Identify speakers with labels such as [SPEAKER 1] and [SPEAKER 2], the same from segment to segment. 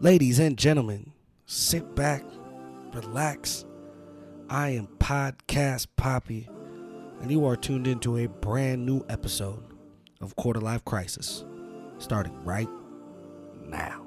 [SPEAKER 1] Ladies and gentlemen, sit back, relax. I am Podcast Poppy, and you are tuned into a brand new episode of Quarter Life Crisis, starting right now.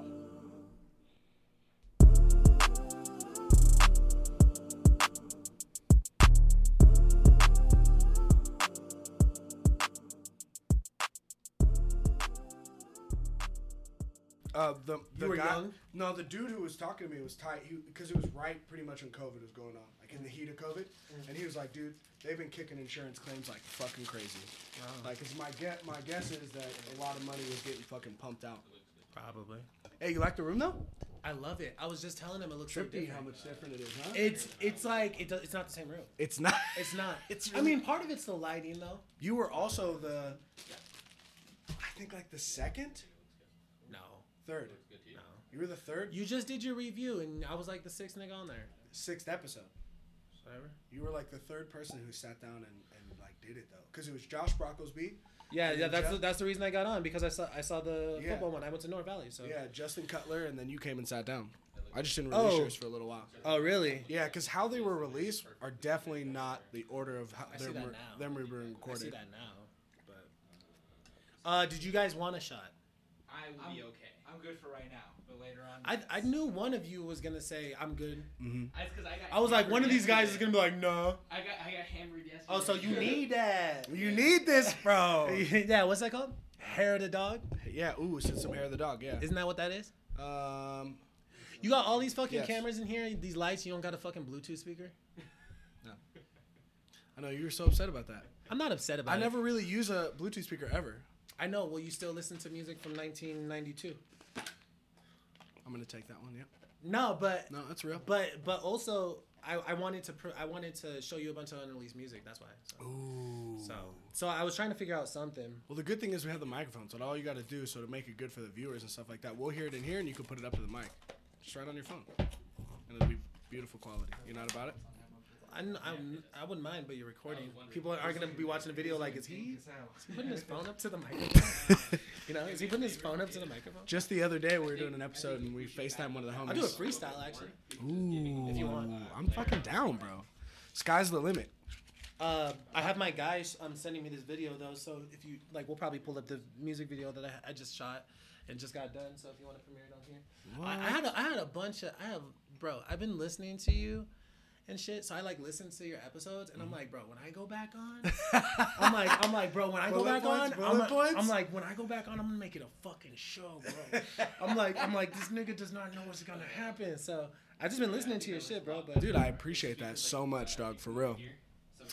[SPEAKER 1] Uh, the the
[SPEAKER 2] You were
[SPEAKER 1] guy,
[SPEAKER 2] young?
[SPEAKER 1] no, the dude who was talking to me was tight because it was right pretty much when COVID was going on, like in the heat of COVID,
[SPEAKER 2] Mm.
[SPEAKER 1] and he was like, "Dude, they've been kicking insurance claims like fucking crazy." Like, 'cause my get my guess is that a lot of money was getting fucking pumped out.
[SPEAKER 2] Probably.
[SPEAKER 1] Hey, you like the room though?
[SPEAKER 2] I love it. I was just telling him it looks so
[SPEAKER 1] Trippy,
[SPEAKER 2] different.
[SPEAKER 1] how much different it is, huh?
[SPEAKER 2] It's it's like it does, it's not the same room.
[SPEAKER 1] it's not.
[SPEAKER 2] It's not.
[SPEAKER 1] It's
[SPEAKER 2] I
[SPEAKER 1] really-
[SPEAKER 2] mean, part of it's the lighting though.
[SPEAKER 1] You were also the, I think like the second,
[SPEAKER 2] No,
[SPEAKER 1] third.
[SPEAKER 2] no.
[SPEAKER 1] You were the third,
[SPEAKER 2] You just did your review, and I was like the sixth nigga on there.
[SPEAKER 1] sixth episode.
[SPEAKER 2] Whatever.
[SPEAKER 1] You were like the third person who sat down and, and like did it though, because it was Josh Brocklesby.
[SPEAKER 2] Yeah, yeah. That's
[SPEAKER 1] Yeah.
[SPEAKER 2] the, that's the reason I got on because I saw I saw the
[SPEAKER 1] Yeah.
[SPEAKER 2] football one. I went to North Valley, so.
[SPEAKER 1] Yeah, Justin Cutler, and then you came and sat down. I just didn't release
[SPEAKER 2] Oh.
[SPEAKER 1] yours for a little while.
[SPEAKER 2] Oh really?
[SPEAKER 1] Yeah, because how they were released are definitely not the order of how
[SPEAKER 2] I see
[SPEAKER 1] them,
[SPEAKER 2] that
[SPEAKER 1] were,
[SPEAKER 2] now.
[SPEAKER 1] them were being
[SPEAKER 2] I see
[SPEAKER 1] recorded.
[SPEAKER 2] that now, but. Uh, did you guys want a shot?
[SPEAKER 3] I will
[SPEAKER 4] I'm-
[SPEAKER 3] be okay.
[SPEAKER 4] I'm good for right now, but later on.
[SPEAKER 2] I I knew one of you was gonna say I'm good.
[SPEAKER 3] I, it's 'cause I, got
[SPEAKER 2] I was like,
[SPEAKER 3] hammered
[SPEAKER 2] one of these guys is
[SPEAKER 3] yesterday.
[SPEAKER 2] gonna be like, no.
[SPEAKER 3] I got I got hammered yesterday.
[SPEAKER 2] Oh, so you need that.
[SPEAKER 1] You need this, bro.
[SPEAKER 2] yeah, what's that called? Hair of the dog?
[SPEAKER 1] yeah. Ooh, send some hair of the dog. Yeah.
[SPEAKER 2] Isn't that what that is?
[SPEAKER 1] Um,
[SPEAKER 2] You got all these fucking
[SPEAKER 1] Yes.
[SPEAKER 2] cameras in here, these lights, you don't got a fucking Bluetooth speaker?
[SPEAKER 1] I know you were so upset about that.
[SPEAKER 2] I'm not upset about
[SPEAKER 1] I
[SPEAKER 2] it.
[SPEAKER 1] never really use a Bluetooth speaker ever.
[SPEAKER 2] I know, well, you still listen to music from 1992.
[SPEAKER 1] I'm gonna take that one. Yeah.
[SPEAKER 2] No, but
[SPEAKER 1] No, that's real.
[SPEAKER 2] but but also I, I wanted to pr- I wanted to show you a bunch of unreleased music, that's why. So
[SPEAKER 1] Ooh.
[SPEAKER 2] so, so I was trying to figure out something.
[SPEAKER 1] Well, the good thing is we have the microphone, so all you got to do, so to make it good for the viewers and stuff like that, we'll hear it in here, and you can put it up to the mic, just right on your phone, and it'll be beautiful quality. You're not about it?
[SPEAKER 2] I, kn- I'm- I wouldn't mind, but you're recording.
[SPEAKER 3] wondering.
[SPEAKER 2] People are going to be watching a video like, is he, is he putting his phone up to the microphone? you know, is he putting his phone up to the microphone?
[SPEAKER 1] Just the other day, we were doing an episode, and we Facetime one of the homies.
[SPEAKER 2] I'll do a freestyle actually.
[SPEAKER 1] Ooh,
[SPEAKER 2] if you want.
[SPEAKER 1] I'm fucking down, bro. Sky's the limit.
[SPEAKER 2] Uh, I have my guys um, sending me this video though, so if you like, we'll probably pull up the music video that I, I just shot and just got done. So if you want to premiere it on here, I, I had a, I had a bunch of I have bro. I've been listening to you and shit, so I like listen to your episodes, and
[SPEAKER 1] Mm-hmm.
[SPEAKER 2] I'm like, bro, when I go back on, I'm like, I'm like, bro, when I go
[SPEAKER 1] Bullet
[SPEAKER 2] back
[SPEAKER 1] points,
[SPEAKER 2] on, I'm
[SPEAKER 1] bullet
[SPEAKER 2] like,
[SPEAKER 1] points?
[SPEAKER 2] I'm like, when I go back on, I'm gonna make it a fucking show, bro. I'm like, I'm like, this nigga does not know what's gonna happen. So I've just been listening to your shit, bro. But
[SPEAKER 1] Dude, I appreciate that so much, dog, for real.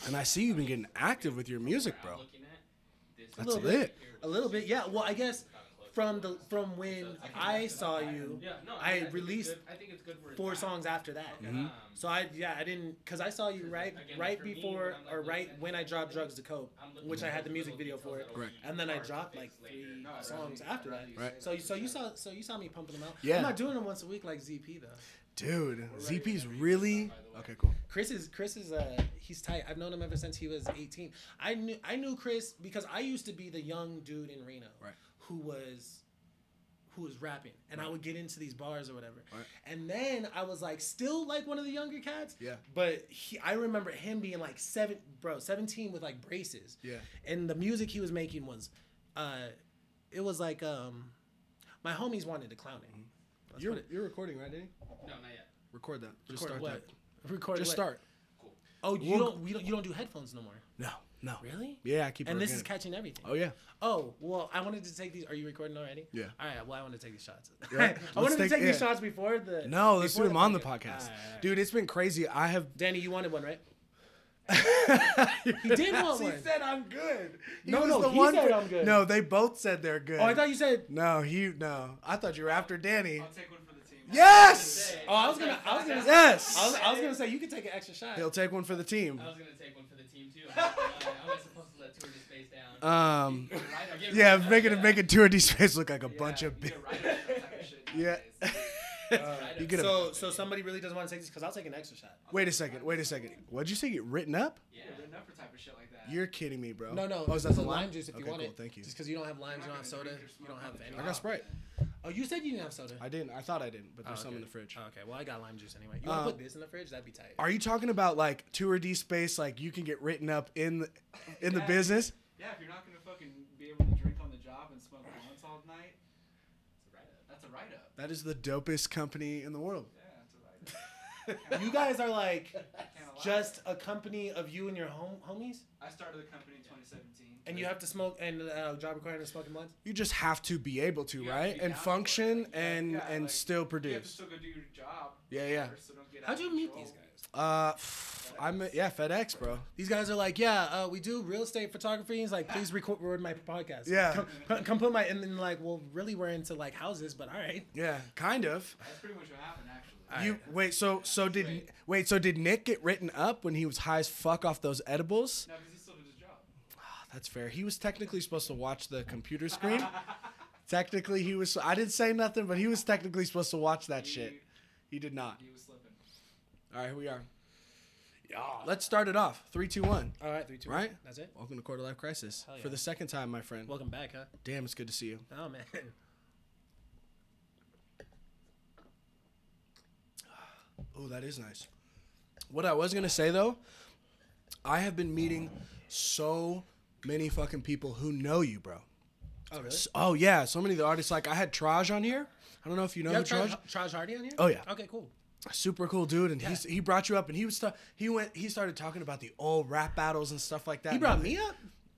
[SPEAKER 1] And I see you've been getting active with your music, bro.
[SPEAKER 3] Looking at this
[SPEAKER 1] That's
[SPEAKER 2] little
[SPEAKER 1] lit.
[SPEAKER 2] a little bit, yeah. Well, I guess from the from when I saw you,
[SPEAKER 3] Yeah, no,
[SPEAKER 2] I
[SPEAKER 3] think it's
[SPEAKER 2] released
[SPEAKER 3] good. I think it's good where it's
[SPEAKER 2] four
[SPEAKER 3] at.
[SPEAKER 2] songs after that.
[SPEAKER 3] Um,
[SPEAKER 1] Mm-hmm.
[SPEAKER 2] So I yeah I didn't cause I saw you right
[SPEAKER 3] Again,
[SPEAKER 2] right
[SPEAKER 3] for me,
[SPEAKER 2] before
[SPEAKER 3] when I'm, like,
[SPEAKER 2] or
[SPEAKER 3] looking
[SPEAKER 2] right
[SPEAKER 3] at
[SPEAKER 2] when I dropped drugs to cope,
[SPEAKER 3] I'm looking
[SPEAKER 2] which
[SPEAKER 3] at
[SPEAKER 2] I had
[SPEAKER 3] those
[SPEAKER 2] the music
[SPEAKER 3] little
[SPEAKER 2] video for it,
[SPEAKER 3] details that'll
[SPEAKER 2] and then I
[SPEAKER 3] be hard to
[SPEAKER 2] dropped like
[SPEAKER 3] fix later.
[SPEAKER 2] three
[SPEAKER 3] No, I
[SPEAKER 2] songs
[SPEAKER 3] really- I
[SPEAKER 2] after that.
[SPEAKER 3] really
[SPEAKER 1] Right.
[SPEAKER 2] So you so you saw so you saw me pumping them out.
[SPEAKER 1] Yeah.
[SPEAKER 2] I'm not doing them once a week like ZP though.
[SPEAKER 1] Dude, ZP's really okay. Cool.
[SPEAKER 2] Chris is Chris is uh he's tight. I've known him ever since he was 18. I knew I knew Chris because I used to be the young dude in Reno
[SPEAKER 1] Right.
[SPEAKER 2] who was who was rapping and I would get into these bars or whatever.
[SPEAKER 1] Right.
[SPEAKER 2] And then I was like still like one of the younger cats.
[SPEAKER 1] Yeah.
[SPEAKER 2] But he, I remember him being like seven bro, 17 with like braces.
[SPEAKER 1] Yeah.
[SPEAKER 2] And the music he was making was uh it was like um my homies wanted to clown it. Let's
[SPEAKER 1] You're
[SPEAKER 2] put it-
[SPEAKER 1] you're recording, right, Danny?
[SPEAKER 3] No, not yet.
[SPEAKER 1] Record that. Just
[SPEAKER 2] record
[SPEAKER 1] start
[SPEAKER 2] what? Record
[SPEAKER 1] that. Just
[SPEAKER 2] what?
[SPEAKER 1] start.
[SPEAKER 2] Oh, you
[SPEAKER 1] We'll-
[SPEAKER 2] don't we don't you don't do headphones no more.
[SPEAKER 1] No, no.
[SPEAKER 2] Really?
[SPEAKER 1] Yeah, I keep.
[SPEAKER 2] And
[SPEAKER 1] it
[SPEAKER 2] this is
[SPEAKER 1] organic.
[SPEAKER 2] catching everything.
[SPEAKER 1] Oh yeah.
[SPEAKER 2] Oh, well, I wanted to take these. Are you recording already?
[SPEAKER 1] Yeah.
[SPEAKER 2] All right. Well, I want to take these shots.
[SPEAKER 1] Yeah, let's
[SPEAKER 2] I wanted
[SPEAKER 1] take-
[SPEAKER 2] to take
[SPEAKER 1] yeah.
[SPEAKER 2] these shots before the.
[SPEAKER 1] No, let's do
[SPEAKER 2] before
[SPEAKER 1] them on the
[SPEAKER 2] fucking-
[SPEAKER 1] podcast,
[SPEAKER 2] All right, all right.
[SPEAKER 1] dude. It's been crazy. I have.
[SPEAKER 2] Danny, you wanted one, right? He did want one.
[SPEAKER 1] said I'm good. He
[SPEAKER 2] No,
[SPEAKER 1] was
[SPEAKER 2] no,
[SPEAKER 1] the
[SPEAKER 2] he
[SPEAKER 1] one
[SPEAKER 2] said
[SPEAKER 1] for-
[SPEAKER 2] I'm good.
[SPEAKER 1] No, they both said they're good.
[SPEAKER 2] Oh, I thought you said.
[SPEAKER 1] No, he no. I thought you were after Danny.
[SPEAKER 4] I'll take one for the team.
[SPEAKER 1] Yes.
[SPEAKER 3] Say,
[SPEAKER 2] Oh, I was gonna. I was gonna.
[SPEAKER 1] Yes.
[SPEAKER 2] I was, I was gonna say you could take an extra shot.
[SPEAKER 1] He'll take one for the team.
[SPEAKER 3] I was gonna take one for the team too. I'm not gonna lie. I was supposed to let Tour just face down.
[SPEAKER 1] Um.
[SPEAKER 3] You're right, I'm getting-
[SPEAKER 1] Yeah, making making Tour D Space look like a bunch
[SPEAKER 3] Yeah,
[SPEAKER 1] of.
[SPEAKER 3] you
[SPEAKER 1] Bi-
[SPEAKER 3] get right up that type of shit
[SPEAKER 1] yeah.
[SPEAKER 3] nowadays.
[SPEAKER 1] uh, you get a.
[SPEAKER 2] So, so somebody really doesn't want to take this because I'll take an extra shot.
[SPEAKER 1] Wait a second. Wait a second. What'd you say? Get written up?
[SPEAKER 3] Yeah, we're enough for type of shit like that.
[SPEAKER 1] You're kidding me, bro.
[SPEAKER 2] No, no.
[SPEAKER 1] Oh, is
[SPEAKER 2] this
[SPEAKER 1] that
[SPEAKER 2] is
[SPEAKER 1] the
[SPEAKER 2] lime
[SPEAKER 1] lime
[SPEAKER 2] juice if
[SPEAKER 1] okay,
[SPEAKER 2] you want
[SPEAKER 1] cool.
[SPEAKER 2] it.
[SPEAKER 1] Thank you.
[SPEAKER 2] Just because you don't have lime, you don't have soda, you don't have any.
[SPEAKER 1] I got Sprite.
[SPEAKER 2] Oh, you said you didn't have soda.
[SPEAKER 1] I didn't. I thought I didn't, but there's
[SPEAKER 2] Oh,
[SPEAKER 1] some in
[SPEAKER 2] okay.
[SPEAKER 1] the fridge.
[SPEAKER 2] Oh, okay, well I got lime juice anyway. You wanna
[SPEAKER 1] Uh,
[SPEAKER 2] put this in the fridge? That'd be tight.
[SPEAKER 1] Are you talking about like tour D space? Like you can get written up in the, in the
[SPEAKER 4] Yeah.
[SPEAKER 1] business?
[SPEAKER 4] Yeah, if you're not gonna fucking be able to drink on the job and smoke blunts all night,
[SPEAKER 3] It's a write-up. That's a write-up.
[SPEAKER 1] That is the dopest company in the world.
[SPEAKER 4] yeah, that's a write
[SPEAKER 2] You guys are like
[SPEAKER 4] Can't allow
[SPEAKER 2] just a company of you and your home homies,
[SPEAKER 4] it. I started the company in 2017.
[SPEAKER 2] and you have to smoke and uh, job requirement is smoking blunts.
[SPEAKER 1] You just have to be able to,
[SPEAKER 4] You have to
[SPEAKER 1] right?
[SPEAKER 4] be
[SPEAKER 1] And
[SPEAKER 4] down for it,
[SPEAKER 1] function
[SPEAKER 4] like, yeah,
[SPEAKER 1] and
[SPEAKER 4] yeah,
[SPEAKER 1] and
[SPEAKER 4] like,
[SPEAKER 1] still
[SPEAKER 4] You have to
[SPEAKER 1] produce.
[SPEAKER 4] still go do your job.
[SPEAKER 1] Yeah, yeah.
[SPEAKER 4] first, so don't get out
[SPEAKER 2] How'd
[SPEAKER 4] of
[SPEAKER 2] you meet
[SPEAKER 4] control.
[SPEAKER 2] these guys?
[SPEAKER 1] Uh, f- I'm a- yeah, FedEx, bro.
[SPEAKER 2] These guys are like, yeah, uh, we do real estate photography. He's like, please record my podcast.
[SPEAKER 1] Yeah.
[SPEAKER 2] come, p- come put my and then like, well, really we're into like houses, but all right.
[SPEAKER 1] Yeah, kind of.
[SPEAKER 4] That's pretty much what happened, actually.
[SPEAKER 2] All
[SPEAKER 1] You
[SPEAKER 2] right.
[SPEAKER 1] wait, so so did
[SPEAKER 4] Wait.
[SPEAKER 1] wait, so did Nick get written up when he was high as fuck off those edibles?
[SPEAKER 4] No, because he still did his job.
[SPEAKER 1] Ah, that's fair. He was technically supposed to watch the computer screen. technically, he was. I didn't say nothing, but he was technically supposed to watch that
[SPEAKER 4] He-
[SPEAKER 1] shit. He did not.
[SPEAKER 4] He was slipping.
[SPEAKER 1] All right, here we are. Let's start it off. Three, two, one.
[SPEAKER 2] All right, three, two,
[SPEAKER 1] Right?
[SPEAKER 2] one. That's it.
[SPEAKER 1] Welcome to Quarter Life Crisis
[SPEAKER 2] Hell
[SPEAKER 1] for
[SPEAKER 2] yeah.
[SPEAKER 1] the second time, my friend.
[SPEAKER 2] Welcome back, huh?
[SPEAKER 1] Damn, it's good to see you.
[SPEAKER 2] Oh man.
[SPEAKER 1] Oh, that is nice. What I was gonna say though, I have been meeting so many fucking people who know you, bro.
[SPEAKER 2] Oh really?
[SPEAKER 1] S- Oh yeah, so many of the artists. Like I had Traj on here. I don't know if you know
[SPEAKER 2] You
[SPEAKER 1] who
[SPEAKER 2] have Traj,
[SPEAKER 1] Traj.
[SPEAKER 2] Traj Hardy on here?
[SPEAKER 1] Oh, yeah.
[SPEAKER 2] Okay, cool.
[SPEAKER 1] Super cool dude, and he's, he brought you up, and he was stu- he went he started talking about the old rap battles and stuff like that.
[SPEAKER 2] He brought me up.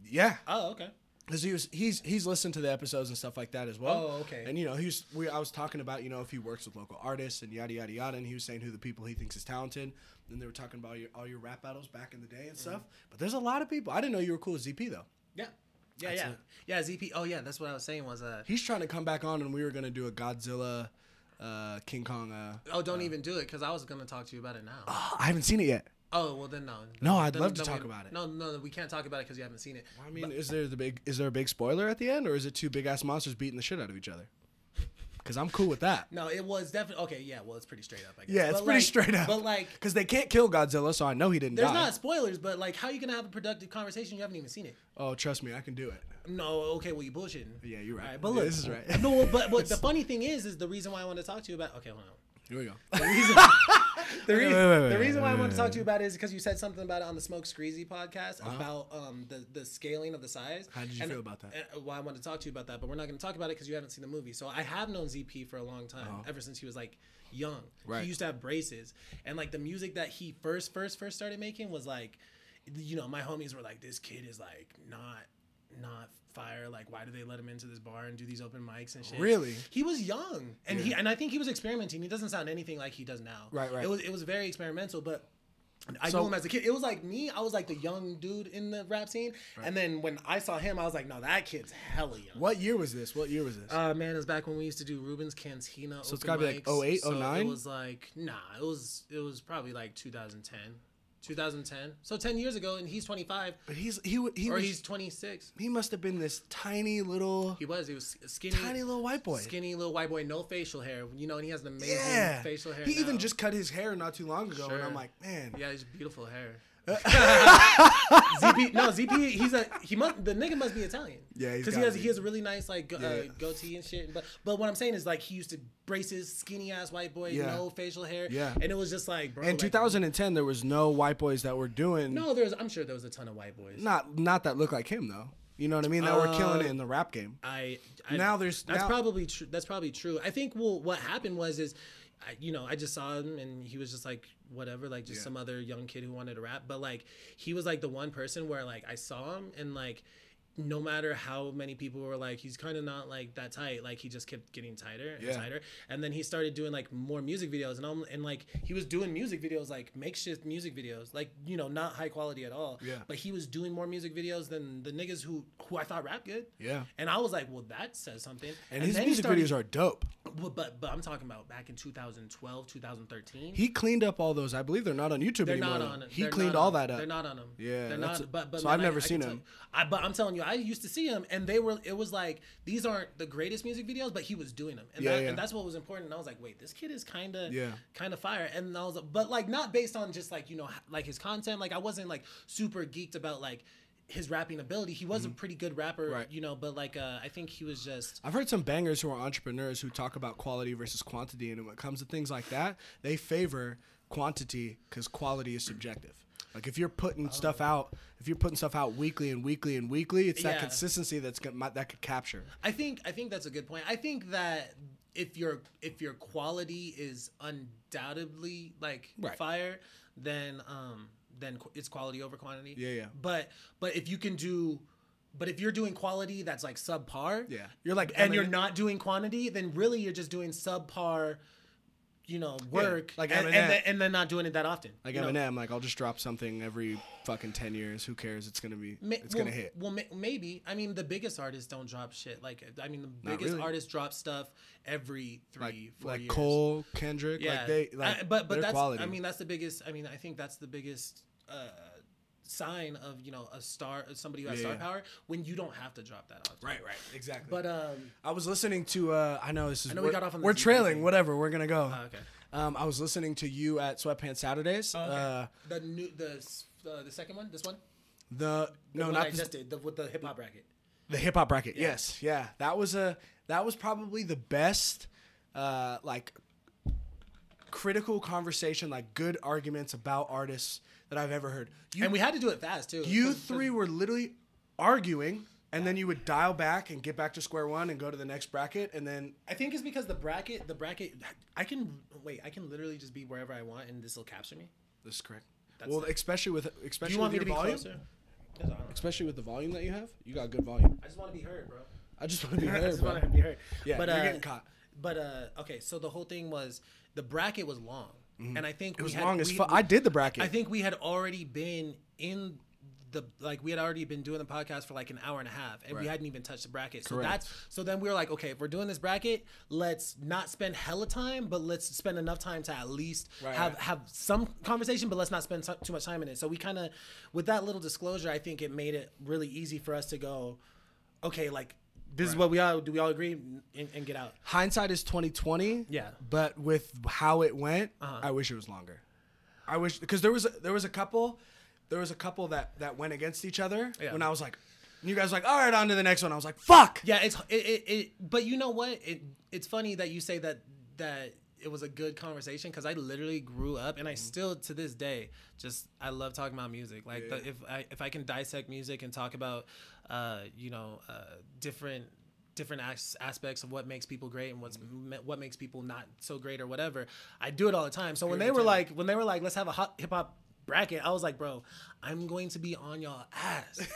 [SPEAKER 1] Yeah,
[SPEAKER 2] Oh okay.
[SPEAKER 1] because he was he's he's listened to the episodes and stuff like that as well.
[SPEAKER 2] Oh, okay.
[SPEAKER 1] And you know he's we I was talking about you know if he works with local artists and yada yada yada, and he was saying who the people he thinks is talented. Then they were talking about your, all your rap battles back in the day and stuff. But there's a lot of people. I didn't know you were cool with ZP though.
[SPEAKER 2] Yeah. Yeah,
[SPEAKER 1] That's
[SPEAKER 2] yeah, yeah. ZP. Oh yeah, that's what I was saying was uh.
[SPEAKER 1] He's trying to come back on, and we were gonna do a Godzilla, uh, King Kong. Uh,
[SPEAKER 2] Oh, don't even do it because I was gonna talk to you about it now.
[SPEAKER 1] Ah, I haven't seen it yet.
[SPEAKER 2] Oh well, then no.
[SPEAKER 1] No, I'd
[SPEAKER 2] Then-
[SPEAKER 1] love to
[SPEAKER 2] then we-
[SPEAKER 1] talk about it.
[SPEAKER 2] No, no, we can't talk about it because you haven't seen it.
[SPEAKER 1] I mean, is there the big is there a big spoiler at the end, or is it two big ass monsters beating the shit out of each other? Because I'm cool with that.
[SPEAKER 2] No, it was definitely okay. Yeah, well, it's pretty straight up. I guess.
[SPEAKER 1] Yeah, it's
[SPEAKER 2] But,
[SPEAKER 1] pretty
[SPEAKER 2] like-
[SPEAKER 1] straight up.
[SPEAKER 2] But like,
[SPEAKER 1] because they can't kill Godzilla, so I know he didn't
[SPEAKER 2] there's
[SPEAKER 1] die.
[SPEAKER 2] not spoilers. But like, how you gonna have a productive conversation? You haven't even seen it.
[SPEAKER 1] Oh, trust me, I can do it.
[SPEAKER 2] No, okay, well, you bullshitting.
[SPEAKER 1] Yeah, you're right.
[SPEAKER 2] All right, but
[SPEAKER 1] Yeah,
[SPEAKER 2] look,
[SPEAKER 1] this is right.
[SPEAKER 2] no, well, but but the funny thing is, is the reason why I want to talk to you about. Okay, hold on.
[SPEAKER 1] Here we go.
[SPEAKER 2] The
[SPEAKER 1] Wait,
[SPEAKER 2] reason,
[SPEAKER 1] wait, wait,
[SPEAKER 2] the
[SPEAKER 1] wait,
[SPEAKER 2] reason why I
[SPEAKER 1] wait,
[SPEAKER 2] want to
[SPEAKER 1] wait,
[SPEAKER 2] talk to you about it is because you said something about it on the Smoke Screezy podcast about um, the, the scaling of the size.
[SPEAKER 1] How did you
[SPEAKER 2] And-
[SPEAKER 1] feel about that?
[SPEAKER 2] and- well, I wanted to talk to you about that, but we're not going to talk about it because you haven't seen the movie. So I have known ZP for a long time, ever since he was like young.
[SPEAKER 1] Uh-huh. Right.
[SPEAKER 2] He used to have braces, and like the music that he first, first, first started making was like, you know, my homies were like, this kid is like not, not fire. Like, why do they let him into this bar and do these open mics and shit?
[SPEAKER 1] Really?
[SPEAKER 2] He was young, and he and I think he was experimenting. He doesn't sound anything like he does now.
[SPEAKER 1] Right, right.
[SPEAKER 2] It was it was very experimental, but I
[SPEAKER 1] So-
[SPEAKER 2] knew him as a kid. It was like me. I was like the young dude in the rap scene, and then when I saw him, I was like, no, that kid's hella young.
[SPEAKER 1] What year was this? What year was this?
[SPEAKER 2] Uh, man, it was back when we used to do Ruben's Cantina. So
[SPEAKER 1] it's gotta be like 08, 09?
[SPEAKER 2] it was like nah, it was it was probably like 2010, 2010. So 10 years ago, and he's 25
[SPEAKER 1] but he's he wa- he
[SPEAKER 2] or
[SPEAKER 1] was,
[SPEAKER 2] he's 26.
[SPEAKER 1] he must have been this tiny little
[SPEAKER 2] He was he was skinny,
[SPEAKER 1] tiny little white boy.
[SPEAKER 2] skinny little white boy, no facial hair. You know, and he has an amazing
[SPEAKER 1] yeah,
[SPEAKER 2] facial hair.
[SPEAKER 1] He even
[SPEAKER 2] now.
[SPEAKER 1] just cut his hair not too long ago, and
[SPEAKER 2] Sure.
[SPEAKER 1] I'm like, man,
[SPEAKER 2] Yeah, he's beautiful hair.
[SPEAKER 1] Uh,
[SPEAKER 2] ZP, no ZP, he's a he must the nigga must be Italian.
[SPEAKER 1] Yeah, he's
[SPEAKER 2] because he
[SPEAKER 1] gotta
[SPEAKER 2] has
[SPEAKER 1] be.
[SPEAKER 2] he has a really nice like go, uh,
[SPEAKER 1] Yeah.
[SPEAKER 2] goatee and shit. But but what I'm saying is like he used to braces, skinny ass white boy,
[SPEAKER 1] Yeah.
[SPEAKER 2] no facial hair.
[SPEAKER 1] Yeah.
[SPEAKER 2] and it was just like bro.
[SPEAKER 1] In
[SPEAKER 2] like,
[SPEAKER 1] 2010, there was no white boys that were doing
[SPEAKER 2] No, there was I'm sure there was a ton of white boys.
[SPEAKER 1] not not that look like him though. You know what I mean? That were killing it
[SPEAKER 2] Uh,
[SPEAKER 1] in the rap game.
[SPEAKER 2] I, I
[SPEAKER 1] Now there's-
[SPEAKER 2] that's
[SPEAKER 1] now-
[SPEAKER 2] probably true. That's probably true. I think well, what happened was is, I, you know, I just saw him and he was just like whatever, like just
[SPEAKER 1] Yeah.
[SPEAKER 2] some other young kid who wanted to rap. But like he was like the one person where like I saw him and like no matter how many people were like he's kind of not like that tight like he just kept getting tighter and
[SPEAKER 1] Yeah.
[SPEAKER 2] tighter and then he started doing like more music videos and I'm, and like he was doing music videos like makeshift music videos like you know not high quality at all
[SPEAKER 1] Yeah.
[SPEAKER 2] but he was doing more music videos than the niggas who who I thought rap good
[SPEAKER 1] Yeah.
[SPEAKER 2] and I was like, well, that says something.
[SPEAKER 1] And, his
[SPEAKER 2] then he
[SPEAKER 1] music
[SPEAKER 2] started-
[SPEAKER 1] videos are dope.
[SPEAKER 2] Well, but but I'm talking about back in 2012, 2013.
[SPEAKER 1] He cleaned up all those. I believe they're not on YouTube
[SPEAKER 2] they're
[SPEAKER 1] anymore.
[SPEAKER 2] not
[SPEAKER 1] though.
[SPEAKER 2] on.
[SPEAKER 1] he
[SPEAKER 2] they're
[SPEAKER 1] cleaned
[SPEAKER 2] not
[SPEAKER 1] all
[SPEAKER 2] on-
[SPEAKER 1] that up.
[SPEAKER 2] They're not on them.
[SPEAKER 1] Yeah,
[SPEAKER 2] They're
[SPEAKER 1] that's-
[SPEAKER 2] not. But, but
[SPEAKER 1] so I've
[SPEAKER 2] man, I-
[SPEAKER 1] never
[SPEAKER 2] I can
[SPEAKER 1] seen
[SPEAKER 2] tell
[SPEAKER 1] them.
[SPEAKER 2] you- I, but I'm telling you, I used to see him, and they were. It was like these aren't the greatest music videos, but he was doing them, and,
[SPEAKER 1] Yeah,
[SPEAKER 2] that,
[SPEAKER 1] yeah.
[SPEAKER 2] and that's what was important. And I was like, wait, this kid is kind of
[SPEAKER 1] Yeah.
[SPEAKER 2] kind of fire. And I was, but like not based on just like you know h- like his content. Like I wasn't like super geeked about like his rapping ability. He was a pretty good rapper,
[SPEAKER 1] Mm-hmm. Right.
[SPEAKER 2] you know, but like uh, I think he was just
[SPEAKER 1] I've heard some bangers who are entrepreneurs who talk about quality versus quantity, and when it comes to things like that, they favor quantity because quality is subjective. Like if you're putting stuff out, if you're putting stuff out weekly and weekly and weekly, it's that
[SPEAKER 2] Oh. Yeah.
[SPEAKER 1] consistency that's got, might, that could capture.
[SPEAKER 2] I think I think that's a good point. I think that if your if your quality is undoubtedly like
[SPEAKER 1] Right.
[SPEAKER 2] fire, then um then qu- it's quality over quantity.
[SPEAKER 1] Yeah, yeah.
[SPEAKER 2] But but if you can do, but if you're doing quality that's like subpar,
[SPEAKER 1] Yeah, you're like
[SPEAKER 2] and you're
[SPEAKER 1] Eminem-
[SPEAKER 2] not doing quantity, then really you're just doing subpar, you know, work.
[SPEAKER 1] like
[SPEAKER 2] and, and,
[SPEAKER 1] Eminem.
[SPEAKER 2] then, and then not doing it that often.
[SPEAKER 1] Like
[SPEAKER 2] you know?
[SPEAKER 1] Eminem, like I'll just drop something every fucking ten years. Who cares? It's gonna be
[SPEAKER 2] Ma-
[SPEAKER 1] it's
[SPEAKER 2] well,
[SPEAKER 1] gonna hit.
[SPEAKER 2] Well, ma- maybe. I mean, the biggest artists don't drop shit. Like, I mean, the biggest
[SPEAKER 1] really.
[SPEAKER 2] artists drop stuff every
[SPEAKER 1] Like
[SPEAKER 2] three, four
[SPEAKER 1] like
[SPEAKER 2] years.
[SPEAKER 1] Cole, Kendrick,
[SPEAKER 2] yeah.
[SPEAKER 1] like they like
[SPEAKER 2] I- but but
[SPEAKER 1] their
[SPEAKER 2] that's.
[SPEAKER 1] quality.
[SPEAKER 2] I mean, that's the biggest. I mean, I think that's the biggest uh, sign of you know a star, somebody who has
[SPEAKER 1] Yeah,
[SPEAKER 2] star
[SPEAKER 1] yeah.
[SPEAKER 2] power, when you don't have to drop that often.
[SPEAKER 1] right, right, exactly.
[SPEAKER 2] But um,
[SPEAKER 1] I was listening to uh, I know this is
[SPEAKER 2] know we
[SPEAKER 1] we're,
[SPEAKER 2] got off on the
[SPEAKER 1] we're
[SPEAKER 2] Zeke
[SPEAKER 1] trailing
[SPEAKER 2] thing.
[SPEAKER 1] whatever we're gonna go.
[SPEAKER 2] Ah, okay. Oh,
[SPEAKER 1] Um, I was listening to you at Sweatpants Saturdays. Uh,
[SPEAKER 2] the new the s- uh, the second one, this one,
[SPEAKER 1] the
[SPEAKER 2] the
[SPEAKER 1] no,
[SPEAKER 2] one I
[SPEAKER 1] not the,
[SPEAKER 2] just did the, with the hip hop bracket.
[SPEAKER 1] the hip hop bracket. Yes, yeah, that was a that was probably the best uh, like critical conversation, like good arguments about artists that I've ever heard. You
[SPEAKER 2] and we had to do it fast too.
[SPEAKER 1] you three were literally arguing, and then you would dial back and get back to square one and go to the next bracket, and then
[SPEAKER 2] I think it's because the bracket, the bracket, I can wait. I can literally just be wherever I want, and this will capture me.
[SPEAKER 1] this is correct.
[SPEAKER 2] That's
[SPEAKER 1] Well,
[SPEAKER 2] the-
[SPEAKER 1] especially with especially
[SPEAKER 2] Do you want me
[SPEAKER 1] with
[SPEAKER 2] to
[SPEAKER 1] your
[SPEAKER 2] be
[SPEAKER 1] volume,
[SPEAKER 2] closer? That's all right.
[SPEAKER 1] especially with the volume that you have, you got good volume.
[SPEAKER 2] I just want to be heard, bro.
[SPEAKER 1] I just want to be
[SPEAKER 2] I
[SPEAKER 1] there,
[SPEAKER 2] just
[SPEAKER 1] bro.
[SPEAKER 2] want to be heard.
[SPEAKER 1] Yeah,
[SPEAKER 2] but,
[SPEAKER 1] you're
[SPEAKER 2] uh,
[SPEAKER 1] getting caught.
[SPEAKER 2] But uh, okay, so the whole thing was the bracket was long, and I think
[SPEAKER 1] Mm-hmm. It was
[SPEAKER 2] we had,
[SPEAKER 1] long as
[SPEAKER 2] we-
[SPEAKER 1] fuck. I did the bracket.
[SPEAKER 2] I think we had already been in the like we had already been doing the podcast for like an hour and a half, and we hadn't even touched the bracket. So
[SPEAKER 1] Correct.
[SPEAKER 2] that's so then we were like, okay, if we're doing this bracket, let's not spend hella time, but let's spend enough time to at least
[SPEAKER 1] Right,
[SPEAKER 2] have
[SPEAKER 1] right.
[SPEAKER 2] have some conversation, but let's not spend t- too much time in it. So we kind of with that little disclosure, I think it made it really easy for us to go, okay, like. This is what we all do. We all agree and, and get out.
[SPEAKER 1] hindsight is twenty twenty.
[SPEAKER 2] Yeah. Uh-huh.
[SPEAKER 1] But with how it went, I wish it was longer. I wish because there was a, there was a couple, there was a couple that that went against each other.
[SPEAKER 2] Yeah.
[SPEAKER 1] When I was like, and you guys were like, all right, on to the next one. I was like, fuck.
[SPEAKER 2] Yeah, it's it, it, it but you know what? It it's funny that you say that that it was a good conversation because I literally grew up and I
[SPEAKER 1] Mm-hmm.
[SPEAKER 2] still to this day just I love talking about music. Like the, if I if I can dissect music and talk about uh you know uh different different as- aspects of what makes people great and what's
[SPEAKER 1] Mm-hmm.
[SPEAKER 2] ma- what makes people not so great or whatever. I do it all the time. So when they were like when they were like let's have a hot hip hop bracket, I was like, bro, I'm going to be on y'all ass.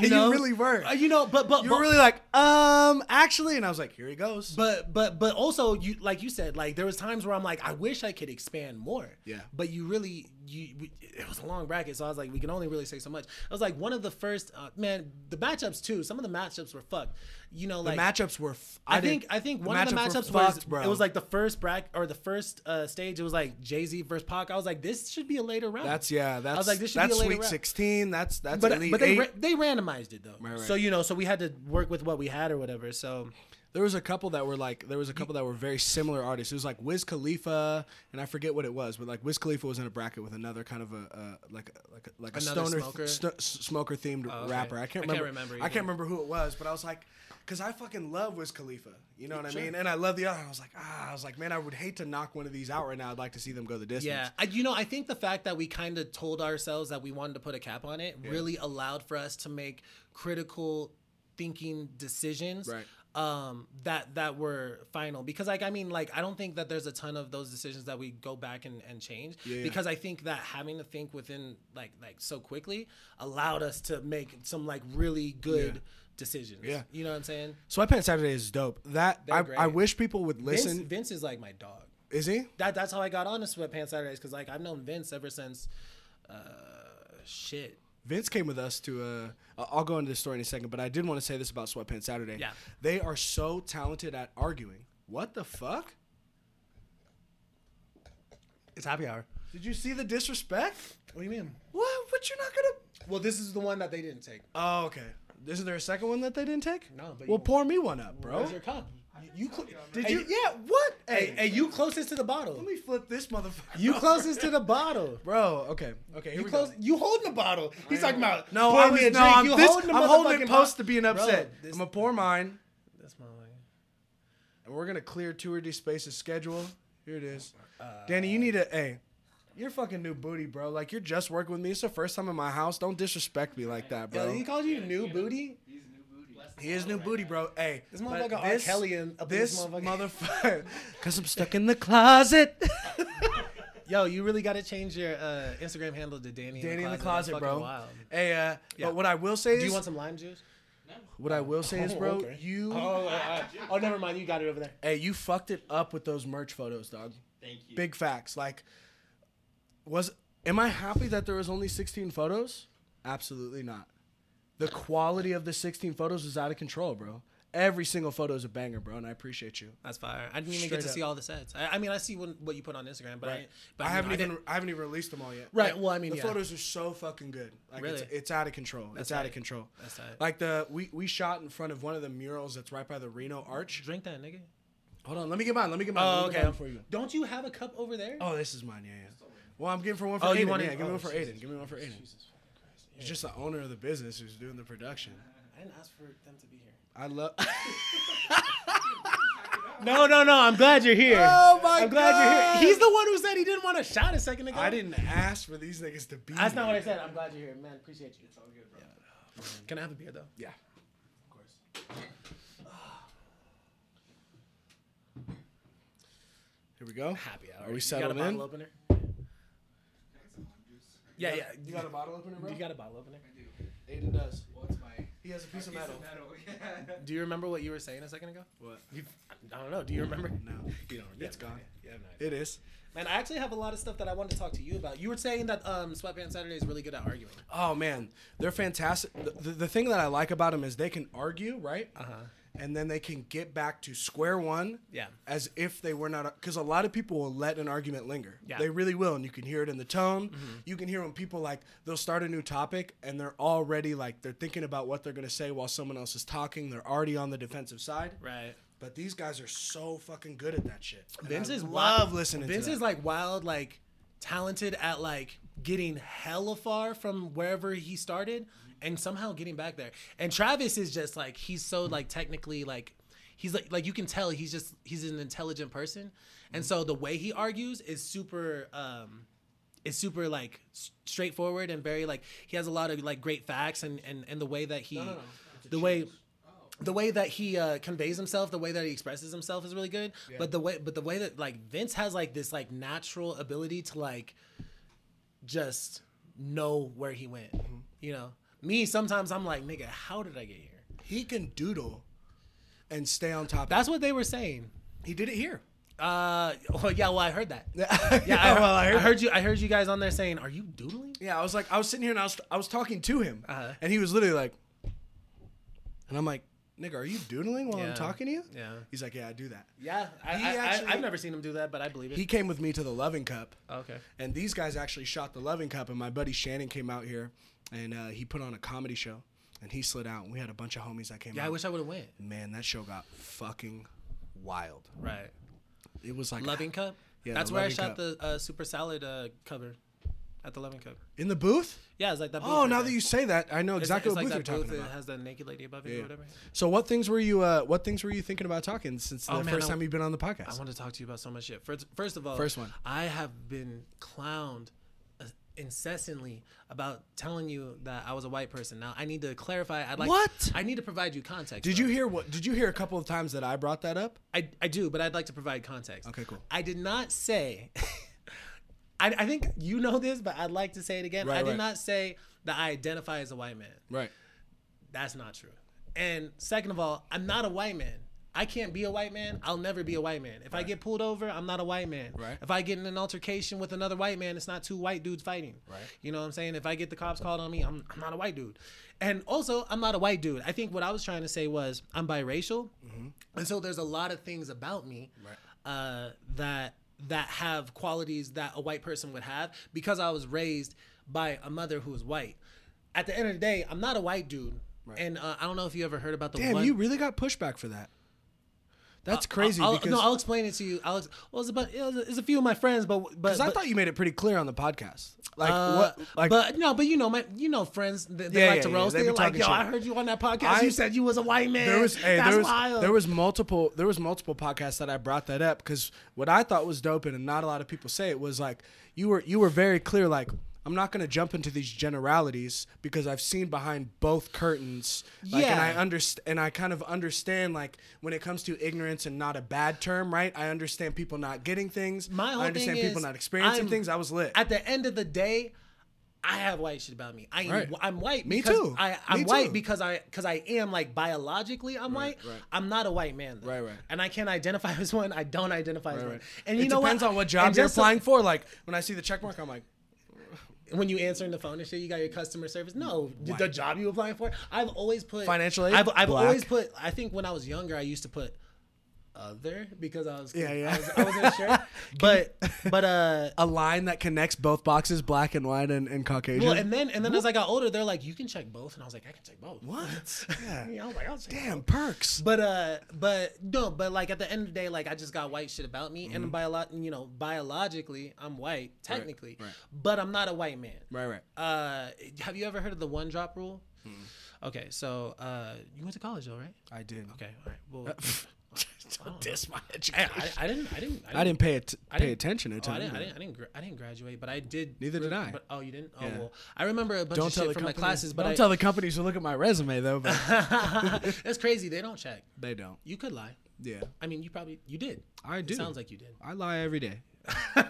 [SPEAKER 1] You really were.
[SPEAKER 2] Uh, You know, but but
[SPEAKER 1] You
[SPEAKER 2] but,
[SPEAKER 1] were really like, um, actually, and I was like, here he goes.
[SPEAKER 2] but but but also you like you said like there was times where I'm like I wish I could expand more.
[SPEAKER 1] Yeah.
[SPEAKER 2] But you really you we- it was a long bracket so I was like we can only really say so much. I was like one of the first uh, man the matchups too. Some of the matchups were fucked. You know
[SPEAKER 1] the
[SPEAKER 2] like
[SPEAKER 1] matchups were. F-
[SPEAKER 2] I,
[SPEAKER 1] didn't-
[SPEAKER 2] think I think one of the
[SPEAKER 1] were
[SPEAKER 2] matchups was
[SPEAKER 1] fucked, bro.
[SPEAKER 2] it was like the first bracket or the first uh, stage it was like Jay Z versus Pac. I was like this should be a later round.
[SPEAKER 1] that's yeah. That's
[SPEAKER 2] I was like this should
[SPEAKER 1] that's
[SPEAKER 2] be a later
[SPEAKER 1] sweet
[SPEAKER 2] round.
[SPEAKER 1] sixteen. That's that's
[SPEAKER 2] But,
[SPEAKER 1] elite
[SPEAKER 2] but they
[SPEAKER 1] eight.
[SPEAKER 2] ra- they randomized it though.
[SPEAKER 1] right.
[SPEAKER 2] So you know so we had to work with what we had or whatever. So
[SPEAKER 1] There was a couple that were like there was a couple that were very similar artists. It was like Wiz Khalifa and I forget what it was, but like Wiz Khalifa was in a bracket with another kind of a uh, like a- like a, like a
[SPEAKER 2] Another
[SPEAKER 1] stoner
[SPEAKER 2] smoker? Oh,
[SPEAKER 1] st- smoker themed
[SPEAKER 2] okay.
[SPEAKER 1] rapper. I can't
[SPEAKER 2] I can't
[SPEAKER 1] remember.
[SPEAKER 2] remember
[SPEAKER 1] I
[SPEAKER 2] either.
[SPEAKER 1] can't remember who it was, but I was like, because I fucking love Wiz Khalifa. You know what
[SPEAKER 2] Sure.
[SPEAKER 1] I mean? And I love the other. I was like, ah, I was like, man, I would hate to knock one of these out right now. I'd like to see them go the distance.
[SPEAKER 2] Yeah, I, you know, I think the fact that we kind of told ourselves that we wanted to put a cap on it really allowed for us to make critical thinking decisions.
[SPEAKER 1] Right.
[SPEAKER 2] Um, that that were final because like I mean like I don't think that there's a ton of those decisions that we go back and, and change
[SPEAKER 1] yeah.
[SPEAKER 2] because I think that having to think within like like so quickly allowed us to make some like really good decisions.
[SPEAKER 1] Yeah.
[SPEAKER 2] you know what I'm saying.
[SPEAKER 1] Sweatpants Saturday is dope. That I,
[SPEAKER 2] great.
[SPEAKER 1] I wish people would listen.
[SPEAKER 2] Vince, Vince is like my dog.
[SPEAKER 1] is he?
[SPEAKER 2] that that's how I got on to Sweatpants Saturdays because like I've known Vince ever since, uh, shit.
[SPEAKER 1] Vince came with us to. Uh, I- I'll go into this story in a second, but I did want to say this about Sweatpants Saturday.
[SPEAKER 2] Yeah.
[SPEAKER 1] they are so talented at arguing. What the fuck?
[SPEAKER 2] It's happy hour.
[SPEAKER 1] Did you see the disrespect?
[SPEAKER 2] What do you mean?
[SPEAKER 1] What? But you're not gonna.
[SPEAKER 2] Well, this is the one that they didn't take.
[SPEAKER 1] Oh, okay. Isn't there a second one that they didn't take?
[SPEAKER 2] No, but
[SPEAKER 1] well,
[SPEAKER 2] you-
[SPEAKER 1] pour me one up,
[SPEAKER 2] Bro,
[SPEAKER 1] bro.
[SPEAKER 2] Where's your cup? You cl-
[SPEAKER 1] Did
[SPEAKER 2] Hey,
[SPEAKER 1] you? Yeah. What?
[SPEAKER 2] Hey, hey, you closest to the bottle.
[SPEAKER 1] Let me flip this motherfucker.
[SPEAKER 2] You closest to the bottle.
[SPEAKER 1] Bro, okay, okay. Here
[SPEAKER 2] You
[SPEAKER 1] we
[SPEAKER 2] close.
[SPEAKER 1] go.
[SPEAKER 2] You holding the bottle. He's talking about.
[SPEAKER 1] No,
[SPEAKER 2] pour
[SPEAKER 1] I
[SPEAKER 2] me
[SPEAKER 1] was,
[SPEAKER 2] a
[SPEAKER 1] no,
[SPEAKER 2] drink.
[SPEAKER 1] I'm,
[SPEAKER 2] you
[SPEAKER 1] this,
[SPEAKER 2] holding the
[SPEAKER 1] I'm holding
[SPEAKER 2] motherfucking
[SPEAKER 1] it post
[SPEAKER 2] bottle.
[SPEAKER 1] to being upset.
[SPEAKER 2] Bro, this-
[SPEAKER 1] I'm gonna pour mine,
[SPEAKER 2] That's my
[SPEAKER 1] and we're gonna clear Tour D Space's schedule. Here it is. Danny, you need a hey. You're fucking new booty, bro. Like you're just working with me. It's the first time in my house. Don't disrespect me like that,
[SPEAKER 2] Yo, he
[SPEAKER 1] bro.
[SPEAKER 2] called you new booty.
[SPEAKER 4] He's new booty.
[SPEAKER 1] He is new booty, bro. Hey,
[SPEAKER 2] This
[SPEAKER 1] let
[SPEAKER 2] motherfucker R. Kelly and up in
[SPEAKER 1] this
[SPEAKER 2] this motherfucker.
[SPEAKER 1] motherfucker, because I'm stuck in the closet.
[SPEAKER 2] Yo, you really got to change your uh, Instagram handle to Danny.
[SPEAKER 1] Danny in the
[SPEAKER 2] That's
[SPEAKER 1] closet,
[SPEAKER 2] fucking
[SPEAKER 1] bro.
[SPEAKER 2] Wild.
[SPEAKER 1] Hey, uh, but what I will say is,
[SPEAKER 2] Do you want some lime juice?
[SPEAKER 1] what I will say is,
[SPEAKER 2] Oh,
[SPEAKER 1] bro,
[SPEAKER 2] okay.
[SPEAKER 1] you,
[SPEAKER 2] Oh, all right. oh, never mind. You got it over there.
[SPEAKER 1] hey, you fucked it up with those merch photos, dog.
[SPEAKER 5] Thank you.
[SPEAKER 1] Big facts. Like, was am I happy that there was only 16 photos? Absolutely not. The quality of the 16 photos is out of control, bro. Every single photo is a banger, bro, and I appreciate you.
[SPEAKER 2] That's fire. I didn't even
[SPEAKER 1] Straight
[SPEAKER 2] get to
[SPEAKER 1] up.
[SPEAKER 2] see all the sets. I, I mean, I see when, what you put on Instagram, but I,
[SPEAKER 1] Right.
[SPEAKER 2] but
[SPEAKER 1] I
[SPEAKER 2] you know,
[SPEAKER 1] haven't
[SPEAKER 2] didn't-
[SPEAKER 1] even I haven't even released them all yet.
[SPEAKER 2] Right, well, I mean,
[SPEAKER 1] the
[SPEAKER 2] yeah.
[SPEAKER 1] photos are so fucking good. Like it's,
[SPEAKER 2] Really?
[SPEAKER 1] it's out of control. it's out of
[SPEAKER 2] tight.
[SPEAKER 1] control.
[SPEAKER 2] That's tight.
[SPEAKER 1] Like the we we shot in front of one of the murals that's right by the Reno Arch.
[SPEAKER 2] drink that, nigga.
[SPEAKER 1] Hold on, let me get mine. Let me get mine. let me get mine for you.
[SPEAKER 2] Don't you have a cup over there?
[SPEAKER 1] Oh, this is mine. Yeah, yeah. Well, I'm getting for one for
[SPEAKER 2] Oh,
[SPEAKER 1] Aiden.
[SPEAKER 2] you want
[SPEAKER 1] yeah,
[SPEAKER 2] it?
[SPEAKER 1] give me
[SPEAKER 2] Oh,
[SPEAKER 1] one for
[SPEAKER 2] Jesus.
[SPEAKER 1] Aiden. Give me one for Aiden. He's just the owner of the business who's doing the production.
[SPEAKER 2] I didn't ask for them to be here.
[SPEAKER 1] I love.
[SPEAKER 2] No, no, no. I'm glad you're here.
[SPEAKER 1] Oh my
[SPEAKER 2] I'm glad you're
[SPEAKER 1] God.
[SPEAKER 2] here. He's the one who said he didn't want a shot a second ago.
[SPEAKER 1] I didn't ask for these niggas to be.
[SPEAKER 2] That's not what I
[SPEAKER 1] here.
[SPEAKER 2] said. I'm glad you're here, man. Appreciate you. It's all good, bro. Can I have a beer though?
[SPEAKER 1] Yeah. Here we go.
[SPEAKER 2] Happy hour.
[SPEAKER 1] Are we
[SPEAKER 2] you
[SPEAKER 1] settled
[SPEAKER 2] got a
[SPEAKER 1] in?
[SPEAKER 2] Bottle opener? Yeah, yeah.
[SPEAKER 1] You got a bottle opener, bro?
[SPEAKER 2] You got a bottle opener?
[SPEAKER 4] I do.
[SPEAKER 1] Aiden does.
[SPEAKER 4] What's my
[SPEAKER 1] He has a piece of
[SPEAKER 4] piece
[SPEAKER 1] metal.
[SPEAKER 4] of metal? Yeah.
[SPEAKER 2] Do you remember what you were saying a second ago?
[SPEAKER 1] What?
[SPEAKER 2] You, I don't know. Do you remember?
[SPEAKER 1] No.
[SPEAKER 2] You don't.
[SPEAKER 1] It's gone.
[SPEAKER 2] Yeah, no.
[SPEAKER 1] It is.
[SPEAKER 2] Man, I actually have a lot of stuff that I wanted to talk to you about. You were saying that um, Sweatpants Saturday is really good at arguing.
[SPEAKER 1] Oh man, they're fantastic. The, the, the thing that I like about them is they can argue, right?
[SPEAKER 2] Uh huh.
[SPEAKER 1] And then they can get back to square one.
[SPEAKER 2] Yeah.
[SPEAKER 1] As if they were not, because a lot of people will let an argument linger.
[SPEAKER 2] Yeah. Mm-hmm.
[SPEAKER 1] They really will, and you can hear it in the tone. You can hear when people like they'll start a new topic and they're already like they're thinking about what they're gonna say while someone else is talking. They're already on the defensive side.
[SPEAKER 2] Right.
[SPEAKER 1] But these guys are so fucking good at that shit. And
[SPEAKER 2] Vince
[SPEAKER 1] I
[SPEAKER 2] is
[SPEAKER 1] love
[SPEAKER 2] wild.
[SPEAKER 1] listening.
[SPEAKER 2] Vince
[SPEAKER 1] to
[SPEAKER 2] is
[SPEAKER 1] that.
[SPEAKER 2] like wild, like talented at like getting hella far from wherever he started and somehow getting back there. And Travis is just like he's so like technically like he's like like you can tell he's just he's an intelligent person. And so the way he argues is super um is super like s- straightforward and very like he has a lot of like great facts and and, and the way that he the way the way that he uh, conveys himself, the way that he expresses himself is really good. But the way, but the way that like Vince has like this like natural ability to like just know where he went. You know, me sometimes I'm like, nigga, how did I get here?
[SPEAKER 1] he can doodle, and stay on top.
[SPEAKER 2] That's what they were saying.
[SPEAKER 1] he did it here.
[SPEAKER 2] Uh, oh yeah, well I heard that. Yeah,
[SPEAKER 1] yeah,
[SPEAKER 2] I, heard,
[SPEAKER 1] well, I heard.
[SPEAKER 2] I heard you. I heard you guys on there saying, "Are you doodling?"
[SPEAKER 1] Yeah, I was like, I was sitting here and I was, I was talking to him,
[SPEAKER 2] Uh-huh.
[SPEAKER 1] and he was literally like, and I'm like, nigga, are you doodling while
[SPEAKER 2] Yeah.
[SPEAKER 1] I'm talking to you?
[SPEAKER 2] Yeah,
[SPEAKER 1] He's like, yeah, I do that.
[SPEAKER 2] yeah. I,
[SPEAKER 1] He
[SPEAKER 2] I,
[SPEAKER 1] actually-
[SPEAKER 2] I, I've never seen him do that, but I believe it.
[SPEAKER 1] He came with me to the Loving Cup,
[SPEAKER 2] okay.
[SPEAKER 1] and these guys actually shot the Loving Cup, and my buddy Shannon came out here, and uh, he put on a comedy show, and he slid out, and we had a bunch of homies that came
[SPEAKER 2] Yeah,
[SPEAKER 1] out.
[SPEAKER 2] I wish I would have went.
[SPEAKER 1] Man, that show got fucking wild.
[SPEAKER 2] Right.
[SPEAKER 1] It was like
[SPEAKER 2] Loving Cup.
[SPEAKER 1] Yeah,
[SPEAKER 2] that's
[SPEAKER 1] the
[SPEAKER 2] where I
[SPEAKER 1] Loving
[SPEAKER 2] shot
[SPEAKER 1] Cup.
[SPEAKER 2] the uh, Super Salad uh, cover at the Loving Cup.
[SPEAKER 1] in the booth.
[SPEAKER 2] Yeah, it's like that. Booth
[SPEAKER 1] Oh,
[SPEAKER 2] right
[SPEAKER 1] now
[SPEAKER 2] there.
[SPEAKER 1] that you say that, I know
[SPEAKER 2] It's-
[SPEAKER 1] exactly
[SPEAKER 2] it's
[SPEAKER 1] what
[SPEAKER 2] like
[SPEAKER 1] booth you're
[SPEAKER 2] that
[SPEAKER 1] talking
[SPEAKER 2] booth that
[SPEAKER 1] about.
[SPEAKER 2] has that naked lady above it
[SPEAKER 1] Yeah.
[SPEAKER 2] or whatever.
[SPEAKER 1] So, what things were you? Uh, what things were you thinking about talking since the
[SPEAKER 2] Oh, man,
[SPEAKER 1] first
[SPEAKER 2] I-
[SPEAKER 1] time you've been on the
[SPEAKER 2] I
[SPEAKER 1] podcast?
[SPEAKER 2] want to talk to you about so much shit. First, first of all,
[SPEAKER 1] First one.
[SPEAKER 2] I have been clowned uh, incessantly about telling you that I was a white person. Now I need to clarify. I'd like
[SPEAKER 1] What?
[SPEAKER 2] I need to provide you context.
[SPEAKER 1] Did
[SPEAKER 2] bro.
[SPEAKER 1] you hear what? Did you hear a couple of times that I brought that up?
[SPEAKER 2] I, I do, but I'd like to provide context.
[SPEAKER 1] Okay, cool.
[SPEAKER 2] I did not say. I, I think you know this, but I'd like to say it again.
[SPEAKER 1] Right,
[SPEAKER 2] I did
[SPEAKER 1] right.
[SPEAKER 2] not say that I identify as a white man.
[SPEAKER 1] Right.
[SPEAKER 2] That's not true. And second of all, I'm not a white man. I can't be a white man. I'll never be a white man. If I get pulled over, I'm not a white man.
[SPEAKER 1] Right.
[SPEAKER 2] If I get in an altercation with another white man, it's not two white dudes fighting.
[SPEAKER 1] Right.
[SPEAKER 2] You know what I'm saying? If I get the cops called on me, I'm, I'm not a white dude. And also, I'm not a white dude. I think what I was trying to say was I'm biracial. And so there's a lot of things about me uh, that that have qualities that a white person would have because I was raised by a mother who was white. At the end of the day, I'm not a white dude. And uh, I don't know if you ever heard about the
[SPEAKER 1] Damn,
[SPEAKER 2] one.
[SPEAKER 1] you really got pushback for that. That's crazy
[SPEAKER 2] I'll,
[SPEAKER 1] because
[SPEAKER 2] no, I'll explain it to you. I'll ex- well, it's about it was, it's a few of my friends, but but,
[SPEAKER 1] because I
[SPEAKER 2] but-
[SPEAKER 1] thought you made it pretty clear on the podcast. Like
[SPEAKER 2] Uh,
[SPEAKER 1] what? Like
[SPEAKER 2] but no, but you know, my you know, friends they, they
[SPEAKER 1] Yeah,
[SPEAKER 2] like
[SPEAKER 1] yeah,
[SPEAKER 2] to
[SPEAKER 1] yeah,
[SPEAKER 2] roast.
[SPEAKER 1] they
[SPEAKER 2] They
[SPEAKER 1] be
[SPEAKER 2] are like,
[SPEAKER 1] talking
[SPEAKER 2] yo,
[SPEAKER 1] shit.
[SPEAKER 2] I heard you on that podcast.
[SPEAKER 1] I-
[SPEAKER 2] you said you was a white man.
[SPEAKER 1] there was hey,
[SPEAKER 2] That's
[SPEAKER 1] there was
[SPEAKER 2] wild.
[SPEAKER 1] there was multiple there was multiple podcasts that I brought that up because what I thought was dope and not a lot of people say it was like you were you were very clear like I'm not gonna jump into these generalities because I've seen behind both curtains like, and
[SPEAKER 2] Yeah.
[SPEAKER 1] I understand and I kind of understand like when it comes to ignorance and not a bad term right I understand people not getting things
[SPEAKER 2] My whole
[SPEAKER 1] I understand
[SPEAKER 2] thing
[SPEAKER 1] people
[SPEAKER 2] is,
[SPEAKER 1] not experiencing
[SPEAKER 2] I'm-
[SPEAKER 1] things I was lit
[SPEAKER 2] At the end of the day, I have white shit about me. I am,
[SPEAKER 1] Right.
[SPEAKER 2] I'm white.
[SPEAKER 1] Me
[SPEAKER 2] because
[SPEAKER 1] too.
[SPEAKER 2] I, I'm
[SPEAKER 1] Me
[SPEAKER 2] white
[SPEAKER 1] too.
[SPEAKER 2] because I because I am like biologically I'm white.
[SPEAKER 1] right.
[SPEAKER 2] I'm not a white man. Though.
[SPEAKER 1] Right, right.
[SPEAKER 2] And I can't identify as one. I don't identify as
[SPEAKER 1] Right,
[SPEAKER 2] one.
[SPEAKER 1] right.
[SPEAKER 2] And
[SPEAKER 1] it
[SPEAKER 2] you know
[SPEAKER 1] depends
[SPEAKER 2] what?
[SPEAKER 1] on what
[SPEAKER 2] And
[SPEAKER 1] job you're
[SPEAKER 2] just so-
[SPEAKER 1] applying for like when I see the check mark I'm like
[SPEAKER 2] when you answering the phone and shit, you got your customer service. No, the job you applying for. I've always put
[SPEAKER 1] Financial aid?
[SPEAKER 2] I've, I've
[SPEAKER 1] Black.
[SPEAKER 2] always put. I think when I was younger, I used to put other because I was
[SPEAKER 1] Yeah, yeah.
[SPEAKER 2] I, was, I wasn't sure, but but uh.
[SPEAKER 1] a line that connects both boxes, black and white and, and Caucasian.
[SPEAKER 2] Well, and then and then as I got older, they're like, you can check both, and I was like, I can check both.
[SPEAKER 1] What?
[SPEAKER 2] Yeah. I was like, I'll check
[SPEAKER 1] Damn perks.
[SPEAKER 2] But uh, but no, but like at the end of the day, like I just got white shit about me, and bio- you know, biologically, I'm white technically,
[SPEAKER 1] Mm-hmm. right.
[SPEAKER 2] but I'm not a white man.
[SPEAKER 1] Right, right.
[SPEAKER 2] Uh, have you ever heard of the one drop rule?
[SPEAKER 1] Hmm.
[SPEAKER 2] Okay, so uh, you went to college though, right?
[SPEAKER 1] I did.
[SPEAKER 2] Okay, all right. Well,
[SPEAKER 1] Don't diss my
[SPEAKER 2] I,
[SPEAKER 1] education.
[SPEAKER 2] I, I didn't, I didn't,
[SPEAKER 1] Uh, I didn't pay it,
[SPEAKER 2] I
[SPEAKER 1] pay
[SPEAKER 2] didn't-
[SPEAKER 1] attention to
[SPEAKER 2] Oh, I
[SPEAKER 1] time.
[SPEAKER 2] didn't, I didn't, I didn't, gra- I didn't graduate, but I did.
[SPEAKER 1] Neither did I.
[SPEAKER 2] But, oh, you didn't? Oh
[SPEAKER 1] Yeah.
[SPEAKER 2] well, I remember a bunch
[SPEAKER 1] Don't
[SPEAKER 2] of
[SPEAKER 1] tell
[SPEAKER 2] shit
[SPEAKER 1] the
[SPEAKER 2] from
[SPEAKER 1] companies.
[SPEAKER 2] my classes, but
[SPEAKER 1] don't
[SPEAKER 2] I,
[SPEAKER 1] tell the companies to look at my resume though. But
[SPEAKER 2] that's crazy. They don't check.
[SPEAKER 1] they don't.
[SPEAKER 2] You could lie.
[SPEAKER 1] Yeah,
[SPEAKER 2] I mean, you probably you did.
[SPEAKER 1] I
[SPEAKER 2] It
[SPEAKER 1] do.
[SPEAKER 2] sounds like you did.
[SPEAKER 1] I lie every day.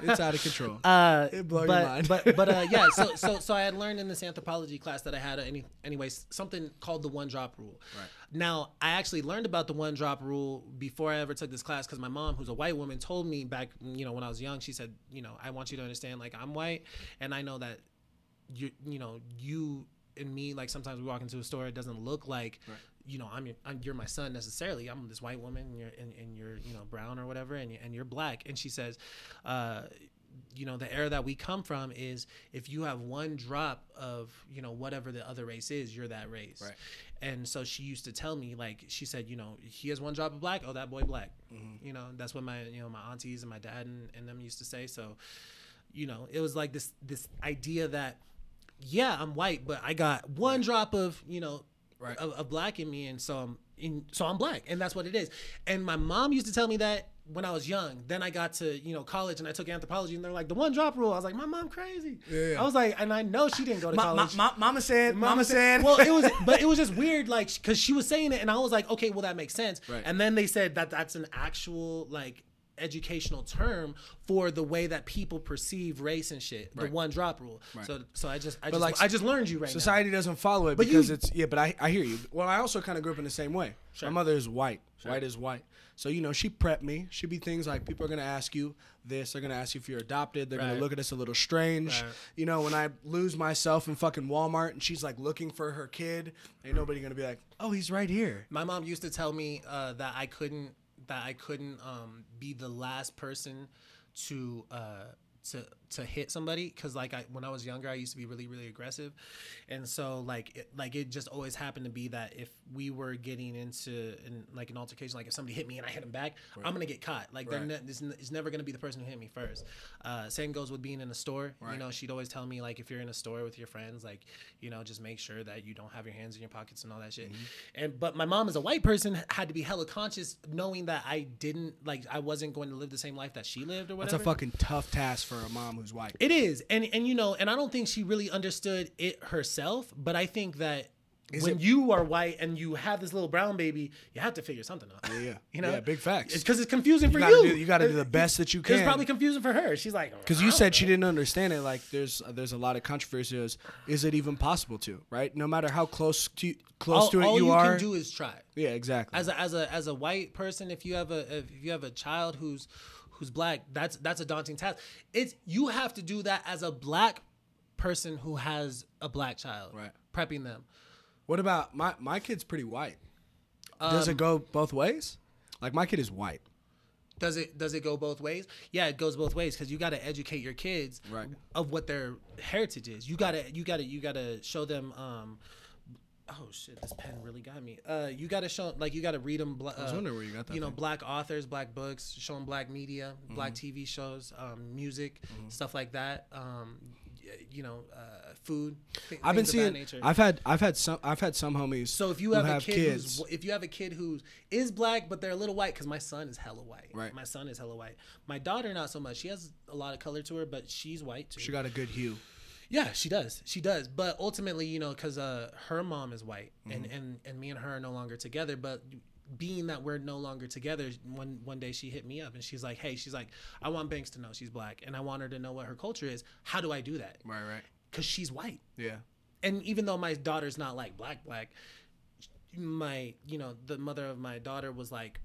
[SPEAKER 1] It's out of control.
[SPEAKER 2] Uh,
[SPEAKER 1] It blow your
[SPEAKER 2] but,
[SPEAKER 1] mind.
[SPEAKER 2] but but uh, yeah. So so so I had learned in this anthropology class that I had uh, any anyways something called the one drop rule.
[SPEAKER 1] Right.
[SPEAKER 2] Now I actually learned about the one drop rule before I ever took this class because my mom, who's a white woman, told me back you know when I was young. She said you know I want you to understand like I'm white and I know that you you know you and me like sometimes we walk into a store it doesn't look like you know I'm, your, I'm you're my son necessarily I'm this white woman and you're and, and you're you know brown or whatever and, you- and you're black and she says uh you know the era that we come from is if you have one drop of you know whatever the other race is you're that race
[SPEAKER 1] Right.
[SPEAKER 2] and so she used to tell me like she said you know he has one drop of black oh that boy black you know that's what my you know my aunties and my dad and, and them used to say so you know it was like this this idea that yeah i'm white but i got one drop of you know
[SPEAKER 1] Right.
[SPEAKER 2] of, of black in me and so i'm in, so i'm black and that's what it is and my mom used to tell me that when i was young then i got to you know college and i took anthropology and they're like the one drop rule i was like my mom crazy
[SPEAKER 1] yeah.
[SPEAKER 2] i was like and i know she didn't go to college
[SPEAKER 1] mama said.
[SPEAKER 2] well, it was, but it was just weird, like, because she was saying it, and I was like, okay, well, that makes sense.
[SPEAKER 1] Right.
[SPEAKER 2] And then they said that that's an actual like educational term for the way that people perceive race and shit, the one drop rule. So, so I just, I just,
[SPEAKER 1] like,
[SPEAKER 2] I just learned you right now.
[SPEAKER 1] Society doesn't follow it
[SPEAKER 2] But
[SPEAKER 1] because
[SPEAKER 2] you-
[SPEAKER 1] it's yeah. But I, I hear you. Well, I also kind of grew up in the same way. My mother is white. White is white. So you know, she prepped me. She be things like people are gonna ask you this. They're gonna ask you if you're adopted. They're gonna
[SPEAKER 2] Right.
[SPEAKER 1] look at us a little strange.
[SPEAKER 2] Right.
[SPEAKER 1] You know, when I lose myself in fucking Walmart and she's like looking for her kid, ain't nobody gonna be like, oh, he's right here.
[SPEAKER 2] My mom used to tell me uh, that I couldn't, that I couldn't um, be the last person to. Uh, to, to hit somebody because like I when I was younger I used to be really really aggressive, and so like it, like it just always happened to be that if we were getting into an, like an altercation like if somebody hit me and I hit him back I'm gonna get caught like they're
[SPEAKER 1] Right.
[SPEAKER 2] ne- it's, n- it's never gonna be the person who hit me first. Uh, same goes with being in a store. You know she'd always tell me like if you're in a store with your friends like you know just make sure that you don't have your hands in your pockets and all that
[SPEAKER 1] Mm-hmm.
[SPEAKER 2] shit. And but my mom as a white person had to be hella conscious knowing that I didn't like I wasn't going to live the same life that she lived or
[SPEAKER 1] That's a
[SPEAKER 2] whatever.
[SPEAKER 1] fucking tough task for a mom who's white.
[SPEAKER 2] It is, and and you know, and I don't think she really understood it herself. But I think that when you are white and you have this little brown baby, you have to figure something out.
[SPEAKER 1] yeah.
[SPEAKER 2] you know,
[SPEAKER 1] Yeah, big facts.
[SPEAKER 2] It's because it's confusing for
[SPEAKER 1] gotta
[SPEAKER 2] you.
[SPEAKER 1] do- you gotta do the
[SPEAKER 2] It-
[SPEAKER 1] best that you
[SPEAKER 2] It's
[SPEAKER 1] can.
[SPEAKER 2] probably confusing for her. She's like,
[SPEAKER 1] Because you said she didn't understand it. Like there's uh, there's a lot of controversy. Is, is it even possible to right? No matter how close to close
[SPEAKER 2] all,
[SPEAKER 1] to it
[SPEAKER 2] all
[SPEAKER 1] you,
[SPEAKER 2] you,
[SPEAKER 1] are.
[SPEAKER 2] can do is try.
[SPEAKER 1] yeah, exactly.
[SPEAKER 2] As a, as a as a white person, if you have a if you have a child who's who's black, that's that's a daunting task. It's you have to do that as a black person who has a black child,
[SPEAKER 1] Right.
[SPEAKER 2] Prepping them.
[SPEAKER 1] what about my my kid's pretty white? Does it
[SPEAKER 2] Um,
[SPEAKER 1] go both ways? Like my kid is white.
[SPEAKER 2] Does it does it go both ways? Yeah, it goes both ways because you got to educate your kids
[SPEAKER 1] Right.
[SPEAKER 2] of what their heritage is. You gotta you gotta you gotta show them um, oh shit, this pen really got me. Uh, you got to show like you got to read them. Bl-
[SPEAKER 1] was
[SPEAKER 2] uh,
[SPEAKER 1] wondering where you got that Mm-hmm.
[SPEAKER 2] You know,
[SPEAKER 1] thing.
[SPEAKER 2] black authors, black books, showing black media, black TV shows, um, music,
[SPEAKER 1] Mm-hmm.
[SPEAKER 2] stuff like that. Um, y- you know, uh, food. thi-
[SPEAKER 1] I've been
[SPEAKER 2] things of that
[SPEAKER 1] seeing.
[SPEAKER 2] nature.
[SPEAKER 1] I've had. I've had some. I've had some homies.
[SPEAKER 2] So if you
[SPEAKER 1] who
[SPEAKER 2] have, a kid who's if you have a kid who is black but they're a little white, because my son is hella white.
[SPEAKER 1] Right.
[SPEAKER 2] My son is hella white. My daughter not so much. She has a lot of color to her, but she's white too.
[SPEAKER 1] she got a good hue.
[SPEAKER 2] yeah, she does. She does. But ultimately, you know, because uh, her mom is white, and
[SPEAKER 1] Mm-hmm.
[SPEAKER 2] and and me and her are no longer together, but. Being that we're no longer together, one one day she hit me up and she's like, "Hey, she's like, I want Banks to know she's black, and I want her to know what her culture is. How do I do that?
[SPEAKER 1] Right. Right.
[SPEAKER 2] Because she's white
[SPEAKER 1] Yeah.
[SPEAKER 2] and even though my daughter's not like black black my you know the mother of my daughter was like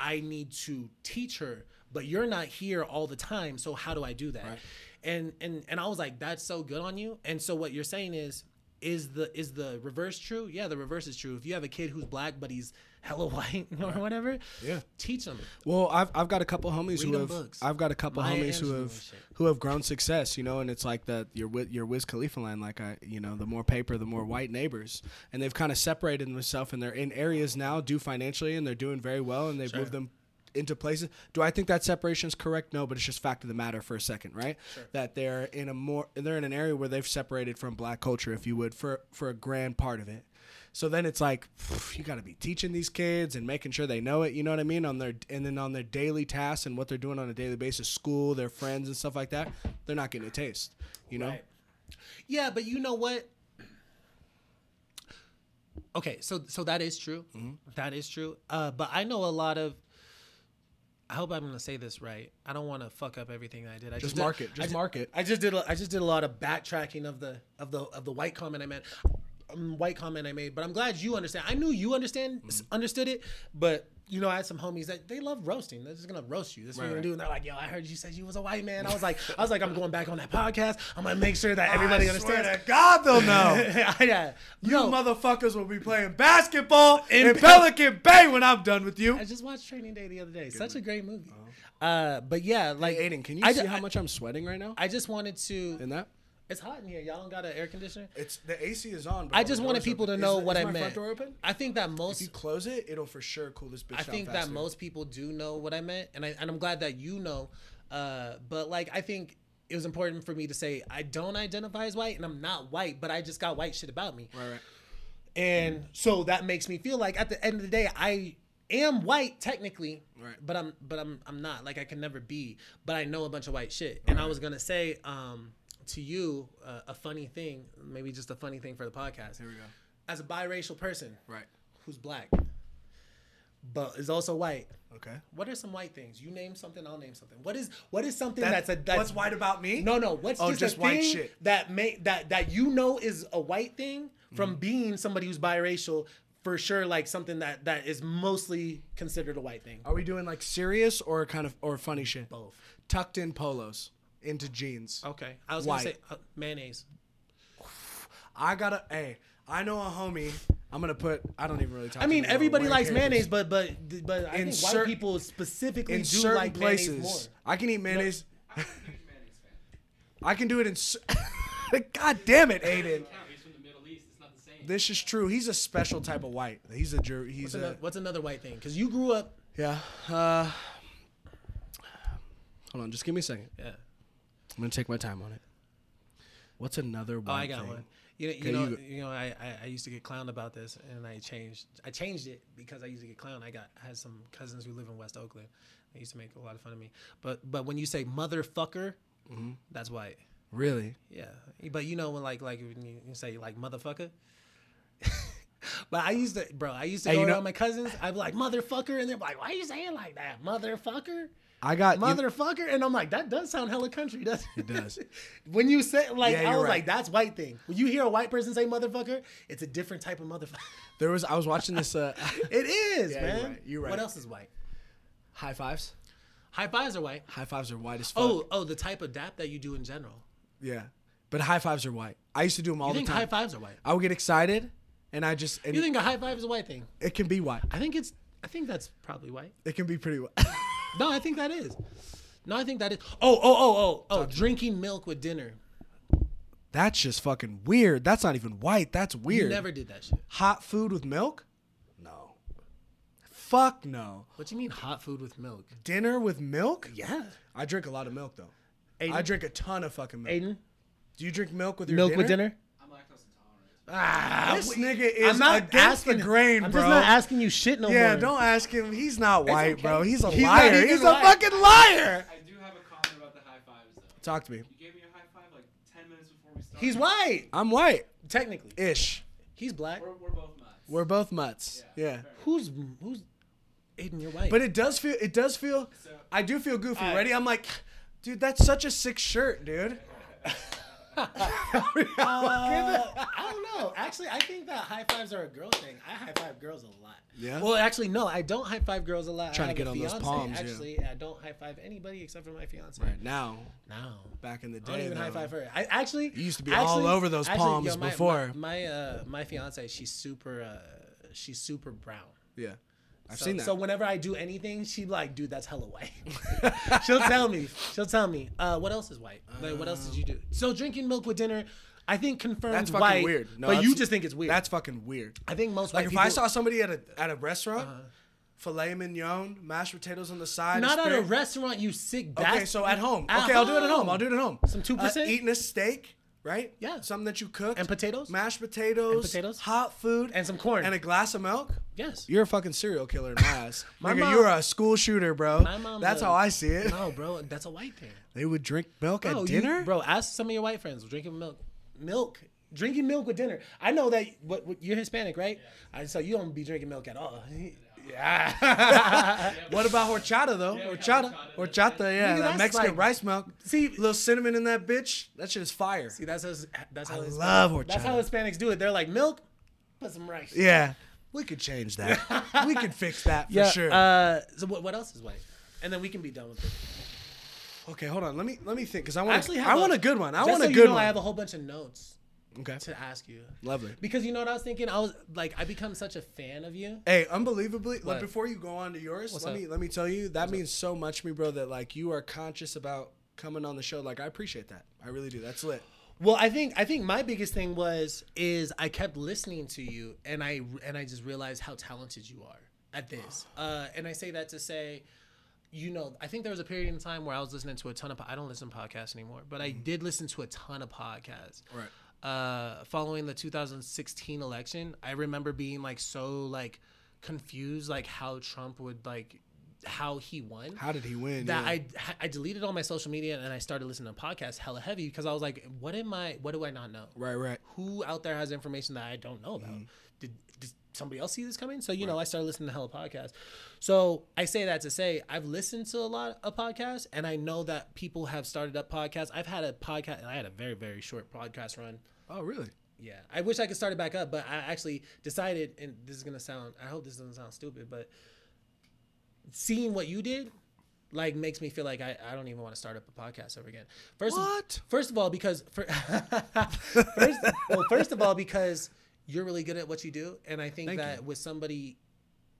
[SPEAKER 2] i need to teach her but you're not here all the time so how do i do that and and and i was like that's so good on you and so what you're saying is is the is the reverse true yeah the reverse is true if you have a kid who's black but he's hella white or whatever
[SPEAKER 1] Yeah.
[SPEAKER 2] teach him
[SPEAKER 1] Well, I've I've got a couple homies
[SPEAKER 2] Read
[SPEAKER 1] who
[SPEAKER 2] them
[SPEAKER 1] have
[SPEAKER 2] books.
[SPEAKER 1] I've got a couple
[SPEAKER 2] Maya
[SPEAKER 1] homies who
[SPEAKER 2] Angelou
[SPEAKER 1] have
[SPEAKER 2] and shit.
[SPEAKER 1] who have grown success, you know, and it's like that your Wi- your Wiz Khalifa line, like I, you know, the more paper, the more white neighbors, and they've kind of separated themselves, and they're in areas now do financially, and they're doing very well, and they've moved them into places. Do I think that separation is correct? No, but it's just fact of the matter for a second, right? That they're in a more they're in an area where they've separated from black culture, if you would, for for a grand part of it. So then it's like pff, you got to be teaching these kids and making sure they know it. You know what I mean? On their and then on their daily tasks and what they're doing on a daily basis, school, their friends and stuff like that. They're not getting a taste. You know?
[SPEAKER 2] Yeah, but you know what? Okay, so so that is true.
[SPEAKER 1] Mm-hmm.
[SPEAKER 2] That is true. Uh, but I know a lot of. I hope I'm gonna say this right. I don't want to fuck up everything I did. I
[SPEAKER 1] Just
[SPEAKER 2] did-
[SPEAKER 1] mark it.
[SPEAKER 2] I
[SPEAKER 1] Just
[SPEAKER 2] ju-
[SPEAKER 1] mark it.
[SPEAKER 2] I just did. A, I just did a lot of backtracking of the of the of the white comment I made. Um, white comment I made, but I'm glad you understand. I knew you understand s
[SPEAKER 1] Mm-hmm.
[SPEAKER 2] understood it, but you know I had some homies that they love roasting. They're just gonna roast you. That's what
[SPEAKER 1] Right,
[SPEAKER 2] you're gonna
[SPEAKER 1] right.
[SPEAKER 2] do. And they're like, "Yo, I heard you said you was a white man." I was like, I was like, I'm going back on that podcast. I'm gonna make sure that everybody understands.
[SPEAKER 1] God, they'll
[SPEAKER 2] yeah. No,
[SPEAKER 1] motherfuckers will be playing basketball
[SPEAKER 2] In Pel-
[SPEAKER 1] Pelican Bay when I'm done with you.
[SPEAKER 2] I just watched Training Day the other day. Such a great movie. Uh, but yeah, like
[SPEAKER 1] Uh-huh. Aiden, can you
[SPEAKER 2] I,
[SPEAKER 1] see
[SPEAKER 2] ju-
[SPEAKER 1] how
[SPEAKER 2] I-
[SPEAKER 1] much I'm sweating right now?
[SPEAKER 2] I just wanted to.
[SPEAKER 1] in that?
[SPEAKER 2] it's hot in here. Y'all don't got an air conditioner.
[SPEAKER 1] It's the AC is on.
[SPEAKER 2] I just wanted people to know what I meant.
[SPEAKER 1] Front door open?
[SPEAKER 2] I think that most.
[SPEAKER 1] If you close it, it'll for sure cool this bitch
[SPEAKER 2] I think that most people do know what I meant, and I and I'm glad that you know. Uh, but like, I think it was important for me to say I don't identify as white, and I'm not white, but I just got white shit about me.
[SPEAKER 1] Right, right.
[SPEAKER 2] And so that makes me feel like at the end of the day, I am white technically,
[SPEAKER 1] Right.
[SPEAKER 2] but I'm but I'm I'm not. Like I can never be, but I know a bunch of white shit. And I was gonna say um, to you uh, a funny thing, maybe just a funny thing for the podcast.
[SPEAKER 1] Here we go.
[SPEAKER 2] As a biracial person
[SPEAKER 1] Right.
[SPEAKER 2] who's black, but is also white.
[SPEAKER 1] Okay.
[SPEAKER 2] What are some white things? You name something, I'll name something. What is what is something
[SPEAKER 1] That-
[SPEAKER 2] that's a that's
[SPEAKER 1] what's white about me?
[SPEAKER 2] No, no. What's
[SPEAKER 1] Oh,
[SPEAKER 2] just,
[SPEAKER 1] just
[SPEAKER 2] a
[SPEAKER 1] white
[SPEAKER 2] thing
[SPEAKER 1] shit.
[SPEAKER 2] that may that that you know is a white thing from
[SPEAKER 1] Mm-hmm.
[SPEAKER 2] being somebody who's biracial for sure. Like something that that is mostly considered a white thing.
[SPEAKER 1] Are we doing like serious or kind of or funny shit?
[SPEAKER 2] Both. Oh.
[SPEAKER 1] Tucked in polos into jeans.
[SPEAKER 2] Okay, I was
[SPEAKER 1] White.
[SPEAKER 2] gonna say uh, mayonnaise.
[SPEAKER 1] I gotta. Hey, I know a homie. I'm gonna put. I don't even really talk.
[SPEAKER 2] I
[SPEAKER 1] to
[SPEAKER 2] mean,
[SPEAKER 1] people about
[SPEAKER 2] everybody
[SPEAKER 1] white
[SPEAKER 2] likes
[SPEAKER 1] characters.
[SPEAKER 2] mayonnaise, but but but I
[SPEAKER 1] In
[SPEAKER 2] think
[SPEAKER 1] cer-
[SPEAKER 2] white people specifically
[SPEAKER 1] in
[SPEAKER 2] do
[SPEAKER 1] certain
[SPEAKER 2] like mayonnaise more.
[SPEAKER 1] places. I can eat mayonnaise.
[SPEAKER 5] I'm a huge mayonnaise fan.
[SPEAKER 1] I can do it in. cer- God damn it, Aiden.
[SPEAKER 5] Count, He's from the Middle East. It's not the same.
[SPEAKER 1] This is true. He's a special type of white. He's a. Jer-
[SPEAKER 2] What's
[SPEAKER 1] He's
[SPEAKER 2] another,
[SPEAKER 1] a.
[SPEAKER 2] what's another white thing? Because you grew up.
[SPEAKER 1] Yeah. Uh, hold on. Just give me a second.
[SPEAKER 2] Yeah.
[SPEAKER 1] I'm gonna take my time on it. What's another white
[SPEAKER 2] Oh, I got
[SPEAKER 1] thing?
[SPEAKER 2] one. You know,
[SPEAKER 1] Okay,
[SPEAKER 2] you know,
[SPEAKER 1] you
[SPEAKER 2] you,
[SPEAKER 1] go-
[SPEAKER 2] know, I, I, I used to get clowned about this, and I changed. I changed it because I used to get clowned. I got I had some cousins who live in West Oakland. They used to make a lot of fun of me. But but when you say motherfucker,
[SPEAKER 1] Mm-hmm.
[SPEAKER 2] that's white.
[SPEAKER 1] Really?
[SPEAKER 2] Yeah. But you know when like like when you, you say like motherfucker. but I used to, bro. I used to
[SPEAKER 1] Hey,
[SPEAKER 2] go
[SPEAKER 1] you know-
[SPEAKER 2] around my cousins. I'd be like motherfucker, and they're like, "Why are you saying like that, motherfucker?"
[SPEAKER 1] I got you-
[SPEAKER 2] Motherfucker, and I'm like, that does sound hella country, doesn't it?
[SPEAKER 1] does.
[SPEAKER 2] when you say like,
[SPEAKER 1] Yeah,
[SPEAKER 2] I
[SPEAKER 1] you're
[SPEAKER 2] was
[SPEAKER 1] right.
[SPEAKER 2] like, that's white thing. When you hear a white person say motherfucker, it's a different type of motherfucker.
[SPEAKER 1] There was. I was watching this. Uh,
[SPEAKER 2] it is,
[SPEAKER 1] Yeah, you're
[SPEAKER 2] man.
[SPEAKER 1] right, you're right.
[SPEAKER 2] What else is white?
[SPEAKER 1] high fives.
[SPEAKER 2] High fives are white.
[SPEAKER 1] High fives are white as fuck.
[SPEAKER 2] Oh, oh, the type of dap that you do in general.
[SPEAKER 1] Yeah, but high fives are white. I used to do them all
[SPEAKER 2] You
[SPEAKER 1] the
[SPEAKER 2] think
[SPEAKER 1] time.
[SPEAKER 2] high fives are white?
[SPEAKER 1] I would get excited, and I just and
[SPEAKER 2] You think a high five is a white thing?
[SPEAKER 1] it can be white.
[SPEAKER 2] I think it's. I think that's probably white.
[SPEAKER 1] It can be pretty white.
[SPEAKER 2] No, I think that is. No, I think that is. Oh, oh, oh, oh, oh! Drinking milk with dinner.
[SPEAKER 1] That's just fucking weird. That's not even white. That's
[SPEAKER 2] You
[SPEAKER 1] weird.
[SPEAKER 2] never did that shit.
[SPEAKER 1] hot food with milk? No. Fuck no.
[SPEAKER 2] What do you mean hot food with milk?
[SPEAKER 1] Dinner with milk?
[SPEAKER 2] Yeah.
[SPEAKER 1] I drink a lot of milk though.
[SPEAKER 2] Aiden,
[SPEAKER 1] I drink a ton of fucking milk.
[SPEAKER 2] Aiden,
[SPEAKER 1] Do you drink milk with your
[SPEAKER 2] milk
[SPEAKER 1] dinner?
[SPEAKER 2] with dinner?
[SPEAKER 4] I'm lactose intolerant.
[SPEAKER 2] Ah,
[SPEAKER 1] This
[SPEAKER 2] wait.
[SPEAKER 1] nigga is against the grain,
[SPEAKER 2] I'm
[SPEAKER 1] bro.
[SPEAKER 2] just not asking you shit no more.
[SPEAKER 1] yeah, don't ask him. He's not white,
[SPEAKER 2] okay.
[SPEAKER 1] bro. He's a
[SPEAKER 2] He's not
[SPEAKER 1] liar.
[SPEAKER 2] even
[SPEAKER 1] He's a
[SPEAKER 2] white.
[SPEAKER 1] fucking liar.
[SPEAKER 4] I do have a comment about the high fives though.
[SPEAKER 1] Talk to me.
[SPEAKER 4] You gave me a high five like 10 minutes before we started.
[SPEAKER 2] He's white,
[SPEAKER 1] I'm white
[SPEAKER 2] technically.
[SPEAKER 1] ish.
[SPEAKER 2] He's black.
[SPEAKER 4] We're, we're both nuts.
[SPEAKER 1] We're both mutts.
[SPEAKER 4] Yeah,
[SPEAKER 1] Yeah.
[SPEAKER 2] Who's who's Aiden? You're white.
[SPEAKER 1] But it does feel it does feel
[SPEAKER 4] So-
[SPEAKER 1] I do feel goofy.
[SPEAKER 2] Alright.
[SPEAKER 1] Ready? I'm like, dude, that's such a sick shirt, dude.
[SPEAKER 2] Uh, I don't know. Actually, I think that high fives are a girl thing. I high five girls a lot.
[SPEAKER 1] Yeah?
[SPEAKER 2] Well, actually, no, I don't high five girls a lot.
[SPEAKER 1] Trying
[SPEAKER 2] I
[SPEAKER 1] to
[SPEAKER 2] have
[SPEAKER 1] get on
[SPEAKER 2] a
[SPEAKER 1] those
[SPEAKER 2] fiance.
[SPEAKER 1] palms, yeah.
[SPEAKER 2] Actually, I don't high five anybody except for my fiance.
[SPEAKER 1] right now,
[SPEAKER 2] Now.
[SPEAKER 1] back in the
[SPEAKER 2] I
[SPEAKER 1] day,
[SPEAKER 2] don't even
[SPEAKER 1] though,
[SPEAKER 2] high five her. I actually
[SPEAKER 1] um, You used to be all
[SPEAKER 2] actually-
[SPEAKER 1] over those
[SPEAKER 2] actually, yo,
[SPEAKER 1] palms
[SPEAKER 2] my-
[SPEAKER 1] before.
[SPEAKER 2] My my, uh, my fiance, she's super uh, she's super brown.
[SPEAKER 1] yeah, I've
[SPEAKER 2] so,
[SPEAKER 1] seen that.
[SPEAKER 2] So whenever I do anything, she like, dude, that's hella white. She'll tell me. She'll tell me. Uh, what else is white? Like, what else did you do? So drinking milk with dinner, I think confirms
[SPEAKER 1] Um, that's fucking
[SPEAKER 2] white.
[SPEAKER 1] weird. No,
[SPEAKER 2] but you
[SPEAKER 1] that's-
[SPEAKER 2] just think it's weird.
[SPEAKER 1] That's fucking weird.
[SPEAKER 2] I think most
[SPEAKER 1] Like Uh-huh.
[SPEAKER 2] white
[SPEAKER 1] if
[SPEAKER 2] people.
[SPEAKER 1] I saw somebody at a at a restaurant, filet mignon, mashed potatoes on the side,
[SPEAKER 2] not at a
[SPEAKER 1] asparagus-
[SPEAKER 2] restaurant, you sick bastard.
[SPEAKER 1] Okay, so at home.
[SPEAKER 2] At
[SPEAKER 1] okay, I'll do it at home. I'll do it at home. Uh,
[SPEAKER 2] Some 2%?
[SPEAKER 1] eating a steak, right?
[SPEAKER 2] Yeah.
[SPEAKER 1] Something that you cook.
[SPEAKER 2] And potatoes?
[SPEAKER 1] Mashed potatoes.
[SPEAKER 2] And potatoes?
[SPEAKER 1] Hot food.
[SPEAKER 2] And some corn.
[SPEAKER 1] And a glass of milk.
[SPEAKER 2] yes.
[SPEAKER 1] You're a fucking serial killer in my eyes.
[SPEAKER 2] My
[SPEAKER 1] Nigga,
[SPEAKER 2] mom-
[SPEAKER 1] you're a school shooter, bro.
[SPEAKER 2] My mom
[SPEAKER 1] That's
[SPEAKER 2] does.
[SPEAKER 1] how I see it.
[SPEAKER 2] No, bro, that's a white thing.
[SPEAKER 1] They would drink milk
[SPEAKER 2] Bro,
[SPEAKER 1] at
[SPEAKER 2] Oh, you-
[SPEAKER 1] dinner?
[SPEAKER 2] bro, ask some of your white friends drinking milk. Milk. Drinking milk with dinner. I know that what, what- you're Hispanic, right? I so you don't be drinking milk at all. Yeah.
[SPEAKER 1] What about horchata though?
[SPEAKER 4] we got
[SPEAKER 1] horchata.
[SPEAKER 4] horchata.
[SPEAKER 1] Horchata, yeah.
[SPEAKER 2] Nigga,
[SPEAKER 1] That
[SPEAKER 2] that's
[SPEAKER 1] Mexican
[SPEAKER 2] like-
[SPEAKER 1] rice milk.
[SPEAKER 2] See-
[SPEAKER 1] little cinnamon in that bitch. That shit is fire.
[SPEAKER 2] See, that's how that's how
[SPEAKER 1] I
[SPEAKER 2] Hispanics-
[SPEAKER 1] love horchata.
[SPEAKER 2] that's how Hispanics do it. They're like milk, put some rice.
[SPEAKER 1] yeah. We could change that. we could fix that for
[SPEAKER 2] Yeah,
[SPEAKER 1] sure.
[SPEAKER 2] Uh, so what, what else is white? And then we can be done with it.
[SPEAKER 1] Okay, hold on. Let me let me think because I
[SPEAKER 2] I
[SPEAKER 1] want
[SPEAKER 2] actually
[SPEAKER 1] to.
[SPEAKER 2] have
[SPEAKER 1] I
[SPEAKER 2] a-
[SPEAKER 1] want a good one. I
[SPEAKER 2] just
[SPEAKER 1] want
[SPEAKER 2] so
[SPEAKER 1] a
[SPEAKER 2] you
[SPEAKER 1] good
[SPEAKER 2] know,
[SPEAKER 1] one.
[SPEAKER 2] I have a whole bunch of notes
[SPEAKER 1] okay,
[SPEAKER 2] to ask you
[SPEAKER 1] lovely.
[SPEAKER 2] because you know what I was thinking. I was like, I become such a fan of you.
[SPEAKER 1] Hey, unbelievably, like,
[SPEAKER 2] What?
[SPEAKER 1] before you go on to yours,
[SPEAKER 2] What's
[SPEAKER 1] let
[SPEAKER 2] up?
[SPEAKER 1] me let me tell you that means so much to me, bro. That like you are conscious about coming on the show. Like I appreciate that. I really do. That's lit.
[SPEAKER 2] Well, I think I think my biggest thing was is I kept listening to you, and I and I just realized how talented you are at this. Uh, and I say that to say, you know, I think there was a period in time where I was listening to a ton of. po- I don't listen to podcasts anymore, but I did listen to a ton of podcasts.
[SPEAKER 1] Right.
[SPEAKER 2] Uh, following the 2016 election, I remember being like so like confused, like how Trump would like how he won
[SPEAKER 1] How did he win?
[SPEAKER 2] that
[SPEAKER 1] Yeah.
[SPEAKER 2] I I deleted all my social media and I started listening to podcasts hella heavy because I was like, what am I? What do I not know?
[SPEAKER 1] right, right.
[SPEAKER 2] Who out there has information that I don't know about? Did, did somebody else see this coming? So you know, I started listening to hella podcasts. So I say that to say I've listened to a lot of podcasts and I know that people have started up podcasts. I've had a podcast and I had a very very short podcast run.
[SPEAKER 1] Oh, really?
[SPEAKER 2] Yeah, I wish I could start it back up, but I actually decided, and this is gonna sound, I hope this doesn't sound stupid, but seeing what you did, like, makes me feel like I, I don't even want to start up a podcast ever again. First,
[SPEAKER 1] What?
[SPEAKER 2] Of, first of all, because for, first, well, first of all, because you're really good at what you do, and I think
[SPEAKER 1] Thank
[SPEAKER 2] that with somebody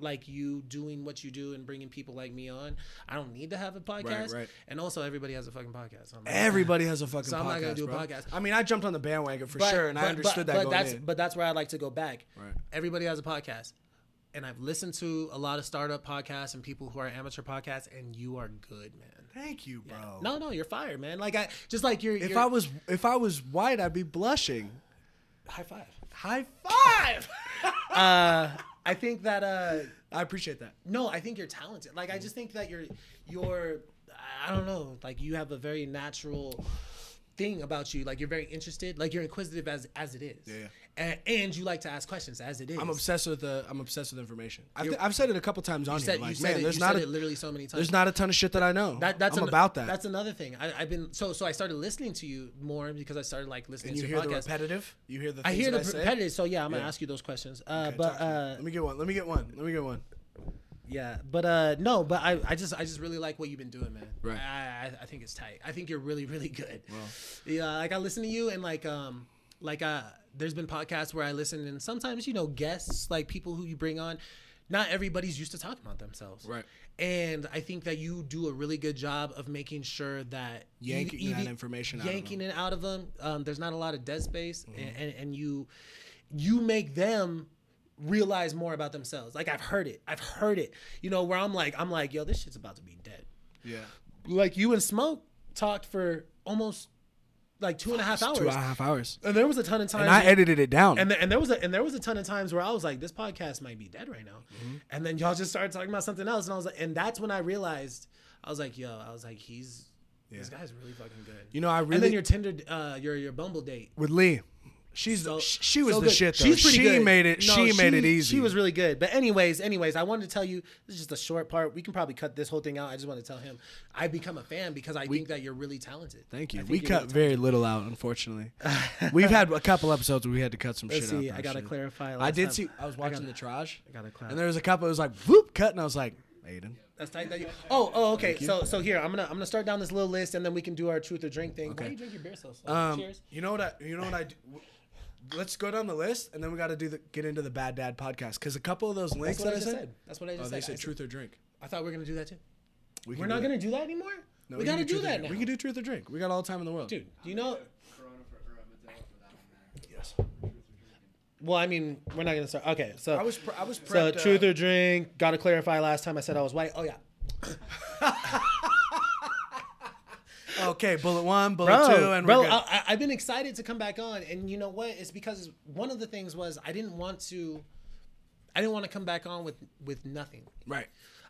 [SPEAKER 2] like you doing what you do and bringing people like me on, I don't need to have a podcast.
[SPEAKER 1] right.
[SPEAKER 2] And also, everybody has a fucking podcast. so I'm like,
[SPEAKER 1] Everybody has a fucking.
[SPEAKER 2] So
[SPEAKER 1] podcast,
[SPEAKER 2] I'm not gonna do a
[SPEAKER 1] bro.
[SPEAKER 2] podcast.
[SPEAKER 1] I mean, I jumped on the bandwagon for
[SPEAKER 2] But-
[SPEAKER 1] sure, and I
[SPEAKER 2] but-
[SPEAKER 1] understood
[SPEAKER 2] but,
[SPEAKER 1] that
[SPEAKER 2] But
[SPEAKER 1] going
[SPEAKER 2] that's
[SPEAKER 1] in.
[SPEAKER 2] but that's where I like to go back.
[SPEAKER 1] Right.
[SPEAKER 2] Everybody has a podcast, and I've listened to a lot of startup podcasts and people who are amateur podcasts, and you are good, man.
[SPEAKER 1] Thank you, bro.
[SPEAKER 2] No, no, you're fired, man. Like I just like you're.
[SPEAKER 1] Oh. If
[SPEAKER 2] you're,
[SPEAKER 1] I was if I was white, I'd be blushing.
[SPEAKER 2] high five.
[SPEAKER 1] High five!
[SPEAKER 2] Uh, I think that uh,
[SPEAKER 1] I appreciate that.
[SPEAKER 2] no, I think you're talented. Like I just think that you're you're. I don't know. Like you have a very natural thing about you. Like you're very interested. Like you're inquisitive as as it is.
[SPEAKER 1] yeah.
[SPEAKER 2] And, and you like to ask questions as it is.
[SPEAKER 1] I'm obsessed with the I'm obsessed with information. I've,
[SPEAKER 2] You're-
[SPEAKER 1] I've said it a couple times on
[SPEAKER 2] You said,
[SPEAKER 1] here. Like,
[SPEAKER 2] you said
[SPEAKER 1] man,
[SPEAKER 2] it,
[SPEAKER 1] there's
[SPEAKER 2] you
[SPEAKER 1] not
[SPEAKER 2] said
[SPEAKER 1] a,
[SPEAKER 2] it literally so many times.
[SPEAKER 1] There's not a ton of shit that I know.
[SPEAKER 2] That, that's
[SPEAKER 1] I'm
[SPEAKER 2] an-
[SPEAKER 1] about that.
[SPEAKER 2] That's another thing. I, I've been so so. I started listening to you more because I started like listening
[SPEAKER 1] and you
[SPEAKER 2] to
[SPEAKER 1] hear
[SPEAKER 2] your
[SPEAKER 1] the
[SPEAKER 2] podcast.
[SPEAKER 1] repetitive. You hear the.
[SPEAKER 2] I
[SPEAKER 1] things
[SPEAKER 2] hear the
[SPEAKER 1] that I say?
[SPEAKER 2] repetitive. So yeah, I'm gonna
[SPEAKER 1] Yeah.
[SPEAKER 2] ask you those questions. Uh,
[SPEAKER 1] Okay,
[SPEAKER 2] but
[SPEAKER 1] talk to me.
[SPEAKER 2] uh,
[SPEAKER 1] let me get one. Let me get one. Let me get one.
[SPEAKER 2] yeah, but uh, no, but I, I just I just really like what you've been doing, man.
[SPEAKER 1] Right.
[SPEAKER 2] I, I I think it's tight. I think you're really really good. Yeah, like I listen to you and like um like uh, there's been podcasts where I listen and sometimes you know guests like people who you bring on. not everybody's used to talking about themselves.
[SPEAKER 1] Right.
[SPEAKER 2] And I think that you do a really good job of making sure that
[SPEAKER 1] Yanking
[SPEAKER 2] ev-
[SPEAKER 1] that
[SPEAKER 2] ev-
[SPEAKER 1] information out of Mm-hmm.
[SPEAKER 2] yanking it out of them. Um, there's not a lot of dead space, and, and and you you make them realize more about themselves. Like I've heard it, I've heard it. You know where I'm like I'm like yo, this shit's about to be dead.
[SPEAKER 1] Yeah.
[SPEAKER 2] Like you and Smoke talked for almost like two and a half hours.
[SPEAKER 1] Two and a half hours.
[SPEAKER 2] And there was a ton of times.
[SPEAKER 1] And I edited it down.
[SPEAKER 2] And, the, and there was a and there was a ton of times where I was like, this podcast might be dead right now.
[SPEAKER 1] Mm-hmm.
[SPEAKER 2] And then y'all just started talking about something else, and I was like, and that's when I realized I was like, yo, I was like, he's this guy's really fucking good.
[SPEAKER 1] you know, I
[SPEAKER 2] and then
[SPEAKER 1] really
[SPEAKER 2] your Tinder, uh, your your Bumble date.
[SPEAKER 1] with Lee. She's the sh- she was
[SPEAKER 2] so
[SPEAKER 1] the
[SPEAKER 2] good.
[SPEAKER 1] shit though.
[SPEAKER 2] She's pretty
[SPEAKER 1] she
[SPEAKER 2] good.
[SPEAKER 1] made it.
[SPEAKER 2] No,
[SPEAKER 1] she, made it easy.
[SPEAKER 2] She was really good. But anyways, anyways, I wanted to tell you this is just a short part. We can probably cut this whole thing out. I just want to tell him I become a fan because I think that you're really talented.
[SPEAKER 1] Thank you.
[SPEAKER 2] I think
[SPEAKER 1] We
[SPEAKER 2] you're
[SPEAKER 1] cut very little out, unfortunately. We've had a couple episodes where we had to cut some
[SPEAKER 2] Let's
[SPEAKER 1] shit out.
[SPEAKER 2] see,
[SPEAKER 1] though,
[SPEAKER 2] I gotta
[SPEAKER 1] shit.
[SPEAKER 2] clarify.
[SPEAKER 1] I
[SPEAKER 2] last
[SPEAKER 1] did
[SPEAKER 2] time.
[SPEAKER 1] see. I was watching the Traj,
[SPEAKER 2] gotta clap.
[SPEAKER 1] and there was a couple. It was like whoop cut, and I was like, Aiden.
[SPEAKER 2] That's tight. That you, oh, oh, okay. So, so here I'm gonna I'm gonna start down this little list, and then we can do our truth or drink thing. Why
[SPEAKER 1] Okay.
[SPEAKER 2] do you drink your beer so slow?
[SPEAKER 1] Um,
[SPEAKER 2] Cheers.
[SPEAKER 1] You know what I? You know what I? Do? w- Let's go down the list, and then we got to do the get into the bad dad podcast because a couple of those links
[SPEAKER 2] That's what
[SPEAKER 1] that
[SPEAKER 2] I
[SPEAKER 1] I
[SPEAKER 2] just
[SPEAKER 1] sent.
[SPEAKER 2] said. That's what I
[SPEAKER 1] Oh,
[SPEAKER 2] just
[SPEAKER 1] they
[SPEAKER 2] said. I
[SPEAKER 1] said
[SPEAKER 2] said-
[SPEAKER 1] truth or drink.
[SPEAKER 2] I thought we were gonna do that too.
[SPEAKER 1] We
[SPEAKER 2] We're
[SPEAKER 1] can
[SPEAKER 2] not
[SPEAKER 1] do
[SPEAKER 2] gonna
[SPEAKER 1] that.
[SPEAKER 2] do that anymore.
[SPEAKER 1] No,
[SPEAKER 2] we, gotta
[SPEAKER 1] can
[SPEAKER 2] do
[SPEAKER 1] truth or
[SPEAKER 2] that
[SPEAKER 1] drink.
[SPEAKER 2] now.
[SPEAKER 1] We can do truth or drink. We got all the time in the world,
[SPEAKER 2] dude. Do you know?
[SPEAKER 4] Corona forever. I'm a devil for that one, man.
[SPEAKER 1] Yes.
[SPEAKER 2] Well, I mean, we're not gonna start. Okay, so
[SPEAKER 1] I was pre- I was prepped.
[SPEAKER 2] so
[SPEAKER 1] uh,
[SPEAKER 2] truth or drink. Gotta clarify. Last time I said I was white. Oh yeah,
[SPEAKER 1] uh, okay, bullet one, bullet
[SPEAKER 2] bro.
[SPEAKER 1] two, and
[SPEAKER 2] bro,
[SPEAKER 1] we're good.
[SPEAKER 2] I, I, I've been excited to come back on, and you know what? It's because one of the things was I didn't want to. I didn't want to come back on with with nothing.
[SPEAKER 1] right.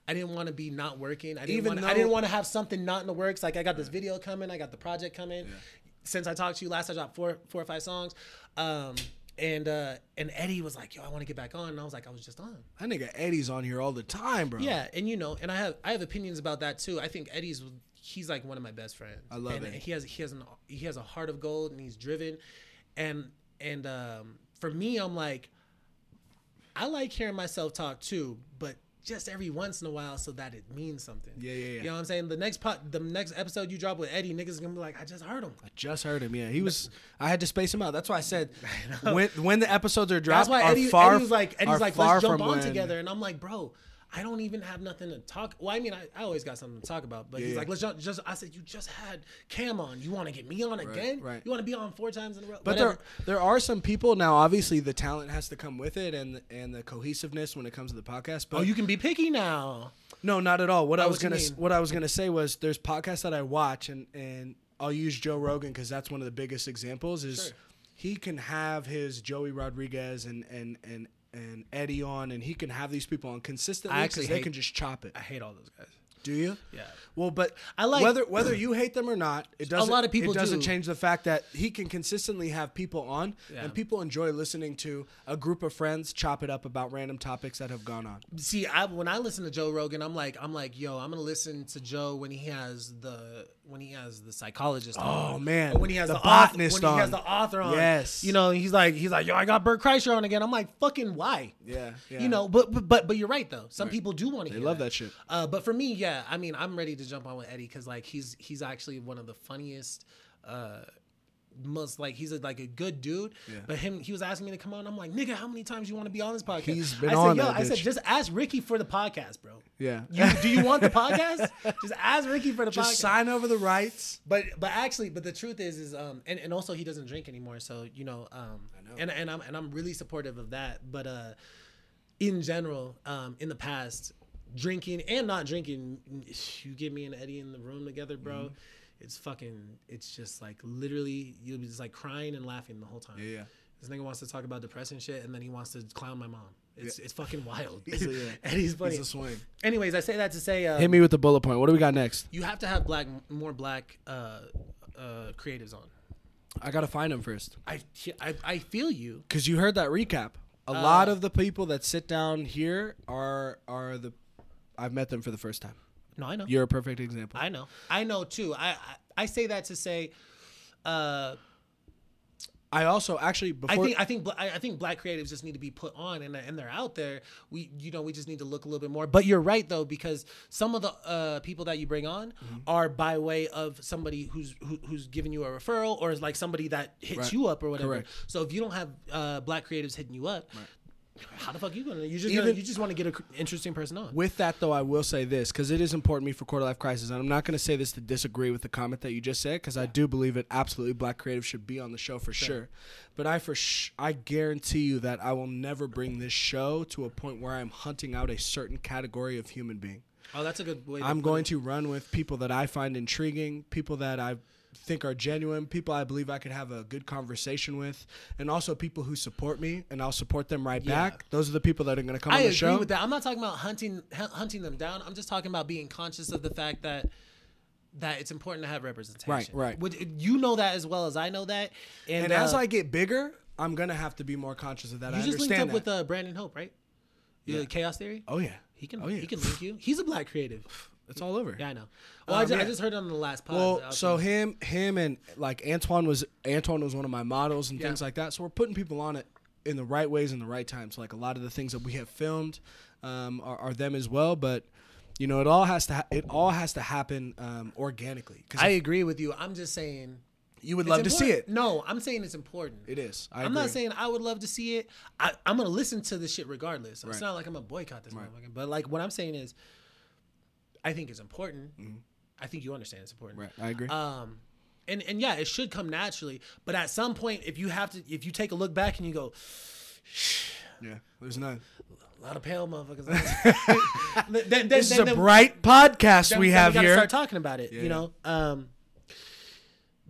[SPEAKER 2] I didn't want to be not working. I didn't
[SPEAKER 1] Even
[SPEAKER 2] want
[SPEAKER 1] though-
[SPEAKER 2] I didn't want to have something not in the works. Like I got this video coming, I got the project coming. Since I talked to you last, I dropped four four or five songs. Um and uh and Eddie was like, "Yo, I want to get back on." And I was like, "I was just on."
[SPEAKER 1] That nigga Eddie's on here all the time, bro.
[SPEAKER 2] Yeah, and you know, and I have I have opinions about that too. I think Eddie's he's like one of my best friends.
[SPEAKER 1] I love
[SPEAKER 2] and
[SPEAKER 1] Eddie.
[SPEAKER 2] He has he has an he has a heart of gold and he's driven, and and um, for me, I'm like, I like hearing myself talk too, but just every once in a while so that it means something.
[SPEAKER 1] Yeah, yeah, yeah.
[SPEAKER 2] You know what I'm saying? The next pot, the next episode you drop with Eddie, niggas gonna be like, I just heard him.
[SPEAKER 1] I just heard him. Yeah, he was. I had to space him out. That's why I said when when the episodes are dropped
[SPEAKER 2] That's why
[SPEAKER 1] are
[SPEAKER 2] Eddie,
[SPEAKER 1] far
[SPEAKER 2] Eddie was like,
[SPEAKER 1] are
[SPEAKER 2] Eddie's like,
[SPEAKER 1] far
[SPEAKER 2] let's jump
[SPEAKER 1] from
[SPEAKER 2] on
[SPEAKER 1] when-
[SPEAKER 2] together, and I'm like, bro, I don't even have nothing to talk. Well, I mean, I, I always got something to talk about, but he's
[SPEAKER 1] yeah.
[SPEAKER 2] like, let's jump, just. I said, you just had Cam on. You want to get me on again?
[SPEAKER 1] right.
[SPEAKER 2] You want to be on four times in a row?
[SPEAKER 1] But
[SPEAKER 2] Whatever. "Oh,
[SPEAKER 1] there there are some people now. Obviously, the talent has to come with it, and and the cohesiveness when it comes to the podcast. But
[SPEAKER 2] oh, you can be picky now.
[SPEAKER 1] no, not at all. What I was
[SPEAKER 2] what you
[SPEAKER 1] gonna s-
[SPEAKER 2] mean.
[SPEAKER 1] what I was gonna say was there's podcasts that I watch, and and I'll use Joe Rogan because that's one of the biggest examples. Is he can have his Joey Rodriguez and and and and Eddie on, and he can have these people on consistently
[SPEAKER 2] I
[SPEAKER 1] because
[SPEAKER 2] actually
[SPEAKER 1] they
[SPEAKER 2] hate-
[SPEAKER 1] can just chop it.
[SPEAKER 2] I hate all those guys.
[SPEAKER 1] Do you?
[SPEAKER 2] Yeah.
[SPEAKER 1] Well, but
[SPEAKER 2] I like-
[SPEAKER 1] whether whether you hate them or not, it doesn't.
[SPEAKER 2] lot of people
[SPEAKER 1] it doesn't
[SPEAKER 2] do.
[SPEAKER 1] change the fact that he can consistently have people on,
[SPEAKER 2] Yeah.
[SPEAKER 1] and people enjoy listening to a group of friends chop it up about random topics that have gone on.
[SPEAKER 2] See, I when I listen to Joe Rogan, I'm like, I'm like, yo, I'm gonna listen to Joe when he has the when he has the psychologist.
[SPEAKER 1] Oh
[SPEAKER 2] on.
[SPEAKER 1] man,
[SPEAKER 2] Or when he has the,
[SPEAKER 1] botanist
[SPEAKER 2] author, when he has
[SPEAKER 1] on.
[SPEAKER 2] the author on.
[SPEAKER 1] Yes.
[SPEAKER 2] You know, he's like, he's like, yo, I got Bert Kreischer on again. I'm like, fucking why?
[SPEAKER 1] Yeah, yeah.
[SPEAKER 2] You know, but but but, but you're right though. Some people do want to.
[SPEAKER 1] They love that shit.
[SPEAKER 2] Uh, but for me, yeah, I mean, I'm ready to jump on with Eddie because like he's he's actually one of the funniest. Uh, most like he's a, like a good dude, but him he was asking me to come on. I'm like, nigga, how many times you want to be on this podcast?
[SPEAKER 1] He's been
[SPEAKER 2] I said,
[SPEAKER 1] on
[SPEAKER 2] Yo,
[SPEAKER 1] that
[SPEAKER 2] I said,
[SPEAKER 1] bitch.
[SPEAKER 2] just ask Ricky for the podcast, bro.
[SPEAKER 1] Yeah.
[SPEAKER 2] You, do you want the podcast? just ask Ricky for the
[SPEAKER 1] Just
[SPEAKER 2] podcast.
[SPEAKER 1] sign over the rights.
[SPEAKER 2] But but actually, but the truth is is um and, and also he doesn't drink anymore, so you know um and and I'm and I'm really supportive of that. But uh, in general, um in the past, drinking and not drinking, you get me and Eddie in the room together, bro.
[SPEAKER 1] Mm-hmm.
[SPEAKER 2] It's fucking. It's just like literally, you'll be just like crying and laughing the whole time.
[SPEAKER 1] Yeah, yeah.
[SPEAKER 2] This nigga wants to talk about depressing shit, and then he wants to clown my mom. It's it's fucking wild.
[SPEAKER 1] a- yeah.
[SPEAKER 2] Eddie's funny.
[SPEAKER 1] He's a swing.
[SPEAKER 2] Anyways, I say that to say. Um,
[SPEAKER 1] Hit me with the bullet point. What do we got next?
[SPEAKER 2] you have to have black more black uh, uh, creatives on.
[SPEAKER 1] I gotta find him first.
[SPEAKER 2] I, I I feel you.
[SPEAKER 1] Cause you heard that recap. A
[SPEAKER 2] Uh,
[SPEAKER 1] lot of the people that sit down here are are the. I've met them for the first time.
[SPEAKER 2] No, I know.
[SPEAKER 1] You're a perfect example.
[SPEAKER 2] I know. I know too. I I, I say that to say, uh,
[SPEAKER 1] I also actually
[SPEAKER 2] I
[SPEAKER 1] before
[SPEAKER 2] think I think bla- I I think black creatives just need to be put on and and they're out there. We you know we just need to look a little bit more. But you're right though because some of the uh, people that you bring on
[SPEAKER 1] Mm-hmm.
[SPEAKER 2] are by way of somebody who's who, who's giving you a referral or is like somebody that hits
[SPEAKER 1] Right.
[SPEAKER 2] you up or whatever.
[SPEAKER 1] Correct.
[SPEAKER 2] So if you don't have uh, black creatives hitting you up. How the fuck you gonna? You just
[SPEAKER 1] Even-
[SPEAKER 2] gonna- you just want to get an interesting person on.
[SPEAKER 1] With that, though, I will say this because it is important to me for quarter life crisis, and I'm not going to say this to disagree with the comment that you just said because I do believe it absolutely. Black creatives should be on the show for sure, but I for sh- I guarantee you that I will never bring this show to a point where I'm hunting out a certain category of human being.
[SPEAKER 2] Oh, that's a good way. to
[SPEAKER 1] I'm
[SPEAKER 2] put it.
[SPEAKER 1] going to run with people that I find intriguing, people that I think are genuine, people I believe I could have a good conversation with, and also people who support me, and I'll support them right
[SPEAKER 2] Yeah.
[SPEAKER 1] back. Those are the people that are going to come
[SPEAKER 2] I
[SPEAKER 1] on the
[SPEAKER 2] agree
[SPEAKER 1] show.
[SPEAKER 2] with that. I'm not talking about hunting hu- hunting them down. I'm just talking about being conscious of the fact that that it's important to have representation.
[SPEAKER 1] Right, right.
[SPEAKER 2] Would, you know that as well as I know that. And,
[SPEAKER 1] And as
[SPEAKER 2] uh,
[SPEAKER 1] I get bigger, I'm gonna have to be more conscious of that. I
[SPEAKER 2] you just linked
[SPEAKER 1] understand
[SPEAKER 2] up
[SPEAKER 1] that.
[SPEAKER 2] with uh, Brandon Hope, right? Yeah.
[SPEAKER 1] Yeah.
[SPEAKER 2] Chaos Theory.
[SPEAKER 1] oh yeah,
[SPEAKER 2] He can
[SPEAKER 1] Oh yeah,
[SPEAKER 2] he can link you. He's a black creative.
[SPEAKER 1] it's all over.
[SPEAKER 2] Yeah, I know. Well, I,
[SPEAKER 1] Um,
[SPEAKER 2] just, I
[SPEAKER 1] yeah.
[SPEAKER 2] just heard it on the last pod.
[SPEAKER 1] Well,
[SPEAKER 2] but I was
[SPEAKER 1] so
[SPEAKER 2] like,
[SPEAKER 1] him, him, and like Antoine was Antoine was one of my models and
[SPEAKER 2] Yeah.
[SPEAKER 1] things like that. So we're putting people on it in the right ways in the right times. Like a lot of the things that we have filmed um, are, are them as well. But you know, it all has to ha- it all has to happen um, organically
[SPEAKER 2] I
[SPEAKER 1] because
[SPEAKER 2] agree with you. I'm just saying.
[SPEAKER 1] you would love
[SPEAKER 2] it's
[SPEAKER 1] to see it.
[SPEAKER 2] important. No, I'm saying it's important.
[SPEAKER 1] It is. I
[SPEAKER 2] I'm not
[SPEAKER 1] agree.
[SPEAKER 2] saying I would love to see it. I, I'm gonna listen to this shit regardless. It's
[SPEAKER 1] Right.
[SPEAKER 2] not like I'm gonna boycott this motherfucker. But like what I'm saying is, I think it's important. I think you understand it's important.
[SPEAKER 1] Mm-hmm. Right, I agree.
[SPEAKER 2] Um, and and yeah, it should come naturally. But at some point, if you have to, if you take a look back and you go,
[SPEAKER 1] yeah, there's none.
[SPEAKER 2] a lot of pale motherfuckers. then, then,
[SPEAKER 1] This is
[SPEAKER 2] then-
[SPEAKER 1] a
[SPEAKER 2] then-
[SPEAKER 1] bright podcast
[SPEAKER 2] then-
[SPEAKER 1] we
[SPEAKER 2] then
[SPEAKER 1] have
[SPEAKER 2] gotta
[SPEAKER 1] here.
[SPEAKER 2] Start talking about it. You know. Um,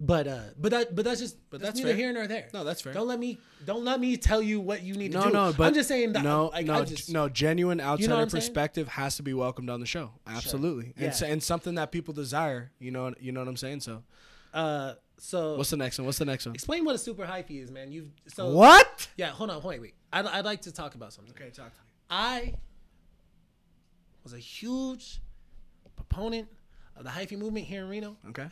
[SPEAKER 2] but uh, but that but that's just but that's,
[SPEAKER 1] that's
[SPEAKER 2] neither
[SPEAKER 1] fair.
[SPEAKER 2] here nor there.
[SPEAKER 1] No, that's fair.
[SPEAKER 2] Don't let me don't let me tell you what you need
[SPEAKER 1] No,
[SPEAKER 2] to do.
[SPEAKER 1] no, but
[SPEAKER 2] I'm just saying that.
[SPEAKER 1] no,
[SPEAKER 2] like,
[SPEAKER 1] no,
[SPEAKER 2] I just,
[SPEAKER 1] g- no. Genuine outsider
[SPEAKER 2] what I'm saying?
[SPEAKER 1] perspective has to be welcomed on the show. Absolutely, and
[SPEAKER 2] Yeah.
[SPEAKER 1] so, and something that people desire. You know, you know what I'm saying. So,
[SPEAKER 2] Uh, so
[SPEAKER 1] what's the next one? What's the next one?
[SPEAKER 2] explain what a super hyphy is, man. You've so
[SPEAKER 1] What?
[SPEAKER 2] Yeah, hold on, wait, wait. I'd, I'd like to talk about something.
[SPEAKER 1] Okay, talk to me.
[SPEAKER 2] I was a huge proponent of the hyphy movement here in Reno.
[SPEAKER 1] Okay,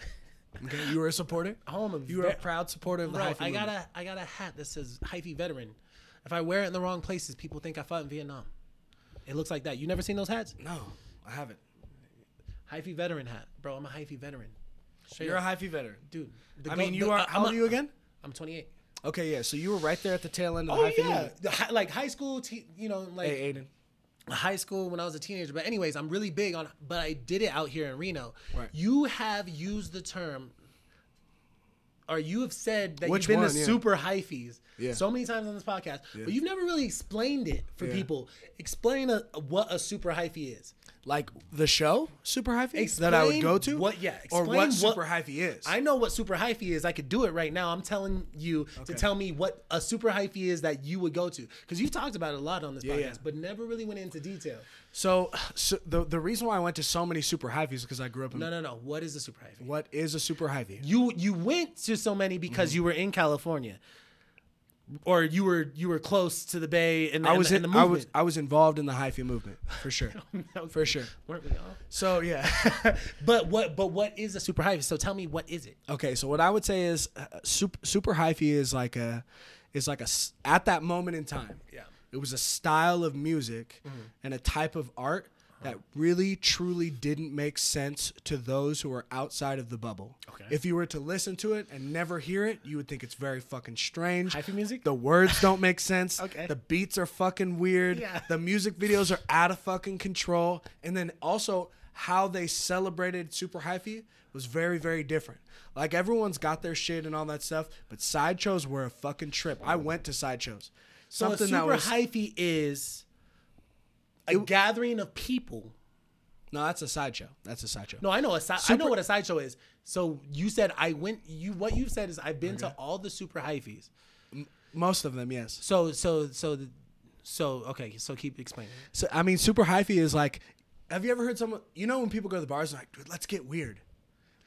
[SPEAKER 1] okay. You were a supporter.
[SPEAKER 2] Home of
[SPEAKER 1] You were a proud supporter of the
[SPEAKER 2] Bro,
[SPEAKER 1] hyphy
[SPEAKER 2] I got
[SPEAKER 1] movement.
[SPEAKER 2] a I got a hat that says hyphy veteran. If I wear it in the wrong places, people think I fought in Vietnam. It looks like that. You never seen those hats?
[SPEAKER 1] No, I haven't.
[SPEAKER 2] Hyphy veteran hat, bro. I'm a hyphy veteran. Straight
[SPEAKER 1] You're a
[SPEAKER 2] up.
[SPEAKER 1] hyphy veteran.
[SPEAKER 2] dude. the
[SPEAKER 1] I
[SPEAKER 2] go-
[SPEAKER 1] mean,
[SPEAKER 2] the-
[SPEAKER 1] you are.
[SPEAKER 2] uh,
[SPEAKER 1] How
[SPEAKER 2] I'm
[SPEAKER 1] old
[SPEAKER 2] a-
[SPEAKER 1] are you again?
[SPEAKER 2] I'm 28.
[SPEAKER 1] Okay, yeah. So you were right there at the tail end of the
[SPEAKER 2] Oh
[SPEAKER 1] hyphy
[SPEAKER 2] yeah,
[SPEAKER 1] movement.
[SPEAKER 2] the, hi- like high school, te- you know, like
[SPEAKER 1] Hey, Aiden.
[SPEAKER 2] high school when I was a teenager. But anyways, I'm really big on, but I did it out here in Reno.
[SPEAKER 1] Right.
[SPEAKER 2] You have used the term, or you have said that
[SPEAKER 1] Which
[SPEAKER 2] you've been
[SPEAKER 1] one,
[SPEAKER 2] the
[SPEAKER 1] yeah.
[SPEAKER 2] super hyphies
[SPEAKER 1] Yeah.
[SPEAKER 2] so many times on this podcast, but you've never really explained it for
[SPEAKER 1] Yeah.
[SPEAKER 2] people. Explain a, what a super hyphy is.
[SPEAKER 1] Like the show, super hyphy that I would
[SPEAKER 2] Explain
[SPEAKER 1] go to.
[SPEAKER 2] what- yeah,
[SPEAKER 1] Or
[SPEAKER 2] explain
[SPEAKER 1] what,
[SPEAKER 2] what-
[SPEAKER 1] super hyphy is.
[SPEAKER 2] I know what super hyphy is. I could do it right now. I'm telling you to
[SPEAKER 1] Okay.
[SPEAKER 2] tell me what a super hyphy is that you would go to because you've talked about it a lot on this podcast,
[SPEAKER 1] yeah. Mm.
[SPEAKER 2] but never really went into detail.
[SPEAKER 1] So, so the the reason why I went to so many super hyphies because I grew up in.
[SPEAKER 2] No, no, no. What is a super hyphy?
[SPEAKER 1] What is a super hyphy?
[SPEAKER 2] you you went to so many because
[SPEAKER 1] Mm-hmm.
[SPEAKER 2] you were in California, or you were you were close to the Bay and,
[SPEAKER 1] I was
[SPEAKER 2] and,
[SPEAKER 1] in,
[SPEAKER 2] the
[SPEAKER 1] I was
[SPEAKER 2] movement.
[SPEAKER 1] I was involved in the hyphy movement for sure, for sure.
[SPEAKER 2] weren't we all?
[SPEAKER 1] So yeah.
[SPEAKER 2] But what but what is a super hyphy? So tell me what is it?
[SPEAKER 1] okay, so what I would say is uh, super, super hyphy is like a is like a s- at that moment in time.
[SPEAKER 2] Yeah.
[SPEAKER 1] It was a style of music
[SPEAKER 2] Mm-hmm.
[SPEAKER 1] and a type of art that really truly didn't make sense to those who are outside of the bubble.
[SPEAKER 2] Okay.
[SPEAKER 1] If you were to listen to it and never hear it, you would think it's very fucking strange.
[SPEAKER 2] Hyphy music?
[SPEAKER 1] The words don't make sense.
[SPEAKER 2] Okay.
[SPEAKER 1] The beats are fucking weird.
[SPEAKER 2] Yeah.
[SPEAKER 1] The music videos are out of fucking control. And then also how they celebrated Super Hyphy was very, very different. Like everyone's got their shit and all that stuff, but sideshows were a fucking trip. I went to sideshows.
[SPEAKER 2] So
[SPEAKER 1] Something
[SPEAKER 2] a super
[SPEAKER 1] that was
[SPEAKER 2] hyphy is a gathering of people.
[SPEAKER 1] no, that's a sideshow. That's a sideshow.
[SPEAKER 2] No, I know a si- I know
[SPEAKER 1] Super-
[SPEAKER 2] what a sideshow is. So you said I went. You what you said is I've been to all the super hyphies.
[SPEAKER 1] Most of them, yes.
[SPEAKER 2] So so so the, so okay. So keep explaining.
[SPEAKER 1] So I mean, super hyphy is like. Have you ever heard someone? You know when people go to the bars, they're like, dude, let's get weird.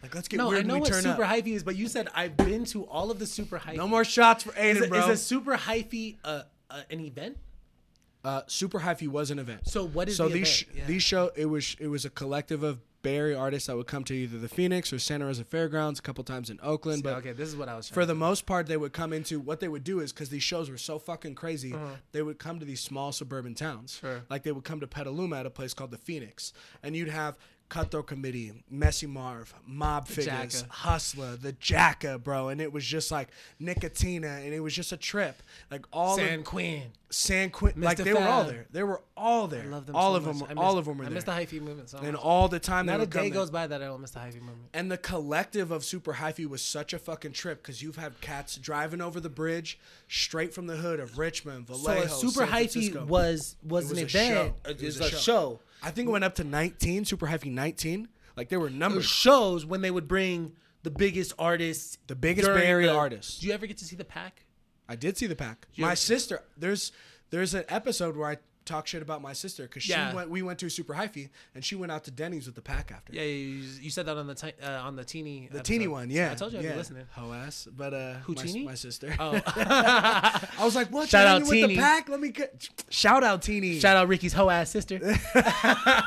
[SPEAKER 1] Like, let's get
[SPEAKER 2] No,
[SPEAKER 1] weird.
[SPEAKER 2] I
[SPEAKER 1] and
[SPEAKER 2] know
[SPEAKER 1] we
[SPEAKER 2] what
[SPEAKER 1] turn
[SPEAKER 2] super
[SPEAKER 1] up.
[SPEAKER 2] hyphy is, but you said I've been to all of the super hyphy.
[SPEAKER 1] no more shots for Aiden,
[SPEAKER 2] Is, a-
[SPEAKER 1] bro.
[SPEAKER 2] is a super hyphy uh, uh, an event?
[SPEAKER 1] Uh, Super Hyphy was an event.
[SPEAKER 2] So what is
[SPEAKER 1] so
[SPEAKER 2] the
[SPEAKER 1] these
[SPEAKER 2] event?
[SPEAKER 1] sh-
[SPEAKER 2] Yeah.
[SPEAKER 1] these show it was it was a collective of Bay Area artists that would come to either the Phoenix or Santa Rosa Fairgrounds a couple times in Oakland. but
[SPEAKER 2] okay, this is what I was. Trying
[SPEAKER 1] for
[SPEAKER 2] for the
[SPEAKER 1] the most part, they would come into what they would do is because these shows were so fucking crazy, they would come to these small suburban towns.
[SPEAKER 2] Uh-huh. Sure.
[SPEAKER 1] Like they would come to Petaluma at a place called the Phoenix, and you'd have Cutthroat Committee, Messy Marv, Mob Figures,
[SPEAKER 4] Jacka.
[SPEAKER 1] Hustler, the Jacka, bro, and it was just like Nicotina, and it was just a trip. Like all
[SPEAKER 2] San
[SPEAKER 1] of
[SPEAKER 2] Quinn.
[SPEAKER 1] San Quentin, like
[SPEAKER 2] Mr.
[SPEAKER 1] they were all
[SPEAKER 2] Fab.
[SPEAKER 1] there. They were all there.
[SPEAKER 2] I love them.
[SPEAKER 1] all
[SPEAKER 2] so
[SPEAKER 1] of them.
[SPEAKER 2] much.
[SPEAKER 1] Were,
[SPEAKER 2] I miss-
[SPEAKER 1] all of them were
[SPEAKER 2] I
[SPEAKER 1] there.
[SPEAKER 2] miss the hyphy movement so
[SPEAKER 1] and
[SPEAKER 2] much.
[SPEAKER 1] all the time
[SPEAKER 2] Not
[SPEAKER 1] they
[SPEAKER 2] a
[SPEAKER 1] would come
[SPEAKER 2] day
[SPEAKER 1] in.
[SPEAKER 2] goes by that I don't miss the hyphy movement.
[SPEAKER 1] And the collective of Super Hyphy was such a fucking trip because you've had cats driving over the bridge straight from the hood of Richmond,
[SPEAKER 2] So
[SPEAKER 1] Vallejo,
[SPEAKER 2] a super
[SPEAKER 1] San
[SPEAKER 2] hyphy
[SPEAKER 1] Francisco.
[SPEAKER 2] was was
[SPEAKER 1] It
[SPEAKER 2] an
[SPEAKER 1] was a
[SPEAKER 2] event.
[SPEAKER 1] show.
[SPEAKER 2] It
[SPEAKER 1] It
[SPEAKER 2] was
[SPEAKER 1] was
[SPEAKER 2] a
[SPEAKER 1] a
[SPEAKER 2] show.
[SPEAKER 1] I think it went up to 19, Super Hyphy 19. Like there were
[SPEAKER 2] It was
[SPEAKER 1] numbers.
[SPEAKER 2] shows when they would bring the biggest artists,
[SPEAKER 1] The biggest
[SPEAKER 2] during
[SPEAKER 1] Bay Area
[SPEAKER 2] the-
[SPEAKER 1] artists.
[SPEAKER 2] Do you ever get to see the pack?
[SPEAKER 1] I did see the pack.
[SPEAKER 2] Yeah.
[SPEAKER 1] My sister, there's there's an episode where I talk shit about my sister because
[SPEAKER 2] Yeah.
[SPEAKER 1] she went, we went to Super Hyphy and she went out to Denny's with the pack after.
[SPEAKER 2] Yeah, you, you said that on the ti- uh, on the teeny
[SPEAKER 1] The teeny one, yeah.
[SPEAKER 2] I told you I'd
[SPEAKER 1] yeah.
[SPEAKER 2] be listening.
[SPEAKER 1] Ho ass, but uh,
[SPEAKER 2] Who,
[SPEAKER 1] my,
[SPEAKER 2] teeny?
[SPEAKER 1] my sister.
[SPEAKER 2] Oh,
[SPEAKER 1] I was like, what?
[SPEAKER 2] Shout
[SPEAKER 1] You're
[SPEAKER 2] out
[SPEAKER 1] hanging with
[SPEAKER 2] Teeny.
[SPEAKER 1] the pack. Let me get... shout out Teeny.
[SPEAKER 2] shout out Ricky's hoe ass sister.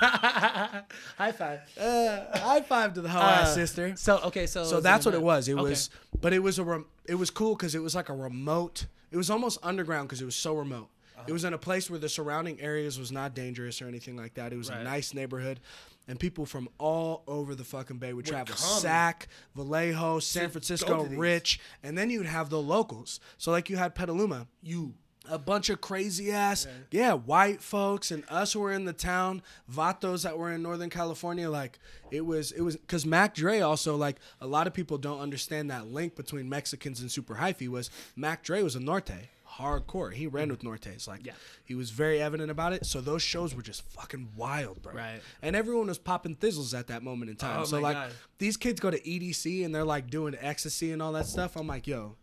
[SPEAKER 2] High five.
[SPEAKER 1] Uh, high five to the hoe ass sister.
[SPEAKER 2] So okay, so
[SPEAKER 1] So
[SPEAKER 2] an
[SPEAKER 1] that's what it
[SPEAKER 2] event.
[SPEAKER 1] was. It
[SPEAKER 2] Okay.
[SPEAKER 1] was, but it was a rem- it was cool because it was like a remote. It was almost underground because it was so remote. It was in a place where the surrounding areas was not dangerous or anything like that. It was
[SPEAKER 2] Right.
[SPEAKER 1] a nice neighborhood, and people from all over the fucking bay would, travel.
[SPEAKER 2] come.
[SPEAKER 1] Sac, Vallejo, San Francisco,
[SPEAKER 2] to these.
[SPEAKER 1] Rich, and then you'd have the locals. So like you had Petaluma, you. A bunch of crazy ass, yeah, white folks and us who were in the town, vatos that were in Northern California. Like it was, it was because Mac Dre also like a lot of people don't understand that link between Mexicans and super hyphy was Mac Dre was a Norte, hardcore. He ran with Nortes, like
[SPEAKER 2] Mm. Yeah.
[SPEAKER 1] he was very evident about it. So those shows were just fucking wild, bro.
[SPEAKER 2] Right.
[SPEAKER 1] And everyone was popping thizzles at that moment in time.
[SPEAKER 2] Oh
[SPEAKER 1] so
[SPEAKER 2] my
[SPEAKER 1] like
[SPEAKER 2] God.
[SPEAKER 1] these kids go to EDC and they're like doing ecstasy and all that stuff. I'm like, yo,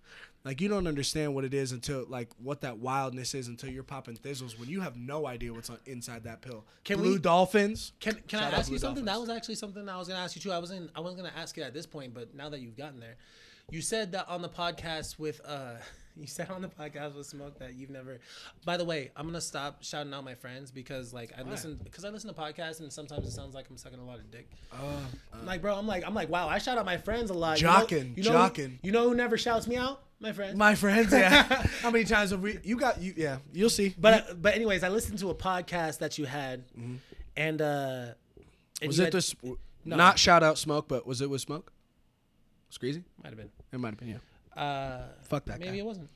[SPEAKER 1] like you don't understand what it is until like what that wildness is until you're popping thizzles when you have no idea what's on inside that pill.
[SPEAKER 2] Can
[SPEAKER 1] Blue
[SPEAKER 2] we-
[SPEAKER 1] dolphins.
[SPEAKER 2] Can, can I
[SPEAKER 1] Shout out
[SPEAKER 2] ask you
[SPEAKER 1] Blue
[SPEAKER 2] something? That
[SPEAKER 1] Dolphins.
[SPEAKER 2] was actually something I was going to ask you too. I wasn't I wasn't going to ask you at this point, but now that you've gotten there, you said that on the podcast with uh you said on the podcast with Smoke that you've never. By the way, I'm gonna stop shouting out my friends because like I listen because I listen to podcasts and sometimes it sounds like I'm sucking a lot of dick.
[SPEAKER 1] Uh,
[SPEAKER 2] like bro, I'm like I'm like wow, I shout out my friends a lot. You know-
[SPEAKER 1] Uh-uh. Jockin',
[SPEAKER 2] you know, who-
[SPEAKER 1] jockin'.
[SPEAKER 2] You know who never shouts me out? My friends.
[SPEAKER 1] My friends, yeah. How many times have we? You got you, yeah. You'll see.
[SPEAKER 2] but but anyways, I listened to a podcast that you had, and uh, and
[SPEAKER 1] was
[SPEAKER 2] you
[SPEAKER 1] it
[SPEAKER 2] had-
[SPEAKER 1] this? Not shout out smoke, but was it with smoke? Squeezy?
[SPEAKER 2] might have been.
[SPEAKER 1] It might have been. Yeah.
[SPEAKER 2] Uh,
[SPEAKER 1] Fuck that
[SPEAKER 2] Maybe
[SPEAKER 1] guy.
[SPEAKER 2] it wasn't.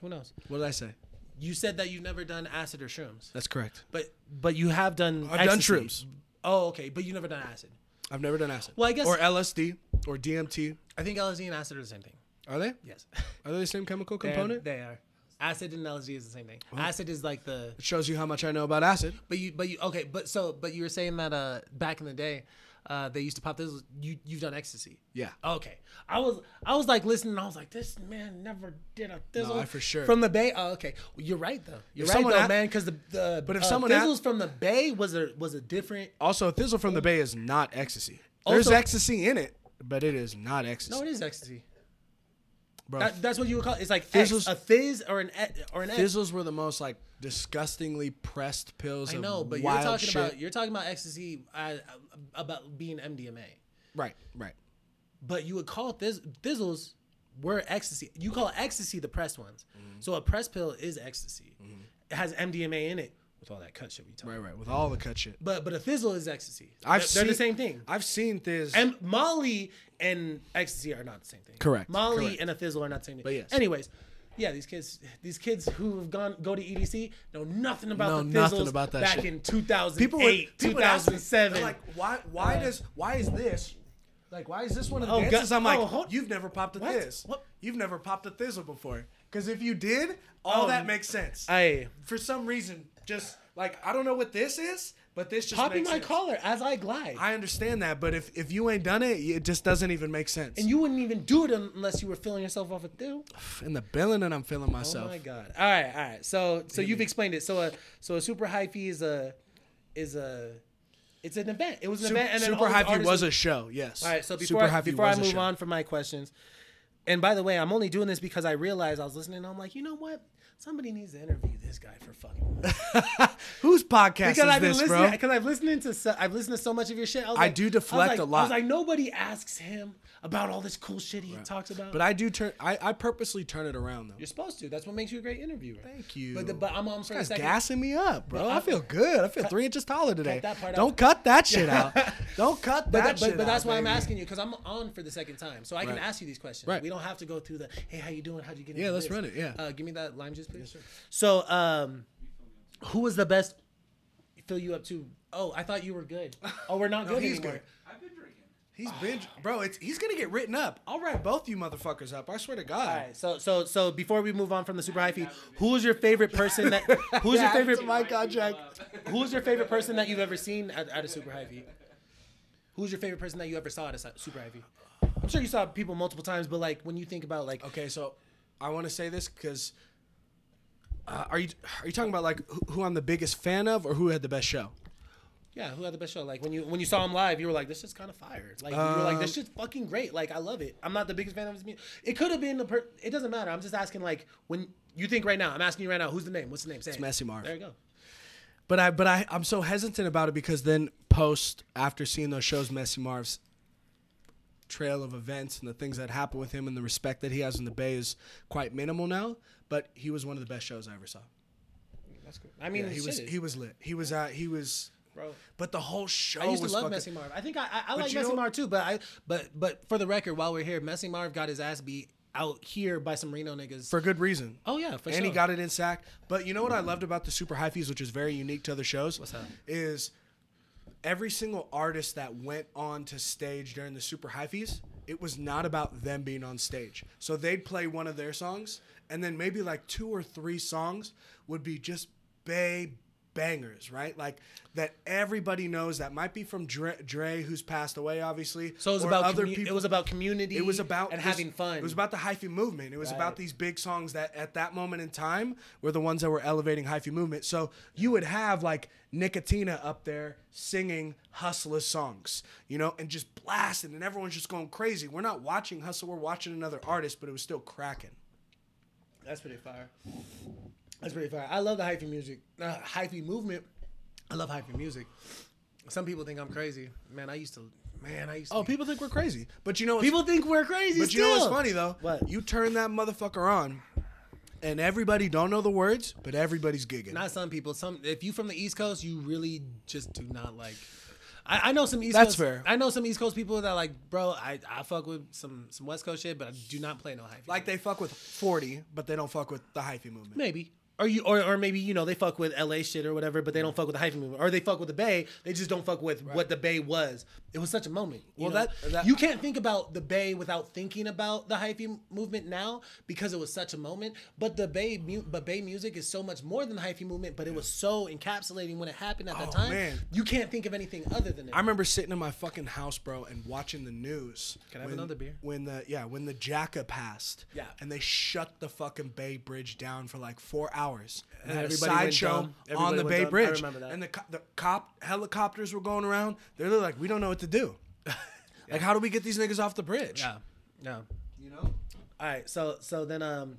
[SPEAKER 2] Who knows?
[SPEAKER 1] What did I say?
[SPEAKER 2] You said that you've never done acid or shrooms,
[SPEAKER 1] That's correct.
[SPEAKER 2] but but you have done.
[SPEAKER 1] I've done
[SPEAKER 2] ecstasy.
[SPEAKER 1] shrooms.
[SPEAKER 2] Oh, okay, but you never done acid.
[SPEAKER 1] I've never done acid.
[SPEAKER 2] Well, I guess-
[SPEAKER 1] or LSD or DMT.
[SPEAKER 2] I think LSD and acid are the same thing.
[SPEAKER 1] Are they?
[SPEAKER 2] Yes,
[SPEAKER 1] Are they the same chemical
[SPEAKER 2] They're-
[SPEAKER 1] component?
[SPEAKER 2] They are. Acid and LSD is the same thing. Acid is like the
[SPEAKER 1] It shows you how much I know about acid.
[SPEAKER 2] but you but you okay but so but you were saying that uh back in the day uh they used to pop this you you've done ecstasy
[SPEAKER 1] Yeah.
[SPEAKER 2] Okay, I was I was like listening. and I was like, this man never did a thizzle.
[SPEAKER 1] I for sure.
[SPEAKER 2] From the Bay. Oh, okay. Well, you're right though. You're right
[SPEAKER 1] someone
[SPEAKER 2] though,
[SPEAKER 1] a-
[SPEAKER 2] man. Because the, the
[SPEAKER 1] But if
[SPEAKER 2] uh,
[SPEAKER 1] someone a-
[SPEAKER 2] thizzles from the Bay was a was a different.
[SPEAKER 1] Also, Thistle from the Bay is not ecstasy. There's
[SPEAKER 2] Also-
[SPEAKER 1] ecstasy in it, but it is not ecstasy.
[SPEAKER 2] No, it is ecstasy.
[SPEAKER 1] Bro,
[SPEAKER 2] That, that's what you would call. It. It's like X,
[SPEAKER 1] Thizzles-
[SPEAKER 2] a fizz or an e- or an X.
[SPEAKER 1] Thizzles were the most like disgustingly pressed pills.
[SPEAKER 2] I know,
[SPEAKER 1] of
[SPEAKER 2] but you're
[SPEAKER 1] wild
[SPEAKER 2] talking
[SPEAKER 1] shit.
[SPEAKER 2] about you're talking about ecstasy uh, about being MDMA.
[SPEAKER 1] right, right.
[SPEAKER 2] but you would call thizz- thizzles were ecstasy. You call ecstasy the pressed ones.
[SPEAKER 1] Mm-hmm.
[SPEAKER 2] So a press pill is ecstasy. It has MDMA in it with all that cut shit we talk.
[SPEAKER 1] Right, right. With all the cut shit.
[SPEAKER 2] But but a thizzle is ecstasy.
[SPEAKER 1] I've
[SPEAKER 2] they're, they're the
[SPEAKER 1] seen-
[SPEAKER 2] same thing.
[SPEAKER 1] I've seen Thiz.
[SPEAKER 2] And Molly and ecstasy are not the same thing.
[SPEAKER 1] Correct,
[SPEAKER 2] Molly
[SPEAKER 1] correct.
[SPEAKER 2] and a thizzle are not the same thing.
[SPEAKER 1] But yes.
[SPEAKER 2] Anyways, yeah, these kids, these kids who have gone go to EDC know nothing about
[SPEAKER 1] Know
[SPEAKER 2] the thizzles
[SPEAKER 1] nothing about that
[SPEAKER 2] back
[SPEAKER 1] shit.
[SPEAKER 2] in 2008,
[SPEAKER 1] people would, people would ask me, they're
[SPEAKER 2] 2007.
[SPEAKER 1] like, why? Why does? Why is this? Like, why is this one of the
[SPEAKER 2] Oh, God.
[SPEAKER 1] dances? I'm like,
[SPEAKER 2] Oh, hold-
[SPEAKER 1] you've never popped a
[SPEAKER 2] What?
[SPEAKER 1] thiz.
[SPEAKER 2] What?
[SPEAKER 1] You've never popped a thizzle before. Because if you did, all
[SPEAKER 2] Oh,
[SPEAKER 1] that makes sense.
[SPEAKER 2] Hey,
[SPEAKER 1] For some reason, just like I don't know what this is, but this just
[SPEAKER 2] popping
[SPEAKER 1] makes
[SPEAKER 2] my
[SPEAKER 1] sense.
[SPEAKER 2] collar as I glide.
[SPEAKER 1] I understand that, but if if you ain't done it, it just doesn't even make sense.
[SPEAKER 2] And you wouldn't even do it un- unless you were filling yourself off with thill.
[SPEAKER 1] in the billing, and I'm feeling
[SPEAKER 2] Oh
[SPEAKER 1] myself.
[SPEAKER 2] my god! All right, all right. So so you've explained it. So a so a super hyphy is a is a it's an event. It was an
[SPEAKER 1] Super,
[SPEAKER 2] event. And then
[SPEAKER 1] Super
[SPEAKER 2] all these
[SPEAKER 1] Hyphy
[SPEAKER 2] artists-
[SPEAKER 1] was a show, yes.
[SPEAKER 2] All right. So before I,
[SPEAKER 1] Hyphy
[SPEAKER 2] before I
[SPEAKER 1] was a
[SPEAKER 2] move
[SPEAKER 1] show.
[SPEAKER 2] on from my questions, and by the way, I'm only doing this because I realized I was listening. and I'm like, you know what? Somebody needs to interview this this guy for fucking.
[SPEAKER 1] Whose podcast
[SPEAKER 2] Because
[SPEAKER 1] is
[SPEAKER 2] I've been
[SPEAKER 1] this,
[SPEAKER 2] listening.
[SPEAKER 1] bro?
[SPEAKER 2] Because I've listened to. So, I've listened to so much of your shit. I, was
[SPEAKER 1] I
[SPEAKER 2] like-
[SPEAKER 1] do
[SPEAKER 2] was
[SPEAKER 1] deflect
[SPEAKER 2] like-
[SPEAKER 1] a
[SPEAKER 2] I
[SPEAKER 1] lot.
[SPEAKER 2] was like, nobody asks him about all this cool shit he talks about.
[SPEAKER 1] But I do turn. I, I purposely turn it around though.
[SPEAKER 2] You're supposed to. That's what makes you a great interviewer.
[SPEAKER 1] Thank you.
[SPEAKER 2] But, the, but I'm on
[SPEAKER 1] This
[SPEAKER 2] for a
[SPEAKER 1] guy's
[SPEAKER 2] second.
[SPEAKER 1] gassing me up, bro.
[SPEAKER 2] I-
[SPEAKER 1] I feel good. I feel three inches taller today.
[SPEAKER 2] that part out.
[SPEAKER 1] Don't cut that shit out. Don't cut that
[SPEAKER 2] But, that- but,
[SPEAKER 1] shit
[SPEAKER 2] but that's
[SPEAKER 1] out,
[SPEAKER 2] why I'm
[SPEAKER 1] baby.
[SPEAKER 2] asking you because I'm on for the second time, so I can
[SPEAKER 1] Right.
[SPEAKER 2] ask you these questions.
[SPEAKER 1] Right.
[SPEAKER 2] We don't have to go through the hey, how you doing? How'd you get?
[SPEAKER 1] Yeah,
[SPEAKER 2] into
[SPEAKER 1] let's
[SPEAKER 2] this?"
[SPEAKER 1] run it, yeah.
[SPEAKER 2] Uh, give me that lime juice, please. So, um, who was the best? Fill you up to? Oh, I thought you were good. Oh, we're not
[SPEAKER 1] No,
[SPEAKER 2] good
[SPEAKER 1] he's
[SPEAKER 2] anymore.
[SPEAKER 1] good.
[SPEAKER 4] I've been drinking.
[SPEAKER 1] He's been, bro. It's he's gonna get written up. I'll write both you motherfuckers up. I swear to God.
[SPEAKER 2] All right. So, so, so before we move on from the super high fee, who is your favorite person that? Who's your
[SPEAKER 1] Yeah,
[SPEAKER 2] favorite?
[SPEAKER 1] it's my contract.
[SPEAKER 2] Who's your favorite person that you've ever seen at, at a Super Hy-Vee? Who's your favorite person that you ever saw at a su- Super Hy-Vee? I'm sure you saw people multiple times, but like when you think about like
[SPEAKER 1] Okay, so I want to say this because uh, are you are you talking about like who, who I'm the biggest fan of or who had the best show?
[SPEAKER 2] yeah, who had the best show? Like when you when you saw him live, you were like, this shit's kind of fire. Like you were like,
[SPEAKER 1] Um,
[SPEAKER 2] this shit's fucking great. Like I love it. I'm not the biggest fan of his music. It could have been the per. It doesn't matter. I'm just asking like when you think right now. I'm asking you right now. Who's the name? What's the name? Say it's
[SPEAKER 1] Messy Marv.
[SPEAKER 2] There you go.
[SPEAKER 1] But I but I I'm so hesitant about it because then post after seeing those shows, Messi Marv's trail of events and the things that happen with him and the respect that he has in the Bay is quite minimal now. But he was one of the best shows I ever saw.
[SPEAKER 2] That's good. I mean,
[SPEAKER 1] Yeah, he was he was lit. He was at he was.
[SPEAKER 2] bro.
[SPEAKER 1] But the whole show
[SPEAKER 2] I used to
[SPEAKER 1] was
[SPEAKER 2] love
[SPEAKER 1] fucking-
[SPEAKER 2] Messy Marv. I think I I, I like
[SPEAKER 1] you
[SPEAKER 2] Messy
[SPEAKER 1] know-
[SPEAKER 2] Marv too, but I but but for the record, while we're here, Messy Marv got his ass beat out here by some Reno niggas.
[SPEAKER 1] for good reason.
[SPEAKER 2] oh yeah, for
[SPEAKER 1] and
[SPEAKER 2] sure.
[SPEAKER 1] he got it in sack. But you know what I loved about the Super High Fees, which is very unique to other shows,
[SPEAKER 2] What's that?
[SPEAKER 1] is every single artist that went on to stage during the Super High Fees, it was not about them being on stage. So they'd play one of their songs, and then maybe like two or three songs would be just bay bangers, right? Like that everybody knows. That might be from Dre, Dre who's passed away, obviously.
[SPEAKER 2] so it was
[SPEAKER 1] or
[SPEAKER 2] about commu- it was about community.
[SPEAKER 1] it was about
[SPEAKER 2] and
[SPEAKER 1] this-
[SPEAKER 2] having fun.
[SPEAKER 1] It was about the hyphy movement. It was
[SPEAKER 2] Right.
[SPEAKER 1] about these big songs that at that moment in time were the ones that were elevating hyphy movement. So you would have like Nicotina up there singing hustler songs, you know, and just blasting, and everyone's just going crazy. We're not watching hustle, we're watching another artist, but it was still cracking.
[SPEAKER 2] that's pretty fire. That's pretty fire. I love the hyphy music, uh, hyphy movement. I love hyphy music. Some people think I'm crazy. Man, I used to. Man, I used to.
[SPEAKER 1] Oh, people think we're crazy, but you know, what's-
[SPEAKER 2] people think we're crazy.
[SPEAKER 1] but you know what's
[SPEAKER 2] still.
[SPEAKER 1] funny though?
[SPEAKER 2] What?
[SPEAKER 1] You turn that motherfucker on, and everybody don't know the words, but everybody's gigging.
[SPEAKER 2] Not some people. Some if you from the East Coast, you really just do not like. I, I know some East.
[SPEAKER 1] That's
[SPEAKER 2] Coast,
[SPEAKER 1] fair.
[SPEAKER 2] I know some East Coast people that like, bro. I, I fuck with some some West Coast shit, but I do not play no hype.
[SPEAKER 1] like they fuck with 40, but they don't fuck with the hyphy movement.
[SPEAKER 2] maybe. Or you, or, or maybe you know they fuck with LA shit or whatever, but they don't fuck with the hyphen movement, or they fuck with the Bay. They just don't fuck with what the Bay was. It was such a moment. you
[SPEAKER 1] Well,
[SPEAKER 2] know?
[SPEAKER 1] that- that-
[SPEAKER 2] you can't think about the Bay without thinking about the hyphen movement now because it was such a moment. But the Bay, mu- but Bay music is so much more than the hyphen movement. But it was so encapsulating when it happened at that
[SPEAKER 1] Oh,
[SPEAKER 2] time.
[SPEAKER 1] man.
[SPEAKER 2] You can't think of anything other than it.
[SPEAKER 1] I remember sitting in my fucking house, bro, and watching the news.
[SPEAKER 2] Can I have another beer?
[SPEAKER 1] When the yeah, when the Jacka passed.
[SPEAKER 2] Yeah.
[SPEAKER 1] And they shut the fucking Bay Bridge down for like four hours. And,
[SPEAKER 2] And
[SPEAKER 1] had a
[SPEAKER 2] everybody went
[SPEAKER 1] sideshow
[SPEAKER 2] dumb.
[SPEAKER 1] on
[SPEAKER 2] Everybody
[SPEAKER 1] the
[SPEAKER 2] went
[SPEAKER 1] Bay
[SPEAKER 2] dumb. I
[SPEAKER 1] Bridge.
[SPEAKER 2] remember that.
[SPEAKER 1] And the co- the cop helicopters were going around. They're like, we don't know what to do. Like, how do we get these niggas off the bridge?
[SPEAKER 2] yeah, yeah.
[SPEAKER 4] You know?
[SPEAKER 2] All right. So so then um,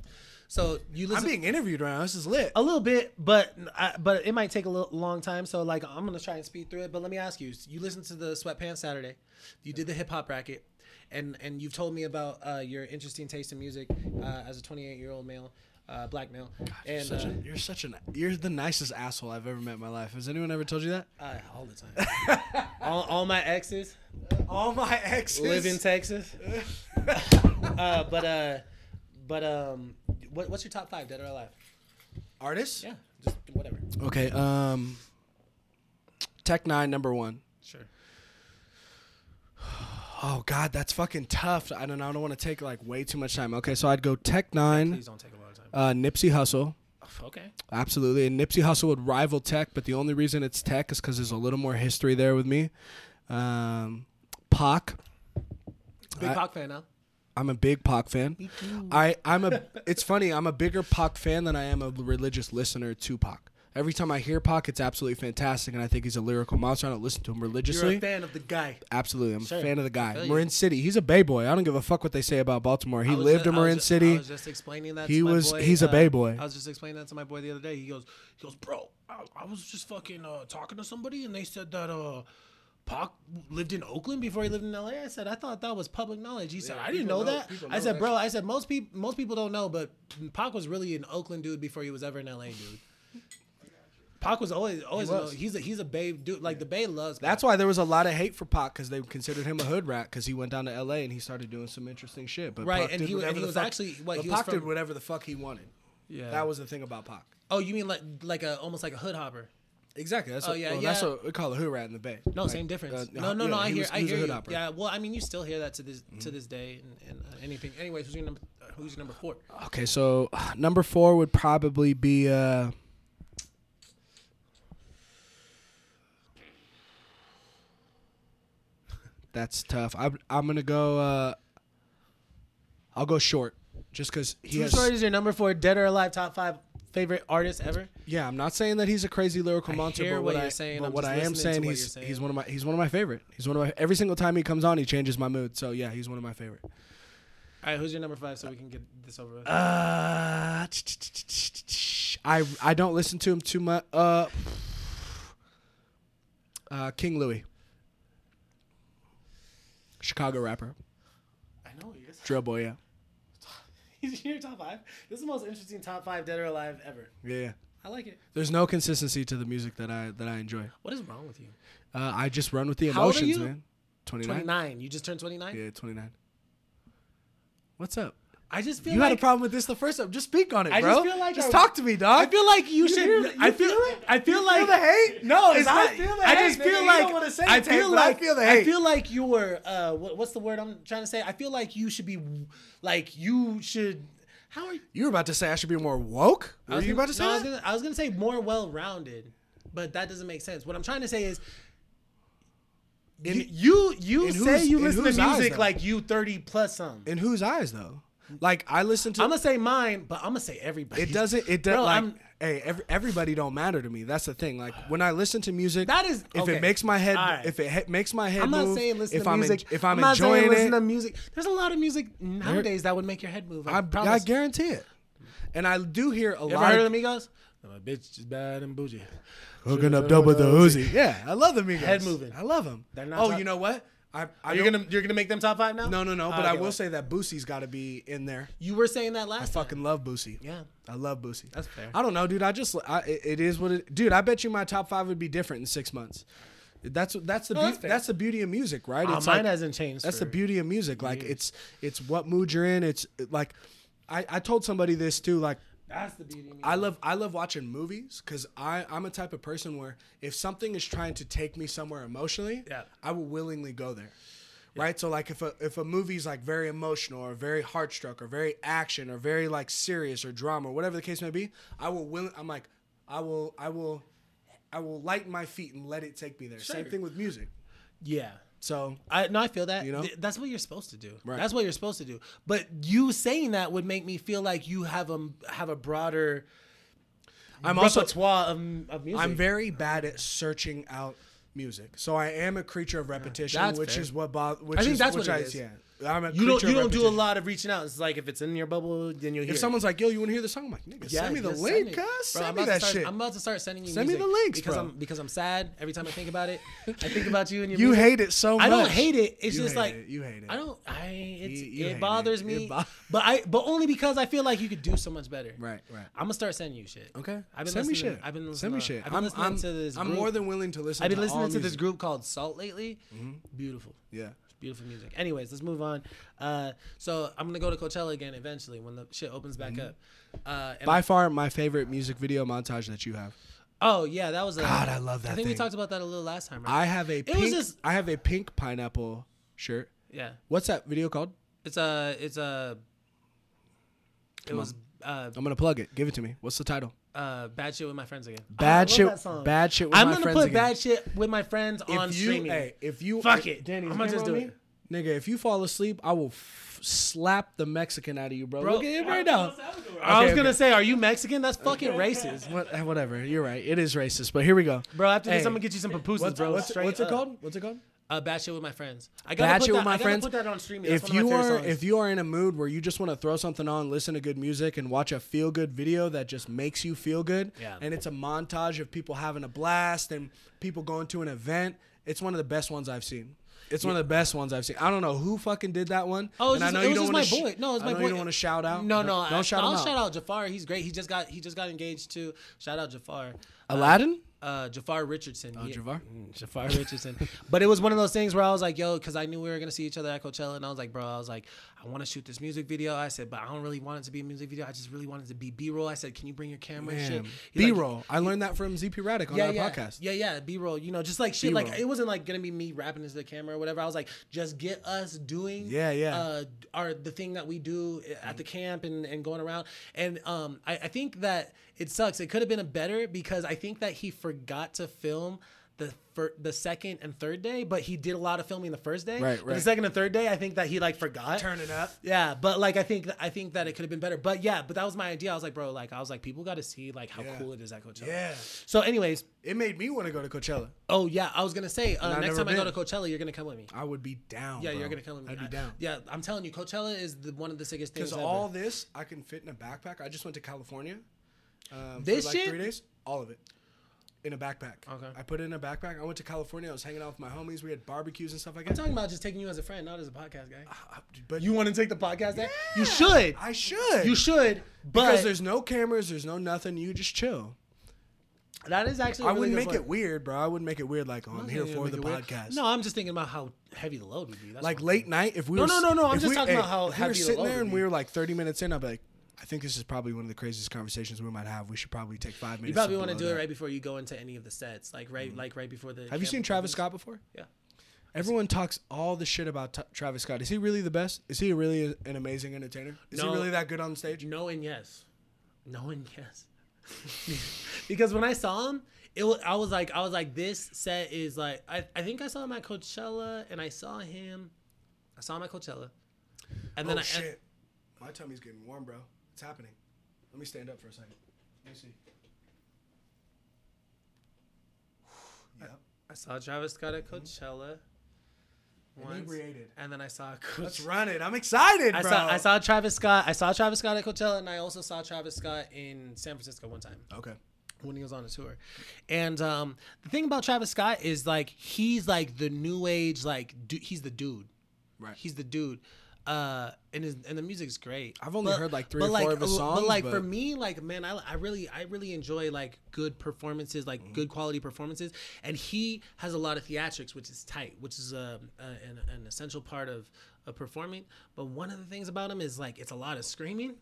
[SPEAKER 2] so you listen.
[SPEAKER 1] I'm being interviewed right now. This is lit.
[SPEAKER 2] A little bit, but I, but it might take a little, long time. So like, I'm gonna try and speed through it. But let me ask you: You listened to the Sweatpants Saturday, you did the hip hop bracket, and and you've told me about uh, your interesting taste in music uh, as a 28 year old male, uh, black male.
[SPEAKER 1] You're
[SPEAKER 2] and
[SPEAKER 1] such
[SPEAKER 2] uh,
[SPEAKER 1] a- you're such an you're the nicest asshole I've ever met in my life. Has anyone ever told you that?
[SPEAKER 2] uh, all the time, all, all my exes
[SPEAKER 1] All my exes
[SPEAKER 2] live in Texas. Uh, but uh, but um, what, what's your top five, dead or alive?
[SPEAKER 1] artists.
[SPEAKER 2] Yeah, just whatever.
[SPEAKER 1] Okay. Um. Tech Nine number one.
[SPEAKER 2] Sure.
[SPEAKER 1] Oh God, that's fucking tough. I don't. know. I don't want to take like way too much time. Okay, so I'd go Tech Nine,
[SPEAKER 2] Please don't take a lot of time.
[SPEAKER 1] uh, Nipsey Hussle,
[SPEAKER 2] okay.
[SPEAKER 1] absolutely, and Nipsey Hussle would rival Tech, but the only reason it's Tech is because there's a little more history there with me. Um, Pac,
[SPEAKER 2] Big
[SPEAKER 1] I-
[SPEAKER 2] Pac fan, huh?
[SPEAKER 1] I'm a big Pac fan. I I'm a. It's funny. I'm a bigger Pac fan than I am a religious listener to Pac. Every time I hear Pac, it's absolutely fantastic, and I think he's a lyrical monster. I don't listen to him
[SPEAKER 2] You're
[SPEAKER 1] religiously.
[SPEAKER 2] a fan of the guy.
[SPEAKER 1] Absolutely, I'm
[SPEAKER 2] Sure.
[SPEAKER 1] a fan of the
[SPEAKER 2] I
[SPEAKER 1] guy.
[SPEAKER 2] feel you.
[SPEAKER 1] Marin City, he's a Bay Boy. I don't give a fuck what they say about Baltimore. He
[SPEAKER 2] I was
[SPEAKER 1] lived
[SPEAKER 2] ju-
[SPEAKER 1] in
[SPEAKER 2] I was
[SPEAKER 1] Marin
[SPEAKER 2] ju- I
[SPEAKER 1] City.
[SPEAKER 2] was just explaining that.
[SPEAKER 1] He
[SPEAKER 2] to my
[SPEAKER 1] was-
[SPEAKER 2] boy,
[SPEAKER 1] he's a
[SPEAKER 2] uh,
[SPEAKER 1] Bay Boy.
[SPEAKER 2] I was just explaining that to my boy the other day. He goes, he goes, bro. I, I was just fucking uh, talking to somebody, and they said that uh, Pac lived in Oakland before he lived in L.A. I said, I thought that was public knowledge. He said, I didn't
[SPEAKER 1] people
[SPEAKER 2] know,
[SPEAKER 1] know-
[SPEAKER 2] that.
[SPEAKER 1] people
[SPEAKER 2] I
[SPEAKER 1] know
[SPEAKER 2] said,
[SPEAKER 1] that
[SPEAKER 2] bro. I said most people most people don't know, but Pac was really an Oakland dude before he was ever in L.A. dude. Pac was always always an
[SPEAKER 1] was.
[SPEAKER 2] O- he's a he's a Bay dude. Like the Bay loves.
[SPEAKER 1] That's
[SPEAKER 2] Pac.
[SPEAKER 1] why there was a lot of hate for Pac because they considered him a hood rat because he went down to L.A. and he started doing some interesting shit. But
[SPEAKER 2] Right,
[SPEAKER 1] Pac
[SPEAKER 2] and
[SPEAKER 1] did
[SPEAKER 2] he wa-
[SPEAKER 1] whatever
[SPEAKER 2] and he
[SPEAKER 1] the
[SPEAKER 2] was
[SPEAKER 1] fuck-
[SPEAKER 2] actually- what,
[SPEAKER 1] but
[SPEAKER 2] he was
[SPEAKER 1] Pac did
[SPEAKER 2] from-
[SPEAKER 1] whatever the fuck he wanted.
[SPEAKER 2] Yeah.
[SPEAKER 1] That was the thing about Pac.
[SPEAKER 2] Oh, you mean like like a almost like a hood hopper.
[SPEAKER 1] Exactly. That's
[SPEAKER 2] Oh,
[SPEAKER 1] what,
[SPEAKER 2] yeah,
[SPEAKER 1] well, That's
[SPEAKER 2] yeah.
[SPEAKER 1] what we call a hood rat in the Bay.
[SPEAKER 2] No,
[SPEAKER 1] Like,
[SPEAKER 2] same difference.
[SPEAKER 1] uh,
[SPEAKER 2] no, no,
[SPEAKER 1] yeah,
[SPEAKER 2] no. I
[SPEAKER 1] he
[SPEAKER 2] hear,
[SPEAKER 1] was-
[SPEAKER 2] I
[SPEAKER 1] he was a
[SPEAKER 2] hear
[SPEAKER 1] hood
[SPEAKER 2] you.
[SPEAKER 1] opera.
[SPEAKER 2] Yeah, well, I mean, you still hear that to this to this day, and, and uh, anything. Anyways, who's your number? Uh, who's your number four?
[SPEAKER 1] Okay, so number four would probably be. Uh, that's tough. I'm I'm gonna go. Uh, I'll go short, just because he
[SPEAKER 2] True
[SPEAKER 1] has.
[SPEAKER 2] Story is your number four. Dead or alive, top five favorite artists ever.
[SPEAKER 1] Yeah, I'm not saying that he's a crazy lyrical
[SPEAKER 2] I
[SPEAKER 1] monster,
[SPEAKER 2] hear
[SPEAKER 1] but
[SPEAKER 2] what
[SPEAKER 1] what,
[SPEAKER 2] you're
[SPEAKER 1] I,
[SPEAKER 2] saying,
[SPEAKER 1] but
[SPEAKER 2] I'm
[SPEAKER 1] what
[SPEAKER 2] just
[SPEAKER 1] I am
[SPEAKER 2] listening to
[SPEAKER 1] saying,
[SPEAKER 2] what
[SPEAKER 1] he's
[SPEAKER 2] you're saying.
[SPEAKER 1] he's one of my he's one of my favorite. He's one of my every single time he comes on, he changes my mood. So yeah, he's one of my favorite.
[SPEAKER 2] All right, who's your number five? So we can get this over with.
[SPEAKER 1] Uh, I I don't listen to him too much. Uh, uh, King Louis, Chicago rapper,
[SPEAKER 2] I know he is.
[SPEAKER 1] drill boy. Yeah,
[SPEAKER 2] He's your top five. This is the most interesting top five dead or alive ever.
[SPEAKER 1] yeah.
[SPEAKER 2] I like it.
[SPEAKER 1] There's no consistency to the music that I that I enjoy.
[SPEAKER 2] What is wrong with you?
[SPEAKER 1] Uh, I just run with the
[SPEAKER 2] How old are
[SPEAKER 1] emotions,
[SPEAKER 2] you?
[SPEAKER 1] man. Twenty
[SPEAKER 2] Twenty
[SPEAKER 1] nine.
[SPEAKER 2] nine. You just turned twenty nine.
[SPEAKER 1] Yeah, twenty nine. What's up?
[SPEAKER 2] I just feel
[SPEAKER 1] You
[SPEAKER 2] like
[SPEAKER 1] had a problem with this the first time. Just speak on it,
[SPEAKER 2] I
[SPEAKER 1] bro.
[SPEAKER 2] just feel like
[SPEAKER 1] just
[SPEAKER 2] I-
[SPEAKER 1] talk to me, dog.
[SPEAKER 2] I feel like you,
[SPEAKER 1] You
[SPEAKER 2] should.
[SPEAKER 1] hear- you
[SPEAKER 2] I feel.
[SPEAKER 1] feel it?
[SPEAKER 2] I feel
[SPEAKER 1] You
[SPEAKER 2] like
[SPEAKER 1] feel the hate?
[SPEAKER 2] No,
[SPEAKER 1] It's
[SPEAKER 2] it's
[SPEAKER 1] not-
[SPEAKER 2] not.
[SPEAKER 1] I feel the
[SPEAKER 2] I
[SPEAKER 1] hate,
[SPEAKER 2] just
[SPEAKER 1] nigga.
[SPEAKER 2] feel
[SPEAKER 1] You
[SPEAKER 2] like
[SPEAKER 1] don't wanna say
[SPEAKER 2] I
[SPEAKER 1] it,
[SPEAKER 2] feel
[SPEAKER 1] but I
[SPEAKER 2] like
[SPEAKER 1] feel the
[SPEAKER 2] I
[SPEAKER 1] hate.
[SPEAKER 2] feel like you were. Uh, what, what's the word I'm trying to say? I feel like you should be like you should. How are you?
[SPEAKER 1] you were about to say I should be more woke.
[SPEAKER 2] I
[SPEAKER 1] Were
[SPEAKER 2] was
[SPEAKER 1] you
[SPEAKER 2] gonna-
[SPEAKER 1] about to say
[SPEAKER 2] no, I
[SPEAKER 1] that?
[SPEAKER 2] was gonna- I was gonna say more well-rounded, but that doesn't make sense. What I'm trying to say is.
[SPEAKER 1] In-
[SPEAKER 2] you you,
[SPEAKER 1] in
[SPEAKER 2] you say
[SPEAKER 1] whose-
[SPEAKER 2] you
[SPEAKER 1] in
[SPEAKER 2] listen to
[SPEAKER 1] whose eyes,
[SPEAKER 2] music
[SPEAKER 1] though?
[SPEAKER 2] like you 30 plus some.
[SPEAKER 1] In whose eyes though? Like I listen to
[SPEAKER 2] I'm gonna say mine, but I'm gonna say everybody.
[SPEAKER 1] it doesn't it does
[SPEAKER 2] Bro,
[SPEAKER 1] like
[SPEAKER 2] I'm-
[SPEAKER 1] hey every, everybody don't matter to me. That's the thing. Like when I listen to music,
[SPEAKER 2] That is-
[SPEAKER 1] if
[SPEAKER 2] okay.
[SPEAKER 1] it makes my head
[SPEAKER 2] All right.
[SPEAKER 1] if it he- makes my head
[SPEAKER 2] I'm not
[SPEAKER 1] move,
[SPEAKER 2] saying listen
[SPEAKER 1] if
[SPEAKER 2] to
[SPEAKER 1] I'm en-
[SPEAKER 2] music.
[SPEAKER 1] if I'm,
[SPEAKER 2] not saying
[SPEAKER 1] enjoying
[SPEAKER 2] listen
[SPEAKER 1] it,
[SPEAKER 2] to music. There's a lot of music nowadays that would make your head move. I,
[SPEAKER 1] I, I
[SPEAKER 2] promise.
[SPEAKER 1] guarantee it. And I do hear a
[SPEAKER 2] you ever
[SPEAKER 1] lot.
[SPEAKER 2] heard of
[SPEAKER 1] of,
[SPEAKER 2] the Migos? No, my bitch is bad and bougie.
[SPEAKER 1] hooking up dope with the Uzi. Yeah, I love the Migos.
[SPEAKER 2] Head moving.
[SPEAKER 1] I love them.
[SPEAKER 2] They're not
[SPEAKER 1] oh,
[SPEAKER 2] top-
[SPEAKER 1] you know what? I, I
[SPEAKER 2] Are you
[SPEAKER 1] don't-
[SPEAKER 2] gonna you're gonna make them top five now? Oh,
[SPEAKER 1] no no no. But
[SPEAKER 2] Okay,
[SPEAKER 1] I will
[SPEAKER 2] well,
[SPEAKER 1] say that Boosie's got to be in there.
[SPEAKER 2] you were saying that
[SPEAKER 1] I
[SPEAKER 2] last. time.
[SPEAKER 1] fucking love Boosie.
[SPEAKER 2] Yeah.
[SPEAKER 1] I love Boosie.
[SPEAKER 2] That's fair.
[SPEAKER 1] I don't know, dude. I just I, it- it is what it. Dude, I bet you my top five would be different in six monts. That's that's the
[SPEAKER 2] No,
[SPEAKER 1] beau-
[SPEAKER 2] that's
[SPEAKER 1] that's, the
[SPEAKER 2] fair.
[SPEAKER 1] beauty of music, right?
[SPEAKER 2] Oh,
[SPEAKER 1] It's
[SPEAKER 2] mine
[SPEAKER 1] like-
[SPEAKER 2] hasn't changed.
[SPEAKER 1] that's the
[SPEAKER 2] for-
[SPEAKER 1] beauty of music. Like it's it's what mood you're in. It's like I I told somebody this too. Like
[SPEAKER 2] That's the beauty. of
[SPEAKER 1] I love I love watching movies because I I'm a type of person where if something is trying to take me somewhere emotionally,
[SPEAKER 2] Yeah.
[SPEAKER 1] I will willingly go there. Right, so like if a if a movie's like very emotional or very heartstruck or very action or very like serious or drama or whatever the case may be, I will will I'm like I will I will I will lighten my feet and let it take me there. Same
[SPEAKER 2] Sure.
[SPEAKER 1] thing with music.
[SPEAKER 2] Yeah.
[SPEAKER 1] So
[SPEAKER 2] I no, I feel that.
[SPEAKER 1] You know?
[SPEAKER 2] Th- that's what you're supposed to do.
[SPEAKER 1] Right.
[SPEAKER 2] That's what you're supposed to do. But you saying that would make me feel like you have a have a broader
[SPEAKER 1] I'm also
[SPEAKER 2] repertoire of, of music.
[SPEAKER 1] I'm very bad at searching out music. So I am a creature of repetition,
[SPEAKER 2] That's
[SPEAKER 1] which
[SPEAKER 2] fair.
[SPEAKER 1] is what bo- which
[SPEAKER 2] I think
[SPEAKER 1] is,
[SPEAKER 2] that's
[SPEAKER 1] which
[SPEAKER 2] what
[SPEAKER 1] I,
[SPEAKER 2] it is.
[SPEAKER 1] Yeah, I'm a
[SPEAKER 2] You don't
[SPEAKER 1] creature
[SPEAKER 2] you
[SPEAKER 1] of
[SPEAKER 2] don't do a
[SPEAKER 1] repetition.
[SPEAKER 2] lot of reaching out. It's like if it's in your bubble, then you'll hear.
[SPEAKER 1] If
[SPEAKER 2] it.
[SPEAKER 1] someone's like, "Yo, you want to hear the song?" I'm like, "Nigga, send me the
[SPEAKER 2] just
[SPEAKER 1] link, cuz.
[SPEAKER 2] it. Bro, I'm
[SPEAKER 1] Send me
[SPEAKER 2] about to
[SPEAKER 1] that
[SPEAKER 2] start-
[SPEAKER 1] shit."
[SPEAKER 2] I'm about to start sending you.
[SPEAKER 1] Send me
[SPEAKER 2] music
[SPEAKER 1] the links,
[SPEAKER 2] because
[SPEAKER 1] bro.
[SPEAKER 2] I'm because I'm sad every time I think about it. I think about you and your.
[SPEAKER 1] you
[SPEAKER 2] music.
[SPEAKER 1] hate it so much.
[SPEAKER 2] I don't hate it. It's
[SPEAKER 1] You
[SPEAKER 2] just
[SPEAKER 1] hate
[SPEAKER 2] like
[SPEAKER 1] it. You hate it.
[SPEAKER 2] I don't. I it's,
[SPEAKER 1] You- you hate
[SPEAKER 2] it
[SPEAKER 1] it.
[SPEAKER 2] bothers
[SPEAKER 1] It
[SPEAKER 2] me,
[SPEAKER 1] bo-
[SPEAKER 2] but I but only because I feel like you could do so much better.
[SPEAKER 1] Right, right.
[SPEAKER 2] I'm gonna start sending you shit.
[SPEAKER 1] Okay,
[SPEAKER 2] I've been
[SPEAKER 1] send me
[SPEAKER 2] listening-
[SPEAKER 1] shit.
[SPEAKER 2] I've been
[SPEAKER 1] send me
[SPEAKER 2] listening-
[SPEAKER 1] shit.
[SPEAKER 2] I've been
[SPEAKER 1] I'm-
[SPEAKER 2] listening
[SPEAKER 1] I'm-
[SPEAKER 2] to this
[SPEAKER 1] I'm
[SPEAKER 2] group.
[SPEAKER 1] more than willing to listen.
[SPEAKER 2] I've been
[SPEAKER 1] to all
[SPEAKER 2] listening to this
[SPEAKER 1] music. Mm-hmm.
[SPEAKER 2] group called Salt lately. Beautiful.
[SPEAKER 1] Yeah,
[SPEAKER 2] Beautiful music. Anyways, let's move on. Uh, so I'm gonna go to Coachella again eventually when the shit opens back
[SPEAKER 1] Mm-hmm.
[SPEAKER 2] up. Uh, and
[SPEAKER 1] by far my favorite music video montage that you have.
[SPEAKER 2] oh yeah, that was a,
[SPEAKER 1] God, I love that
[SPEAKER 2] I think we
[SPEAKER 1] thing.
[SPEAKER 2] talked about that a little last time. Right?
[SPEAKER 1] I have a
[SPEAKER 2] was
[SPEAKER 1] pink.
[SPEAKER 2] just-
[SPEAKER 1] I have a pink pineapple shirt.
[SPEAKER 2] yeah,
[SPEAKER 1] What's that video called?
[SPEAKER 2] it's a it's a. It was uh,
[SPEAKER 1] I'm gonna plug it. Give it to me. What's the title?
[SPEAKER 2] uh, bad shit with my friends again.
[SPEAKER 1] Bad
[SPEAKER 2] I love
[SPEAKER 1] shit.
[SPEAKER 2] that song.
[SPEAKER 1] Bad shit. With
[SPEAKER 2] I'm
[SPEAKER 1] my
[SPEAKER 2] gonna
[SPEAKER 1] friends
[SPEAKER 2] put
[SPEAKER 1] again.
[SPEAKER 2] bad shit with my friends on
[SPEAKER 1] if you,
[SPEAKER 2] streaming.
[SPEAKER 1] Hey, if you
[SPEAKER 2] Fuck it.
[SPEAKER 1] Danny,
[SPEAKER 2] I'ma
[SPEAKER 1] is the
[SPEAKER 2] just
[SPEAKER 1] camera
[SPEAKER 2] do
[SPEAKER 1] on
[SPEAKER 2] it.
[SPEAKER 1] me? Nigga, if you fall asleep, I will f- slap the Mexican out of you, bro.
[SPEAKER 2] Bro,
[SPEAKER 1] Look at him right
[SPEAKER 5] El
[SPEAKER 1] now.
[SPEAKER 5] Salvador.
[SPEAKER 2] I was
[SPEAKER 1] okay.
[SPEAKER 2] gonna say, are you Mexican? That's fucking racist,
[SPEAKER 1] What, eh, whatever, you're right. It is racist, but here we go.
[SPEAKER 2] bro. After
[SPEAKER 1] Hey.
[SPEAKER 2] this, I'm gonna get you some pupusas,
[SPEAKER 1] What's,
[SPEAKER 2] bro.
[SPEAKER 1] what's,
[SPEAKER 2] Straight
[SPEAKER 1] what's it
[SPEAKER 2] up.
[SPEAKER 1] called? What's it called?
[SPEAKER 2] Uh, batch it with my friends. I
[SPEAKER 1] Batch
[SPEAKER 2] put
[SPEAKER 1] It With
[SPEAKER 2] that-
[SPEAKER 1] My
[SPEAKER 2] I gotta
[SPEAKER 1] Friends.
[SPEAKER 2] Put that on streaming. That's
[SPEAKER 1] if
[SPEAKER 2] one of
[SPEAKER 1] you
[SPEAKER 2] my favorite
[SPEAKER 1] are
[SPEAKER 2] songs.
[SPEAKER 1] if you are in a mood where you just want to throw something on, listen to good music, and watch a feel good video that just makes you feel good,
[SPEAKER 2] Yeah.
[SPEAKER 1] and it's a montage of people having a blast and people going to an event, it's one of the best ones I've seen. It's one of the best ones I've seen. I don't know who fucking did that one.
[SPEAKER 2] Oh, it's
[SPEAKER 1] and
[SPEAKER 2] just,
[SPEAKER 1] I know
[SPEAKER 2] it
[SPEAKER 1] you
[SPEAKER 2] was
[SPEAKER 1] don't
[SPEAKER 2] just my
[SPEAKER 1] wanna sh-
[SPEAKER 2] boy. No, it's
[SPEAKER 1] I
[SPEAKER 2] my
[SPEAKER 1] know
[SPEAKER 2] boy.
[SPEAKER 1] You don't want to shout out.
[SPEAKER 2] No, no, I,
[SPEAKER 1] don't shout
[SPEAKER 2] I'll
[SPEAKER 1] him out.
[SPEAKER 2] shout out Jafar. He's great. He just got he just got engaged to shout out Jafar.
[SPEAKER 1] Aladdin.
[SPEAKER 2] Uh, Jafar Richardson. Oh,
[SPEAKER 1] Jafar?
[SPEAKER 2] Jafar Richardson. but it was one of those things where I was like, yo, because I knew we were gonna see each other at Coachella, and I was like, bro, I was like, I want to shoot this music video. I said, but I don't really want it to be a music video. I just really want it to be B roll. I said, can you bring your camera and shit? He's
[SPEAKER 1] B
[SPEAKER 2] like,
[SPEAKER 1] roll. I learned that from ZP Radic on
[SPEAKER 2] yeah,
[SPEAKER 1] our
[SPEAKER 2] yeah,
[SPEAKER 1] podcast.
[SPEAKER 2] Yeah, yeah, B roll. You know, just like shit. Like
[SPEAKER 1] B-roll.
[SPEAKER 2] it wasn't like gonna be me rapping into the camera or whatever. I was like, just get us doing.
[SPEAKER 1] Yeah, yeah.
[SPEAKER 2] Uh, our the thing that we do at the camp and and going around. And um, I, I think that it sucks. It could have been a better because I think that he forgot to film. The, fir- the second and third day, but he did a lot of filming the first day.
[SPEAKER 1] Right,
[SPEAKER 2] But
[SPEAKER 1] right.
[SPEAKER 2] the second and third day, I think that he like forgot.
[SPEAKER 1] Turn it up.
[SPEAKER 2] Yeah, but like I think that, I think that it could have been better. But yeah, but that was my idea. I was like, bro, like I was like, people got to see like how
[SPEAKER 1] Yeah.
[SPEAKER 2] cool it is at Coachella.
[SPEAKER 1] Yeah.
[SPEAKER 2] So, anyways,
[SPEAKER 1] It made me want to go to Coachella.
[SPEAKER 2] Oh yeah, I was gonna say uh,
[SPEAKER 1] I've never
[SPEAKER 2] next time I go to
[SPEAKER 1] been.
[SPEAKER 2] Coachella, you're gonna come with me.
[SPEAKER 1] I would be down.
[SPEAKER 2] Yeah, you're
[SPEAKER 1] bro.
[SPEAKER 2] gonna come with me.
[SPEAKER 1] I'd be
[SPEAKER 2] I-
[SPEAKER 1] down.
[SPEAKER 2] yeah, I'm telling you, Coachella is the, one of the sickest things.
[SPEAKER 1] Because
[SPEAKER 2] Ever.
[SPEAKER 1] all this I can fit in a backpack. I just went to California. Um,
[SPEAKER 2] This
[SPEAKER 1] for like
[SPEAKER 2] shit?
[SPEAKER 1] three days, all of it, in a backpack.
[SPEAKER 2] Okay.
[SPEAKER 1] I put it in a backpack. I went to California. I was hanging out with my homies. We had barbecues and stuff like
[SPEAKER 2] I'm
[SPEAKER 1] that.
[SPEAKER 2] talking about just taking you as a friend, not as a podcast guy.
[SPEAKER 1] Uh, But
[SPEAKER 2] You want to take the podcast guy? You should.
[SPEAKER 1] I should.
[SPEAKER 2] You should.
[SPEAKER 1] because
[SPEAKER 2] But
[SPEAKER 1] there's no cameras. There's no nothing. You just chill.
[SPEAKER 2] that is actually. a
[SPEAKER 1] I
[SPEAKER 2] really
[SPEAKER 1] wouldn't
[SPEAKER 2] good
[SPEAKER 1] make
[SPEAKER 2] point.
[SPEAKER 1] it weird, bro. I wouldn't make it weird. Like oh, I'm
[SPEAKER 2] not
[SPEAKER 1] here
[SPEAKER 2] saying
[SPEAKER 1] for
[SPEAKER 2] make
[SPEAKER 1] the
[SPEAKER 2] it weird.
[SPEAKER 1] podcast.
[SPEAKER 2] No, I'm just thinking about how heavy the load would be. That's
[SPEAKER 1] like
[SPEAKER 2] what I'm
[SPEAKER 1] late night. If we
[SPEAKER 2] No,
[SPEAKER 1] were,
[SPEAKER 2] no,
[SPEAKER 1] s-
[SPEAKER 2] no, no, I'm
[SPEAKER 1] if
[SPEAKER 2] just
[SPEAKER 1] we-
[SPEAKER 2] talking about
[SPEAKER 1] if-
[SPEAKER 2] how
[SPEAKER 1] if we were
[SPEAKER 2] heavy the
[SPEAKER 1] sitting
[SPEAKER 2] load
[SPEAKER 1] there
[SPEAKER 2] would
[SPEAKER 1] and
[SPEAKER 2] be.
[SPEAKER 1] we were like 30 minutes in, I'd be like, I think this is probably one of the craziest conversations we might have. We should probably take five minutes.
[SPEAKER 2] thinking. You probably
[SPEAKER 1] want to
[SPEAKER 2] do
[SPEAKER 1] blow
[SPEAKER 2] it
[SPEAKER 1] that.
[SPEAKER 2] right before you go into any of the sets, like right, like right before the.
[SPEAKER 1] Mm. Have you
[SPEAKER 2] camp
[SPEAKER 1] seen Travis
[SPEAKER 2] opens.
[SPEAKER 1] Scott before?
[SPEAKER 2] Yeah.
[SPEAKER 1] Everyone talks all the shit about t- Travis Scott. Is he really the best? Is he really an amazing entertainer? Is
[SPEAKER 2] No.
[SPEAKER 1] he really that good on stage?
[SPEAKER 2] No and yes. No and yes. because when I saw him, it was, I was like I was like this set is like I, I think I saw him at Coachella and I saw him I saw him at Coachella. And then
[SPEAKER 1] oh
[SPEAKER 2] I
[SPEAKER 1] shit! My tummy's getting warm, bro. It's happening. Let me stand up for a second. Let me see. Yep.
[SPEAKER 2] I saw Travis Scott at Coachella. once,
[SPEAKER 1] Inebriated.
[SPEAKER 2] And then I saw
[SPEAKER 1] Let's
[SPEAKER 2] Coach,
[SPEAKER 1] run it. I'm excited,
[SPEAKER 2] I
[SPEAKER 1] bro.
[SPEAKER 2] saw I saw Travis Scott I saw Travis Scott at Coachella and I also saw Travis Scott in San Francisco one time.
[SPEAKER 1] Okay.
[SPEAKER 2] when he was on a tour. And um, the thing about Travis Scott is like he's like the new age like du- he's the dude.
[SPEAKER 1] Right.
[SPEAKER 2] He's the dude. Uh, and his, and the music's great.
[SPEAKER 1] I've only heard, like, three or four of his
[SPEAKER 2] l-
[SPEAKER 1] songs,
[SPEAKER 2] But like
[SPEAKER 1] but-
[SPEAKER 2] for me, like man, I, I really I really enjoy like good performances, like
[SPEAKER 1] Mm-hmm.
[SPEAKER 2] good quality performances. And he has a lot of theatrics, which is tight, which is um, uh, an, an essential part of, of performing. But one of the things about him is like it's a lot of screaming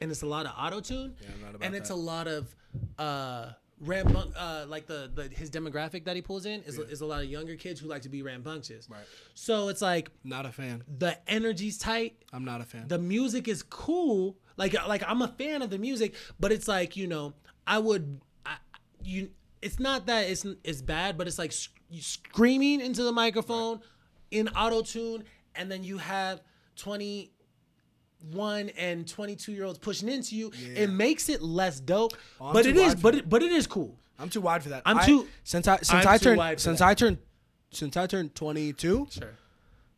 [SPEAKER 2] and it's a lot of auto tune,
[SPEAKER 1] I'm not about
[SPEAKER 2] and it's
[SPEAKER 1] that.
[SPEAKER 2] a lot of uh, rambun- uh like the, the his demographic that he pulls in is, is a lot of younger kids who like to be rambunctious.
[SPEAKER 1] Right.
[SPEAKER 2] So it's like
[SPEAKER 1] Not a fan.
[SPEAKER 2] the energy's tight,
[SPEAKER 1] I'm not a fan.
[SPEAKER 2] the music is cool. Like like I'm a fan of the music, but it's like you know I would I, you it's not that it's it's bad, but it's like sc- you screaming into the microphone in auto tune, and then you have twenty one and 22 year olds pushing into you it makes it less dope
[SPEAKER 1] Oh, I'm
[SPEAKER 2] but
[SPEAKER 1] too
[SPEAKER 2] it is
[SPEAKER 1] wide for
[SPEAKER 2] but it, but it is cool
[SPEAKER 1] I'm too wide for that.
[SPEAKER 2] I'm
[SPEAKER 1] I-
[SPEAKER 2] too-
[SPEAKER 1] since I since
[SPEAKER 2] I'm
[SPEAKER 1] I
[SPEAKER 2] too
[SPEAKER 1] turned
[SPEAKER 2] wide for
[SPEAKER 1] since
[SPEAKER 2] that.
[SPEAKER 1] I turned since I turned 22.
[SPEAKER 2] sure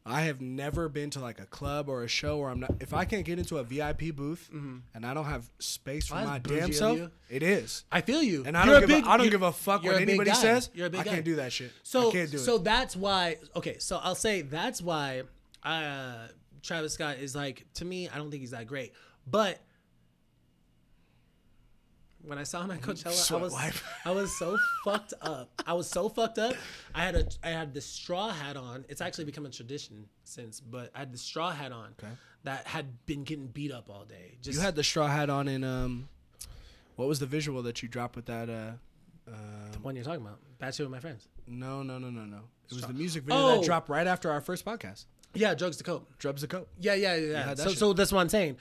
[SPEAKER 1] I have never been to like a club or a show where I'm not. If I can't get into a VIP bouth
[SPEAKER 2] Mm-hmm.
[SPEAKER 1] and I don't have space for
[SPEAKER 2] Well, that's
[SPEAKER 1] my
[SPEAKER 2] bougie
[SPEAKER 1] damn
[SPEAKER 2] of
[SPEAKER 1] self,
[SPEAKER 2] you.
[SPEAKER 1] it is.
[SPEAKER 2] I feel you.
[SPEAKER 1] And I
[SPEAKER 2] You're
[SPEAKER 1] don't
[SPEAKER 2] a
[SPEAKER 1] give a- I don't
[SPEAKER 2] you're-
[SPEAKER 1] give a fuck
[SPEAKER 2] you're
[SPEAKER 1] what
[SPEAKER 2] a big
[SPEAKER 1] anybody
[SPEAKER 2] guy.
[SPEAKER 1] says.
[SPEAKER 2] You're a big
[SPEAKER 1] I
[SPEAKER 2] guy.
[SPEAKER 1] can't do that shit.
[SPEAKER 2] So
[SPEAKER 1] I can't do
[SPEAKER 2] so
[SPEAKER 1] it.
[SPEAKER 2] that's why. Okay, so I'll say that's why. Uh, Travis Scott is like to me. I don't think he's that great, but when I saw him at Coachella, I
[SPEAKER 1] Sweat
[SPEAKER 2] was
[SPEAKER 1] wipe.
[SPEAKER 2] I was so fucked up. I was so fucked up. I had a I had this straw hat on. It's actually become a tradition since, but I had the straw hat on that had been getting beat up all day. Just
[SPEAKER 1] You had the straw hat on in um, what was the visual that you dropped with that? Uh, um,
[SPEAKER 2] the one you're talking about. Batch it with my friends.
[SPEAKER 1] no, no, no, no, no. It was the music video that
[SPEAKER 2] Oh.
[SPEAKER 1] dropped right after our first podcast.
[SPEAKER 2] Yeah, drugs to cope.
[SPEAKER 1] Drubs the coat.
[SPEAKER 2] Yeah, yeah, yeah.
[SPEAKER 1] had that
[SPEAKER 2] so,
[SPEAKER 1] shit.
[SPEAKER 2] so that's what I'm saying.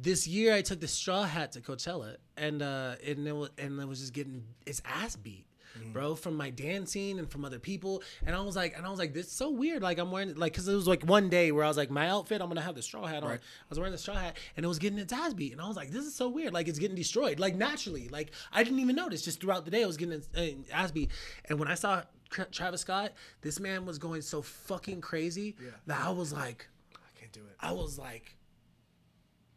[SPEAKER 2] This year, I took the straw hat to Coachella, and uh, and it was, and it was just getting its ass beat.
[SPEAKER 1] Mm.
[SPEAKER 2] bro, from my dancing and from other people. And I was like, and I was like, this is so weird. Like I'm wearing like, cause it was like one day where I was like, my outfit, I'm gonna have the straw hat on. I was wearing the straw hat, and it was getting its ass beat, and I was like, this is so weird. Like it's getting destroyed, like naturally. Like I didn't even notice. Just throughout the day, I was getting its uh, ass beat, and when I saw Tra- Travis Scott, this man was going so fucking crazy that I was like.
[SPEAKER 1] I can't do it.
[SPEAKER 2] I was like,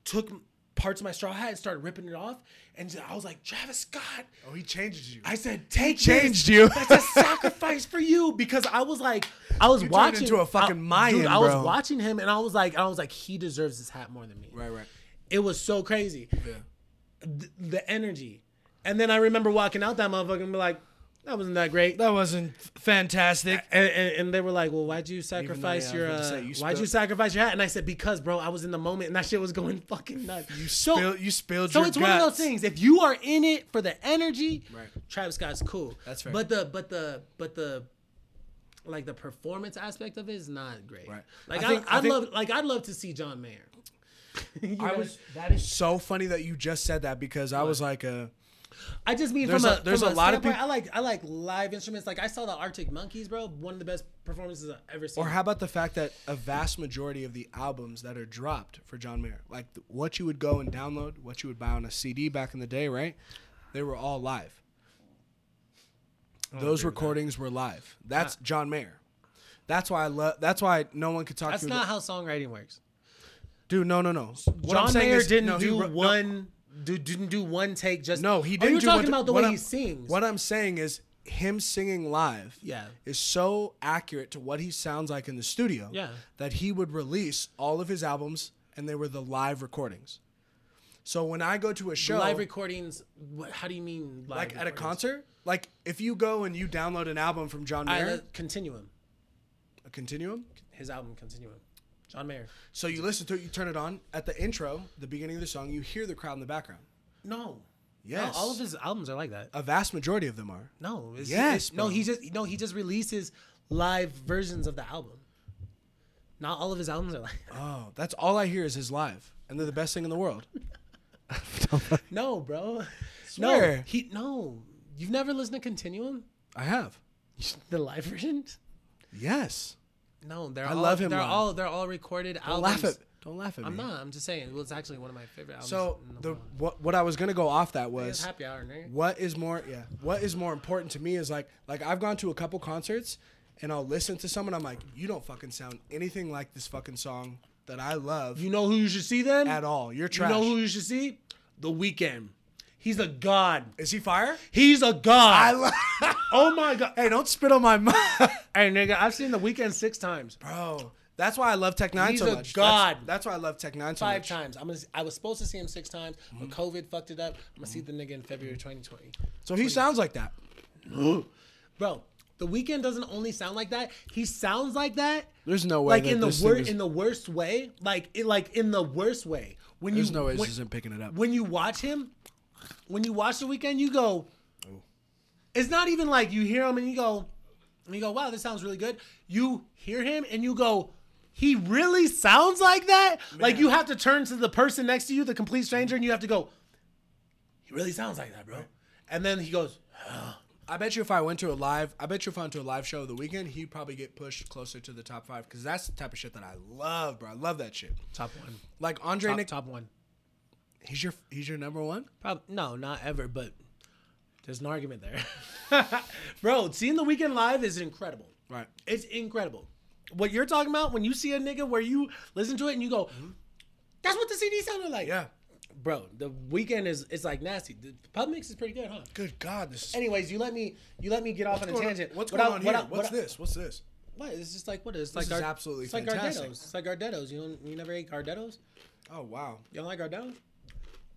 [SPEAKER 2] took parts of my straw hat and started ripping it off, and I was like, Travis Scott.
[SPEAKER 1] Oh, he changes you.
[SPEAKER 2] I said, take
[SPEAKER 1] changed
[SPEAKER 2] this.
[SPEAKER 1] you.
[SPEAKER 2] That's a sacrifice for you because I was like, I was
[SPEAKER 1] You turned
[SPEAKER 2] watching
[SPEAKER 1] into a fucking
[SPEAKER 2] I,
[SPEAKER 1] Mayan,
[SPEAKER 2] dude, I was
[SPEAKER 1] bro.
[SPEAKER 2] watching him, and I was like, I was like, he deserves this hat more than me.
[SPEAKER 1] right, right.
[SPEAKER 2] It was so crazy,
[SPEAKER 1] Yeah.
[SPEAKER 2] Th- the energy, and then I remember walking out that motherfucker and be like, that wasn't that great.
[SPEAKER 1] That wasn't f- fantastic.
[SPEAKER 2] and, and, and they were like, "Well, why'd you sacrifice
[SPEAKER 1] yeah, I
[SPEAKER 2] your
[SPEAKER 1] was
[SPEAKER 2] uh,
[SPEAKER 1] about to say, you
[SPEAKER 2] why'd
[SPEAKER 1] spilled-
[SPEAKER 2] you sacrifice your hat?" And I said, "Because, bro, I was in the moment, and that shit was going fucking nuts." You
[SPEAKER 1] Spill- you spilled
[SPEAKER 2] So
[SPEAKER 1] your
[SPEAKER 2] it's one of
[SPEAKER 1] guts.
[SPEAKER 2] those things. If you are in it for the energy,
[SPEAKER 1] Right.
[SPEAKER 2] Travis Scott's cool.
[SPEAKER 1] That's fair.
[SPEAKER 2] But the but the but the like the performance aspect of it is not great.
[SPEAKER 1] Right.
[SPEAKER 2] Like
[SPEAKER 1] I
[SPEAKER 2] I,
[SPEAKER 1] think- I
[SPEAKER 2] I'd
[SPEAKER 1] think-
[SPEAKER 2] love like I'd love to see John Mayer. You know?
[SPEAKER 1] I was. That is so funny that you just said that because I was like a.
[SPEAKER 2] I just mean
[SPEAKER 1] There's
[SPEAKER 2] from
[SPEAKER 1] a-
[SPEAKER 2] a,
[SPEAKER 1] there's
[SPEAKER 2] from
[SPEAKER 1] a lot of
[SPEAKER 2] standpoint,
[SPEAKER 1] peop-
[SPEAKER 2] I like I like live instruments. Like I saw the Arctic Monkeys, bro. One of the best performances I've ever seen.
[SPEAKER 1] Or how about the fact that a vast majority of the albums that are dropped for John Mayer, like th- what you would go and download, what you would buy on a CD back in the day, right? They were all live. Those recordings were live. That's John Mayer. That's why I love. That's why no one could talk
[SPEAKER 2] That's
[SPEAKER 1] to
[SPEAKER 2] not how songwriting works.
[SPEAKER 1] Dude, no, no, no. What I'm
[SPEAKER 2] John
[SPEAKER 1] saying
[SPEAKER 2] Mayer
[SPEAKER 1] is-
[SPEAKER 2] didn't
[SPEAKER 1] no, he
[SPEAKER 2] do
[SPEAKER 1] wrote- no,
[SPEAKER 2] one. do- didn't do one take. Just
[SPEAKER 1] No, he
[SPEAKER 2] Oh,
[SPEAKER 1] didn't.
[SPEAKER 2] you're
[SPEAKER 1] do
[SPEAKER 2] talking
[SPEAKER 1] one-
[SPEAKER 2] about the
[SPEAKER 1] what
[SPEAKER 2] way
[SPEAKER 1] I'm-
[SPEAKER 2] he sings.
[SPEAKER 1] What I'm saying is him singing live
[SPEAKER 2] Yeah.
[SPEAKER 1] is so accurate to what he sounds like in the studio
[SPEAKER 2] Yeah.
[SPEAKER 1] that he would release all of his albums and they were the live recordings. So when I go to a show
[SPEAKER 2] live recordings. What, how do you mean? Live
[SPEAKER 1] like at a
[SPEAKER 2] recordings?
[SPEAKER 1] concert, like if you go and you download an album from John
[SPEAKER 2] I,
[SPEAKER 1] Mayer,
[SPEAKER 2] uh, Continuum.
[SPEAKER 1] a continuum,
[SPEAKER 2] His album Continuum. John Mayer.
[SPEAKER 1] so you listen to it, you turn it on, at the intro, the beginning of the song, you hear the crowd in the background.
[SPEAKER 2] No.
[SPEAKER 1] Yes.
[SPEAKER 2] No, all of his albums are like that.
[SPEAKER 1] A vast majority of them are.
[SPEAKER 2] No. It's,
[SPEAKER 1] Yes,
[SPEAKER 2] it's- no.
[SPEAKER 1] bro.
[SPEAKER 2] He just no. He just releases live versions of the album. Not all of his albums are like.
[SPEAKER 1] Oh, that's all I hear is his live. And they're the best thing in the world.
[SPEAKER 2] no, bro.
[SPEAKER 1] Swear.
[SPEAKER 2] No. He no. You've never listened to Continuum,
[SPEAKER 1] I have.
[SPEAKER 2] the live version.
[SPEAKER 1] Yes.
[SPEAKER 2] No, they're
[SPEAKER 1] I
[SPEAKER 2] all,
[SPEAKER 1] love him
[SPEAKER 2] They're
[SPEAKER 1] live.
[SPEAKER 2] all they're all recorded
[SPEAKER 1] Don't laugh
[SPEAKER 2] albums.
[SPEAKER 1] at don't laugh at
[SPEAKER 2] I'm
[SPEAKER 1] me.
[SPEAKER 2] not. I'm just saying. Well, it's actually one of my favorite albums.
[SPEAKER 1] So
[SPEAKER 2] in
[SPEAKER 1] the
[SPEAKER 2] world.
[SPEAKER 1] what what I was gonna go off that
[SPEAKER 2] It's
[SPEAKER 1] was
[SPEAKER 2] happy hour, nigga.
[SPEAKER 1] what is more yeah what is more important to me is like like I've gone to a couple concerts and I'll listen to someone I'm like you don't fucking sound anything like this fucking song that I love
[SPEAKER 2] You know who you should see then?
[SPEAKER 1] at all. You're
[SPEAKER 2] You
[SPEAKER 1] trash.
[SPEAKER 2] know who you should see? The Weekend. He's a god.
[SPEAKER 1] is he fire?
[SPEAKER 2] He's a god.
[SPEAKER 1] I love.
[SPEAKER 2] oh my god.
[SPEAKER 1] hey, don't spit on my mic,
[SPEAKER 2] Hey nigga, I've seen The Weekend six times.
[SPEAKER 1] bro. That's why I love Tech Nine
[SPEAKER 2] He's
[SPEAKER 1] so
[SPEAKER 2] a
[SPEAKER 1] much. That's,
[SPEAKER 2] god.
[SPEAKER 1] that's why I love Tech Nine so
[SPEAKER 2] Five
[SPEAKER 1] much.
[SPEAKER 2] times. I'm gonna. I was supposed to see him six times, but
[SPEAKER 1] Mm-hmm.
[SPEAKER 2] COVID fucked it up. I'm gonna see the nigga in February 2020.
[SPEAKER 1] So he sounds like that.
[SPEAKER 2] Bro, The Weekend doesn't only sound like that. He sounds like that.
[SPEAKER 1] There's no way
[SPEAKER 2] Like
[SPEAKER 1] that
[SPEAKER 2] in the
[SPEAKER 1] this thing
[SPEAKER 2] wor-
[SPEAKER 1] is-
[SPEAKER 2] in the worst way. Like it. Like in the worst way. When
[SPEAKER 1] There's
[SPEAKER 2] you
[SPEAKER 1] no way this
[SPEAKER 2] when-
[SPEAKER 1] isn't picking it up.
[SPEAKER 2] when you watch him, when you watch the weekend, you go. It's not even like you hear him and you go, and you go, wow, this sounds really good. You hear him and you go, he really sounds like that. Like you have to turn to the person next to you, the complete stranger, and you have to go. He really sounds like that, bro. And then he goes,
[SPEAKER 1] I bet you if I went to a live, I bet you if I went to a live show of the weekend, he'd probably get pushed closer to the top five because that's the type of shit that I love, bro. I love that shit.
[SPEAKER 2] top one,
[SPEAKER 1] Like Andre
[SPEAKER 2] top,
[SPEAKER 1] Nick,
[SPEAKER 2] top one.
[SPEAKER 1] he's your he's your number one.
[SPEAKER 2] Prob- no, not ever, but there's an argument there, bro. Seeing the weekend live is incredible.
[SPEAKER 1] Right.
[SPEAKER 2] It's incredible. What you're talking about when you see a nigga where you listen to it and you go, "That's what the CD sounded like."
[SPEAKER 1] Yeah.
[SPEAKER 2] bro. The weekend is it's like nasty. The pub mix is pretty good, huh?
[SPEAKER 1] Good God, this. Is,
[SPEAKER 2] Anyways, you let me you let me get off on a
[SPEAKER 1] going on-
[SPEAKER 2] tangent.
[SPEAKER 1] what's
[SPEAKER 2] What
[SPEAKER 1] going
[SPEAKER 2] I-
[SPEAKER 1] on
[SPEAKER 2] what
[SPEAKER 1] here?
[SPEAKER 2] I- what
[SPEAKER 1] what's
[SPEAKER 2] I-
[SPEAKER 1] this? What's this?
[SPEAKER 2] What it's just like what is like
[SPEAKER 1] is
[SPEAKER 2] Gar-
[SPEAKER 1] absolutely
[SPEAKER 2] it's like
[SPEAKER 1] fantastic.
[SPEAKER 2] Gardettos. It's like Gardettos. You don't you never ate Gardettos?
[SPEAKER 1] Oh wow.
[SPEAKER 2] You don't like Gardettos?
[SPEAKER 1] You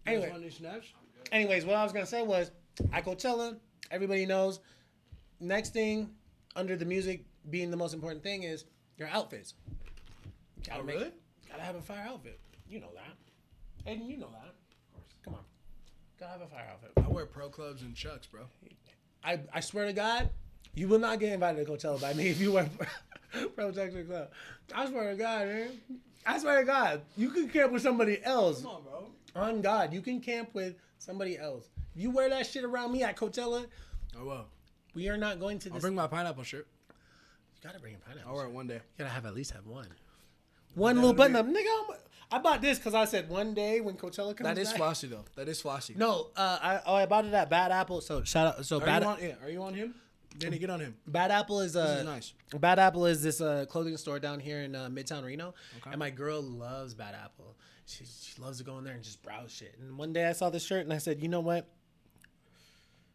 [SPEAKER 1] guys
[SPEAKER 2] Anyway,
[SPEAKER 1] want any schnapps?
[SPEAKER 2] anyways, what I was gonna say was at Coachella, everybody knows. Next thing under the music being the most important thing is your outfits. Gotta
[SPEAKER 1] Oh,
[SPEAKER 2] make-
[SPEAKER 1] really?
[SPEAKER 2] Gotta have a fire outfit. You know that. Aiden, you know that. Of course. Come on. Gotta have a fire outfit.
[SPEAKER 1] I wear pro clubs and chucks, bro.
[SPEAKER 2] I, I swear to God, you will not get invited to Coachella by me if you wear Protection Club. I swear to God, man. I swear to God, you can camp with somebody else.
[SPEAKER 1] Come on, bro.
[SPEAKER 2] On God, you can camp with somebody else. You wear that shit around me at Coachella,
[SPEAKER 1] Oh wow.
[SPEAKER 2] We are not going to this.
[SPEAKER 1] I'll bring my pineapple shirt.
[SPEAKER 2] you gotta bring a pineapple.
[SPEAKER 1] I'll wear it one day.
[SPEAKER 2] You gotta have at least have one. One little button up, nigga. I'm, I bought this because I said one day when Coachella comes.
[SPEAKER 1] That is
[SPEAKER 2] back-
[SPEAKER 1] flossy though. That is flossy.
[SPEAKER 2] No, uh, I oh I bought it at Bad Apple. So shout out. So
[SPEAKER 1] Are
[SPEAKER 2] Bad
[SPEAKER 1] you on? Yeah. Are you on him? Danny, get on him.
[SPEAKER 2] Bad Apple is uh
[SPEAKER 1] is nice.
[SPEAKER 2] Bad Apple is this uh clothing store down here in uh, Midtown Reno, and my girl loves Bad Apple. She she loves to go in there and just browse shit. And one day I saw this shirt and I said, you know what?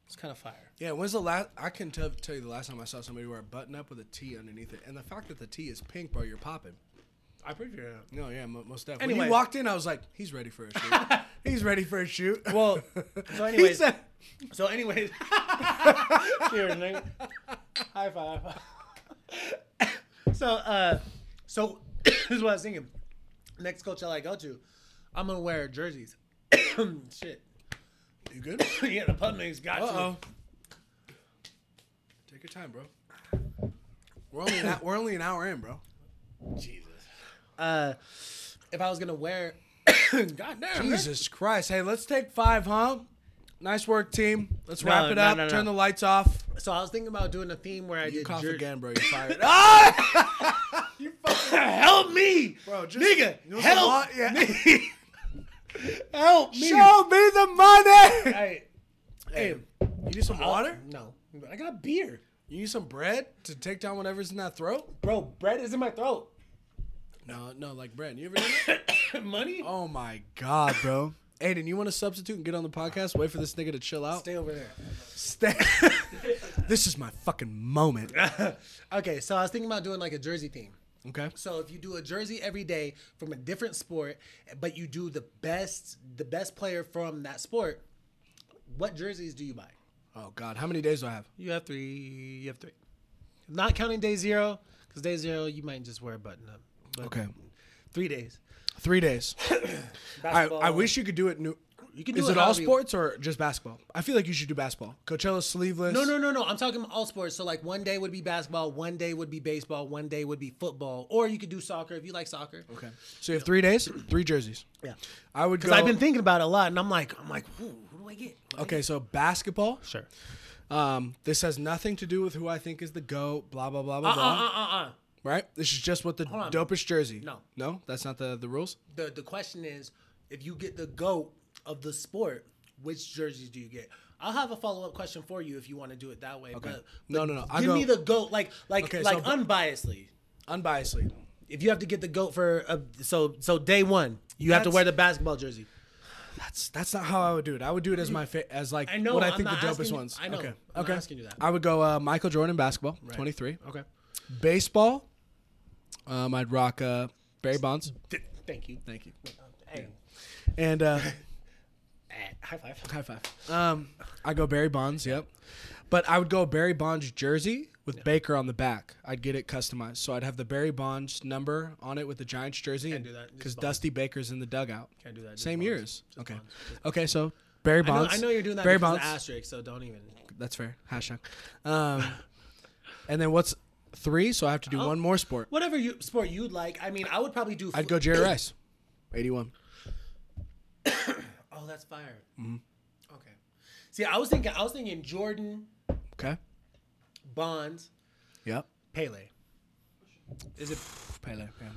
[SPEAKER 2] It's kind of fire.
[SPEAKER 1] Yeah. When's the last? I can tell tell you the last time I saw somebody wear a button up with a T underneath it, and the fact that the T is pink, bro, you're popping.
[SPEAKER 2] I appreciate it.
[SPEAKER 1] No, yeah, mo- most definitely. When
[SPEAKER 2] Anyway.
[SPEAKER 1] he walked in, I was like, he's ready for a shoot. he's ready for a shoot.
[SPEAKER 2] Well, so
[SPEAKER 1] He
[SPEAKER 2] anyways,
[SPEAKER 1] said-
[SPEAKER 2] so anyways, here, nigga. high five. so, uh, so this is what I was thinking. Next Coachella I go to, I'm gonna wear jerseys. Shit,
[SPEAKER 1] you good?
[SPEAKER 2] yeah, the pub niggas got
[SPEAKER 1] Uh
[SPEAKER 2] to.
[SPEAKER 1] oh. Take your time, bro. We're only an, hou- we're only an hour in, bro.
[SPEAKER 2] uh, if I was gonna wear, God damn,
[SPEAKER 1] Jesus Christ! Hey, let's take five, huh? Nice work, team. Let's
[SPEAKER 2] No,
[SPEAKER 1] wrap it
[SPEAKER 2] no,
[SPEAKER 1] up.
[SPEAKER 2] no, no.
[SPEAKER 1] Turn the lights off.
[SPEAKER 2] So I was thinking about doing a theme where I
[SPEAKER 1] You
[SPEAKER 2] did
[SPEAKER 1] cough
[SPEAKER 2] jer-
[SPEAKER 1] again, bro. You're fired.
[SPEAKER 2] Ah! help me,
[SPEAKER 1] Bro, just-
[SPEAKER 2] nigga,
[SPEAKER 1] you know what's a
[SPEAKER 2] help
[SPEAKER 1] lot? Yeah.
[SPEAKER 2] me, help me.
[SPEAKER 1] Show me the money.
[SPEAKER 2] Hey, hey,
[SPEAKER 1] You need some
[SPEAKER 2] I'll-
[SPEAKER 1] water?
[SPEAKER 2] No, I got beer,
[SPEAKER 1] You need some bread to take down whatever's in that throat?
[SPEAKER 2] bro. Bread is in my throat.
[SPEAKER 1] No, no, like bread. You ever done that?
[SPEAKER 2] Money.
[SPEAKER 1] Oh my god, bro. Aiden, you want to substitute and get on the podcast? Wait for this nigga to chill out.
[SPEAKER 2] Stay over there.
[SPEAKER 1] Stay. this is my fucking moment.
[SPEAKER 2] Okay, so I was thinking about doing like a jersey theme.
[SPEAKER 1] Okay.
[SPEAKER 2] So if you do a jersey every day from a different sport, but you do the best, the best player from that sport, what jerseys do you buy?
[SPEAKER 1] Oh god, how many days do I have?
[SPEAKER 2] You have three. You have three. Not counting day zero, because day zero you might just wear a button up. But
[SPEAKER 1] Okay.
[SPEAKER 2] Three days.
[SPEAKER 1] Three days. I, I wish you could do it. New-
[SPEAKER 2] you can do
[SPEAKER 1] is
[SPEAKER 2] it,
[SPEAKER 1] it, all
[SPEAKER 2] however you-
[SPEAKER 1] sports or just basketball? I feel like you should do basketball. Coachella's sleeveless.
[SPEAKER 2] No, no, no, no. I'm talking all sports. So like one day would be basketball, one day would be baseball, one day would be football, or you could do soccer if you like soccer.
[SPEAKER 1] Okay. So you have three days, three jerseys.
[SPEAKER 2] Yeah.
[SPEAKER 1] I would go.
[SPEAKER 2] Because I've been thinking about it a lot, and I'm like, I'm like, Ooh, who do I get?
[SPEAKER 1] okay, so basketball.
[SPEAKER 2] Sure.
[SPEAKER 1] Um, this has nothing to do with who I think is the goat. Blah blah blah blah
[SPEAKER 2] Uh, uh,
[SPEAKER 1] blah.
[SPEAKER 2] uh, uh, uh.
[SPEAKER 1] Right? This is just what the
[SPEAKER 2] on.
[SPEAKER 1] dopest jersey.
[SPEAKER 2] No.
[SPEAKER 1] No, that's not the the rules.
[SPEAKER 2] The the question is, if you get the goat of the sport, which jerseys do you get? I'll have a follow up question for you if you want to do it that way. But,
[SPEAKER 1] No, no,
[SPEAKER 2] but
[SPEAKER 1] no. I
[SPEAKER 2] give
[SPEAKER 1] go-
[SPEAKER 2] me the goat, like, like,
[SPEAKER 1] Okay,
[SPEAKER 2] like
[SPEAKER 1] so-
[SPEAKER 2] unbiasedly.
[SPEAKER 1] Unbiasedly.
[SPEAKER 2] If you have to get the goat for uh, so so day one, you have to
[SPEAKER 1] That's-
[SPEAKER 2] wear the basketball jersey.
[SPEAKER 1] That's that's not how I would do it. I would do it as my fa- as like
[SPEAKER 2] I know,
[SPEAKER 1] what I
[SPEAKER 2] I'm
[SPEAKER 1] think the
[SPEAKER 2] not
[SPEAKER 1] dopest
[SPEAKER 2] asking you-
[SPEAKER 1] ones.
[SPEAKER 2] I know.
[SPEAKER 1] Okay.
[SPEAKER 2] I'm not
[SPEAKER 1] okay.
[SPEAKER 2] asking you that.
[SPEAKER 1] I would go uh, Michael Jordan basketball, 23.
[SPEAKER 2] Okay.
[SPEAKER 1] Baseball. Um, I'd rock uh, Barry Bonds.
[SPEAKER 2] Thank you. um,
[SPEAKER 1] Thank you.
[SPEAKER 2] Hey,
[SPEAKER 1] And uh,
[SPEAKER 2] eh, high five.
[SPEAKER 1] high five. Um, I go Barry Bonds. Yep. But I would go Barry Bonds jersey with Baker on the back. I'd get it customized, so I'd have the Barry Bonds number on it with the Giants jersey.
[SPEAKER 2] Can't do that. Just
[SPEAKER 1] because
[SPEAKER 2] Bonds.
[SPEAKER 1] Dusty Baker's in the dugout.
[SPEAKER 2] Can't do that. Just
[SPEAKER 1] Same
[SPEAKER 2] Bonds.
[SPEAKER 1] years.
[SPEAKER 2] Just
[SPEAKER 1] Okay.
[SPEAKER 2] Bonds.
[SPEAKER 1] Okay. So Barry
[SPEAKER 2] I know,
[SPEAKER 1] Bonds.
[SPEAKER 2] I know you're doing that
[SPEAKER 1] Barry
[SPEAKER 2] because of
[SPEAKER 1] Bonds.
[SPEAKER 2] the asterisk, so don't even.
[SPEAKER 1] That's fair. Hashtag. Um, and then what's three? So I have to do
[SPEAKER 2] Oh.
[SPEAKER 1] one more sport.
[SPEAKER 2] Whatever you, sport you'd like. I mean, I would probably do.
[SPEAKER 1] I'd
[SPEAKER 2] fo-
[SPEAKER 1] go Jerry Rice, eighty-one.
[SPEAKER 2] Oh, that's fire.
[SPEAKER 1] Mm-hmm.
[SPEAKER 2] Okay. See, I was thinking, I was thinking Jordan,
[SPEAKER 1] Okay.
[SPEAKER 2] Bonds,
[SPEAKER 1] Yep.
[SPEAKER 2] Pele. Is it
[SPEAKER 1] Pele. Yeah.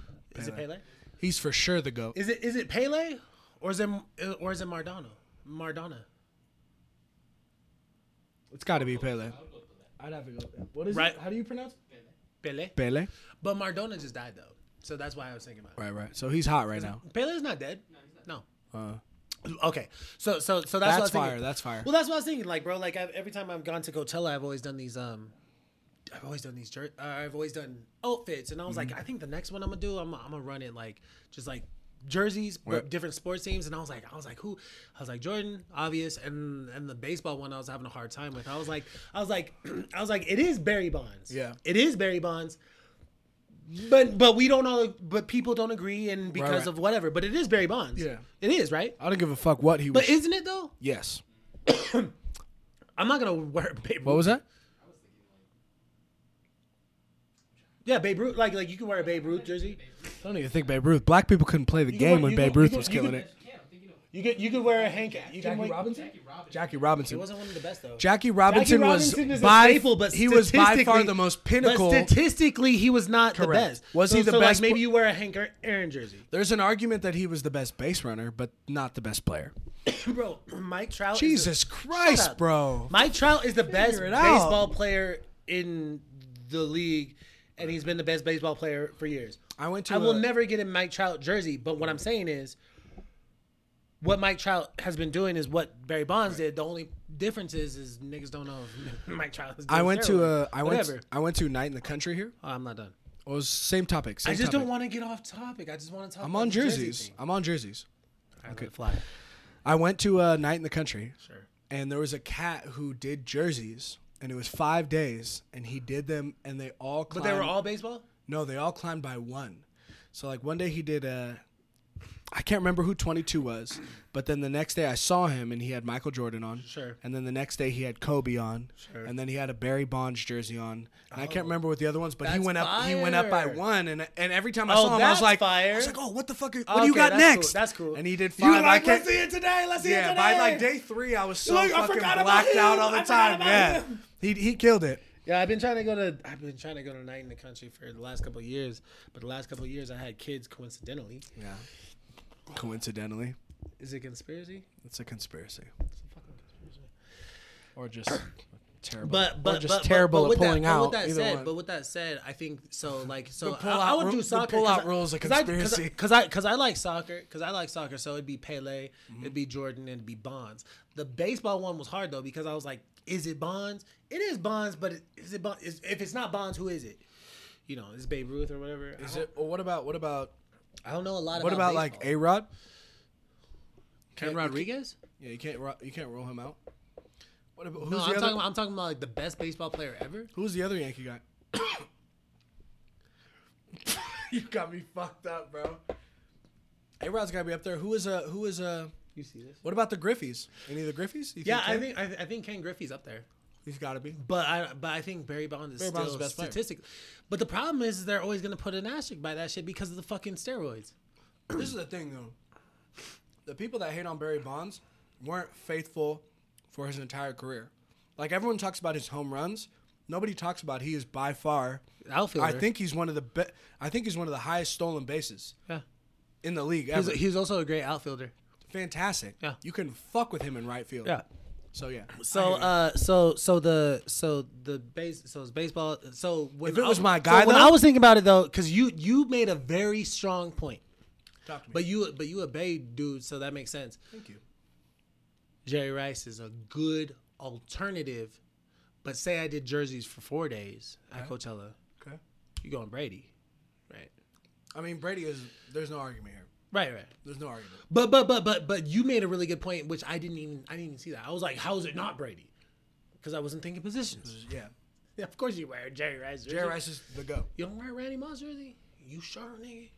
[SPEAKER 2] is it Pele?
[SPEAKER 1] He's for sure the goat.
[SPEAKER 2] Is it is it Pele, or is it or is it Maradona? Maradona.
[SPEAKER 1] It's got to be Pele. I'd have to go. What is
[SPEAKER 2] Right.
[SPEAKER 1] How do you pronounce?
[SPEAKER 2] Pele.
[SPEAKER 1] Pele.
[SPEAKER 2] But Maradona just died though, so that's why I was thinking about. it.
[SPEAKER 1] Right. Right. So he's hot right now.
[SPEAKER 2] Pele's not dead. No.
[SPEAKER 1] Uh,
[SPEAKER 2] Okay. So so so that's, what I
[SPEAKER 1] that's
[SPEAKER 2] was thinking.
[SPEAKER 1] fire. That's fire.
[SPEAKER 2] Well, that's what I was thinking. Like, bro, like I've, every time I've gone to Coachella, I've always done these. Um, I've always done these. Jer- uh, I've always done outfits, and I was
[SPEAKER 1] Mm-hmm.
[SPEAKER 2] like, I think the next one I'm gonna do, I'm, I'm gonna run it like just like jerseys, but
[SPEAKER 1] Right.
[SPEAKER 2] different sports teams. And I was like, I was like, who? I was like Jordan, obvious, and and the baseball one I was having a hard time with. I was like, I was like, I was like, it is Barry Bonds.
[SPEAKER 1] Yeah.
[SPEAKER 2] it is Barry Bonds. But but we don't all but people don't agree and because
[SPEAKER 1] right.
[SPEAKER 2] of whatever. But it is Barry Bonds.
[SPEAKER 1] Yeah.
[SPEAKER 2] it is right.
[SPEAKER 1] I don't give a fuck what he was.
[SPEAKER 2] But isn't it though?
[SPEAKER 1] yes.
[SPEAKER 2] I'm not gonna wear Babe
[SPEAKER 1] What was that?
[SPEAKER 2] Yeah, Babe Ruth. Like, like you can wear a Babe Ruth jersey.
[SPEAKER 1] I don't even think Babe Ruth. Black people couldn't play the game
[SPEAKER 2] you
[SPEAKER 1] when
[SPEAKER 2] can-
[SPEAKER 1] Babe
[SPEAKER 2] you
[SPEAKER 1] Ruth
[SPEAKER 2] can-
[SPEAKER 1] was
[SPEAKER 2] you can-
[SPEAKER 1] killing it.
[SPEAKER 5] Yeah, I'm thinking of.
[SPEAKER 2] You could you could wear a hanky. You can
[SPEAKER 1] Jackie
[SPEAKER 2] wear-
[SPEAKER 1] Robinson.
[SPEAKER 5] Jackie Robinson.
[SPEAKER 1] Jackie
[SPEAKER 2] It
[SPEAKER 1] Robinson.
[SPEAKER 2] wasn't one of the best though.
[SPEAKER 1] Jackie Robinson,
[SPEAKER 2] Robinson
[SPEAKER 1] was
[SPEAKER 2] is a
[SPEAKER 1] by
[SPEAKER 2] staple, but
[SPEAKER 1] he was by far
[SPEAKER 2] statistically-
[SPEAKER 1] the most
[SPEAKER 2] But
[SPEAKER 1] pinnacle.
[SPEAKER 2] statistically, he was not
[SPEAKER 1] Correct.
[SPEAKER 2] the best.
[SPEAKER 1] Was he
[SPEAKER 2] So-
[SPEAKER 1] the
[SPEAKER 2] so, like,
[SPEAKER 1] best
[SPEAKER 2] maybe
[SPEAKER 1] pl-
[SPEAKER 2] you wear a Hank Aaron jersey,
[SPEAKER 1] There's an argument that he was the best base runner, but not the best player.
[SPEAKER 2] bro. Mike Trout. is the-
[SPEAKER 1] Jesus Christ,
[SPEAKER 2] up.
[SPEAKER 1] bro!
[SPEAKER 2] Mike Trout is the best
[SPEAKER 1] it out.
[SPEAKER 2] baseball player in the league, and he's been the best baseball player for years.
[SPEAKER 1] I went to.
[SPEAKER 2] I will
[SPEAKER 1] a-
[SPEAKER 2] never get a Mike Trout jersey, but what I'm saying is, what Mike Trout has been doing is what Barry Bonds did. The only difference is, is niggas don't know if Mike Trout. Is doing
[SPEAKER 1] I went to
[SPEAKER 2] steroids.
[SPEAKER 1] a. I went.
[SPEAKER 2] Whatever.
[SPEAKER 1] I went to night in the country here.
[SPEAKER 2] Oh, I'm not done.
[SPEAKER 1] It was same topic. Same
[SPEAKER 2] I just
[SPEAKER 1] topic.
[SPEAKER 2] don't want to get off topic. I just want to talk.
[SPEAKER 1] I'm
[SPEAKER 2] about
[SPEAKER 1] on
[SPEAKER 2] the jersey
[SPEAKER 1] jerseys.
[SPEAKER 2] thing.
[SPEAKER 1] I'm on jerseys.
[SPEAKER 2] All right, let it fly.
[SPEAKER 1] I went to a night in the country,
[SPEAKER 2] Sure.
[SPEAKER 1] and there was a cat who did jerseys, and it was five days, and he did them, and they all.
[SPEAKER 2] But
[SPEAKER 1] Climbed,
[SPEAKER 2] they were all baseball.
[SPEAKER 1] No, they all climbed by one. So like one day he did a. I can't remember who 22 was, but then the next day I saw him and he had Michael Jordan on.
[SPEAKER 2] Sure.
[SPEAKER 1] And then the next day he had Kobe on.
[SPEAKER 2] Sure. Oh.
[SPEAKER 1] And then he had a Barry Bonds jersey on. And I can't remember what the other ones, but he
[SPEAKER 2] That's
[SPEAKER 1] went up. He went up by
[SPEAKER 2] fire.
[SPEAKER 1] one, and and every time I
[SPEAKER 2] Oh,
[SPEAKER 1] saw him, I was
[SPEAKER 2] that's
[SPEAKER 1] like, I
[SPEAKER 2] fire.
[SPEAKER 1] was like, oh, what the fuck? Are, what do you
[SPEAKER 2] Okay,
[SPEAKER 1] got
[SPEAKER 2] that's
[SPEAKER 1] next?
[SPEAKER 2] cool, that's cool.
[SPEAKER 1] And he did
[SPEAKER 2] You
[SPEAKER 1] five.
[SPEAKER 2] were
[SPEAKER 1] I
[SPEAKER 2] like,
[SPEAKER 1] can't-
[SPEAKER 2] let's see it today. Let's see it
[SPEAKER 1] yeah,
[SPEAKER 2] today.
[SPEAKER 1] by like day three, I was so
[SPEAKER 2] Look, I
[SPEAKER 1] fucking
[SPEAKER 2] forgot about
[SPEAKER 1] blacked
[SPEAKER 2] him.
[SPEAKER 1] out all the
[SPEAKER 2] I forgot
[SPEAKER 1] time.
[SPEAKER 2] about
[SPEAKER 1] Yeah,
[SPEAKER 2] him.
[SPEAKER 1] he he killed it.
[SPEAKER 2] Yeah, I've been trying to go to I've been trying to go to night in the country for the last couple of years, but the last couple of years I had kids coincidentally.
[SPEAKER 1] Yeah. Coincidentally,
[SPEAKER 2] Is it conspiracy?
[SPEAKER 1] it's a conspiracy,
[SPEAKER 2] It's a fucking conspiracy.
[SPEAKER 1] or just terrible,
[SPEAKER 2] But but
[SPEAKER 1] or just
[SPEAKER 2] but,
[SPEAKER 1] terrible
[SPEAKER 2] but, but
[SPEAKER 1] at pulling
[SPEAKER 2] that,
[SPEAKER 1] out.
[SPEAKER 2] But with that
[SPEAKER 1] either
[SPEAKER 2] said,
[SPEAKER 1] one.
[SPEAKER 2] but with that said, I think so. Like so,
[SPEAKER 1] The
[SPEAKER 2] I, I
[SPEAKER 1] pull-out
[SPEAKER 2] would
[SPEAKER 1] ru-
[SPEAKER 2] do
[SPEAKER 1] the
[SPEAKER 2] soccer.
[SPEAKER 1] pull-out
[SPEAKER 2] I-
[SPEAKER 1] rule is a
[SPEAKER 2] I-
[SPEAKER 1] conspiracy.
[SPEAKER 2] Cause I, cause I like soccer. Cause I like soccer. So it'd be Pele,
[SPEAKER 1] Mm-hmm.
[SPEAKER 2] it'd be Jordan, and it'd be Bonds. The baseball one was hard though because I was like, is it Bonds? It is Bonds, but is it Bonds? Is, if it's not Bonds, who is it? You know, is it Babe Ruth or whatever? I
[SPEAKER 1] Is
[SPEAKER 2] don't-
[SPEAKER 1] it? Well, what about what about
[SPEAKER 2] I don't know a lot
[SPEAKER 1] what about,
[SPEAKER 2] about
[SPEAKER 1] like
[SPEAKER 2] baseball.
[SPEAKER 1] A Rod?
[SPEAKER 2] Ken Rodriguez?
[SPEAKER 1] Yeah, you can't ru- you can't roll him out. What about who's
[SPEAKER 2] No,
[SPEAKER 1] the
[SPEAKER 2] I'm
[SPEAKER 1] other?
[SPEAKER 2] talking. About, I'm talking about like the best baseball player ever.
[SPEAKER 1] who's the other Yankee guy? you got me fucked up, bro. A Rod's gotta be up there. Who is a who is a?
[SPEAKER 2] You see this?
[SPEAKER 1] What about the Griffies? Any of the Griffies? You
[SPEAKER 2] Yeah, I
[SPEAKER 1] Ken-
[SPEAKER 2] think I, I think Ken Griffey's up there.
[SPEAKER 1] he's gotta be.
[SPEAKER 2] But I but I think Barry Bonds is
[SPEAKER 1] Barry
[SPEAKER 2] still
[SPEAKER 1] Bonds is the best player.
[SPEAKER 2] statistic. But the problem is, is they're always gonna put an asterisk by that shit because of the fucking steroids.
[SPEAKER 1] this is the thing though. The people that hate on Barry Bonds weren't faithful for his entire career. Like everyone talks about his home runs, nobody talks about he is by far
[SPEAKER 2] Outfielder.
[SPEAKER 1] I think he's one of the be- I think he's one of the highest stolen bases
[SPEAKER 2] yeah.
[SPEAKER 1] in the league
[SPEAKER 2] He's,
[SPEAKER 1] ever.
[SPEAKER 2] he's also a great outfielder.
[SPEAKER 1] Fantastic.
[SPEAKER 2] Yeah.
[SPEAKER 1] You can fuck with him in right field. So yeah.
[SPEAKER 2] So uh so so the so the base so it's baseball so when
[SPEAKER 1] If it
[SPEAKER 2] I-
[SPEAKER 1] was my guy,
[SPEAKER 2] so when
[SPEAKER 1] though-
[SPEAKER 2] I was thinking about it though because you you made a very strong point
[SPEAKER 1] Talk to me.
[SPEAKER 2] but you but you a Bay dude so that makes sense
[SPEAKER 1] Thank you.
[SPEAKER 2] Jerry Rice is a good alternative. But say I did jerseys for four days at Coachella,
[SPEAKER 1] Okay.
[SPEAKER 2] you going Brady, right?
[SPEAKER 1] I mean Brady is there's no argument here.
[SPEAKER 2] Right, right.
[SPEAKER 1] There's no argument.
[SPEAKER 2] But but but but but you made a really good point, which I didn't even I didn't even see that. I was like, how is it not Brady? Because I wasn't thinking positions.
[SPEAKER 1] Yeah.
[SPEAKER 2] Yeah, of course you wear a Jerry Rice. Jersey.
[SPEAKER 1] Jerry Rice is the go.
[SPEAKER 2] You don't wear a Randy Moss jersey? You sure, nigga?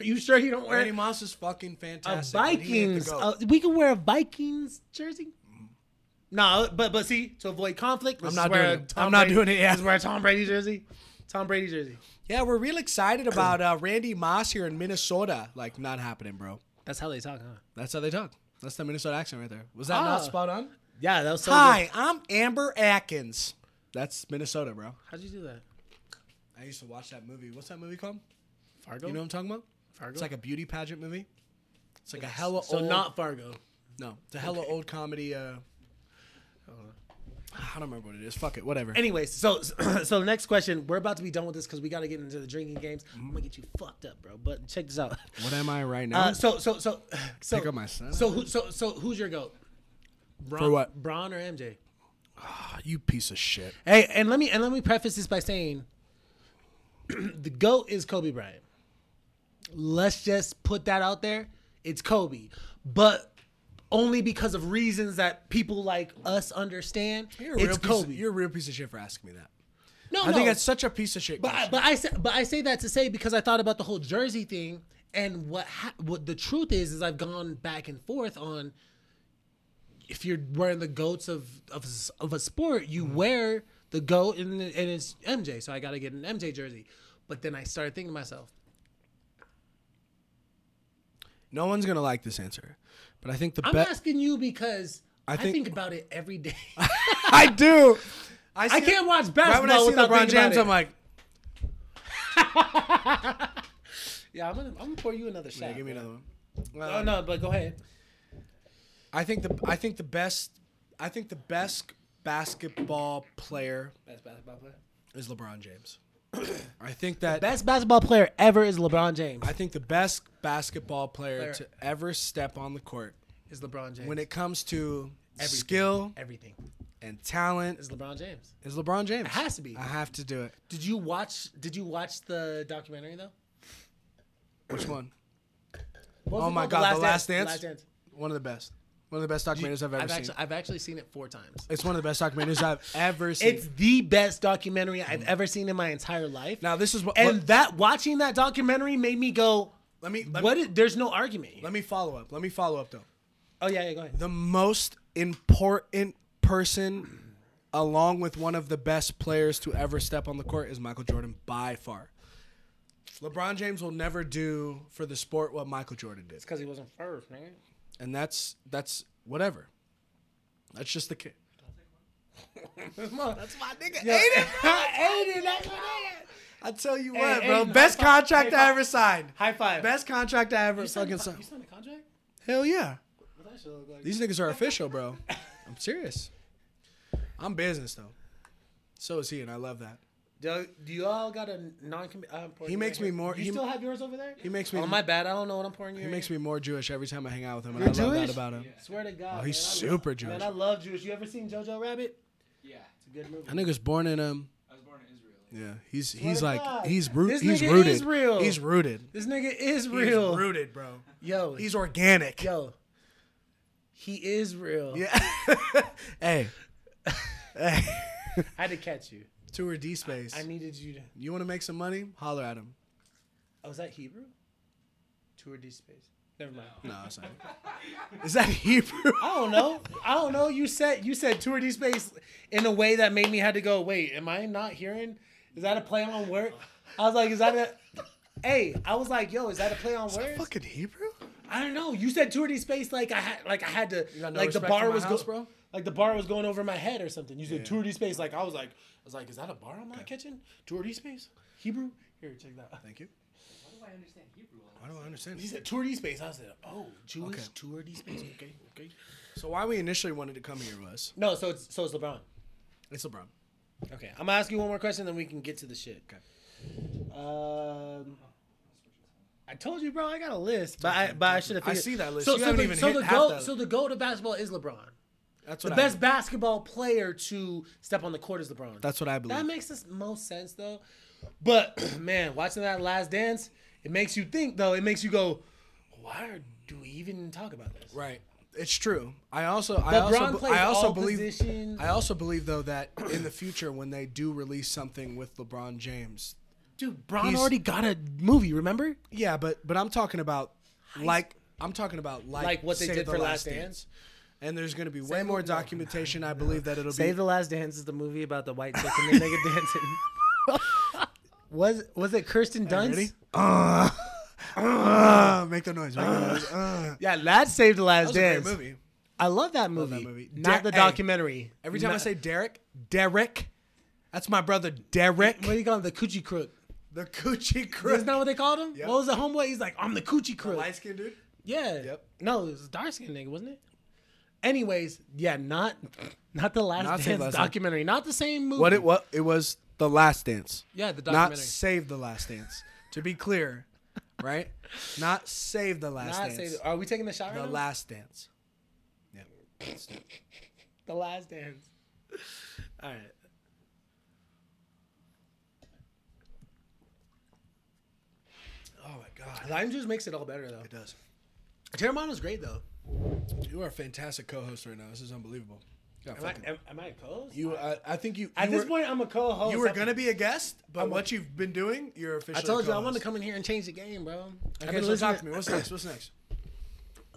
[SPEAKER 2] Are you sure you don't wear
[SPEAKER 1] Randy Moss is fucking
[SPEAKER 2] a
[SPEAKER 1] fantastic. and he ain't the
[SPEAKER 2] Vikings?
[SPEAKER 1] GOAT.
[SPEAKER 2] uh, we can wear a Vikings jersey. No, but but see, to avoid conflict, let's
[SPEAKER 1] I'm not
[SPEAKER 2] wear
[SPEAKER 1] doing
[SPEAKER 2] a
[SPEAKER 1] it.
[SPEAKER 2] Tom
[SPEAKER 1] I'm not
[SPEAKER 2] Brady-
[SPEAKER 1] doing it, yeah.
[SPEAKER 2] let's wear a Tom Brady jersey. Tom Brady jersey.
[SPEAKER 1] Yeah, we're real excited about uh, Randy Moss here in Minnesota. Like, not happening, bro.
[SPEAKER 2] That's how they talk, huh?
[SPEAKER 1] That's how they talk. That's the Minnesota accent right there. Was that
[SPEAKER 2] Ah.
[SPEAKER 1] not spot on?
[SPEAKER 2] Yeah, that was so.
[SPEAKER 1] Hi, I'm Amber Atkins. That's Minnesota, bro.
[SPEAKER 2] good. How'd you do that?
[SPEAKER 1] I used to watch that movie. What's that movie called?
[SPEAKER 2] Fargo.
[SPEAKER 1] You know what I'm talking about?
[SPEAKER 2] Fargo.
[SPEAKER 1] It's like a beauty pageant movie. It's like a hella
[SPEAKER 2] so
[SPEAKER 1] old.
[SPEAKER 2] not Fargo.
[SPEAKER 1] no, it's a hella old comedy. Uh, I don't remember what it is. Fuck it, whatever.
[SPEAKER 2] Anyways, so so the next question, we're about to be done with this because we got to get into the drinking games. I'm gonna get you fucked up, bro. But check this out.
[SPEAKER 1] what am I right now?
[SPEAKER 2] Uh, so so so so
[SPEAKER 1] Pick up my son.
[SPEAKER 2] so who so so who's your goat? Bron,
[SPEAKER 1] For what?
[SPEAKER 2] Braun or MJ?
[SPEAKER 1] you piece of shit.
[SPEAKER 2] Hey, and let me and let me preface this by saying, the goat is Kobe Bryant. Let's just put that out there. It's Kobe, but only because of reasons that people like us understand.
[SPEAKER 1] You're a real
[SPEAKER 2] it's
[SPEAKER 1] piece of-
[SPEAKER 2] Kobe.
[SPEAKER 1] you're a real piece of shit for asking me that.
[SPEAKER 2] no,
[SPEAKER 1] I
[SPEAKER 2] no.
[SPEAKER 1] think that's such a piece of shit.
[SPEAKER 2] But I,
[SPEAKER 1] question.
[SPEAKER 2] but I say, but I say that to say because I thought about the whole jersey thing and what ha- what the truth is is I've gone back and forth on if you're wearing the goats of of s- of a sport, you
[SPEAKER 1] Mm-hmm.
[SPEAKER 2] wear the goat and it- and it's MJ, so I got to get an MJ jersey. But then I started thinking to myself,
[SPEAKER 1] No one's gonna like this answer But I think the
[SPEAKER 2] I'm
[SPEAKER 1] best.
[SPEAKER 2] asking you because I
[SPEAKER 1] I
[SPEAKER 2] think,
[SPEAKER 1] think-
[SPEAKER 2] about it every day.
[SPEAKER 1] I do.
[SPEAKER 2] I
[SPEAKER 1] see-
[SPEAKER 2] can't watch
[SPEAKER 1] Right
[SPEAKER 2] basketball
[SPEAKER 1] when I see
[SPEAKER 2] without
[SPEAKER 1] LeBron
[SPEAKER 2] thinking
[SPEAKER 1] James,
[SPEAKER 2] about
[SPEAKER 1] I'm
[SPEAKER 2] it.
[SPEAKER 1] like,
[SPEAKER 2] yeah, I'm gonna, I'm gonna pour you another shot.
[SPEAKER 1] yeah, give me
[SPEAKER 2] man.
[SPEAKER 1] another one.
[SPEAKER 2] Oh no, but go ahead.
[SPEAKER 1] I think the I think the best I think the best basketball player
[SPEAKER 2] Best basketball player.
[SPEAKER 1] is LeBron James. I think that
[SPEAKER 2] Best basketball player ever is LeBron James.
[SPEAKER 1] I think the best basketball player,
[SPEAKER 2] Player.
[SPEAKER 1] to ever step on the court
[SPEAKER 2] Is LeBron James.
[SPEAKER 1] when it comes to
[SPEAKER 2] Everything.
[SPEAKER 1] skill
[SPEAKER 2] everything
[SPEAKER 1] and talent
[SPEAKER 2] is LeBron James.
[SPEAKER 1] is LeBron James.
[SPEAKER 2] It has to be.
[SPEAKER 1] I have to do it.
[SPEAKER 2] Did you watch? Did you watch the documentary though?
[SPEAKER 1] Which one?
[SPEAKER 2] What was
[SPEAKER 1] Oh
[SPEAKER 2] it
[SPEAKER 1] my
[SPEAKER 2] called?
[SPEAKER 1] God, The Last Dance?
[SPEAKER 2] Last Dance.
[SPEAKER 1] One of the best. One of the best documentaries I've ever
[SPEAKER 2] I've
[SPEAKER 1] seen.
[SPEAKER 2] actually, I've actually seen it four times.
[SPEAKER 1] it's one of the best documentaries I've ever seen. Mm-hmm.
[SPEAKER 2] It's the best documentary I've ever seen in my entire life.
[SPEAKER 1] now this is what
[SPEAKER 2] and
[SPEAKER 1] what-
[SPEAKER 2] that watching that documentary made me go,
[SPEAKER 1] let me let
[SPEAKER 2] "What?
[SPEAKER 1] me
[SPEAKER 2] Is, there's no argument." here."
[SPEAKER 1] let me follow up. Let me follow up though.
[SPEAKER 2] oh yeah, yeah, go ahead.
[SPEAKER 1] the most important person along with one of the best players to ever step on the court is Michael Jordan by far. LeBron James will never do for the sport what Michael Jordan did.
[SPEAKER 2] because he wasn't first, man.
[SPEAKER 1] And that's that's whatever. That's just the kid.
[SPEAKER 2] That's my, that's my
[SPEAKER 1] nigga.
[SPEAKER 2] Aiden, that's my nigga.
[SPEAKER 1] I tell you
[SPEAKER 2] Hey,
[SPEAKER 1] what,
[SPEAKER 2] hey,
[SPEAKER 1] bro.
[SPEAKER 2] high
[SPEAKER 1] best
[SPEAKER 2] five,
[SPEAKER 1] contract
[SPEAKER 2] high five.
[SPEAKER 1] I ever signed.
[SPEAKER 2] High five.
[SPEAKER 1] Best contract I ever
[SPEAKER 2] You signed
[SPEAKER 1] fucking
[SPEAKER 2] a con-
[SPEAKER 1] signed.
[SPEAKER 2] You signed a contract?
[SPEAKER 1] Hell yeah.
[SPEAKER 2] What that shit look like?
[SPEAKER 1] These niggas are official, bro. I'm serious. I'm business though. So is he, and I love that.
[SPEAKER 2] Do, do you all got a non commit?
[SPEAKER 1] He makes me more-
[SPEAKER 2] You
[SPEAKER 1] he-
[SPEAKER 2] still have yours over there?
[SPEAKER 1] He makes me
[SPEAKER 2] Oh, my bad. I don't know what I'm pouring you.
[SPEAKER 1] He makes me more Jewish every time I hang out with him, and
[SPEAKER 2] You're
[SPEAKER 1] I love
[SPEAKER 2] Jewish?
[SPEAKER 1] that about him.
[SPEAKER 2] Swear to God.
[SPEAKER 1] Oh, he's
[SPEAKER 2] man, I-
[SPEAKER 1] super Jewish.
[SPEAKER 2] Man, I love Jewish. You ever seen Jojo Rabbit?
[SPEAKER 4] Yeah.
[SPEAKER 2] It's a good movie.
[SPEAKER 1] That nigga's born in um.
[SPEAKER 4] I was born in Israel.
[SPEAKER 1] Yeah, he's he's
[SPEAKER 2] to
[SPEAKER 1] like
[SPEAKER 2] God.
[SPEAKER 1] he's root
[SPEAKER 2] This
[SPEAKER 1] he's
[SPEAKER 2] nigga
[SPEAKER 1] rooted.
[SPEAKER 2] is real.
[SPEAKER 1] He's rooted.
[SPEAKER 2] This nigga is real.
[SPEAKER 1] He's rooted, bro.
[SPEAKER 2] Yo,
[SPEAKER 1] He's organic.
[SPEAKER 2] yo. He is real.
[SPEAKER 1] Yeah. hey. hey.
[SPEAKER 2] I had to catch you.
[SPEAKER 1] Tour D space.
[SPEAKER 2] I needed you to.
[SPEAKER 1] you want to make some money? Holler at him.
[SPEAKER 2] Oh, is that Hebrew? Tour D space. Never mind.
[SPEAKER 1] No, I'm sorry. Is that Hebrew?
[SPEAKER 2] I don't know. I don't know. You said you said tour D space in a way that made me had to go. Wait, am I not hearing? Is that a play on word? I was like, is that a? Hey, I was like, yo, is that a play on
[SPEAKER 1] Is that
[SPEAKER 2] words?
[SPEAKER 1] fucking Hebrew?
[SPEAKER 2] I don't know. You said tour D space like I had like I had to like the bar was go- like the bar was going over my head or something. You said
[SPEAKER 1] Yeah.
[SPEAKER 2] tour D space like I was like I was like, is that a bar I'm not catching? Tour D space Hebrew. Here, check that. out.
[SPEAKER 1] Thank you.
[SPEAKER 5] Why do I understand Hebrew? all
[SPEAKER 1] I don't understand.
[SPEAKER 2] He said tour D space. I said, oh, Jewish
[SPEAKER 1] Okay.
[SPEAKER 2] tour D space. Okay, okay.
[SPEAKER 1] So why we initially wanted to come here was
[SPEAKER 2] No, so it's so it's LeBron.
[SPEAKER 1] it's LeBron.
[SPEAKER 2] Okay, I'm gonna ask you one more question, then we can get to the shit.
[SPEAKER 1] Okay.
[SPEAKER 2] Um, I told you, bro, I got a list, but I but I should have.
[SPEAKER 1] I see that list.
[SPEAKER 2] So,
[SPEAKER 1] You
[SPEAKER 2] so
[SPEAKER 1] haven't
[SPEAKER 2] the,
[SPEAKER 1] even
[SPEAKER 2] so
[SPEAKER 1] hit
[SPEAKER 2] the
[SPEAKER 1] half
[SPEAKER 2] goat,
[SPEAKER 1] that.
[SPEAKER 2] so the goat of basketball is LeBron.
[SPEAKER 1] That's
[SPEAKER 2] The
[SPEAKER 1] what I
[SPEAKER 2] best basketball player to step on the court is LeBron.
[SPEAKER 1] That's what I believe.
[SPEAKER 2] that makes the most sense though. But man, watching that Last Dance, it makes you think though. It makes you go, why are, do we even talk about this?
[SPEAKER 1] Right. It's true. I also I
[SPEAKER 2] LeBron
[SPEAKER 1] also be-
[SPEAKER 2] plays
[SPEAKER 1] I also
[SPEAKER 2] all
[SPEAKER 1] believe
[SPEAKER 2] positions.
[SPEAKER 1] I also believe though that in the future when they do release something with LeBron James.
[SPEAKER 2] Dude, Bron
[SPEAKER 1] He's-
[SPEAKER 2] already got a movie. Remember?
[SPEAKER 1] Yeah, but but I'm talking about like I'm talking about like,
[SPEAKER 2] Like what they
[SPEAKER 1] Save
[SPEAKER 2] did
[SPEAKER 1] the
[SPEAKER 2] for Last Dance?
[SPEAKER 1] And there's going to be way more documentation. I believe that it'll
[SPEAKER 2] Save
[SPEAKER 1] be
[SPEAKER 2] the Last Dance is the movie about the white chick and the nigga dancing. was was it Kirsten Dunst?
[SPEAKER 1] ready? Uh, uh, make the noise. Make the noise. Uh.
[SPEAKER 2] Yeah, that saved the
[SPEAKER 1] That
[SPEAKER 2] Last
[SPEAKER 1] was a great
[SPEAKER 2] Dance.
[SPEAKER 1] movie.
[SPEAKER 2] I love that movie.
[SPEAKER 1] movie.
[SPEAKER 2] Not
[SPEAKER 1] Da-
[SPEAKER 2] the
[SPEAKER 1] hey,
[SPEAKER 2] documentary.
[SPEAKER 1] Every time I
[SPEAKER 2] Not-
[SPEAKER 1] say Derek, Derek, that's my brother Derek,
[SPEAKER 2] what do you call him? The coochie crook.
[SPEAKER 1] the coochie
[SPEAKER 2] That's
[SPEAKER 1] crook.
[SPEAKER 2] not what they called him.
[SPEAKER 1] Yep.
[SPEAKER 2] What was the homeboy? He's like, I'm the coochie crook.
[SPEAKER 1] Light skinned dude.
[SPEAKER 2] yeah.
[SPEAKER 1] Yep.
[SPEAKER 2] No, it was dark skinned nigga, wasn't it? Anyways, yeah, not not the Last
[SPEAKER 1] Not Save
[SPEAKER 2] Dance
[SPEAKER 1] the Last Dance.
[SPEAKER 2] documentary. Not the same movie.
[SPEAKER 1] What it what it was the Last Dance,
[SPEAKER 2] Yeah, the
[SPEAKER 1] not
[SPEAKER 2] documentary.
[SPEAKER 1] Save the Last Dance. To be clear, right? Not Save the Last
[SPEAKER 2] Not
[SPEAKER 1] Dance.
[SPEAKER 2] Save the- Are we taking the shot?
[SPEAKER 1] the
[SPEAKER 2] right now?
[SPEAKER 1] Last Dance. Yeah.
[SPEAKER 2] The Last Dance. All right.
[SPEAKER 1] Oh my God,
[SPEAKER 2] Lime juice makes it all better though.
[SPEAKER 1] it does.
[SPEAKER 2] Terramano's great though.
[SPEAKER 1] You are a fantastic co-host right now. This is unbelievable. God,
[SPEAKER 2] Am I,
[SPEAKER 1] fucking-
[SPEAKER 2] am, am I a co-host?
[SPEAKER 1] you, I, I think you.
[SPEAKER 2] At
[SPEAKER 1] you
[SPEAKER 2] this
[SPEAKER 1] were,
[SPEAKER 2] point, I'm a co-host.
[SPEAKER 1] you were
[SPEAKER 2] I'm-
[SPEAKER 1] gonna be a guest, but what you've been doing, you're officially.
[SPEAKER 2] I told you I
[SPEAKER 1] co-host.
[SPEAKER 2] want to come in here and change the game, bro. I've
[SPEAKER 1] Okay,
[SPEAKER 2] been
[SPEAKER 1] so talk
[SPEAKER 2] listening.
[SPEAKER 1] to me. What's next? What's next?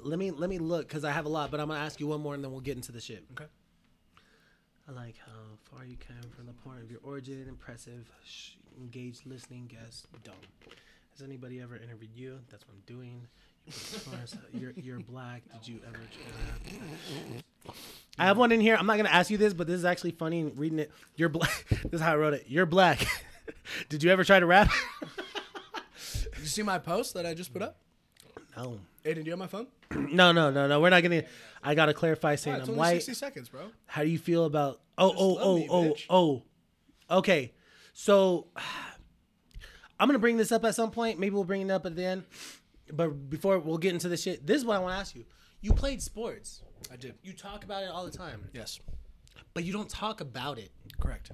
[SPEAKER 2] Let me let me look because I have a lot, but I'm gonna ask you one more and then we'll get into the shit.
[SPEAKER 1] Okay.
[SPEAKER 2] I like how far you came from the point of your origin. Impressive, sh- engaged listening guests. Dumb. Has anybody ever interviewed you? That's what I'm doing. You're you're black. Did you ever? I have one in here. I'm not gonna ask you this, but this is actually funny. and Reading it, you're black. This is how I wrote it. You're black. Did you ever try to rap?
[SPEAKER 1] Did you see my post that I just put up?
[SPEAKER 2] no,
[SPEAKER 1] Aiden, do you have my phone?
[SPEAKER 2] no, no, no, no. We're not gonna. I gotta clarify
[SPEAKER 1] Yeah,
[SPEAKER 2] saying
[SPEAKER 1] it's
[SPEAKER 2] I'm
[SPEAKER 1] only
[SPEAKER 2] white.
[SPEAKER 1] 60 seconds, bro.
[SPEAKER 2] How do you feel about? Oh, oh,
[SPEAKER 1] love
[SPEAKER 2] oh,
[SPEAKER 1] me,
[SPEAKER 2] oh,
[SPEAKER 1] bitch.
[SPEAKER 2] oh. Okay, so I'm gonna bring this up at some point. Maybe we'll bring it up at the end. But before we'll get into the shit, this is what I want to ask you. You played sports.
[SPEAKER 1] I did.
[SPEAKER 2] You talk about it all the time,
[SPEAKER 1] Yes,
[SPEAKER 2] but you don't talk about it.
[SPEAKER 1] correct.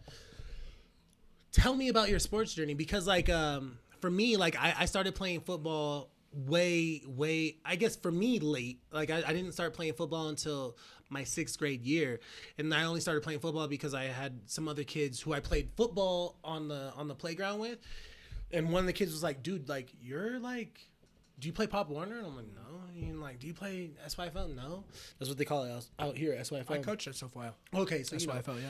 [SPEAKER 2] tell me about your sports journey because like um for me like I, I started playing football way way i guess for me late like I, I didn't start playing football until my sixth grade year and i only started playing football because i had some other kids who i played football on the on the playground with and one of the kids was like dude like you're like do you play pop warner and i'm like no and like do you play syfl no that's what they call it out- out here syfl
[SPEAKER 1] I coached at Sophia.
[SPEAKER 2] okay so
[SPEAKER 1] That's
[SPEAKER 2] you know
[SPEAKER 1] why I felt, yeah.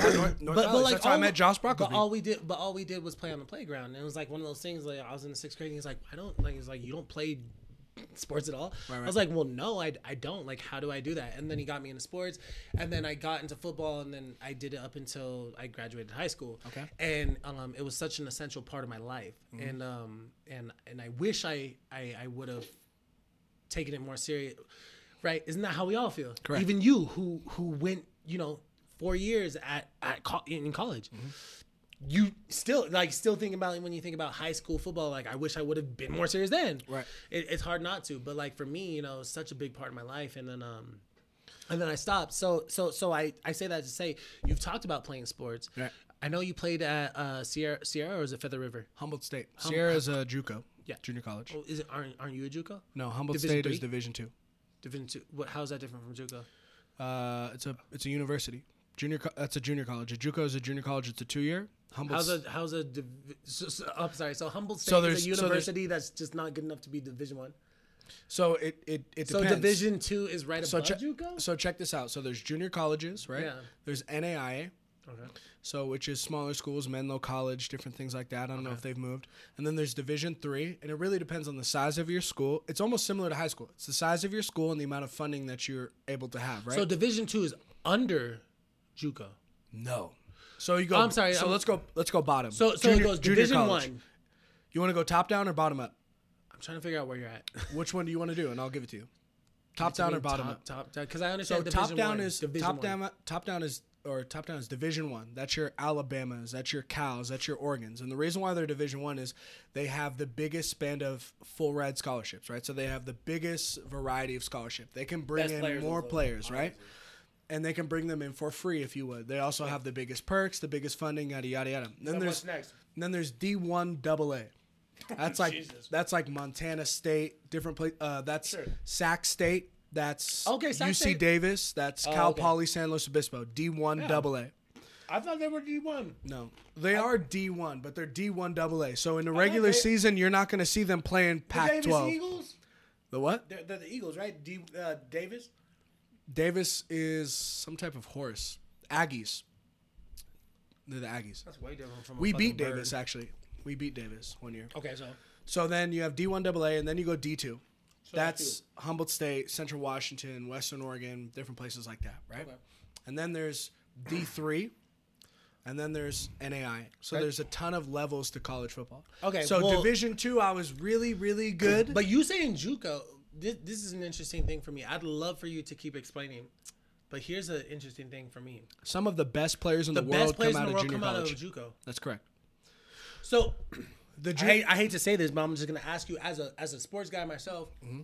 [SPEAKER 1] North, North
[SPEAKER 2] but,
[SPEAKER 1] Valley.
[SPEAKER 2] but like
[SPEAKER 1] That's how I
[SPEAKER 2] all-
[SPEAKER 1] met Josh
[SPEAKER 2] But
[SPEAKER 1] Brockles.
[SPEAKER 2] all we did, but all we did was play on the playground, and it was like one of those things. Like I was in the sixth grade, and he's like, "I don't like." He's like, "You don't play sports at all." I was like, "Well, no, I, I don't. Like, how do I do that?" And then he got me into sports, and then I got into football, and then I did it up until I graduated high school.
[SPEAKER 1] Okay. Mm-hmm.
[SPEAKER 2] and um, it was such an essential part of my life, and um, and and I wish I I, I would have taking it more serious, right? Isn't that how we all feel?
[SPEAKER 1] Correct.
[SPEAKER 2] Even you, who who went, you know, four years at at co- in in college,
[SPEAKER 1] Mm-hmm.
[SPEAKER 2] you still like still thinking about it when you think about high school football. Like, I wish I would have been more serious then.
[SPEAKER 1] Right.
[SPEAKER 2] It, it's hard not to, but like for me, you know, it's such a big part of my life, and then um. And then I stopped. So so so I, I say that to say you've talked about playing sports.
[SPEAKER 1] Right.
[SPEAKER 2] I know you played at uh, Sierra Sierra or is it Feather River?
[SPEAKER 1] Humboldt State. Sierra's a JUCO.
[SPEAKER 2] Yeah.
[SPEAKER 1] Junior college.
[SPEAKER 2] Oh, is it aren't aren't you a JUCO?
[SPEAKER 1] No, Humboldt
[SPEAKER 2] Division
[SPEAKER 1] State is
[SPEAKER 2] three?
[SPEAKER 1] Division Two.
[SPEAKER 2] Different to, what how is that different from JUCO?
[SPEAKER 1] Uh, it's a it's a university. Junior. Co- that's a junior college. A JUCO is a junior college. It's a two year. Humboldt.
[SPEAKER 2] How's
[SPEAKER 1] S-
[SPEAKER 2] a how's a div- so, so, oh, sorry. So Humboldt State
[SPEAKER 1] So
[SPEAKER 2] is
[SPEAKER 1] there's-
[SPEAKER 2] a
[SPEAKER 1] so there's-
[SPEAKER 2] university that's just not good enough to be Division One.
[SPEAKER 1] so it it it
[SPEAKER 2] So
[SPEAKER 1] depends.
[SPEAKER 2] Division Two is right
[SPEAKER 1] So
[SPEAKER 2] above
[SPEAKER 1] check.
[SPEAKER 2] JUCO.
[SPEAKER 1] So check this out. So there's junior colleges, right?
[SPEAKER 2] Yeah.
[SPEAKER 1] There's NAIA.
[SPEAKER 2] Okay.
[SPEAKER 1] So which is smaller schools, Menlo College, different things like that. I don't know if they've moved. And then there's Division Three, and it really depends on the size of your school. It's almost similar to high school. It's the size of your school and the amount of funding that you're able to have, right?
[SPEAKER 2] So Division Two is under JUCO.
[SPEAKER 1] no. So you go.
[SPEAKER 2] I'm sorry,
[SPEAKER 1] So
[SPEAKER 2] I'm-
[SPEAKER 1] let's go. Let's go bottom.
[SPEAKER 2] So so it goes Division One.
[SPEAKER 1] You want to go top down or bottom up?
[SPEAKER 2] I'm trying to figure out where you're at.
[SPEAKER 1] Which one do you want to do? And I'll give it to you. Top down or bottom
[SPEAKER 2] top,
[SPEAKER 1] up?
[SPEAKER 2] Top down because I
[SPEAKER 1] So
[SPEAKER 2] understand Division
[SPEAKER 1] top down
[SPEAKER 2] One
[SPEAKER 1] is
[SPEAKER 2] Division
[SPEAKER 1] top
[SPEAKER 2] One.
[SPEAKER 1] down. Top down is or top down is Division One. That's your Alabamas. That's your Cows. That's your Oregon's. And the reason why they're Division One is they have the biggest span of full ride scholarships, right? So they have the biggest variety of scholarship. They can bring
[SPEAKER 2] Best
[SPEAKER 1] in
[SPEAKER 2] players
[SPEAKER 1] more
[SPEAKER 2] also,
[SPEAKER 1] players, right? And they can bring them in for free if you would. They also have the biggest perks, the biggest funding, yada yada yada. And then there's and then there's D1 double A. That's like that's like Montana State, different place. Uh, that's Sac State. That's
[SPEAKER 2] Okay, Sac
[SPEAKER 1] UC
[SPEAKER 2] State.
[SPEAKER 1] Davis. That's Cal
[SPEAKER 2] Oh, okay.
[SPEAKER 1] Poly San Luis Obispo. D1 double A.
[SPEAKER 2] I thought they were D one.
[SPEAKER 1] No, they are D1, but they're D1 double A. So in the regular
[SPEAKER 2] they-
[SPEAKER 1] season, you're not going to see them playing Pac-12.
[SPEAKER 2] Eagles.
[SPEAKER 1] The what?
[SPEAKER 2] They're, they're the Eagles, right? D, uh, Davis.
[SPEAKER 1] Davis is some type of horse. Aggies. They're the Aggies.
[SPEAKER 2] That's way different from. a
[SPEAKER 1] We
[SPEAKER 2] fucking
[SPEAKER 1] beat
[SPEAKER 2] bird.
[SPEAKER 1] Davis actually. We beat Davis one year.
[SPEAKER 2] Okay, so
[SPEAKER 1] So then you have D1 AA, and then you go D2.
[SPEAKER 2] that's
[SPEAKER 1] that's Humboldt State, Central Washington, Western Oregon, different places like that, right? And then there's D3, and then there's NAI. So there's a ton of levels to college football.
[SPEAKER 2] Okay,
[SPEAKER 1] So
[SPEAKER 2] well-
[SPEAKER 1] Division Two, I was really, really good.
[SPEAKER 2] But you saying JUCO, this, this is an interesting thing for me. I'd love for you to keep explaining. But here's an interesting thing for me:
[SPEAKER 1] Some of the best players in
[SPEAKER 2] the
[SPEAKER 1] the, world
[SPEAKER 2] best players
[SPEAKER 1] come
[SPEAKER 2] in
[SPEAKER 1] out of
[SPEAKER 2] the world
[SPEAKER 1] junior
[SPEAKER 2] come out
[SPEAKER 1] college.
[SPEAKER 2] of JUCO.
[SPEAKER 1] That's correct.
[SPEAKER 2] So
[SPEAKER 1] The
[SPEAKER 2] I
[SPEAKER 1] ju-
[SPEAKER 2] hate, I hate to say this, but I'm just gonna ask you as a as a sports guy myself.
[SPEAKER 1] Mm-hmm.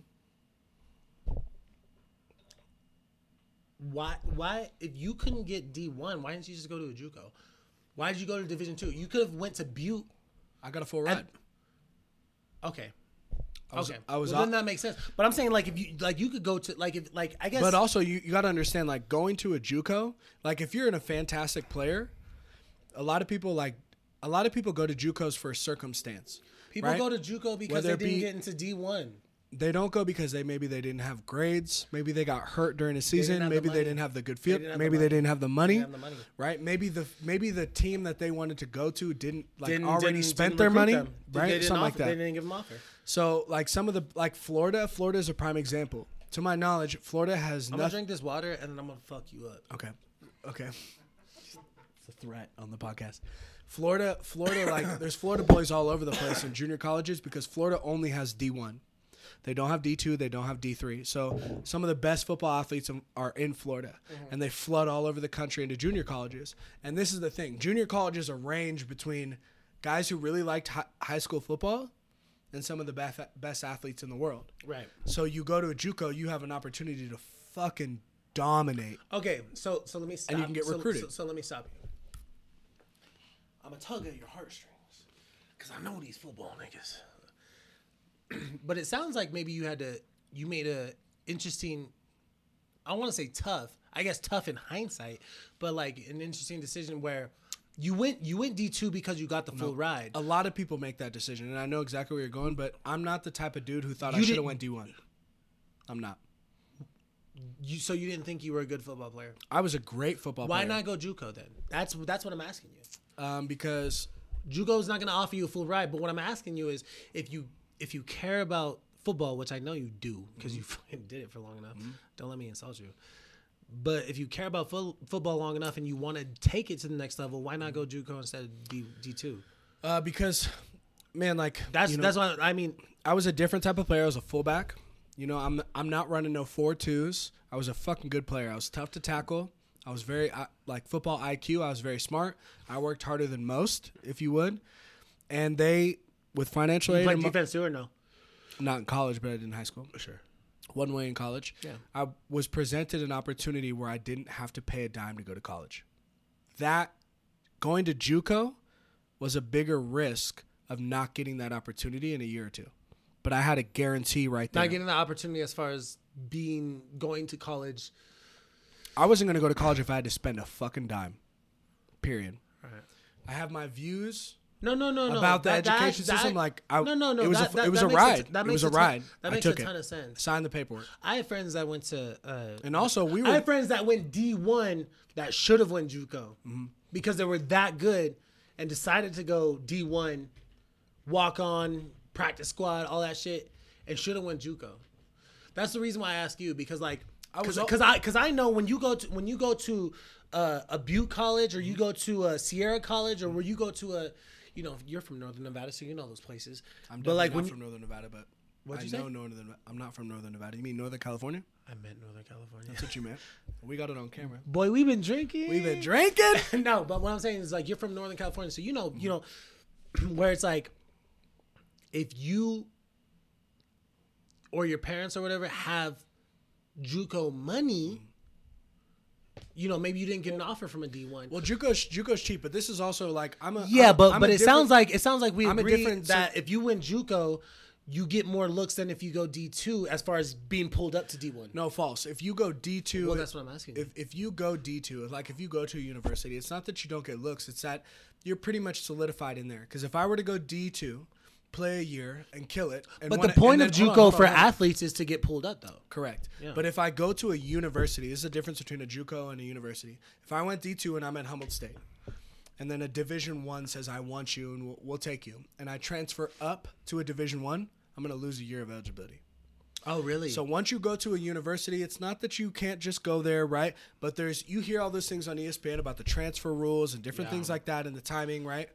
[SPEAKER 2] Why why if you couldn't get D one, why didn't you just go to a JUCO? Why did you go to Division two? You could have went to Butte.
[SPEAKER 1] I got a full ride.
[SPEAKER 2] Okay.
[SPEAKER 1] was-
[SPEAKER 2] okay.
[SPEAKER 1] I was
[SPEAKER 2] well, then
[SPEAKER 1] op-
[SPEAKER 2] that makes sense. But I'm saying like if you like you could go to like if like I guess
[SPEAKER 1] But also, you, you got to understand, like going to a JUCO, like if you're in a fantastic player, a lot of people like, a lot of people go to JUCOs for circumstance.
[SPEAKER 2] People
[SPEAKER 1] right?
[SPEAKER 2] go to JUCO because
[SPEAKER 1] Whether
[SPEAKER 2] they
[SPEAKER 1] it
[SPEAKER 2] didn't
[SPEAKER 1] be-
[SPEAKER 2] get into D one.
[SPEAKER 1] They don't go because they maybe they didn't have grades. Maybe they got hurt during the season.
[SPEAKER 2] have the
[SPEAKER 1] maybe they
[SPEAKER 2] money.
[SPEAKER 1] didn't have the good feel.
[SPEAKER 2] didn't have the
[SPEAKER 1] maybe they
[SPEAKER 2] money.
[SPEAKER 1] didn't have the money.
[SPEAKER 2] didn't have the money.
[SPEAKER 1] Right? Maybe the maybe the team that they wanted to go to didn't like
[SPEAKER 2] Didn't-
[SPEAKER 1] already
[SPEAKER 2] didn't-
[SPEAKER 1] spent
[SPEAKER 2] didn't
[SPEAKER 1] their
[SPEAKER 2] recruit
[SPEAKER 1] money.
[SPEAKER 2] them. They
[SPEAKER 1] Right?
[SPEAKER 2] didn't
[SPEAKER 1] Something like
[SPEAKER 2] offer-
[SPEAKER 1] that.
[SPEAKER 2] They didn't give them offer.
[SPEAKER 1] So like some of the like Florida, Florida is a prime example. To my knowledge, Florida has
[SPEAKER 2] I'm gonna
[SPEAKER 1] nothing.
[SPEAKER 2] drink this water and then I'm gonna fuck you up.
[SPEAKER 1] Okay, okay. It's a threat on the podcast. Florida, Florida, like there's Florida boys all over the place in junior colleges because Florida only has D one. They don't have D two. They don't have D three. So some of the best football athletes in- are in Florida, and they flood all over the country into junior colleges. And this is the thing: junior colleges are range between guys who really liked hi- high school football and some of the best best athletes in the world.
[SPEAKER 2] Right.
[SPEAKER 1] So you go to a JUCO, you have an opportunity to fucking dominate.
[SPEAKER 2] Okay. So so let me stop.
[SPEAKER 1] you can get
[SPEAKER 2] so-
[SPEAKER 1] recruited.
[SPEAKER 2] So, so let me stop you. I'm gonna tug at your heartstrings because I know these football niggas. but it sounds like maybe you had to. You made a interesting. I want to say tough. I guess tough in hindsight, but like an interesting decision where you went you went D two because you got the full ride.
[SPEAKER 1] A lot of people make that decision, and I know exactly where you're going, but I'm not the type of dude who thought I
[SPEAKER 2] You
[SPEAKER 1] should have
[SPEAKER 2] didn't-
[SPEAKER 1] went D1. I'm not.
[SPEAKER 2] You, so you didn't think you were a good football player.
[SPEAKER 1] I was a great football
[SPEAKER 2] Why
[SPEAKER 1] player.
[SPEAKER 2] not go JUCO then? That's that's what I'm asking you.
[SPEAKER 1] Um, because
[SPEAKER 2] JUCO's not going to offer you a full ride, but what I'm asking you is if you if you care about football, which I know you do because you fucking did it for long enough.
[SPEAKER 1] Mm-hmm.
[SPEAKER 2] Don't let me insult you. But if you care about fo- football long enough and you want to take it to the next level, why
[SPEAKER 1] Mm-hmm.
[SPEAKER 2] not go JUCO instead of D two?
[SPEAKER 1] uh, because, man, like
[SPEAKER 2] That's
[SPEAKER 1] you know,
[SPEAKER 2] that's why I mean.
[SPEAKER 1] I was a different type of player. I was a fullback. You know, I'm I'm not running no four twos. I was a fucking good player. I was tough to tackle. I was very I, like football IQ. I was very smart. I worked harder than most, if you would. And they with financial aid,
[SPEAKER 2] Play
[SPEAKER 1] and mo-
[SPEAKER 2] defense too or no?
[SPEAKER 1] not in college, but I did in high school.
[SPEAKER 2] Sure.
[SPEAKER 1] One way in college.
[SPEAKER 2] Yeah.
[SPEAKER 1] I was presented an opportunity where I didn't have to pay a dime to go to college. That going to JUCO was a bigger risk of not getting that opportunity in a year or two. But I had a guarantee right there.
[SPEAKER 2] Not getting the opportunity as far as being going to college.
[SPEAKER 1] I wasn't going to go to college if I had to spend a fucking dime. Period. I have my views.
[SPEAKER 2] No, no, no, no.
[SPEAKER 1] About the education system, like, I-
[SPEAKER 2] no, no, no.
[SPEAKER 1] it was a-
[SPEAKER 2] that, that-
[SPEAKER 1] it was
[SPEAKER 2] that
[SPEAKER 1] a
[SPEAKER 2] makes
[SPEAKER 1] ride.
[SPEAKER 2] ton- that
[SPEAKER 1] It
[SPEAKER 2] makes
[SPEAKER 1] was a
[SPEAKER 2] ton-
[SPEAKER 1] ride. I
[SPEAKER 2] That makes
[SPEAKER 1] took
[SPEAKER 2] a
[SPEAKER 1] it.
[SPEAKER 2] ton of sense.
[SPEAKER 1] Sign the paperwork.
[SPEAKER 2] I have friends that went to. Uh,
[SPEAKER 1] And also, we were.
[SPEAKER 2] I have friends that went D one that should have went JUCO
[SPEAKER 1] Mm-hmm.
[SPEAKER 2] because they were that good and decided to go D one, walk on, practice squad, all that shit, and should have went JUCO. That's the reason why I ask you because like
[SPEAKER 1] I was
[SPEAKER 2] because
[SPEAKER 1] al-
[SPEAKER 2] I because I know when you go to when you go to uh, a Butte College or you
[SPEAKER 1] Mm-hmm.
[SPEAKER 2] go to a Sierra College or where you go to a you know you're from Northern Nevada so you know those places.
[SPEAKER 1] I'm
[SPEAKER 2] but like
[SPEAKER 1] not
[SPEAKER 2] when
[SPEAKER 1] from Northern Nevada, but
[SPEAKER 2] What'd
[SPEAKER 1] I
[SPEAKER 2] you say?
[SPEAKER 1] know Northern. Neva- I'm not from Northern Nevada. You mean Northern California?
[SPEAKER 2] I meant Northern California.
[SPEAKER 1] That's what you meant. We got it on camera.
[SPEAKER 2] Boy, we've been drinking.
[SPEAKER 1] We've been drinking.
[SPEAKER 2] no, but what I'm saying is like you're from Northern California, so you know, you know, where it's like if you or your parents or whatever have JUCO money, you know, maybe you didn't get an offer from a D one.
[SPEAKER 1] Well, JUCO's JUCO's cheap, but this is also like I'm a
[SPEAKER 2] yeah,
[SPEAKER 1] I'm-
[SPEAKER 2] but
[SPEAKER 1] I'm
[SPEAKER 2] but
[SPEAKER 1] a
[SPEAKER 2] it
[SPEAKER 1] different-
[SPEAKER 2] sounds like it sounds like we
[SPEAKER 1] I'm a
[SPEAKER 2] agree
[SPEAKER 1] different-
[SPEAKER 2] that if you win JUCO, you get more looks than if you go D two as far as being pulled up to D one.
[SPEAKER 1] no false. If you go D two,
[SPEAKER 2] Well, that's what I'm asking.
[SPEAKER 1] If if you go D two, like if you go to a university, it's not that you don't get looks. It's that you're pretty much solidified in there. Because if I were to go D two, play a year and kill it, and
[SPEAKER 2] but the
[SPEAKER 1] wanna-
[SPEAKER 2] point of
[SPEAKER 1] and then-
[SPEAKER 2] JUCO
[SPEAKER 1] hold on, hold on,
[SPEAKER 2] for
[SPEAKER 1] hold on.
[SPEAKER 2] athletes is to get pulled up though.
[SPEAKER 1] Correct. But if I go to a university, this is the difference between a JUCO and a university. If I went D two and I'm at Humboldt State, and then a Division one says I want you and we'll, we'll take you, and I transfer up to a Division one, I'm gonna lose a year of eligibility.
[SPEAKER 2] Oh, really?
[SPEAKER 1] So once you go to a university, it's not that you can't just go there, right? But there's you hear all those things on E ESPN about the transfer rules and different things like that and the timing, right?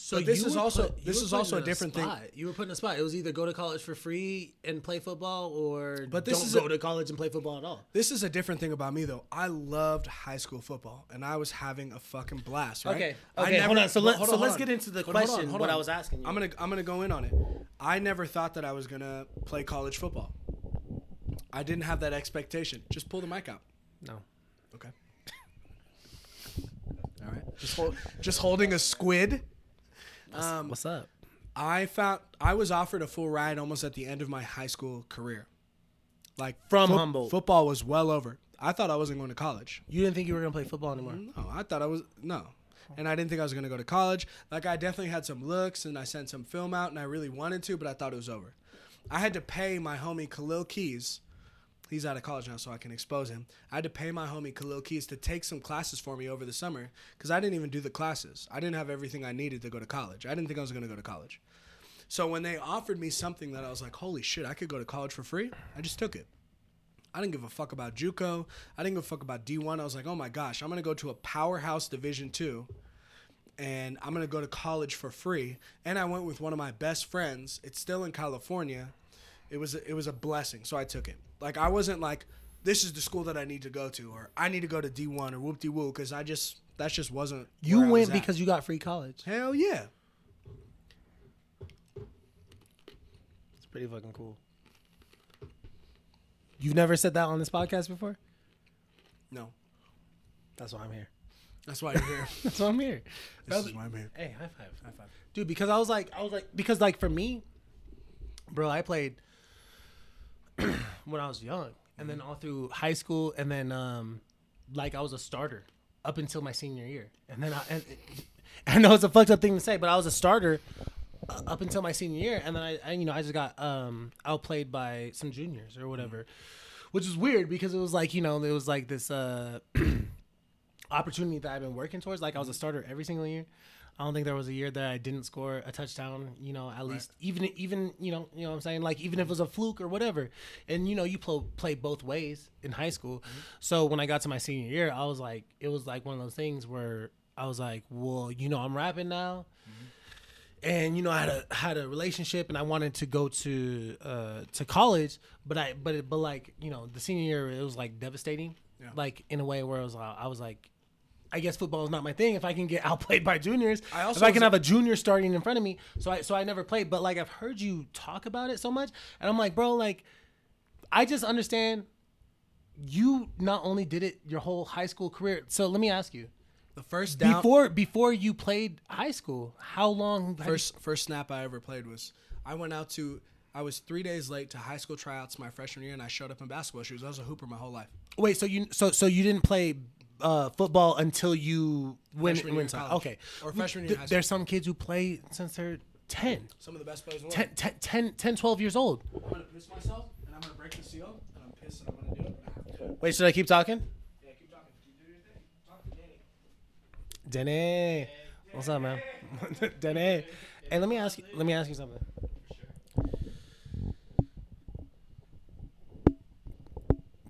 [SPEAKER 2] So
[SPEAKER 1] But this
[SPEAKER 2] you
[SPEAKER 1] is
[SPEAKER 2] were
[SPEAKER 1] also-
[SPEAKER 2] put- you
[SPEAKER 1] this
[SPEAKER 2] were
[SPEAKER 1] is
[SPEAKER 2] put
[SPEAKER 1] also
[SPEAKER 2] in
[SPEAKER 1] a different thing.
[SPEAKER 2] spot. You were put in a spot. It was either go to college for free and play football, or
[SPEAKER 1] But this
[SPEAKER 2] don't
[SPEAKER 1] is
[SPEAKER 2] go
[SPEAKER 1] a-
[SPEAKER 2] to college and play football at all.
[SPEAKER 1] This is a different thing about me though. I loved high school football and I was having a fucking blast, right?
[SPEAKER 2] Okay,
[SPEAKER 1] I
[SPEAKER 2] okay, hold on. So let-
[SPEAKER 1] hold
[SPEAKER 2] so
[SPEAKER 1] hold
[SPEAKER 2] let's get into the question, what I was asking you.
[SPEAKER 1] I'm gonna I'm gonna go in on it. I never thought that I was gonna play college football. I didn't have that expectation. Just pull the mic out.
[SPEAKER 2] No.
[SPEAKER 1] Okay. All right. Just hold, just holding a squid. Um,
[SPEAKER 2] What's up?
[SPEAKER 1] I found I was offered a full ride almost at the end of my high school career. Like
[SPEAKER 2] From Humboldt.
[SPEAKER 1] football was well over. I thought I wasn't going to college.
[SPEAKER 2] You didn't think you were gonna play football anymore.
[SPEAKER 1] No, I thought I was no. And I didn't think I was going to go to college. Like I definitely had some looks and I sent some film out and I really wanted to, but I thought it was over. I had to pay my homie Khalil Keys. He's out of college now, so I can expose him. I had to pay my homie Khalil Keys to take some classes for me over the summer because I didn't even do the classes. I didn't have everything I needed to go to college. I didn't think I was going to go to college. So when they offered me something that I was like, holy shit, I could go to college for free, I just took it. I didn't give a fuck about JUCO. I didn't give a fuck about D1. I was like, oh my gosh, I'm gonna go to a powerhouse Division two, and I'm gonna go to college for free. And I went with one of my best friends. It's still in California. It was it was a blessing, so I took it. Like I wasn't like, this is the school that I need to go to, or I need to go to D1 or whoop de woo, because I just that just wasn't.
[SPEAKER 2] You
[SPEAKER 1] where I
[SPEAKER 2] went
[SPEAKER 1] was at.
[SPEAKER 2] because you got free college.
[SPEAKER 1] hell yeah.
[SPEAKER 2] It's pretty fucking cool. You've never said that on this podcast before.
[SPEAKER 1] No,
[SPEAKER 2] That's why I'm here.
[SPEAKER 1] that's why you're here.
[SPEAKER 2] That's why I'm here.
[SPEAKER 1] this is why I'm here.
[SPEAKER 2] Hey, high five, high five, dude. Because I was like, I was like, because like for me, bro, I played when I was young, and then all through high school, and then um, like I was a starter up until my senior year, and then I, and, I know it's a fucked up thing to say, but I was a starter uh, up until my senior year, and then I, I you know, I just got um outplayed by some juniors or whatever, which is weird because it was like you know it was like this uh opportunity that I've been working towards. Like I was a starter every single year. I don't think there was a year that I didn't score a touchdown. You know, at least even even you know you know what I'm saying like even if it was a fluke or whatever. And you know you pl- play both ways in high school. So when I got to my senior year, I was like it was like one of those things where I was like, well, you know, I'm rapping now and you know I had a had a relationship and I wanted to go to uh to college, but I but it, but like you know the senior year it was like devastating,
[SPEAKER 1] Yeah.
[SPEAKER 2] like in a way where I was like, I was like, I guess football is not my thing. If I can get outplayed by juniors,
[SPEAKER 1] I also
[SPEAKER 2] if I
[SPEAKER 1] was
[SPEAKER 2] can
[SPEAKER 1] a-
[SPEAKER 2] have a junior starting in front of me, so I so I never played. But like I've heard you talk about it so much, and I'm like, bro, like I just understand. You not only did it your whole high school career. So let me ask you.
[SPEAKER 1] The first down.
[SPEAKER 2] Before before you played high school, how long had you
[SPEAKER 1] First first snap I ever played was I went out to I was three days late to high school tryouts my freshman year and I showed up in basketball shoes. I was a hooper my whole life.
[SPEAKER 2] Wait, so you so so you didn't play uh, football until you went
[SPEAKER 1] Freshman year
[SPEAKER 2] went
[SPEAKER 1] in
[SPEAKER 2] to
[SPEAKER 1] college.
[SPEAKER 2] okay
[SPEAKER 1] Or freshman year in high
[SPEAKER 2] There's some kids who play since they're 10,
[SPEAKER 1] Some of the best players in the world.
[SPEAKER 2] 10, 10, 10, 10 12 years old.
[SPEAKER 1] I'm gonna piss myself.
[SPEAKER 4] And I'm gonna break the seal, and I'm pissed, and I'm gonna do it. And I have to do it.
[SPEAKER 2] Wait, should I keep talking?
[SPEAKER 4] Yeah, keep talking. You do your thing. Talk to Danny.
[SPEAKER 2] Dene, what's up, man? Dene, hey, let me ask you. Let me ask you something.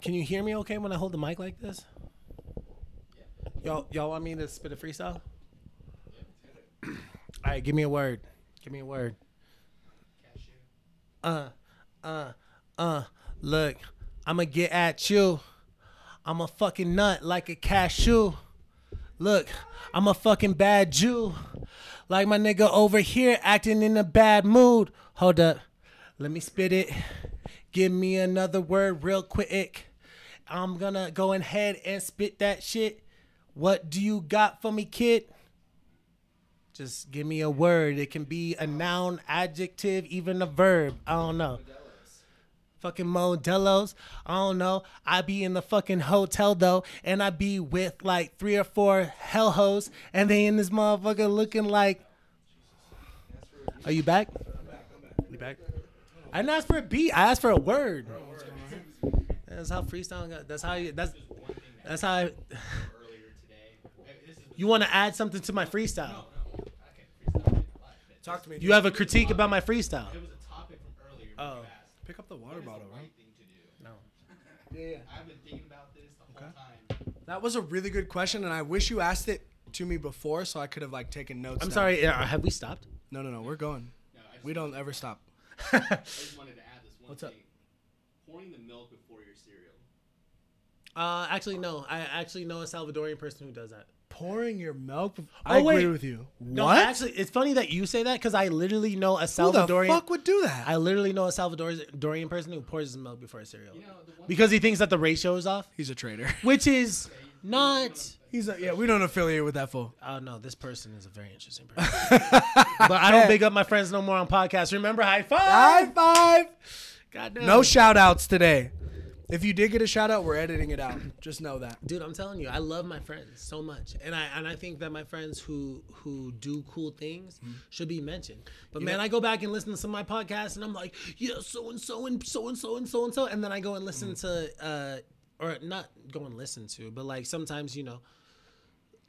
[SPEAKER 2] Can you hear me okay when I hold the mic like this? Y'all, y'all want me to spit a freestyle? All right, give me a word. Give me a word. Uh, uh, uh. Look, I'ma get at you. I'm a fucking nut like a cashew. Look, I'm a fucking bad Jew. Like my nigga over here acting in a bad mood. Hold up. Let me spit it. Give me another word real quick. I'm gonna go ahead and spit that shit. What do you got for me, kid? Just give me a word. It can be a noun, adjective, even a verb. I don't know. Fucking Modelo's. I don't know. I be in the fucking hotel though, and I be with like three or four hell hoes, and they in this motherfucker looking like. Are you back? You back? I didn't ask for a beat. I asked for a word. That's how freestyle. Got, that's how you. That's
[SPEAKER 5] One thing that
[SPEAKER 2] that's how. I,
[SPEAKER 5] happened earlier today. Maybe This is
[SPEAKER 2] you want to add something to my freestyle?
[SPEAKER 5] I can't freestyle it a lot, but
[SPEAKER 1] Talk to me.
[SPEAKER 2] You have a critique about my freestyle.
[SPEAKER 5] It was a topic from earlier. when
[SPEAKER 2] Oh.
[SPEAKER 5] You asked,
[SPEAKER 1] pick up the water
[SPEAKER 5] what is the
[SPEAKER 1] bottle, right?
[SPEAKER 5] right thing to do?
[SPEAKER 2] No.
[SPEAKER 1] Yeah, yeah.
[SPEAKER 5] I've been thinking about this the whole time.
[SPEAKER 1] That was a really good question and I wish you asked it to me before so I could have like taken notes.
[SPEAKER 2] I'm
[SPEAKER 1] down.
[SPEAKER 2] sorry. uh, Have we stopped?
[SPEAKER 1] No no no, we're going.
[SPEAKER 5] No, I just,
[SPEAKER 1] We don't ever stop.
[SPEAKER 5] I just wanted to add this one
[SPEAKER 2] What's up?
[SPEAKER 5] thing. Pouring the milk before your cereal.
[SPEAKER 2] Uh, actually, no. I actually know a Salvadorian person who does that.
[SPEAKER 1] Pouring your milk. bef-
[SPEAKER 2] Oh,
[SPEAKER 1] I agree
[SPEAKER 2] wait.
[SPEAKER 1] with you.
[SPEAKER 2] No,
[SPEAKER 1] what?
[SPEAKER 2] actually, it's funny that you say that because I literally know a
[SPEAKER 1] Who the
[SPEAKER 2] Salvadorian.
[SPEAKER 1] fuck would do that?
[SPEAKER 2] I literally know a Salvadorian person who pours his milk before a cereal
[SPEAKER 5] You know, the one
[SPEAKER 2] because he thinks that the ratio is off,
[SPEAKER 1] He's a traitor.
[SPEAKER 2] which is not.
[SPEAKER 1] He's a, yeah. We don't affiliate with that fool.
[SPEAKER 2] Oh no, this person is a very interesting person. but I don't big up my friends no more on podcasts. Remember, high five.
[SPEAKER 1] High five.
[SPEAKER 2] Goddamn.
[SPEAKER 1] No shout outs today. If you did get a shout out, we're editing it out. Just know that.
[SPEAKER 2] dude i'm telling you i love my friends so much and i and i think that my friends who who do cool things should be mentioned but man
[SPEAKER 1] know-
[SPEAKER 2] i go back and listen to some of my podcasts and i'm like yeah so and so and so and so and so and so and then i go and listen to uh or not go and listen to but like sometimes you know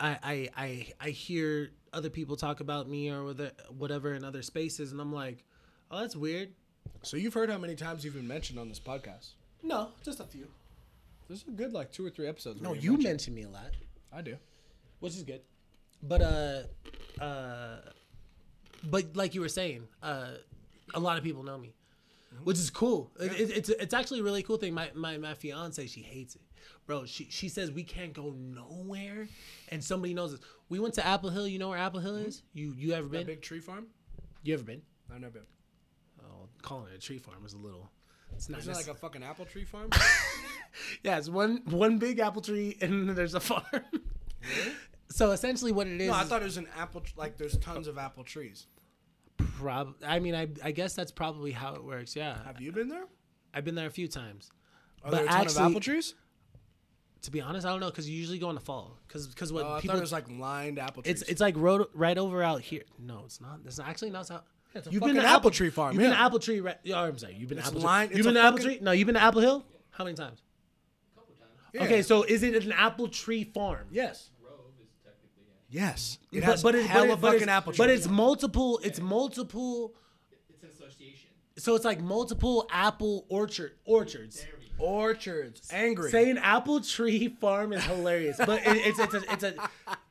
[SPEAKER 2] I, I I I hear other people talk about me or whether- whatever in other spaces, and I'm like, oh, that's weird.
[SPEAKER 1] So you've heard how many times you've been mentioned on this podcast.
[SPEAKER 2] No, just a few.
[SPEAKER 1] There's a good like two or three episodes.
[SPEAKER 2] No,
[SPEAKER 1] where you're
[SPEAKER 2] you
[SPEAKER 1] mentioned.
[SPEAKER 2] mentioned me a lot.
[SPEAKER 1] I do.
[SPEAKER 2] which is good. But uh, uh, but like you were saying, uh, a lot of people know me,
[SPEAKER 1] Mm-hmm.
[SPEAKER 2] which is cool. It, it, it's it's actually a really cool thing. My my my fiance she hates it, bro. She she says we can't go nowhere, and somebody knows us. We went to Apple Hill. You know where Apple Hill is? You you ever
[SPEAKER 1] Mm-hmm. That
[SPEAKER 2] been?
[SPEAKER 1] big tree farm?
[SPEAKER 2] You ever been?
[SPEAKER 1] I've never been.
[SPEAKER 2] Oh, calling it a tree farm is a little. It's not
[SPEAKER 1] Isn't it
[SPEAKER 2] necess-
[SPEAKER 1] like a fucking apple tree farm?
[SPEAKER 2] yeah, it's one one big apple tree and then there's a farm. So essentially, what it is,
[SPEAKER 1] no, I
[SPEAKER 2] is-
[SPEAKER 1] thought it was an apple. Tr- like there's tons of apple trees.
[SPEAKER 2] Prob. I mean, I I guess that's probably how it works. Yeah,
[SPEAKER 1] Have you been there?
[SPEAKER 2] I've been there a few times.
[SPEAKER 1] Are
[SPEAKER 2] But
[SPEAKER 1] there a ton
[SPEAKER 2] actually-
[SPEAKER 1] of apple trees?
[SPEAKER 2] To be honest, I don't know because you usually go in the fall. Because what
[SPEAKER 1] Oh, I
[SPEAKER 2] people
[SPEAKER 1] thought it was like lined apple trees.
[SPEAKER 2] it's it's like road right over out here. No, it's not. That's actually not. South.
[SPEAKER 1] You've been to apple tree farm,
[SPEAKER 2] You've been to
[SPEAKER 1] yeah.
[SPEAKER 2] apple tree. Right, yeah, I'm sorry. You've been to
[SPEAKER 1] It's
[SPEAKER 2] apple
[SPEAKER 1] lined-
[SPEAKER 2] tree. You've
[SPEAKER 1] it's
[SPEAKER 2] been
[SPEAKER 1] a
[SPEAKER 2] to apple
[SPEAKER 1] fucking-
[SPEAKER 2] tree. No, you've been to Apple Hill. How many times?
[SPEAKER 5] couple times.
[SPEAKER 1] Yeah.
[SPEAKER 2] Okay, so is it an apple tree farm?
[SPEAKER 1] yes,
[SPEAKER 5] Grove is technically yeah.
[SPEAKER 1] yes. It
[SPEAKER 2] But-
[SPEAKER 1] has
[SPEAKER 2] but,
[SPEAKER 1] but,
[SPEAKER 2] it- but,
[SPEAKER 1] hella
[SPEAKER 2] it- but
[SPEAKER 1] fucking
[SPEAKER 2] it's,
[SPEAKER 1] apple trees.
[SPEAKER 2] but it's multiple. It's multiple.
[SPEAKER 5] It's an association.
[SPEAKER 2] So it's like multiple apple orchard orchards.
[SPEAKER 5] There we go.
[SPEAKER 1] orchards. Angry.
[SPEAKER 2] Saying apple tree farm is hilarious, but it, it's it's a, it's a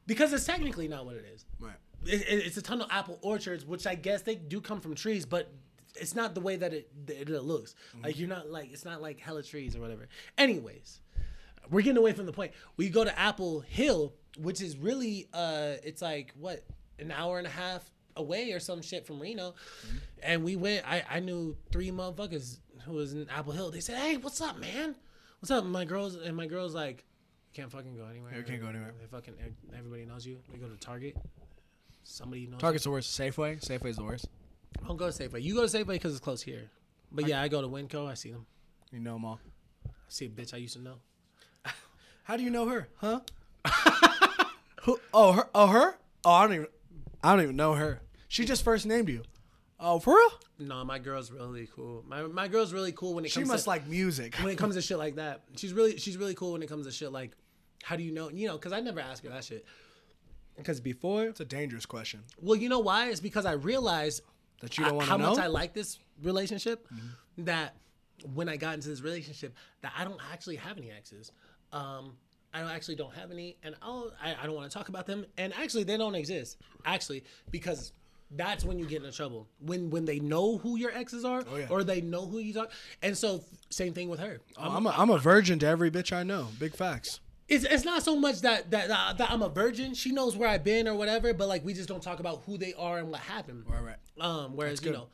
[SPEAKER 2] because it's technically not what it is.
[SPEAKER 1] Right.
[SPEAKER 2] It, it- it's a ton of apple orchards, which I guess they do come from trees, but it's not the way that it it, it looks.
[SPEAKER 1] Mm-hmm.
[SPEAKER 2] Like you're not like it's not like hella trees or whatever. Anyways, we're getting away from the point. We go to Apple Hill, which is really uh it's like what an hour and a half away or some shit from Reno.
[SPEAKER 1] Mm-hmm.
[SPEAKER 2] And we went I I knew three motherfuckers who was in Apple Hill. They said, "Hey, what's up, man? What's up?" My girls and my girls like can't fucking go anywhere.
[SPEAKER 1] Yeah, we can't go anywhere.
[SPEAKER 2] They fucking e, everybody knows you. They go to Target. Somebody knows.
[SPEAKER 1] Target's the worst. Safeway. Safeway's the worst.
[SPEAKER 2] You. I don't go to Safeway. You go to Safeway because it's close here. But yeah, I go to Winco. I see them.
[SPEAKER 1] You know them all.
[SPEAKER 2] I see a bitch I used to know.
[SPEAKER 1] How do you know her? Huh? Who? Oh, her. Oh, her. Oh, I don't even. I don't even know her. She just first named you. Oh, for real?
[SPEAKER 2] No, my girl's really cool. My my girl's really cool when it
[SPEAKER 1] She
[SPEAKER 2] comes.
[SPEAKER 1] must
[SPEAKER 2] to,
[SPEAKER 1] like music.
[SPEAKER 2] when it comes to shit like that. She's really she's really cool when it comes to shit like, how do you know? You know, because I never ask her that shit. Because before,
[SPEAKER 1] It's a dangerous question
[SPEAKER 2] well, you know why? It's because I realized
[SPEAKER 1] that you don't
[SPEAKER 2] I-
[SPEAKER 1] want
[SPEAKER 2] how
[SPEAKER 1] to know. Mm-hmm.
[SPEAKER 2] much I like this relationship that when I got into this relationship that I don't actually have any exes. Um, I don't actually don't have any, and I'll, I I don't want to talk about them. And actually, they don't exist. Actually, because that's when you get into trouble when when they know who your exes are
[SPEAKER 1] Oh, yeah.
[SPEAKER 2] or they know who you are. And so, same thing with her.
[SPEAKER 1] Oh, I'm a, I'm a virgin to every bitch I know. Big facts.
[SPEAKER 2] It's, it's not so much that, that that that I'm a virgin. She knows where I've been or whatever, but like we just don't talk about who they are and what happened.
[SPEAKER 1] All right.
[SPEAKER 2] Um, whereas you
[SPEAKER 1] good.
[SPEAKER 2] know,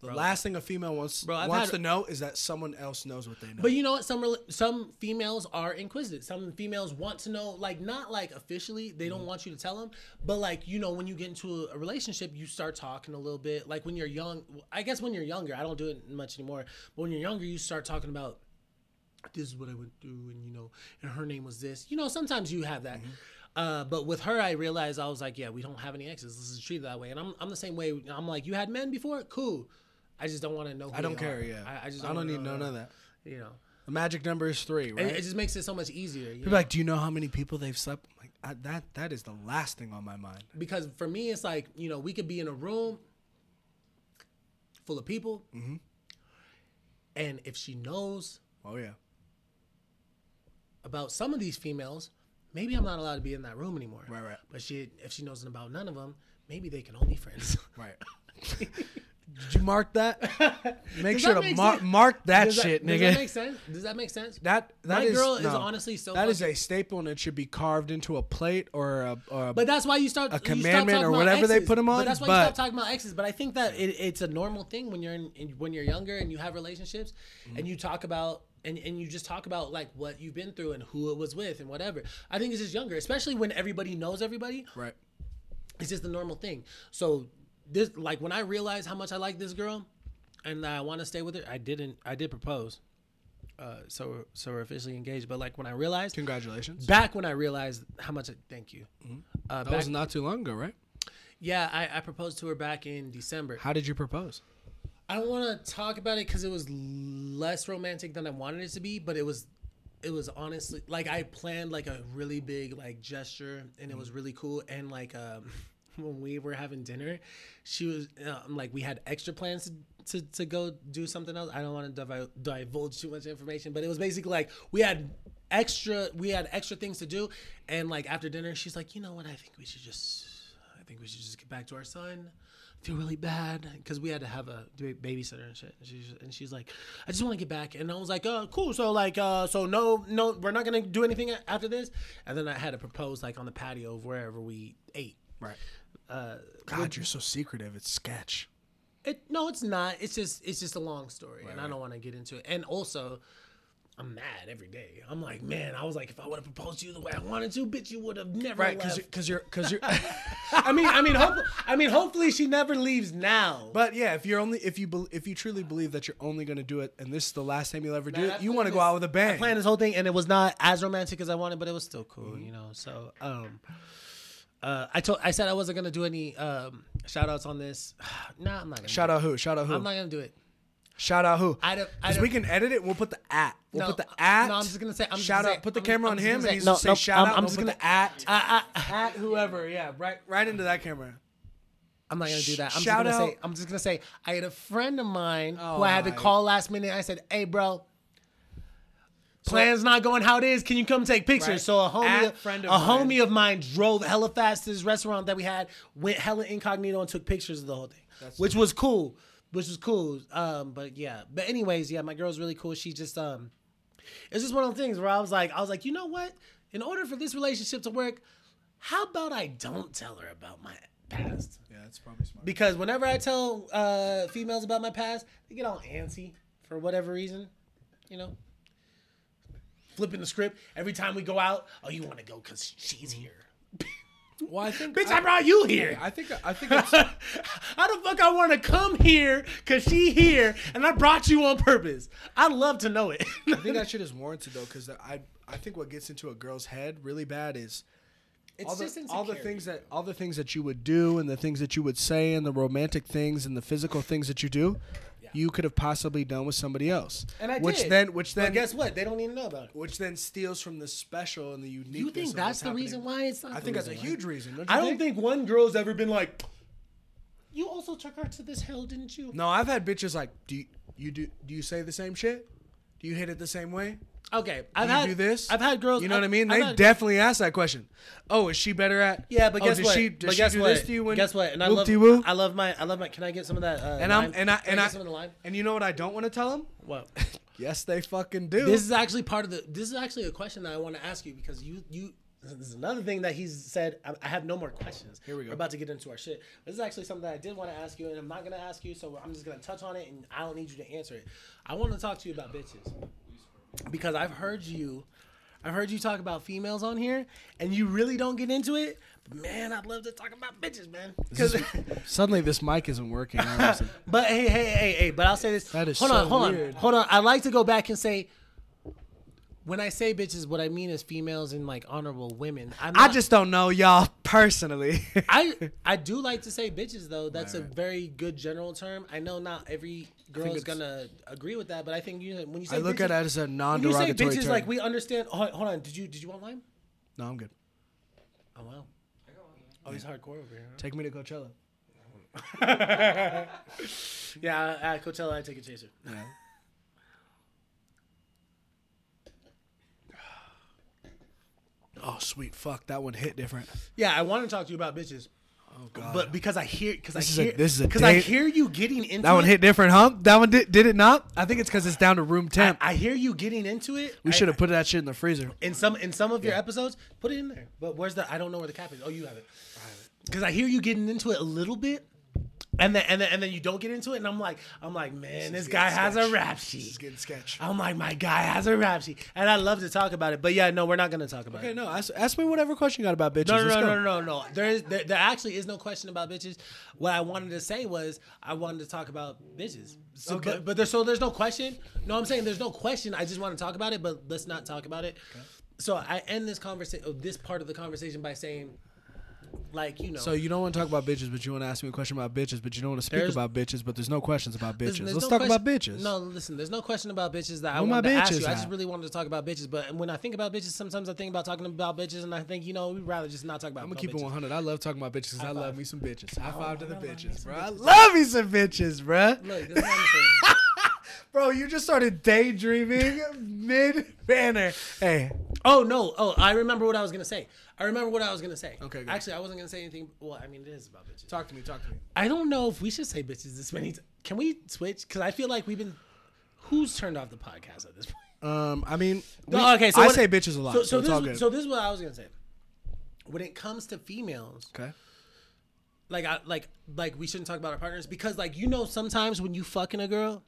[SPEAKER 1] The last thing a female wants
[SPEAKER 2] I've
[SPEAKER 1] wants
[SPEAKER 2] had-
[SPEAKER 1] to know is that someone else knows what they know.
[SPEAKER 2] But you know what? Some rel- some females are inquisitive. Some females want to know, like not like officially, they
[SPEAKER 1] Mm-hmm.
[SPEAKER 2] don't want you to tell them, but like you know, when you get into a, a relationship, you start talking a little bit. Like when you're young, I guess when you're younger, I don't do it much anymore. But when you're younger, you start talking about this is what I went through, and you know, and her name was this. You know, sometimes you have that.
[SPEAKER 1] Mm-hmm.
[SPEAKER 2] Uh, but with her, I realized I was like, yeah, we don't have any exes. This is treated that way, and I'm I'm the same way. I'm like, you had men before, cool. I just don't want to know. Who
[SPEAKER 1] I don't
[SPEAKER 2] they are.
[SPEAKER 1] care. Yeah.
[SPEAKER 2] I, I just
[SPEAKER 1] I don't,
[SPEAKER 2] wanna
[SPEAKER 1] need none
[SPEAKER 2] know,
[SPEAKER 1] of that.
[SPEAKER 2] You know.
[SPEAKER 1] The magic number is three, right?
[SPEAKER 2] It, it just makes it so much easier. you
[SPEAKER 1] People
[SPEAKER 2] know?
[SPEAKER 1] are like, do you know how many people they've slept? I'm like I, that. That is the last thing on my mind.
[SPEAKER 2] because for me, it's like, you know, we could be in a room full of people.
[SPEAKER 1] Mm-hmm.
[SPEAKER 2] And if she knows
[SPEAKER 1] Oh yeah.
[SPEAKER 2] about some of these females, maybe I'm not allowed to be in that room anymore.
[SPEAKER 1] Right, right.
[SPEAKER 2] But she, if she knows about none of them, maybe they can all be friends.
[SPEAKER 1] Right. Did you mark that? Make
[SPEAKER 2] Does
[SPEAKER 1] sure
[SPEAKER 2] that
[SPEAKER 1] to
[SPEAKER 2] make
[SPEAKER 1] mar-
[SPEAKER 2] sense?
[SPEAKER 1] mark that
[SPEAKER 2] does
[SPEAKER 1] shit,
[SPEAKER 2] that,
[SPEAKER 1] nigga.
[SPEAKER 2] Does that make sense? Does that make sense?
[SPEAKER 1] That that
[SPEAKER 2] My
[SPEAKER 1] is-
[SPEAKER 2] girl is
[SPEAKER 1] no.
[SPEAKER 2] honestly so
[SPEAKER 1] That is
[SPEAKER 2] fucking-
[SPEAKER 1] a staple, and it should be carved into a plate or a. Or a
[SPEAKER 2] But that's why you start
[SPEAKER 1] A
[SPEAKER 2] you stop
[SPEAKER 1] commandment
[SPEAKER 2] talking
[SPEAKER 1] or
[SPEAKER 2] about
[SPEAKER 1] whatever they
[SPEAKER 2] exes.
[SPEAKER 1] put 'em on,
[SPEAKER 2] But that's why you
[SPEAKER 1] but-
[SPEAKER 2] stop talking about exes. But I think that it, it's a normal thing when you're in, in when you're younger and you have relationships
[SPEAKER 1] Mm-hmm.
[SPEAKER 2] and you talk about and, and you just talk about like what you've been through and who it was with and whatever. I think it's just younger, especially when everybody knows everybody.
[SPEAKER 1] right.
[SPEAKER 2] It's just the normal thing. So this like when I realized how much I like this girl and that I want to stay with her, I didn't. I did propose. uh, so we're, so we're officially engaged. But like when I realized
[SPEAKER 1] Congratulations.
[SPEAKER 2] back when I realized how much. I, thank you. Uh,
[SPEAKER 1] Mm-hmm. That was
[SPEAKER 2] back-
[SPEAKER 1] not too long ago, right?
[SPEAKER 2] yeah, I, I proposed to her back in December.
[SPEAKER 1] How did you propose?
[SPEAKER 2] I don't want to talk about it because it was less romantic than I wanted it to be, but it was, it was honestly like I planned like a really big like gesture, and it was really cool. And like um, when we were having dinner, she was um, like we had extra plans to, to to go do something else. I don't want to div- divulge too much information, but it was basically like we had extra we had extra things to do, and like after dinner, she's like, you know what, I think we should just I think we should just get back to our son. I feel really bad because we had to have a ba- babysitter and shit. And she's, and she's like, I just want to get back. And I was like, oh, cool. So like, uh, so no, no, we're not gonna do anything a- after this. And then I had to propose like on the patio of wherever we ate.
[SPEAKER 1] Right.
[SPEAKER 2] Uh,
[SPEAKER 1] God, you're so secretive. It's sketch.
[SPEAKER 2] it, no, it's not. It's just it's just a long story, and I
[SPEAKER 1] right.
[SPEAKER 2] don't want to get into it. And also, I'm mad every day. I'm like, man, I was like, if I would have proposed to you the way I wanted to, bitch, you would have never
[SPEAKER 1] Right,
[SPEAKER 2] left.
[SPEAKER 1] because because you're because you're.
[SPEAKER 2] I mean, I mean, hopefully, I mean, hopefully she never leaves now.
[SPEAKER 1] But yeah, if you're only if you bel if you truly believe that you're only gonna do it, and this is the last time you'll ever do
[SPEAKER 2] I
[SPEAKER 1] it, you
[SPEAKER 2] plan
[SPEAKER 1] want to go
[SPEAKER 2] this-
[SPEAKER 1] out with a bang.
[SPEAKER 2] planned this whole thing and it was not as romantic as I wanted, but it was still cool,
[SPEAKER 1] Mm-hmm.
[SPEAKER 2] you know. So um uh I told I said I wasn't gonna do any um shout outs on this. nah, I'm not gonna
[SPEAKER 1] Shout
[SPEAKER 2] do
[SPEAKER 1] out who? Shout out
[SPEAKER 2] it.
[SPEAKER 1] who?
[SPEAKER 2] I'm not gonna do it.
[SPEAKER 1] Shout out who?
[SPEAKER 2] I don't I
[SPEAKER 1] Because
[SPEAKER 2] don't
[SPEAKER 1] we can edit it. and We'll put the at. We'll
[SPEAKER 2] No,
[SPEAKER 1] put the
[SPEAKER 2] uh,
[SPEAKER 1] at.
[SPEAKER 2] no, I'm just gonna say- I'm just
[SPEAKER 1] shout out.
[SPEAKER 2] gonna say-
[SPEAKER 1] Put the
[SPEAKER 2] I'm just-
[SPEAKER 1] camera
[SPEAKER 2] I'm
[SPEAKER 1] on
[SPEAKER 2] just
[SPEAKER 1] him,
[SPEAKER 2] gonna
[SPEAKER 1] and
[SPEAKER 2] say-
[SPEAKER 1] he's
[SPEAKER 2] no,
[SPEAKER 1] gonna say
[SPEAKER 2] no,
[SPEAKER 1] shout
[SPEAKER 2] I'm-
[SPEAKER 1] out.
[SPEAKER 2] I'm
[SPEAKER 1] and
[SPEAKER 2] just
[SPEAKER 1] we'll put
[SPEAKER 2] gonna-
[SPEAKER 1] the at.
[SPEAKER 2] I, I,
[SPEAKER 1] At whoever. Yeah. Right. Right into that camera.
[SPEAKER 2] I'm not gonna do that. I'm just
[SPEAKER 1] Shout
[SPEAKER 2] gonna
[SPEAKER 1] out-
[SPEAKER 2] say I'm just gonna say I had a friend of mine
[SPEAKER 1] Oh
[SPEAKER 2] who I had to
[SPEAKER 1] my.
[SPEAKER 2] call last minute. I said, Hey bro, plans not going how it is. Can you come take pictures?
[SPEAKER 1] Right.
[SPEAKER 2] So a homie,
[SPEAKER 1] At friend
[SPEAKER 2] a
[SPEAKER 1] of mine.
[SPEAKER 2] homie of mine drove hella fast to this restaurant that we had, went hella incognito and took pictures of the whole thing, which was cool, which was cool. Um, but yeah, but anyways, yeah, my girl's really cool. She just um, it's just one of those things where I was like, I was like, you know what? In order for this relationship to work, how about I don't tell her about my past?
[SPEAKER 1] Yeah, that's probably smart.
[SPEAKER 2] Because whenever I tell uh, females about my past, they get all antsy for whatever reason, you know. Flipping the script every time we go out. Oh, you want to go because she's here,
[SPEAKER 1] Well, I think.
[SPEAKER 2] bitch. I, brought you here.
[SPEAKER 1] I think. I think. It's,
[SPEAKER 2] How the fuck I want to come here because she here and I brought you on purpose. I'd love to know it.
[SPEAKER 1] I think that shit is warranted though, because I I think what gets into a girl's head really bad is
[SPEAKER 2] it's
[SPEAKER 1] all the, all the
[SPEAKER 2] insecurity.
[SPEAKER 1] things that all the things that you would do and the things that you would say and the romantic things and the physical things that you do, you could have possibly done with somebody else.
[SPEAKER 2] and I
[SPEAKER 1] which
[SPEAKER 2] did.
[SPEAKER 1] then which
[SPEAKER 2] But
[SPEAKER 1] then
[SPEAKER 2] guess what? They don't even know about it.
[SPEAKER 1] which then steals from the special and the uniqueness.
[SPEAKER 2] You think
[SPEAKER 1] of
[SPEAKER 2] that's
[SPEAKER 1] what's
[SPEAKER 2] the
[SPEAKER 1] happening.
[SPEAKER 2] reason why it's not?
[SPEAKER 1] I
[SPEAKER 2] the
[SPEAKER 1] think that's a
[SPEAKER 2] reason why?
[SPEAKER 1] huge reason. Don't you
[SPEAKER 2] I don't think one girl's ever been like, "You also took her to this hell, didn't you?"
[SPEAKER 1] No, I've had bitches like, do you, you do do you say the same shit? Do you hit it the same way?
[SPEAKER 2] Okay, I've
[SPEAKER 1] Do you
[SPEAKER 2] had
[SPEAKER 1] do this?
[SPEAKER 2] I've had girls.
[SPEAKER 1] You know
[SPEAKER 2] I've-
[SPEAKER 1] what I mean?
[SPEAKER 2] I've
[SPEAKER 1] They
[SPEAKER 2] had-
[SPEAKER 1] definitely ask that question. Oh, is she better at?
[SPEAKER 2] Yeah, but
[SPEAKER 1] oh,
[SPEAKER 2] guess
[SPEAKER 1] does
[SPEAKER 2] what?
[SPEAKER 1] She, does
[SPEAKER 2] but
[SPEAKER 1] she
[SPEAKER 2] guess
[SPEAKER 1] do
[SPEAKER 2] what?
[SPEAKER 1] This to you when,
[SPEAKER 2] guess what? And I love.
[SPEAKER 1] whoop-de-woo?
[SPEAKER 2] I love my. I love my. Can I get some of that? Uh,
[SPEAKER 1] and I'm
[SPEAKER 2] lime?
[SPEAKER 1] and I
[SPEAKER 2] Can
[SPEAKER 1] and
[SPEAKER 2] I,
[SPEAKER 1] I,
[SPEAKER 2] get some of the lime.
[SPEAKER 1] and you know what I don't want to tell them?
[SPEAKER 2] What?
[SPEAKER 1] Yes, they fucking do.
[SPEAKER 2] this is actually part of the. This is actually a question that I want to ask you because you you. This is another thing that he's said. I, I have no more questions.
[SPEAKER 1] Here we go.
[SPEAKER 2] We're about to get into our shit. This is actually something that I did want to ask you, and I'm not gonna ask you, so I'm just gonna touch on it, and I don't need you to answer it. I want to talk to you about bitches. because I've heard you, I've heard you talk about females on here, and you really don't get into it. But man, I'd love to talk about bitches, man. 'Cause-
[SPEAKER 1] Suddenly, this mic isn't working. I don't know.
[SPEAKER 2] but hey, hey, hey, hey. But I'll say this.
[SPEAKER 1] That is
[SPEAKER 2] hold
[SPEAKER 1] so
[SPEAKER 2] on, hold
[SPEAKER 1] weird.
[SPEAKER 2] on, hold on. I like to go back and say. When I say bitches, what I mean is females and like honorable women. I'm
[SPEAKER 1] I
[SPEAKER 2] not-
[SPEAKER 1] just don't know y'all personally.
[SPEAKER 2] I I do like to say bitches though. That's a very good general term. I know not every girl is
[SPEAKER 1] it's-
[SPEAKER 2] gonna agree with that, but I think you when you say
[SPEAKER 1] I look
[SPEAKER 2] bitches,
[SPEAKER 1] at it as a
[SPEAKER 2] when you say
[SPEAKER 1] non-derogatory
[SPEAKER 2] bitches
[SPEAKER 1] term.
[SPEAKER 2] like we understand. Hold, hold on, did you did you want lime?
[SPEAKER 1] no, I'm good.
[SPEAKER 2] Oh wow. Oh, he's hardcore over here.
[SPEAKER 1] Take me to Coachella.
[SPEAKER 2] Yeah, at Coachella, I take a chaser.
[SPEAKER 1] Yeah. oh sweet fuck, that one hit different.
[SPEAKER 2] Yeah, I want to talk to you about bitches,
[SPEAKER 1] Oh god.
[SPEAKER 2] but because I hear, because I
[SPEAKER 1] This is a-
[SPEAKER 2] hear,
[SPEAKER 1] this is a
[SPEAKER 2] because I
[SPEAKER 1] date.
[SPEAKER 2] hear you getting into
[SPEAKER 1] that one
[SPEAKER 2] it.
[SPEAKER 1] hit different, huh? That one did, did it not? I think it's because it's down to room
[SPEAKER 2] I,
[SPEAKER 1] temp.
[SPEAKER 2] I hear you getting into it.
[SPEAKER 1] we
[SPEAKER 2] I-
[SPEAKER 1] should have put that shit in the freezer.
[SPEAKER 2] in some in some of your episodes put it in there. But where's the? I don't know where the cap is. Oh, you have it. Because I hear you getting into it a little bit, and then and then and then you don't get into it, and I'm like, I'm like, man, this,
[SPEAKER 1] is
[SPEAKER 2] guy
[SPEAKER 1] getting
[SPEAKER 2] has a
[SPEAKER 1] sketchy.
[SPEAKER 2] rap
[SPEAKER 1] This
[SPEAKER 2] sheet.
[SPEAKER 1] is getting sketch.
[SPEAKER 2] I'm like, my guy has a rap sheet, and I love to talk about it. But yeah, no, we're not gonna talk about
[SPEAKER 1] Okay,
[SPEAKER 2] it.
[SPEAKER 1] no, ask, ask me whatever question you got about bitches.
[SPEAKER 2] No, no,
[SPEAKER 1] Let's
[SPEAKER 2] no,
[SPEAKER 1] go.
[SPEAKER 2] no, no, no. There is there, there actually is no question about bitches. What I wanted to say was I wanted to talk about bitches. So,
[SPEAKER 1] Okay.
[SPEAKER 2] but, but there's so there's no question. No, I'm saying there's no question. I just want to talk about it, but let's not talk about it. So I end this conversation, this part of the conversation, by saying, like you know,
[SPEAKER 1] So you don't want to talk about bitches, but you want to ask me a question about bitches, but you don't want to speak
[SPEAKER 2] There's-
[SPEAKER 1] about bitches, but there's no questions about bitches.
[SPEAKER 2] Listen, there's
[SPEAKER 1] Let's
[SPEAKER 2] no
[SPEAKER 1] talk about
[SPEAKER 2] question-
[SPEAKER 1] bitches.
[SPEAKER 2] No, listen, there's no question about bitches that I
[SPEAKER 1] Where my
[SPEAKER 2] wanted to ask
[SPEAKER 1] bitches
[SPEAKER 2] you. I just
[SPEAKER 1] at?
[SPEAKER 2] really wanted to talk about bitches, but when I think about bitches, sometimes I think about talking about bitches, and I think you know we'd rather just not talk about.
[SPEAKER 1] I'm
[SPEAKER 2] no
[SPEAKER 1] gonna keep
[SPEAKER 2] bitches.
[SPEAKER 1] it 100. I love talking about bitches. 'cause I love
[SPEAKER 2] five.
[SPEAKER 1] me some bitches. High five to the
[SPEAKER 2] love me
[SPEAKER 1] bitches,
[SPEAKER 2] some
[SPEAKER 1] bro. I love me some bitches, bro.
[SPEAKER 2] Look, this is what I'm saying.
[SPEAKER 1] Bro, you just started daydreaming mid banner. Hey,
[SPEAKER 2] oh no! Oh, I remember what I was gonna say. I remember what I was gonna say.
[SPEAKER 1] Okay, good.
[SPEAKER 2] Actually, I wasn't gonna say anything. Well, I mean, it is about bitches.
[SPEAKER 1] talk to me. Talk to me.
[SPEAKER 2] I don't know if we should say bitches this many. T- Can we switch? Because I feel like we've been. Who's turned off the podcast at this point?
[SPEAKER 1] Um, I mean,
[SPEAKER 2] No, okay, so
[SPEAKER 1] I
[SPEAKER 2] what-
[SPEAKER 1] say bitches a lot, so,
[SPEAKER 2] so, so
[SPEAKER 1] it's
[SPEAKER 2] this,
[SPEAKER 1] all good.
[SPEAKER 2] so this is what I was gonna say. When it comes to females,
[SPEAKER 1] okay.
[SPEAKER 2] like I like like we shouldn't talk about our partners because like you know sometimes when you fucking a girl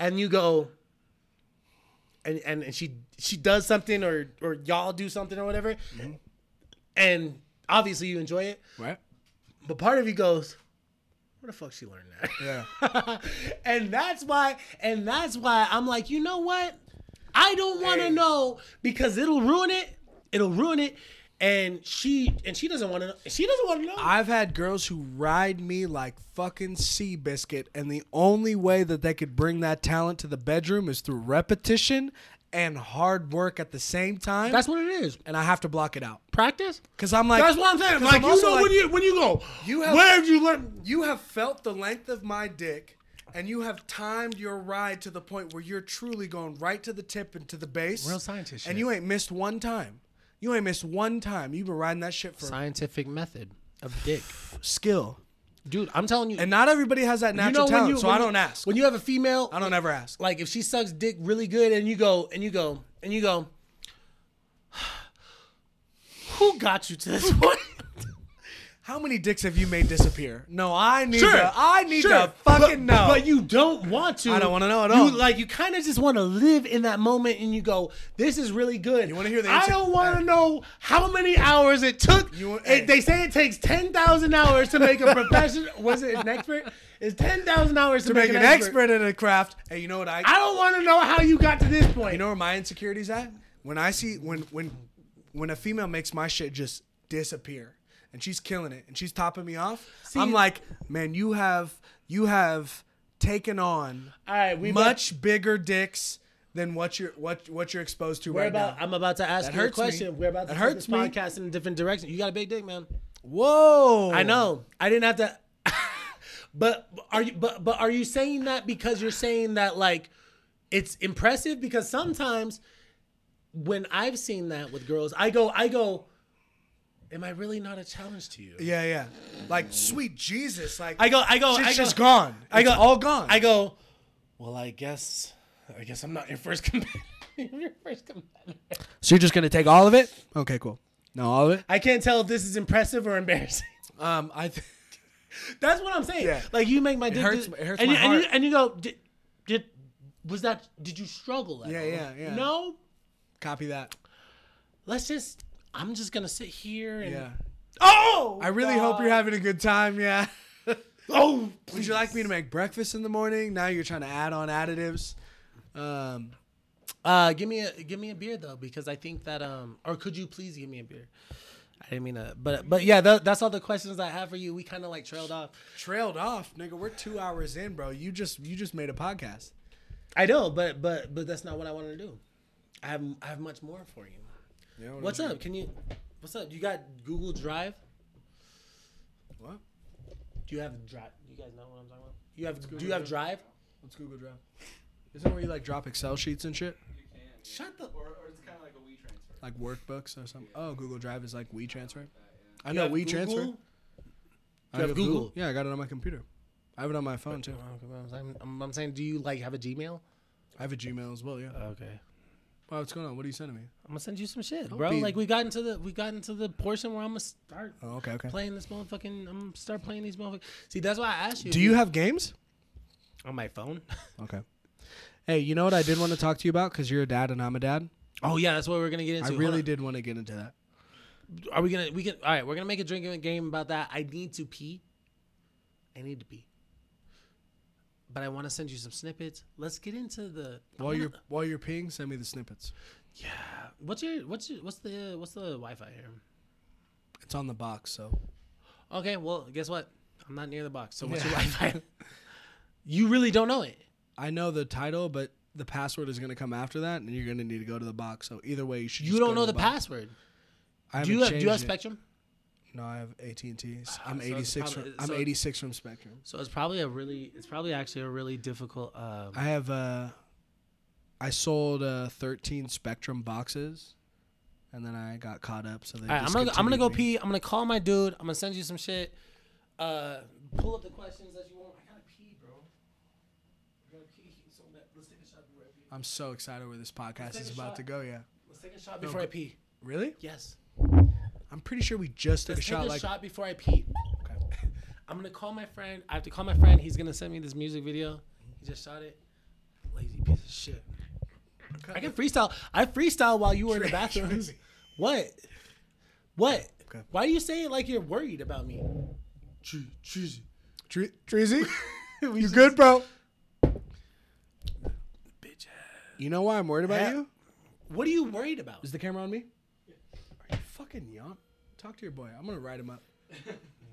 [SPEAKER 2] and you go and, and and she she does something or or y'all do something or whatever and obviously you enjoy it
[SPEAKER 1] Right.
[SPEAKER 2] but part of you goes where the fuck she learned that
[SPEAKER 1] Yeah.
[SPEAKER 2] and that's why and that's why I'm like, you know what? I don't want to know because it'll ruin it. It'll ruin it. And she and she doesn't want to know. She doesn't want to know.
[SPEAKER 1] I've had girls who ride me like fucking sea biscuit, and the only way that they could bring that talent to the bedroom is through repetition and hard work at the same time.
[SPEAKER 2] that's what it is.
[SPEAKER 1] and I have to block it out
[SPEAKER 2] Practice.
[SPEAKER 1] because I'm like,
[SPEAKER 2] that's what I'm saying.
[SPEAKER 1] 'cause I'm
[SPEAKER 2] Like you
[SPEAKER 1] also
[SPEAKER 2] know when you when you go,
[SPEAKER 1] You have-
[SPEAKER 2] where'd you learn?
[SPEAKER 1] you have felt the length of my dick, and you have timed your ride to the point where you're truly going right to the tip and to the base.
[SPEAKER 2] Real scientist
[SPEAKER 1] And
[SPEAKER 2] shit.
[SPEAKER 1] you ain't missed one time. You ain't missed one time. You've been riding that shit for
[SPEAKER 2] Scientific method of dick,
[SPEAKER 1] skill.
[SPEAKER 2] dude. I'm telling you.
[SPEAKER 1] And not everybody has that
[SPEAKER 2] you
[SPEAKER 1] natural
[SPEAKER 2] know when
[SPEAKER 1] talent,
[SPEAKER 2] you
[SPEAKER 1] so
[SPEAKER 2] when
[SPEAKER 1] I
[SPEAKER 2] you-
[SPEAKER 1] don't ask.
[SPEAKER 2] when you have a female.
[SPEAKER 1] I don't ever ask.
[SPEAKER 2] like if she sucks dick really good and you go and you go and you go who got you to this point
[SPEAKER 1] How many dicks have you made disappear? No, I need to. I need
[SPEAKER 2] sure.
[SPEAKER 1] to fucking
[SPEAKER 2] But-
[SPEAKER 1] know.
[SPEAKER 2] but you don't want to
[SPEAKER 1] I don't wanna know at
[SPEAKER 2] You-
[SPEAKER 1] all.
[SPEAKER 2] like you kind of just want to live in that moment and you go this is really good you
[SPEAKER 1] wanna hear the
[SPEAKER 2] i
[SPEAKER 1] inter-
[SPEAKER 2] don't want to
[SPEAKER 1] Hey.
[SPEAKER 2] know how many hours it took
[SPEAKER 1] You wa-
[SPEAKER 2] It-
[SPEAKER 1] hey.
[SPEAKER 2] they say it takes 10,000 hours to make a profession was it an expert it's 10,000 hours
[SPEAKER 1] to
[SPEAKER 2] to,
[SPEAKER 1] make an expert in a craft. Hey, you know what I?
[SPEAKER 2] i don't want to know how you got to this point
[SPEAKER 1] you know where my insecurity's at? When I see when when when a female makes my shit just disappear and she's killing it and she's topping me off, I'm like, man, you have you have taken on
[SPEAKER 2] all right we about-
[SPEAKER 1] much bigger dicks than what you're what what you're exposed to
[SPEAKER 2] We're
[SPEAKER 1] right
[SPEAKER 2] about.
[SPEAKER 1] now.
[SPEAKER 2] I'm about to ask
[SPEAKER 1] That
[SPEAKER 2] you a
[SPEAKER 1] hurts me.
[SPEAKER 2] question. We're about
[SPEAKER 1] That
[SPEAKER 2] to take
[SPEAKER 1] hurts
[SPEAKER 2] this
[SPEAKER 1] me.
[SPEAKER 2] podcast in a different direction. You got a big dick, man.
[SPEAKER 1] Whoa!
[SPEAKER 2] I know. I didn't have to. but are you? But but are you saying that because you're saying that like it's impressive? Because sometimes when I've seen that with girls, I go, I go. Am I really not a challenge to you?
[SPEAKER 1] Yeah, yeah. Like sweet Jesus, like
[SPEAKER 2] I go. I go.
[SPEAKER 1] shit's
[SPEAKER 2] I go,
[SPEAKER 1] just gone.
[SPEAKER 2] I go.
[SPEAKER 1] It's all gone.
[SPEAKER 2] I go. Well, I guess. I guess I'm not your first competitor. your first competitor.
[SPEAKER 1] So you're just gonna take all of it? Okay, cool. No, all of it.
[SPEAKER 2] I can't tell if this is impressive or embarrassing.
[SPEAKER 1] Um, I th-
[SPEAKER 2] That's what I'm saying.
[SPEAKER 1] Yeah.
[SPEAKER 2] Like you make my dick.
[SPEAKER 1] hurts-
[SPEAKER 2] do-
[SPEAKER 1] it hurts
[SPEAKER 2] and
[SPEAKER 1] my
[SPEAKER 2] you, And you,
[SPEAKER 1] heart.
[SPEAKER 2] and you go, did, did was that? Did you struggle? At
[SPEAKER 1] Yeah,
[SPEAKER 2] all?"
[SPEAKER 1] yeah, yeah.
[SPEAKER 2] No.
[SPEAKER 1] copy that.
[SPEAKER 2] Let's just. I'm just gonna sit here and.
[SPEAKER 1] Yeah.
[SPEAKER 2] Oh.
[SPEAKER 1] I really hope you're having a good time. Yeah.
[SPEAKER 2] Oh.
[SPEAKER 1] Would you like me to make breakfast in the morning? Now you're trying to add on additives. Um,
[SPEAKER 2] Uh, give me a give me a beer though, because I think that um, or could you please give me a beer? I didn't mean to, but but yeah, tha- that's all the questions I have for you. We kind of like trailed off.
[SPEAKER 1] trailed off, nigga. We're two hours in, bro. You just you just made a podcast.
[SPEAKER 2] I know, but but but that's not what I wanted to do. I have I have much more for you.
[SPEAKER 1] Yeah, what
[SPEAKER 2] What's
[SPEAKER 1] else
[SPEAKER 2] up? Can you? What's up? You got Google Drive?
[SPEAKER 1] you- What?
[SPEAKER 2] Do you have Drive? You guys know what I'm talking about? You have? Do you have Drive?
[SPEAKER 1] What's Google Drive? Isn't where you like drop Excel sheets and shit,
[SPEAKER 4] You can.
[SPEAKER 2] Shut the.
[SPEAKER 4] Or, or it's kind of like a Wii transfer.
[SPEAKER 1] like workbooks or something? Oh, Google Drive is like WeTransfer. I know WeTransfer.
[SPEAKER 2] Google?
[SPEAKER 1] I
[SPEAKER 2] You have
[SPEAKER 1] have
[SPEAKER 2] Google?
[SPEAKER 1] Google. Yeah, I got it on my computer. I have it on my phone too.
[SPEAKER 2] Oh, come on, I'm, I'm, I'm saying, do you like have a Gmail?
[SPEAKER 1] I have a Gmail as well. Yeah.
[SPEAKER 2] Okay.
[SPEAKER 1] Wow, what's going on? What are you sending me?
[SPEAKER 2] I'm gonna send you some shit, bro.
[SPEAKER 1] be-
[SPEAKER 2] Like we got into the we got into the portion where I'm gonna start
[SPEAKER 1] Oh, okay, okay.
[SPEAKER 2] playing this motherfucking. I'm gonna start playing these motherfuckers. See, that's why I asked you.
[SPEAKER 1] Do you have games?
[SPEAKER 2] on my phone?
[SPEAKER 1] Okay. Hey, you know what I did want to talk to you about? Because you're a dad and I'm a dad.
[SPEAKER 2] oh yeah, that's what we're gonna get into.
[SPEAKER 1] I
[SPEAKER 2] Hold
[SPEAKER 1] really
[SPEAKER 2] on.
[SPEAKER 1] did want to get into that.
[SPEAKER 2] Are we gonna we can? All right, we're gonna make a drinking game about that. I need to pee. I need to pee. But I want to send you some snippets. Let's get into the. I
[SPEAKER 1] While
[SPEAKER 2] wanna-
[SPEAKER 1] you're while you're peeing, send me the snippets.
[SPEAKER 2] Yeah. What's your what's your, what's the what's the Wi-Fi here?
[SPEAKER 1] It's on the box, so
[SPEAKER 2] Okay, well, guess what? I'm not near the box. So what's your Wi-Fi? you really don't know it.
[SPEAKER 1] I know the title, but the password is going to come after that, and you're going to need to go to the box. So either way, you should.
[SPEAKER 2] You
[SPEAKER 1] just
[SPEAKER 2] don't
[SPEAKER 1] go
[SPEAKER 2] know
[SPEAKER 1] to
[SPEAKER 2] the
[SPEAKER 1] box.
[SPEAKER 2] password.
[SPEAKER 1] I
[SPEAKER 2] Do you have
[SPEAKER 1] haven't
[SPEAKER 2] do you have
[SPEAKER 1] changed it.
[SPEAKER 2] Spectrum?
[SPEAKER 1] No, I have AT and T. I'm
[SPEAKER 2] so it's
[SPEAKER 1] 86.
[SPEAKER 2] probably-
[SPEAKER 1] from, I'm
[SPEAKER 2] so-
[SPEAKER 1] 86 from Spectrum.
[SPEAKER 2] So it's probably a really it's probably actually a really difficult. Um,
[SPEAKER 1] I have. Uh, I sold uh, 13 Spectrum boxes, and then I got caught up. So they.
[SPEAKER 2] All right, I'm gonna I'm gonna
[SPEAKER 1] discontinued
[SPEAKER 2] go
[SPEAKER 1] me.
[SPEAKER 2] pee. I'm gonna call my dude. I'm gonna send you some shit. Uh, pull up the questions that you want. I gotta pee, bro. I gotta pee so bad. Let's take a shot before I pee.
[SPEAKER 1] I'm so excited where this podcast
[SPEAKER 2] take
[SPEAKER 1] is
[SPEAKER 2] a
[SPEAKER 1] about
[SPEAKER 2] shot.
[SPEAKER 1] to go. Yeah.
[SPEAKER 2] Let's take a shot before I pee.
[SPEAKER 1] Really?
[SPEAKER 2] Yes.
[SPEAKER 1] I'm pretty sure we just took
[SPEAKER 2] Let's
[SPEAKER 1] a shot.
[SPEAKER 2] take a
[SPEAKER 1] like
[SPEAKER 2] shot before I pee. I'm gonna call my friend. I have to call my friend. He's gonna send me this music video. He just shot it. Lazy piece of shit. I can freestyle. I freestyle while you were in the bathroom. What? What?
[SPEAKER 1] Okay.
[SPEAKER 2] Why do you say it like you're worried about me?
[SPEAKER 1] Tre- Treasy, you good, bro?
[SPEAKER 2] Bitch.
[SPEAKER 1] You know why I'm worried about
[SPEAKER 2] Yeah.
[SPEAKER 1] you?
[SPEAKER 2] What are you worried about?
[SPEAKER 1] Is the camera on me? Are you fucking yawn? Talk to your boy. I'm gonna write him up.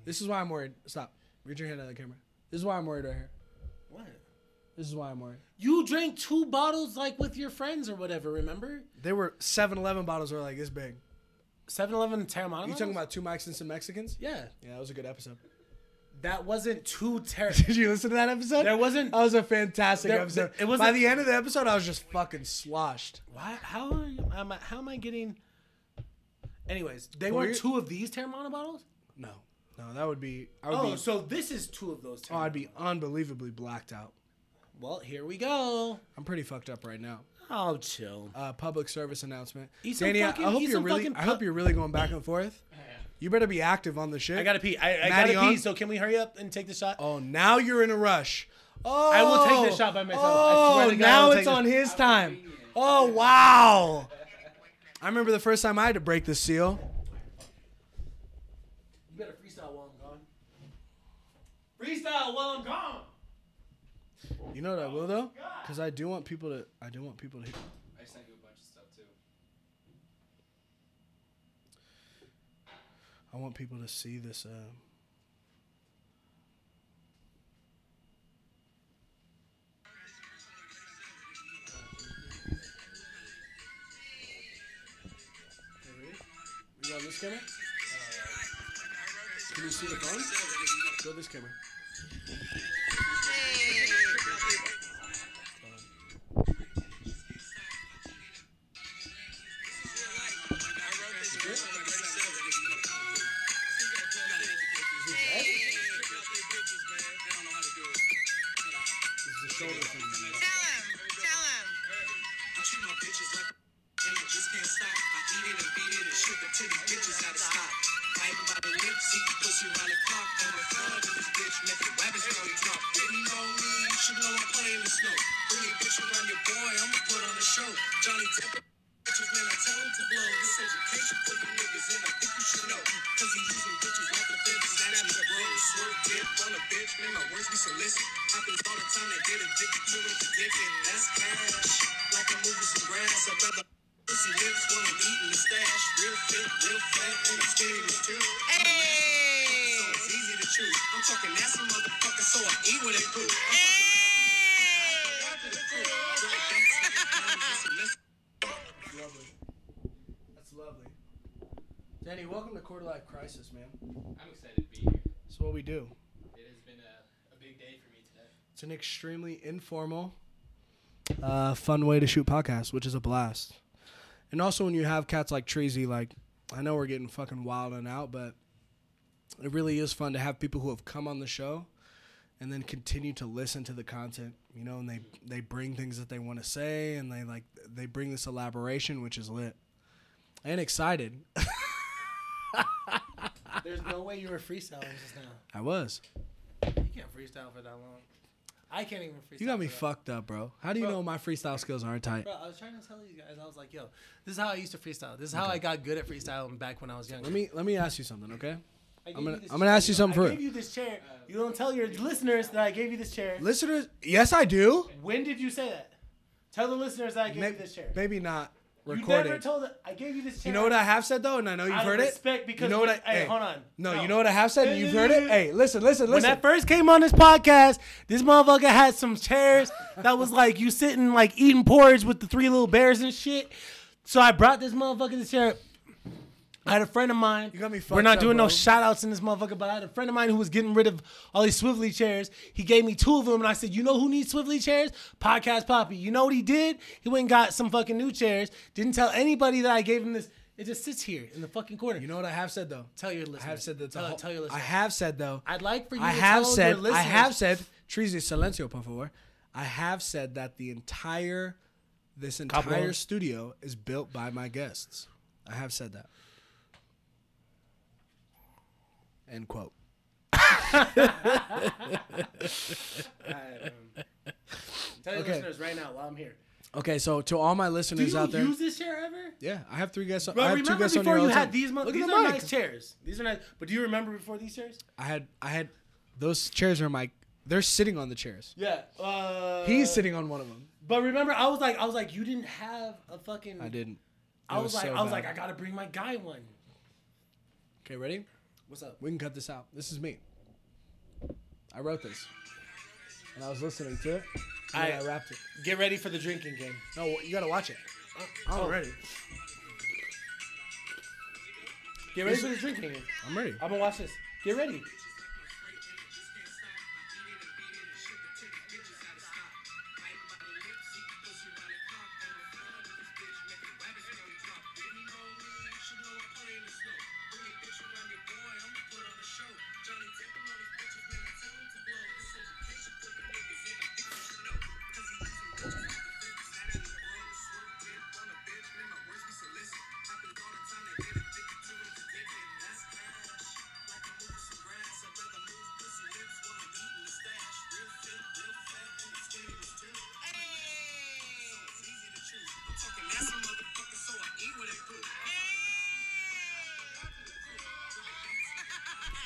[SPEAKER 1] this is why I'm worried. Stop. Reach your hand out of the camera. This is why I'm worried right here.
[SPEAKER 2] What?
[SPEAKER 1] This is why I'm worried.
[SPEAKER 2] You drank two bottles like with your friends or whatever. Remember?
[SPEAKER 1] They were 7-Eleven bottles were like this big.
[SPEAKER 2] 7-Eleven Terramana.
[SPEAKER 1] You talking about two mics and some Mexicans?
[SPEAKER 2] Yeah,
[SPEAKER 1] Yeah, that was a good episode.
[SPEAKER 2] that wasn't too ter.
[SPEAKER 1] Did you listen to that episode?
[SPEAKER 2] There wasn't-
[SPEAKER 1] That was a fantastic
[SPEAKER 2] There-
[SPEAKER 1] episode.
[SPEAKER 2] it wasn't-
[SPEAKER 1] By the end of the episode, I was just fucking sloshed.
[SPEAKER 2] Why? How are you, am I? How am I getting? Anyways, they
[SPEAKER 1] Well,
[SPEAKER 2] were
[SPEAKER 1] you're-
[SPEAKER 2] two of these Terramana bottles.
[SPEAKER 1] No, no, that would be. I would
[SPEAKER 2] Oh,
[SPEAKER 1] be.
[SPEAKER 2] so this is two of those.
[SPEAKER 1] oh,
[SPEAKER 2] Terramana.
[SPEAKER 1] I'd be unbelievably blacked out.
[SPEAKER 2] Well, here we go.
[SPEAKER 1] I'm pretty fucked up right now.
[SPEAKER 2] Oh, chill.
[SPEAKER 1] uh, public service announcement.
[SPEAKER 2] Eat some
[SPEAKER 1] Danny, I-
[SPEAKER 2] fucking-
[SPEAKER 1] I hope
[SPEAKER 2] eat
[SPEAKER 1] you're
[SPEAKER 2] some
[SPEAKER 1] really,
[SPEAKER 2] fucking
[SPEAKER 1] I hope
[SPEAKER 2] pu-
[SPEAKER 1] you're really going back and forth. You better be active on the shit.
[SPEAKER 2] I gotta pee. I, I
[SPEAKER 1] Matty
[SPEAKER 2] gotta pee.
[SPEAKER 1] on?
[SPEAKER 2] So can we hurry up and take the shot?
[SPEAKER 1] Oh, now you're in a rush. Oh,
[SPEAKER 2] I will take this shot by myself. I
[SPEAKER 1] Oh,
[SPEAKER 2] swear to God, I
[SPEAKER 1] now
[SPEAKER 2] will
[SPEAKER 1] it's
[SPEAKER 2] take
[SPEAKER 1] on
[SPEAKER 2] this-
[SPEAKER 1] his time. Oh wow! I remember the first time I had to break this seal.
[SPEAKER 2] You better freestyle while I'm gone. Freestyle while I'm gone.
[SPEAKER 1] You know what I will though, because I do want people to. I do want people to.
[SPEAKER 5] I sent you a bunch of stuff too.
[SPEAKER 1] I want people to see this. Uh, You got this camera? Can you see the phone? Go this camera. That's lovely. Danny, welcome to Quarter Life Crisis, man.
[SPEAKER 5] I'm excited to be here.
[SPEAKER 1] It's what we do.
[SPEAKER 5] It has been a, a big day for me today.
[SPEAKER 1] It's an extremely informal, uh, fun way to shoot podcasts, which is a blast. And also, when you have cats like Treasy, like I know we're getting fucking wild and out, but it really is fun to have people who have come on the show and then continue to listen to the content, you know, and they they bring things that they want to say and they like they bring this elaboration which is lit. And excited.
[SPEAKER 2] There's no way you were freestyling just now.
[SPEAKER 1] I was.
[SPEAKER 2] You can't freestyle for that long. I can't even freestyle.
[SPEAKER 1] You got me
[SPEAKER 2] for that.
[SPEAKER 1] fucked up, bro. How do you
[SPEAKER 2] Bro.
[SPEAKER 1] know my freestyle skills aren't tight?
[SPEAKER 2] Bro, I was trying to tell you guys. I was like, yo, this is how I used to freestyle. This is how I got good at freestyling back when I was younger.
[SPEAKER 1] Let me let me ask you something, okay?
[SPEAKER 2] I gave
[SPEAKER 1] I'm gonna-
[SPEAKER 2] you this
[SPEAKER 1] I'm gonna ask
[SPEAKER 2] chair,
[SPEAKER 1] you something
[SPEAKER 2] yo. I
[SPEAKER 1] for-
[SPEAKER 2] gave you this chair. You don't tell your listeners that I gave you this chair.
[SPEAKER 1] Listeners, yes I do.
[SPEAKER 2] When did you say that? Tell the listeners that I gave
[SPEAKER 1] May-
[SPEAKER 2] you this chair.
[SPEAKER 1] Maybe not
[SPEAKER 2] You never
[SPEAKER 1] recorded.
[SPEAKER 2] told. I gave you this chair.
[SPEAKER 1] You know what I have said though, and I know you've
[SPEAKER 2] Out of
[SPEAKER 1] heard it.
[SPEAKER 2] respect, because
[SPEAKER 1] you know what I?
[SPEAKER 2] hey,
[SPEAKER 1] hey,
[SPEAKER 2] hold on.
[SPEAKER 1] No,
[SPEAKER 2] No.
[SPEAKER 1] you know what I have said, and you've heard it. Hey, listen, listen,
[SPEAKER 2] When
[SPEAKER 1] listen.
[SPEAKER 2] I first came on this podcast, this motherfucker had some chairs that was like you sitting like eating porridge with the three little bears and shit. So I brought this motherfucker this chair. I had a friend of mine.
[SPEAKER 1] You got me
[SPEAKER 2] We're
[SPEAKER 1] fucked
[SPEAKER 2] not
[SPEAKER 1] up,
[SPEAKER 2] doing no
[SPEAKER 1] bro.
[SPEAKER 2] shout outs in this motherfucker, but I had a friend of mine who was getting rid of all these Swivelly chairs. He gave me two of them, and I said, You know who needs Swivelly chairs? Podcast Poppy. You know what he did? He went and got some fucking new chairs. Didn't tell anybody that I gave him this. It just sits here in the fucking corner.
[SPEAKER 1] you know what I have said though.
[SPEAKER 2] tell your
[SPEAKER 1] I
[SPEAKER 2] listeners.
[SPEAKER 1] have said that. the
[SPEAKER 2] Tell,
[SPEAKER 1] whole-
[SPEAKER 2] tell your
[SPEAKER 1] I
[SPEAKER 2] listeners.
[SPEAKER 1] have said though.
[SPEAKER 2] I'd like for you
[SPEAKER 1] I
[SPEAKER 2] to
[SPEAKER 1] have
[SPEAKER 2] tell
[SPEAKER 1] said.
[SPEAKER 2] your listeners.
[SPEAKER 1] I have said. Treasy silencio, por favor. I have said that the entire, this entire studio is built by my guests. I have said that. End quote.
[SPEAKER 2] Tell your
[SPEAKER 1] Okay.
[SPEAKER 2] listeners right now while I'm here.
[SPEAKER 1] Okay, so to all my
[SPEAKER 2] Do
[SPEAKER 1] listeners
[SPEAKER 2] you
[SPEAKER 1] out there,
[SPEAKER 2] use this chair ever?
[SPEAKER 1] yeah, I have three guests.
[SPEAKER 2] Bro,
[SPEAKER 1] I have two
[SPEAKER 2] remember
[SPEAKER 1] guests on your
[SPEAKER 2] before you
[SPEAKER 1] all
[SPEAKER 2] had
[SPEAKER 1] time.
[SPEAKER 2] these? Mo-
[SPEAKER 1] Look
[SPEAKER 2] these
[SPEAKER 1] at the
[SPEAKER 2] are
[SPEAKER 1] mic.
[SPEAKER 2] nice chairs. These are nice. But do you remember before these chairs?
[SPEAKER 1] I had I had those chairs are my they're sitting on the chairs.
[SPEAKER 2] Yeah. Uh,
[SPEAKER 1] He's sitting on one of them.
[SPEAKER 2] But remember, I was like, I was like, you didn't have a fucking.
[SPEAKER 1] I didn't.
[SPEAKER 2] I
[SPEAKER 1] It
[SPEAKER 2] was, like,
[SPEAKER 1] so
[SPEAKER 2] I was
[SPEAKER 1] bad.
[SPEAKER 2] like, I gotta bring my guy one.
[SPEAKER 1] okay, ready?
[SPEAKER 2] What's up?
[SPEAKER 1] We can cut this out. This is me. I wrote this, and I was listening to it. And then
[SPEAKER 2] I-
[SPEAKER 1] I wrapped it.
[SPEAKER 2] Get ready for the drinking game.
[SPEAKER 1] No, you gotta watch it. Oh. I'm ready.
[SPEAKER 2] Get ready for the drinking game.
[SPEAKER 1] I'm ready.
[SPEAKER 2] I'm gonna watch this. Get ready.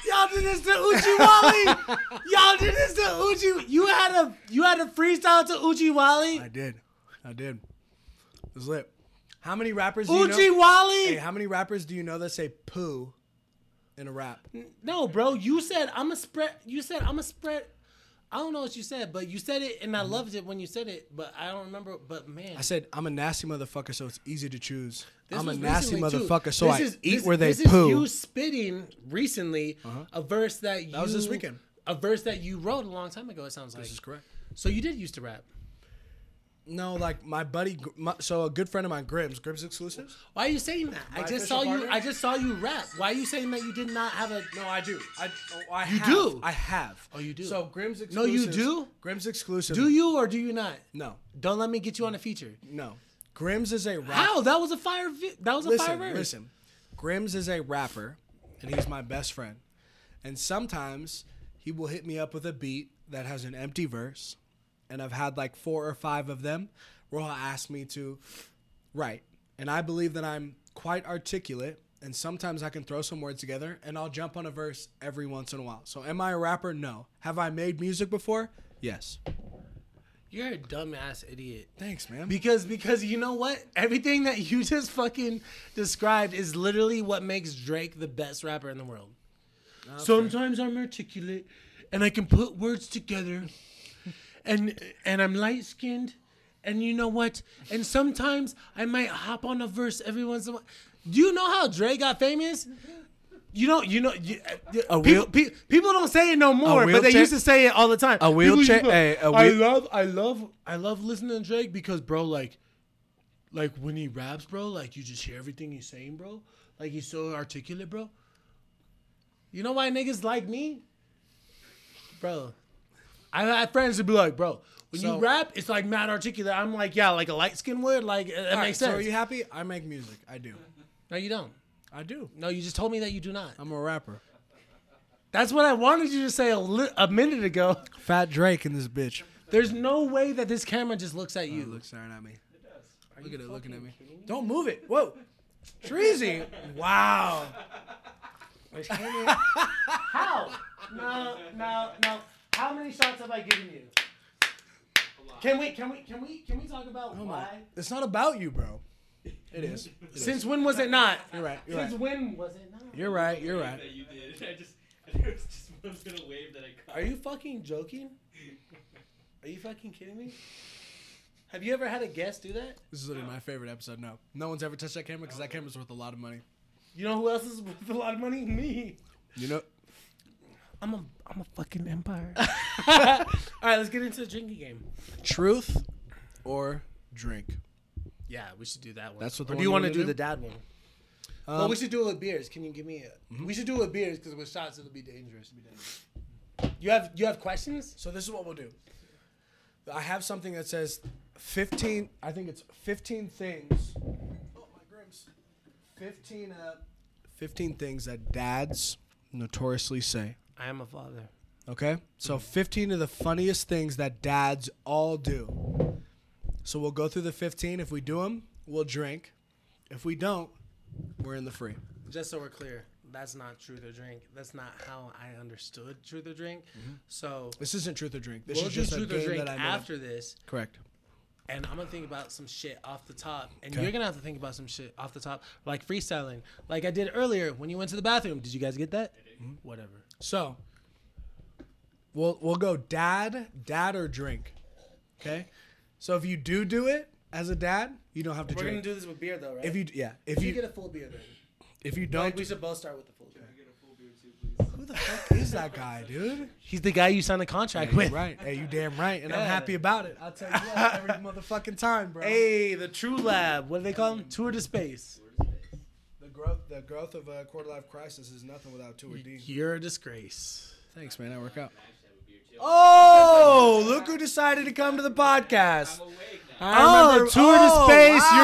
[SPEAKER 2] Y'all did this to Uchi Wally. Y'all did this to Uchi. You had a you had a freestyle to Uchi Wally.
[SPEAKER 1] I did. I did. It was lit. How many rappers do
[SPEAKER 2] Uchi
[SPEAKER 1] you know?
[SPEAKER 2] Wally.
[SPEAKER 1] Hey, how many rappers do you know that say poo in a rap?
[SPEAKER 2] No, bro, you said I'm a spread. You said I'm a spread. I don't know what you said, but you said it, and I loved it when you said it. But I don't remember. But man,
[SPEAKER 1] Mm-hmm. I said I'm a nasty motherfucker, so it's easy to choose.
[SPEAKER 2] this
[SPEAKER 1] I'm a
[SPEAKER 2] was
[SPEAKER 1] nasty
[SPEAKER 2] recently, too.
[SPEAKER 1] motherfucker, so
[SPEAKER 2] This
[SPEAKER 1] I
[SPEAKER 2] is-
[SPEAKER 1] eat
[SPEAKER 2] this-
[SPEAKER 1] where they
[SPEAKER 2] this
[SPEAKER 1] poo. Uh-huh.
[SPEAKER 2] Is you spitting recently a verse that you
[SPEAKER 1] was this weekend.
[SPEAKER 2] A verse that you wrote a long time ago. It sounds like.
[SPEAKER 1] This is correct.
[SPEAKER 2] So you did used to rap.
[SPEAKER 1] No, like my buddy, Gr- my, so a good friend of mine, Grims, Grims exclusives.
[SPEAKER 2] Why are you saying that? I just
[SPEAKER 1] official
[SPEAKER 2] saw you.
[SPEAKER 1] partner?
[SPEAKER 2] I just saw you rap. Why are you saying that you did not have a?
[SPEAKER 1] No, I do. I, oh, I
[SPEAKER 2] You
[SPEAKER 1] have.
[SPEAKER 2] do?
[SPEAKER 1] I have.
[SPEAKER 2] Oh, you do.
[SPEAKER 1] So Grims exclusives.
[SPEAKER 2] No, you do?
[SPEAKER 1] Grims exclusive.
[SPEAKER 2] Do you or do you not?
[SPEAKER 1] No,
[SPEAKER 2] Don't let me get you on a feature.
[SPEAKER 1] no. Grims is a rapper.
[SPEAKER 2] How? That was a fire. Vi- that was a
[SPEAKER 1] listen,
[SPEAKER 2] fire verse.
[SPEAKER 1] listen. Grims is a rapper, and he's my best friend. And sometimes he will hit me up with a beat that has an empty verse, and I've had like four or five of them where he'll ask me to write. And I believe that I'm quite articulate, and sometimes I can throw some words together, and I'll jump on a verse every once in a while. So, am I a rapper? No. Have I made music before? Yes.
[SPEAKER 2] You're a dumbass idiot.
[SPEAKER 1] Thanks, man.
[SPEAKER 2] Because because you know what? Everything that you just fucking described is literally what makes Drake the best rapper in the world. Sometimes I'm articulate and I can put words together and and I'm light skinned and you know what? And sometimes I might hop on a verse every once in a while. Do you know how Drake got famous? You know, you know, you,
[SPEAKER 1] A
[SPEAKER 2] people,
[SPEAKER 1] wheel-
[SPEAKER 2] pe- people don't say it no more, but they
[SPEAKER 1] wheelchair-
[SPEAKER 2] used to say it all the time.
[SPEAKER 1] A
[SPEAKER 2] People used to
[SPEAKER 1] wheelchair-
[SPEAKER 2] go,
[SPEAKER 1] a- a
[SPEAKER 2] "I
[SPEAKER 1] wheel-
[SPEAKER 2] love, I love, I love listening to Drake because, bro, like, like when he raps, bro, like you just hear everything he's saying, bro. Like he's so articulate, bro. You know why niggas like me, bro? I had friends who'd be like, bro, when
[SPEAKER 1] So-
[SPEAKER 2] you rap, it's like mad articulate. I'm like, yeah, like a light skin would. Like, it, it
[SPEAKER 1] All right,
[SPEAKER 2] makes
[SPEAKER 1] So
[SPEAKER 2] sense.
[SPEAKER 1] are you happy? I make music. I do.
[SPEAKER 2] no, you don't.
[SPEAKER 1] I do.
[SPEAKER 2] No, you just told me that you do not.
[SPEAKER 1] I'm a rapper.
[SPEAKER 2] That's what I wanted you to say a, li- a minute ago.
[SPEAKER 1] Fat Drake in this bitch.
[SPEAKER 2] There's no way that this camera just looks at you.
[SPEAKER 1] Oh, Look staring at me. Look at it looking at me. Don't move it. Whoa.
[SPEAKER 2] Treasy. Wow. How? No, no, no. How many shots have I given you? Can we can we can we can we talk about
[SPEAKER 1] Oh my.
[SPEAKER 2] why?
[SPEAKER 1] It's not about you, bro. It is. It is.
[SPEAKER 2] Since when was it not?
[SPEAKER 1] You're right. You're
[SPEAKER 2] Since
[SPEAKER 1] right.
[SPEAKER 2] when was it not?
[SPEAKER 1] You're right. You're right.
[SPEAKER 5] That you did. I just, there was just one little wave that I caught.
[SPEAKER 2] Are you fucking joking? Are you fucking kidding me? Have you ever had a guest do that?
[SPEAKER 1] This is literally my favorite episode. No, no one's ever touched that camera because that camera's worth a lot of money.
[SPEAKER 2] You know who else is worth a lot of money? Me.
[SPEAKER 1] You know.
[SPEAKER 2] I'm a I'm a fucking empire. All right, let's get into the drinking game.
[SPEAKER 1] Truth or drink.
[SPEAKER 2] Yeah, we should do that one.
[SPEAKER 1] That's what the
[SPEAKER 2] or
[SPEAKER 1] one
[SPEAKER 2] do you
[SPEAKER 1] you
[SPEAKER 2] want to
[SPEAKER 1] wanna
[SPEAKER 2] do
[SPEAKER 1] do?
[SPEAKER 2] the dad one?
[SPEAKER 1] Um, mhm.
[SPEAKER 2] well, we should do it with beers. Can you give me a? We should do it with beers because with shots it'll be dangerous. You have you have questions?
[SPEAKER 1] So this is what we'll do. I have something that says 15, I think it's 15 things. Oh, my Grimms. 15, uh, 15 things that dads notoriously say.
[SPEAKER 2] I am a father.
[SPEAKER 1] Okay? So 15 of the funniest things that dads all do. So we'll go through the 15. If we do them, we'll drink. If we don't, we're in the free.
[SPEAKER 2] Just so we're clear, that's not truth or drink. That's not how I understood truth or drink. So
[SPEAKER 1] This isn't truth or drink. Mm-hmm. This
[SPEAKER 2] we'll
[SPEAKER 1] is
[SPEAKER 2] do
[SPEAKER 1] just a
[SPEAKER 2] truth or
[SPEAKER 1] game
[SPEAKER 2] drink
[SPEAKER 1] that I made. up.
[SPEAKER 2] after this,
[SPEAKER 1] Correct.
[SPEAKER 2] and I'm gonna think about some shit off the top, and
[SPEAKER 1] Okay.
[SPEAKER 2] you're gonna have to think about some shit off the top, like freestyling, like I did earlier when you went to the bathroom. Did you guys get that?
[SPEAKER 1] Mm-hmm.
[SPEAKER 2] Whatever.
[SPEAKER 1] So we'll we'll go dad, dad or drink. Okay? So if you do do it as a dad, you don't have to
[SPEAKER 2] We're
[SPEAKER 1] drink.
[SPEAKER 2] gonna do this with beer though, right?
[SPEAKER 1] if you yeah, if
[SPEAKER 2] you,
[SPEAKER 1] you
[SPEAKER 2] get a full beer, then
[SPEAKER 1] if you don't
[SPEAKER 2] we should both start with the full beer.
[SPEAKER 4] Get a full beer too, please.
[SPEAKER 1] who the fuck is that guy, dude?
[SPEAKER 2] He's the guy you signed a contract
[SPEAKER 1] You're
[SPEAKER 2] with.
[SPEAKER 1] right. Hey, you damn right. And I'm
[SPEAKER 2] Yeah.
[SPEAKER 1] happy about it. I'll tell you what, every motherfucking time, bro.
[SPEAKER 2] Hey, the True Lab. What do they call him? Tour to space.
[SPEAKER 1] The growth the growth of a quarter life crisis is nothing without two or D.
[SPEAKER 2] You're a disgrace.
[SPEAKER 1] Thanks, man. That worked out.
[SPEAKER 5] Match that with beer too.
[SPEAKER 1] Oh, look who decided to come to the podcast.
[SPEAKER 5] I'm awake now.
[SPEAKER 1] I
[SPEAKER 2] Oh,
[SPEAKER 1] remember-
[SPEAKER 2] tour to
[SPEAKER 1] oh,
[SPEAKER 2] space.
[SPEAKER 1] wow.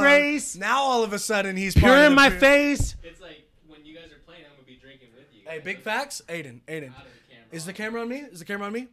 [SPEAKER 2] You're a disgrace.
[SPEAKER 1] Now all of a sudden he's part
[SPEAKER 2] You're
[SPEAKER 1] of
[SPEAKER 2] in
[SPEAKER 1] the
[SPEAKER 2] my
[SPEAKER 1] beer-
[SPEAKER 2] face.
[SPEAKER 5] It's like when you guys are playing, I'm gonna be drinking with you.
[SPEAKER 1] Hey,
[SPEAKER 5] guys.
[SPEAKER 1] big
[SPEAKER 5] I'm
[SPEAKER 1] facts, Aiden. Aiden,
[SPEAKER 5] Out of the camera.
[SPEAKER 1] is the camera on me? Is the camera on me?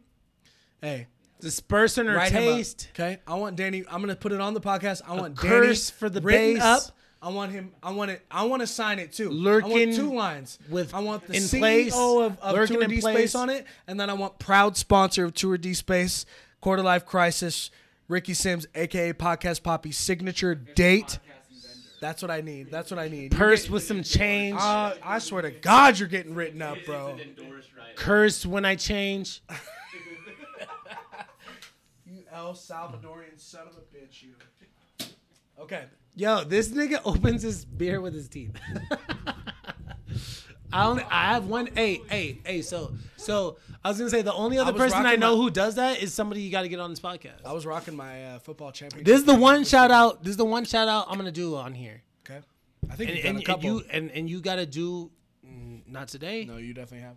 [SPEAKER 1] Hey,
[SPEAKER 2] Dispersing her
[SPEAKER 1] write him up,
[SPEAKER 2] taste.
[SPEAKER 1] Okay, I want Danny. I'm gonna put it on the podcast. I want
[SPEAKER 2] curse
[SPEAKER 1] Danny
[SPEAKER 2] for the
[SPEAKER 1] written
[SPEAKER 2] bass.
[SPEAKER 1] up. I want him. I want it. I want to sign it too. I
[SPEAKER 2] Lurking
[SPEAKER 1] want two lines
[SPEAKER 2] with
[SPEAKER 1] I want the
[SPEAKER 2] in
[SPEAKER 1] CEO
[SPEAKER 2] place,
[SPEAKER 1] of, of
[SPEAKER 2] lurking
[SPEAKER 1] Tour
[SPEAKER 2] in
[SPEAKER 1] D
[SPEAKER 2] place.
[SPEAKER 1] Space on it, and then I want proud sponsor of Tour D Space, Quarter Life Crisis, Ricky Sims, aka Podcast Poppy, signature date.
[SPEAKER 4] Podcasting vendor.
[SPEAKER 1] That's what I need. That's what I need.
[SPEAKER 2] Purse with some change.
[SPEAKER 1] Uh, I swear to God, you're getting written up,
[SPEAKER 5] It's
[SPEAKER 1] bro.
[SPEAKER 5] an endorsed rider.
[SPEAKER 2] Curse when I change.
[SPEAKER 1] You El Salvadorian son of a bitch, you. Okay.
[SPEAKER 2] Yo, Oh, this nigga opens his beer with his teeth. I only, I have one. Hey, hey, hey. So, so I was gonna say the only other
[SPEAKER 1] was
[SPEAKER 2] person I
[SPEAKER 1] rocking
[SPEAKER 2] know
[SPEAKER 1] my-
[SPEAKER 2] who does that is somebody you got to get on this podcast.
[SPEAKER 1] I was rocking my uh, football championship.
[SPEAKER 2] This is the one shout out. This is the one shout out I'm gonna do on here.
[SPEAKER 1] Okay. I think
[SPEAKER 2] And,
[SPEAKER 1] you've done
[SPEAKER 2] and,
[SPEAKER 1] a
[SPEAKER 2] and
[SPEAKER 1] couple.
[SPEAKER 2] you and, and you gotta do mm, not today. No,
[SPEAKER 1] no, you definitely have.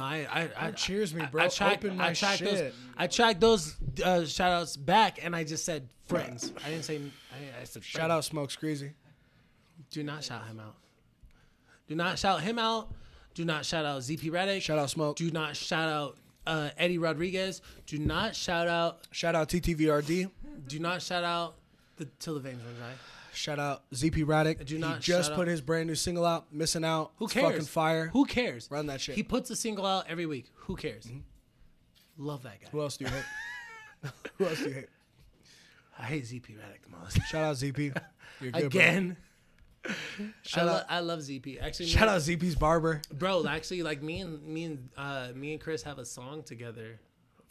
[SPEAKER 2] I I, I
[SPEAKER 1] Don't cheers me,
[SPEAKER 2] I-
[SPEAKER 1] bro.
[SPEAKER 2] I tracked,
[SPEAKER 1] Open my
[SPEAKER 2] I tracked Those,
[SPEAKER 1] shit.
[SPEAKER 2] I tracked those uh, shout outs back, and I just said friends. I didn't say. I, I said
[SPEAKER 1] Shout out Smoke Screezy.
[SPEAKER 2] Do not shout him out. Do not shout him out. Do not shout out ZP Reddick.
[SPEAKER 1] Shout out Smoke.
[SPEAKER 2] Do not shout out uh, Eddie Rodriguez. Do not shout out.
[SPEAKER 1] Shout out TTVRD.
[SPEAKER 2] Do not shout out the Till the Veins Run Dry.
[SPEAKER 1] Shout out ZP Raddick.
[SPEAKER 2] Do not
[SPEAKER 1] he just
[SPEAKER 2] shout
[SPEAKER 1] put
[SPEAKER 2] out-
[SPEAKER 1] his brand new single out. Missing out.
[SPEAKER 2] Who
[SPEAKER 1] It's
[SPEAKER 2] cares?
[SPEAKER 1] Fucking fire.
[SPEAKER 2] Who cares?
[SPEAKER 1] Run that shit.
[SPEAKER 2] He puts a single out every week. Who cares?
[SPEAKER 1] Mm-hmm.
[SPEAKER 2] Love that guy.
[SPEAKER 1] Who else do you hate? Who else do you hate?
[SPEAKER 2] I hate ZP Reddick the most.
[SPEAKER 1] Shout out ZP. You're good, bro.
[SPEAKER 2] Again.
[SPEAKER 1] Shout
[SPEAKER 2] I, lo-
[SPEAKER 1] out.
[SPEAKER 2] I love ZP. Actually,
[SPEAKER 1] Shout out ZP's barber.
[SPEAKER 2] bro actually like me and me and uh me and chris have a song together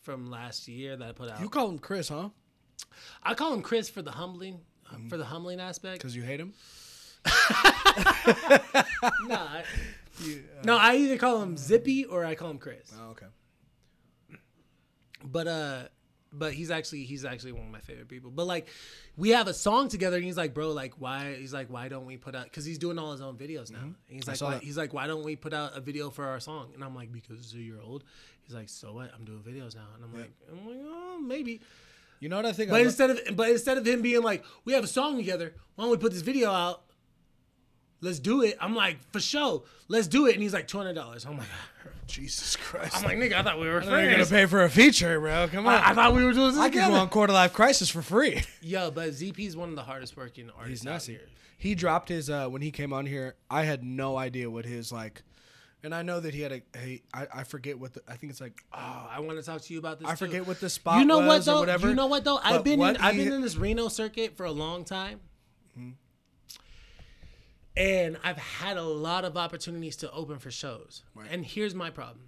[SPEAKER 2] from last year that i put out
[SPEAKER 1] You call him Chris, huh?
[SPEAKER 2] i call him chris for the humbling
[SPEAKER 1] Mm-hmm.
[SPEAKER 2] um, for the humbling aspect
[SPEAKER 1] Because you hate him.
[SPEAKER 2] no I, no i either call him zippy or i call him chris
[SPEAKER 1] Oh, okay.
[SPEAKER 2] but uh but he's actually he's actually one of my favorite people. But like, we have a song together, and he's like, bro, like why? He's like, why don't we put out? Because he's doing all his own videos now. And he's like,
[SPEAKER 1] Mm-hmm. saw
[SPEAKER 2] why,
[SPEAKER 1] that.
[SPEAKER 2] he's like, why don't we put out a video for our song? And I'm like, because you're old. He's like, so what? I'm doing videos now, and I'm like, I'm like, oh, maybe.
[SPEAKER 1] You know what I think?
[SPEAKER 2] But
[SPEAKER 1] I lo-
[SPEAKER 2] instead of but instead of him being like, we have a song together, why don't we put this video out? Let's do it. I'm like, for sure, let's do it. And he's like, two hundred dollars. I'm like,
[SPEAKER 1] Jesus Christ.
[SPEAKER 2] I'm like, nigga, I thought we
[SPEAKER 1] you're
[SPEAKER 2] were
[SPEAKER 1] gonna
[SPEAKER 2] friends.
[SPEAKER 1] pay for a feature, bro. Come on.
[SPEAKER 2] I, I thought we were doing this
[SPEAKER 1] I can go
[SPEAKER 2] together.
[SPEAKER 1] on Quarter Life Crisis for free.
[SPEAKER 2] Yeah, but ZP is one of the hardest working artists.
[SPEAKER 1] He's
[SPEAKER 2] out
[SPEAKER 1] nasty.
[SPEAKER 2] here.
[SPEAKER 1] He dropped his uh, when he came on here. I had no idea what his like, and I know that he had a. He, I, I forget what the. I think it's like
[SPEAKER 2] Oh, I want to talk to you about this.
[SPEAKER 1] I
[SPEAKER 2] too.
[SPEAKER 1] forget what the spot
[SPEAKER 2] You know what
[SPEAKER 1] was or
[SPEAKER 2] though?
[SPEAKER 1] whatever,
[SPEAKER 2] You know what though?
[SPEAKER 1] but
[SPEAKER 2] I've been in,
[SPEAKER 1] what
[SPEAKER 2] I've
[SPEAKER 1] he- Mm-hmm.
[SPEAKER 2] been in this Reno circuit for a long time. And I've had a lot of opportunities to open for shows.
[SPEAKER 1] Right.
[SPEAKER 2] And here's my problem.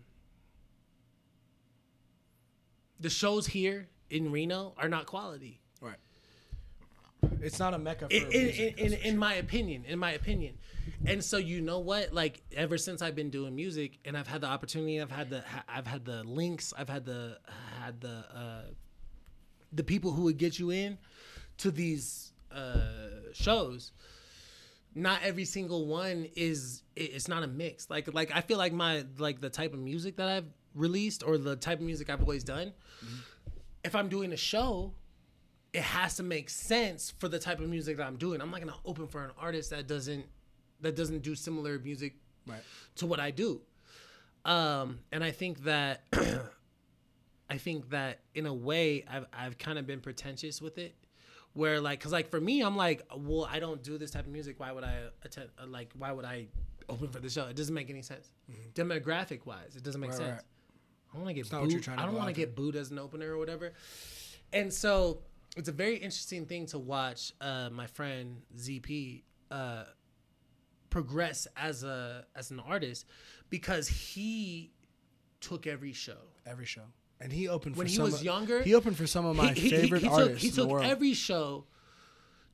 [SPEAKER 2] The shows here in Reno are not quality.
[SPEAKER 1] right. It's not a mecca for
[SPEAKER 2] in, in,
[SPEAKER 1] music.
[SPEAKER 2] in, in, in my opinion in my opinion and so you know what like ever since i've been doing music and i've had the opportunity i've had the ha- i've had the links i've had the had the uh the people who would get you in to these uh shows not every single one is it- it's not a mix like like i feel like my like the type of music that i've released or the type of music i've always done
[SPEAKER 1] Mm-hmm.
[SPEAKER 2] if i'm doing a show it has to make sense for the type of music that I'm doing. I'm not gonna open for an artist that doesn't that doesn't do similar music
[SPEAKER 1] Right.
[SPEAKER 2] to what I do. Um, and I think that I think that in a way I've I've kind of been pretentious with it, where like because like for me I'm like well I don't do this type of music why would I attend uh, like why would I open for the show it doesn't make any sense demographic wise it doesn't make
[SPEAKER 1] Mm-hmm. Right,
[SPEAKER 2] sense.
[SPEAKER 1] right.
[SPEAKER 2] I don't want to get
[SPEAKER 1] not what you're
[SPEAKER 2] booed.
[SPEAKER 1] trying to
[SPEAKER 2] I don't
[SPEAKER 1] go
[SPEAKER 2] want to
[SPEAKER 1] after.
[SPEAKER 2] get booed as an opener or whatever. And so it's a very interesting thing to watch uh, my friend ZP uh, progress as a as an artist because he took every show.
[SPEAKER 1] every show. And he opened
[SPEAKER 2] When
[SPEAKER 1] for
[SPEAKER 2] he
[SPEAKER 1] some
[SPEAKER 2] was
[SPEAKER 1] of-
[SPEAKER 2] younger,
[SPEAKER 1] He opened for some of my favorite
[SPEAKER 2] he
[SPEAKER 1] artists
[SPEAKER 2] Took, he
[SPEAKER 1] in
[SPEAKER 2] took
[SPEAKER 1] the world.
[SPEAKER 2] every show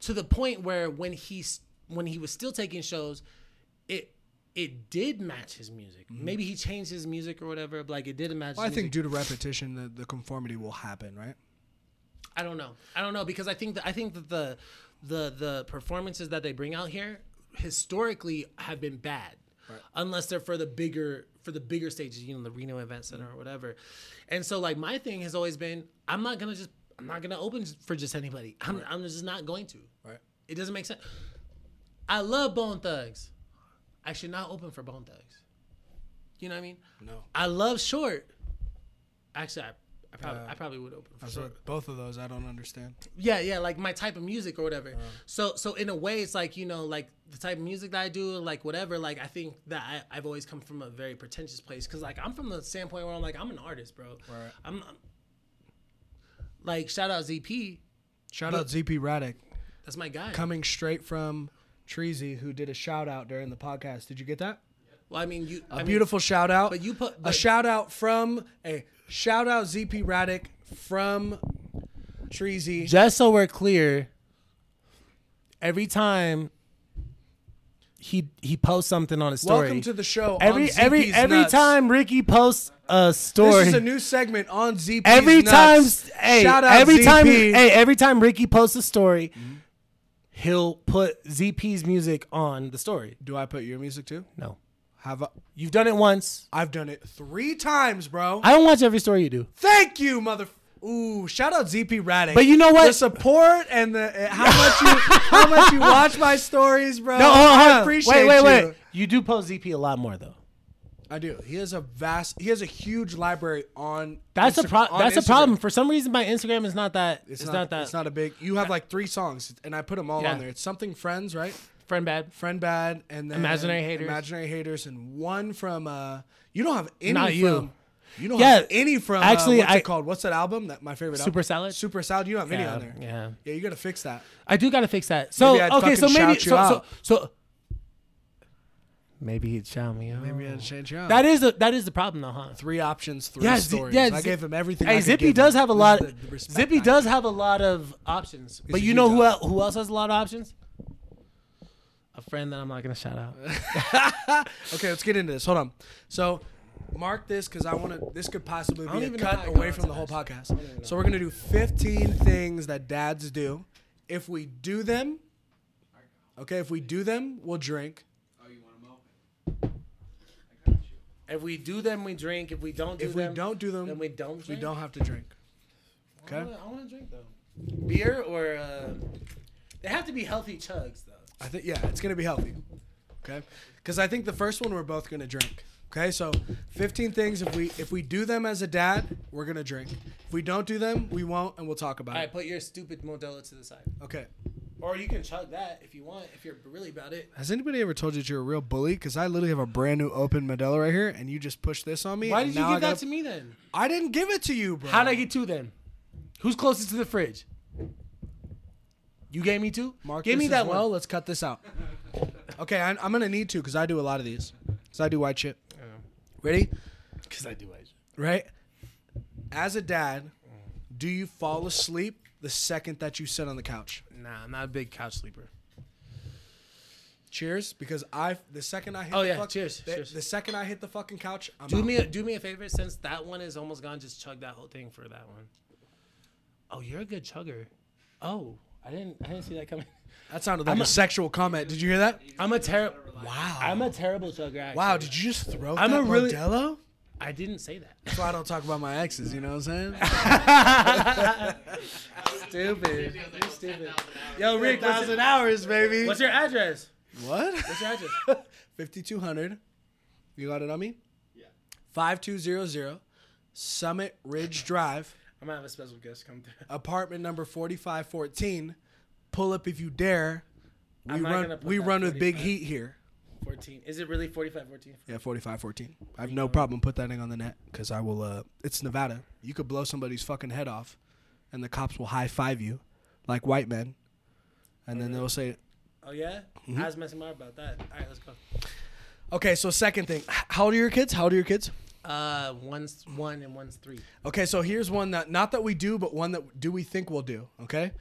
[SPEAKER 2] to the point where when he s- when he was still taking shows, it it did match his music. Maybe he changed his music or whatever, but like it didn't match.
[SPEAKER 1] Mm-hmm. well, I
[SPEAKER 2] his music.
[SPEAKER 1] think due to repetition, the, the conformity will happen, right?
[SPEAKER 2] I don't know. I don't know because I think that I think that the the the performances that they bring out here historically have been bad, unless they're for the bigger for the bigger stages, you know, the Reno Event Center or whatever. And so, like my thing has always been, I'm not gonna just I'm not gonna open for just anybody. I'm I'm just not going to.
[SPEAKER 1] Right.
[SPEAKER 2] It doesn't make sense. I love Bone Thugs. I should not open for Bone Thugs. You know what I mean?
[SPEAKER 1] No.
[SPEAKER 2] I love Short. Actually, I, I probably I probably would open for
[SPEAKER 1] Uh, I
[SPEAKER 2] Short.
[SPEAKER 1] said both of those I don't understand.
[SPEAKER 2] Yeah, yeah, like my type of music or whatever.
[SPEAKER 1] Uh-huh.
[SPEAKER 2] so, so in a way, it's like you know, like the type of music that I do, like whatever. Like I think that I, I've always come from a very pretentious place because, like, I'm from the standpoint where I'm like, I'm an artist, bro.
[SPEAKER 1] Right.
[SPEAKER 2] I'm, I'm- like, shout out ZP,
[SPEAKER 1] Shout out ZP Raddick
[SPEAKER 2] that's my guy.
[SPEAKER 1] coming straight from Treasy, who did a shout out during the podcast. Did you get that?
[SPEAKER 2] well, I mean, you, I
[SPEAKER 1] A
[SPEAKER 2] mean,
[SPEAKER 1] beautiful shout out.
[SPEAKER 2] but you put
[SPEAKER 1] a
[SPEAKER 2] but,
[SPEAKER 1] shout out from a shout out ZP Raddick from Treasy.
[SPEAKER 2] just so we're clear. Every time he he posts something on his
[SPEAKER 1] Welcome to the show. on
[SPEAKER 2] every
[SPEAKER 1] ZP's
[SPEAKER 2] every every
[SPEAKER 1] Nuts.
[SPEAKER 2] time Ricky posts a story.
[SPEAKER 1] This is a new segment on ZP.
[SPEAKER 2] every time,
[SPEAKER 1] nuts.
[SPEAKER 2] hey,
[SPEAKER 1] shout out
[SPEAKER 2] every
[SPEAKER 1] ZP.
[SPEAKER 2] time, hey, every time Ricky posts a story, he'll put ZP's music on the story.
[SPEAKER 1] Do I put your music too?
[SPEAKER 2] No,
[SPEAKER 1] Have I,
[SPEAKER 2] you've done it once.
[SPEAKER 1] I've done it three times, bro.
[SPEAKER 2] I don't watch every story you do.
[SPEAKER 1] Thank you, mother. Ooh, shout out ZP Raddick.
[SPEAKER 2] But you know what?
[SPEAKER 1] The support and the uh, how much you how much you watch my stories, bro.
[SPEAKER 2] No, hold on, hold
[SPEAKER 1] I
[SPEAKER 2] on.
[SPEAKER 1] appreciate
[SPEAKER 2] wait, wait,
[SPEAKER 1] you.
[SPEAKER 2] wait. You do post ZP a lot more though.
[SPEAKER 1] I do. He has a vast. He has a huge library on.
[SPEAKER 2] That's a
[SPEAKER 1] Insta-
[SPEAKER 2] pro-
[SPEAKER 1] on
[SPEAKER 2] That's
[SPEAKER 1] Instagram.
[SPEAKER 2] a problem. For some reason, my Instagram is not that. It's,
[SPEAKER 1] It's,
[SPEAKER 2] not,
[SPEAKER 1] not,
[SPEAKER 2] that.
[SPEAKER 1] It's not a big. You have like three songs, and I put them all
[SPEAKER 2] Yeah.
[SPEAKER 1] on there. It's something friends, right?
[SPEAKER 2] friend bad.
[SPEAKER 1] Friend bad, and then
[SPEAKER 2] Imaginary Haters.
[SPEAKER 1] Imaginary haters, and one from. uh You don't have any.
[SPEAKER 2] Not
[SPEAKER 1] from,
[SPEAKER 2] you.
[SPEAKER 1] You don't
[SPEAKER 2] Yeah,
[SPEAKER 1] have any from. Actually,
[SPEAKER 2] actually,
[SPEAKER 1] what's
[SPEAKER 2] I-
[SPEAKER 1] it called? What's that album? That my favorite.
[SPEAKER 2] Super
[SPEAKER 1] album?
[SPEAKER 2] Salad?
[SPEAKER 1] Super salad. You don't have any
[SPEAKER 2] Yeah,
[SPEAKER 1] on there.
[SPEAKER 2] yeah.
[SPEAKER 1] Yeah, you gotta fix that.
[SPEAKER 2] I do gotta fix that. So
[SPEAKER 1] Maybe I'd
[SPEAKER 2] okay, so
[SPEAKER 1] fucking
[SPEAKER 2] maybe
[SPEAKER 1] shout you
[SPEAKER 2] so, so
[SPEAKER 1] out.
[SPEAKER 2] so maybe he'd shout me out.
[SPEAKER 1] Maybe I'd change it up.
[SPEAKER 2] That is a, that is the problem though, huh?
[SPEAKER 1] three options, three
[SPEAKER 2] Yeah, Z-
[SPEAKER 1] stories.
[SPEAKER 2] yeah,
[SPEAKER 1] I
[SPEAKER 2] Z-
[SPEAKER 1] gave him everything. I
[SPEAKER 2] Hey,
[SPEAKER 1] could
[SPEAKER 2] Zippy
[SPEAKER 1] give
[SPEAKER 2] does
[SPEAKER 1] him.
[SPEAKER 2] have a
[SPEAKER 1] This is
[SPEAKER 2] lot.
[SPEAKER 1] the- the respect
[SPEAKER 2] Zippy
[SPEAKER 1] I-
[SPEAKER 2] does have a lot of options, but
[SPEAKER 1] a
[SPEAKER 2] you know
[SPEAKER 1] huge
[SPEAKER 2] who el- who else has a lot of options? A friend that I'm not gonna shout out.
[SPEAKER 1] Okay, let's get into this. Hold on. So, mark this because I want to. This could possibly
[SPEAKER 2] don't
[SPEAKER 1] be a
[SPEAKER 2] even know how
[SPEAKER 1] cut
[SPEAKER 2] I
[SPEAKER 1] away
[SPEAKER 2] got
[SPEAKER 1] from the
[SPEAKER 2] onto
[SPEAKER 1] whole
[SPEAKER 2] that
[SPEAKER 1] podcast. So we're gonna do 15 things that dads do. If we do them, okay. If we do them, we'll drink.
[SPEAKER 4] Oh, you want a moment? I got you.
[SPEAKER 2] If we do them, we drink. If we don't do
[SPEAKER 1] If we
[SPEAKER 2] them,
[SPEAKER 1] don't do them,
[SPEAKER 2] then we don't. Drink.
[SPEAKER 1] we don't have to drink.
[SPEAKER 2] I
[SPEAKER 1] Okay.
[SPEAKER 2] wanna- I want to drink though. Beer or uh, they have to be healthy chugs though.
[SPEAKER 1] I think yeah, it's gonna be healthy. Okay, because I think the first one we're both gonna drink. Okay, so 15 things if we if we do them as a dad, we're gonna drink. If we don't do them, we won't, and we'll talk about
[SPEAKER 2] All right,
[SPEAKER 1] it.
[SPEAKER 2] put your stupid Modelo to the side,
[SPEAKER 1] Okay.
[SPEAKER 2] or you can chug that if you want. If you're really about it,
[SPEAKER 1] Has anybody ever told you that you're a real bully? Because I literally have a brand new open Modelo right here, and you just pushed this on me.
[SPEAKER 2] why
[SPEAKER 1] and
[SPEAKER 2] did you
[SPEAKER 1] now
[SPEAKER 2] give
[SPEAKER 1] I
[SPEAKER 2] that
[SPEAKER 1] gotta-
[SPEAKER 2] to me then?
[SPEAKER 1] I didn't give it to you, bro.
[SPEAKER 2] How did I get two then? Who's closest to the fridge? You gave me two.
[SPEAKER 1] Mark
[SPEAKER 2] Give
[SPEAKER 1] this
[SPEAKER 2] me
[SPEAKER 1] as
[SPEAKER 2] that
[SPEAKER 1] well.
[SPEAKER 2] one.
[SPEAKER 1] Let's cut this out. Okay, I, I'm gonna need to because I do a lot of these. Because I do white shit. Ready?
[SPEAKER 2] Because I do it.
[SPEAKER 1] right? As a dad, do you fall asleep the second that you sit on the couch?
[SPEAKER 2] Nah, I'm not a big couch sleeper.
[SPEAKER 1] Cheers, because I the second I hit
[SPEAKER 2] Oh,
[SPEAKER 1] the
[SPEAKER 2] yeah,
[SPEAKER 1] fuck-
[SPEAKER 2] cheers,
[SPEAKER 1] the,
[SPEAKER 2] cheers.
[SPEAKER 1] the second I hit the fucking couch, I'm
[SPEAKER 2] Do
[SPEAKER 1] out.
[SPEAKER 2] me a, do me a favor since that one is almost gone. Just chug that whole thing for that one. Oh, you're a good chugger. Oh, I didn't I didn't see that coming.
[SPEAKER 1] That sounded like
[SPEAKER 2] I'm
[SPEAKER 1] a,
[SPEAKER 2] a-
[SPEAKER 1] sexual comment. Did you hear that?
[SPEAKER 2] I'm a terrible.
[SPEAKER 1] Wow.
[SPEAKER 2] I'm a terrible chugger. Actually.
[SPEAKER 1] wow, did you just throw
[SPEAKER 2] I'm
[SPEAKER 1] that
[SPEAKER 2] a really-
[SPEAKER 1] Modelo?
[SPEAKER 2] I didn't say
[SPEAKER 1] That's why I don't talk about my exes, you know what I'm saying?
[SPEAKER 2] that. stupid. You're stupid. Yo, Rick, what's, your-
[SPEAKER 1] hours, baby.
[SPEAKER 2] what's your address?
[SPEAKER 1] what?
[SPEAKER 2] What's your address?
[SPEAKER 1] 5200. You got it on me?
[SPEAKER 4] Yeah.
[SPEAKER 1] 5200 Summit Ridge Drive.
[SPEAKER 2] I'm gonna have a special guest come through.
[SPEAKER 1] apartment number 4514 pull up if you dare we
[SPEAKER 2] I'm not
[SPEAKER 1] run
[SPEAKER 2] gonna put
[SPEAKER 1] we
[SPEAKER 2] that
[SPEAKER 1] run with big
[SPEAKER 2] 45.
[SPEAKER 1] heat here
[SPEAKER 2] 14. Is it really 45, 14?
[SPEAKER 1] yeah 4514 i have no problem put that thing on the net because i will uh it's nevada you could blow somebody's fucking head off and the cops will high-five you like white men and then they'll say
[SPEAKER 2] Oh yeah. I was messing up about that. All right, let's go.
[SPEAKER 1] okay so second thing h- how old are your kids how old are your kids
[SPEAKER 2] Uh, one's one and one's three.
[SPEAKER 1] Okay, so here's one that not that we do, but one that do we think we'll do. Okay,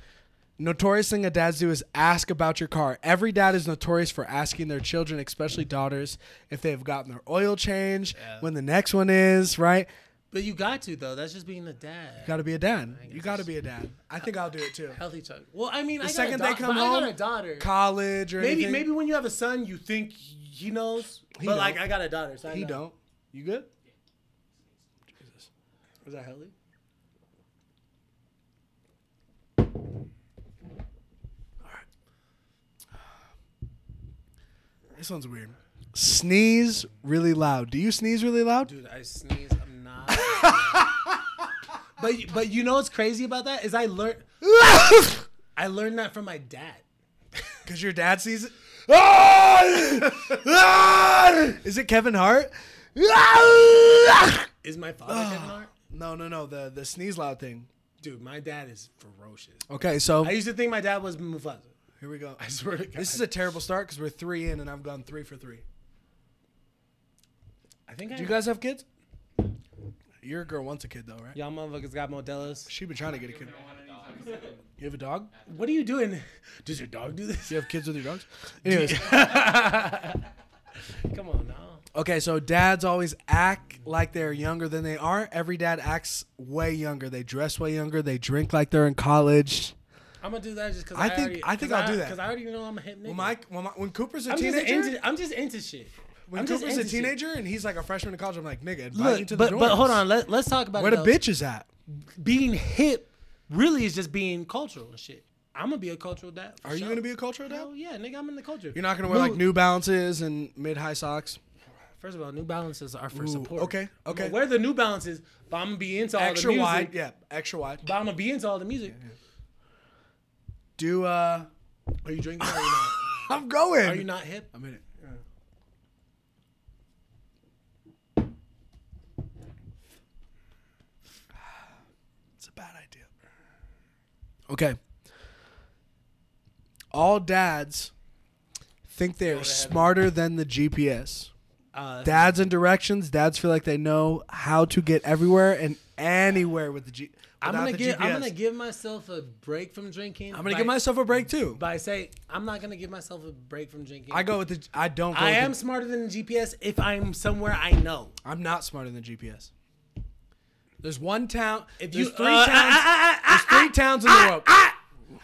[SPEAKER 1] notorious thing that dads do is ask about your car. Every dad is notorious for asking their children, especially daughters, if they've gotten their oil change, when the next one is. Right?
[SPEAKER 2] But you got to though. That's just being a dad.
[SPEAKER 1] Got to be a dad. You got to be a dad. I think I'll do it too.
[SPEAKER 2] Healthy chug. Well, I mean, I got
[SPEAKER 1] second
[SPEAKER 2] a
[SPEAKER 1] they
[SPEAKER 2] da-
[SPEAKER 1] come
[SPEAKER 2] but I
[SPEAKER 1] home,
[SPEAKER 2] got a daughter.
[SPEAKER 1] College or
[SPEAKER 2] maybe
[SPEAKER 1] anything?
[SPEAKER 2] maybe when you have a son, you think he knows,
[SPEAKER 1] He
[SPEAKER 2] but
[SPEAKER 1] don't.
[SPEAKER 2] like I got a daughter, so I
[SPEAKER 1] he
[SPEAKER 2] know.
[SPEAKER 1] don't. You good?
[SPEAKER 2] Was that healthy?
[SPEAKER 1] This one's weird. Sneeze really loud. Do you sneeze really loud?
[SPEAKER 2] Dude, I sneeze. I'm not. but but you know what's crazy about that is I learned I learned that from my dad.
[SPEAKER 1] Cause your dad sees it.
[SPEAKER 2] Ah!
[SPEAKER 1] Is it Kevin Hart?
[SPEAKER 2] Is my father Kevin Hart?
[SPEAKER 1] No, no, no. The the sneeze loud thing.
[SPEAKER 2] Dude, my dad is ferocious.
[SPEAKER 1] Okay, so
[SPEAKER 2] I used to think my dad was Mufasa.
[SPEAKER 1] here we go.
[SPEAKER 2] I swear to God.
[SPEAKER 1] This is a terrible start because we're three in and I've gone three for three.
[SPEAKER 2] I think I,
[SPEAKER 1] Do you guys have kids? Your girl wants a kid though, right?
[SPEAKER 2] y'all motherfuckers got Modelo's.
[SPEAKER 1] She been trying to get a kid. You have a dog?
[SPEAKER 2] What are you doing? Does your dog do this?
[SPEAKER 1] Do you have kids with your dogs? Anyways,
[SPEAKER 2] Come on now.
[SPEAKER 1] okay, so dads always act like they're younger than they are. Every dad acts way younger. They dress way younger. They drink like they're in college.
[SPEAKER 2] I'm gonna do that just because
[SPEAKER 1] I
[SPEAKER 2] I,
[SPEAKER 1] think-
[SPEAKER 2] already,
[SPEAKER 1] I think
[SPEAKER 2] 'cause
[SPEAKER 1] I'll do that.
[SPEAKER 2] because I already know I'm a hip nigga.
[SPEAKER 1] When my when, my, when Cooper's a
[SPEAKER 2] I'm just
[SPEAKER 1] teenager,
[SPEAKER 2] into I'm just into shit.
[SPEAKER 1] when
[SPEAKER 2] I'm just
[SPEAKER 1] Cooper's a
[SPEAKER 2] into shit.
[SPEAKER 1] teenager and he's like a freshman in college, I'm like, nigga, invite you
[SPEAKER 2] Look,
[SPEAKER 1] to the
[SPEAKER 2] but
[SPEAKER 1] dorms.
[SPEAKER 2] but hold on. Let, let's talk about
[SPEAKER 1] Where
[SPEAKER 2] it,
[SPEAKER 1] the
[SPEAKER 2] though.
[SPEAKER 1] bitch is at?
[SPEAKER 2] being hip really is just being cultural and shit. I'm gonna be a cultural dad.
[SPEAKER 1] Are you gonna be a cultural dad?
[SPEAKER 2] Hell yeah, nigga, I'm in the culture.
[SPEAKER 1] You're not gonna wear like New Balances and mid high socks.
[SPEAKER 2] First of all, New Balances are for
[SPEAKER 1] Ooh,
[SPEAKER 2] support.
[SPEAKER 1] okay,
[SPEAKER 2] I'm gonna
[SPEAKER 1] okay.
[SPEAKER 2] wear the New Balances, but I'm gonna be into all
[SPEAKER 1] extra
[SPEAKER 2] the music.
[SPEAKER 1] wide, yeah, extra wide.
[SPEAKER 2] But I'm gonna be into all the music.
[SPEAKER 1] Do uh,
[SPEAKER 2] Are you drinking or are you not?
[SPEAKER 1] I'm going.
[SPEAKER 2] Are you not hip?
[SPEAKER 1] I'm in it. It's a bad idea. Okay. All dads think they're smarter than the GPS.
[SPEAKER 2] Uh,
[SPEAKER 1] Dads and directions. Dads feel like they know how to get everywhere and anywhere with the G.
[SPEAKER 2] I'm
[SPEAKER 6] without
[SPEAKER 2] gonna
[SPEAKER 6] the
[SPEAKER 2] give I'm
[SPEAKER 6] GPS.
[SPEAKER 2] gonna give myself a break from drinking.
[SPEAKER 1] I'm gonna
[SPEAKER 2] by-
[SPEAKER 1] give myself a break too.
[SPEAKER 2] by say I'm not gonna give myself a break from drinking.
[SPEAKER 1] I go with the. I don't. Go
[SPEAKER 2] I
[SPEAKER 1] with
[SPEAKER 2] am
[SPEAKER 1] The,
[SPEAKER 2] smarter than the GPS if I'm somewhere I know.
[SPEAKER 1] I'm not smarter than GPS. There's one town.
[SPEAKER 2] If
[SPEAKER 1] there's
[SPEAKER 2] you
[SPEAKER 1] three
[SPEAKER 2] uh,
[SPEAKER 1] towns.
[SPEAKER 2] ah, ah, ah,
[SPEAKER 1] there's three towns in the world.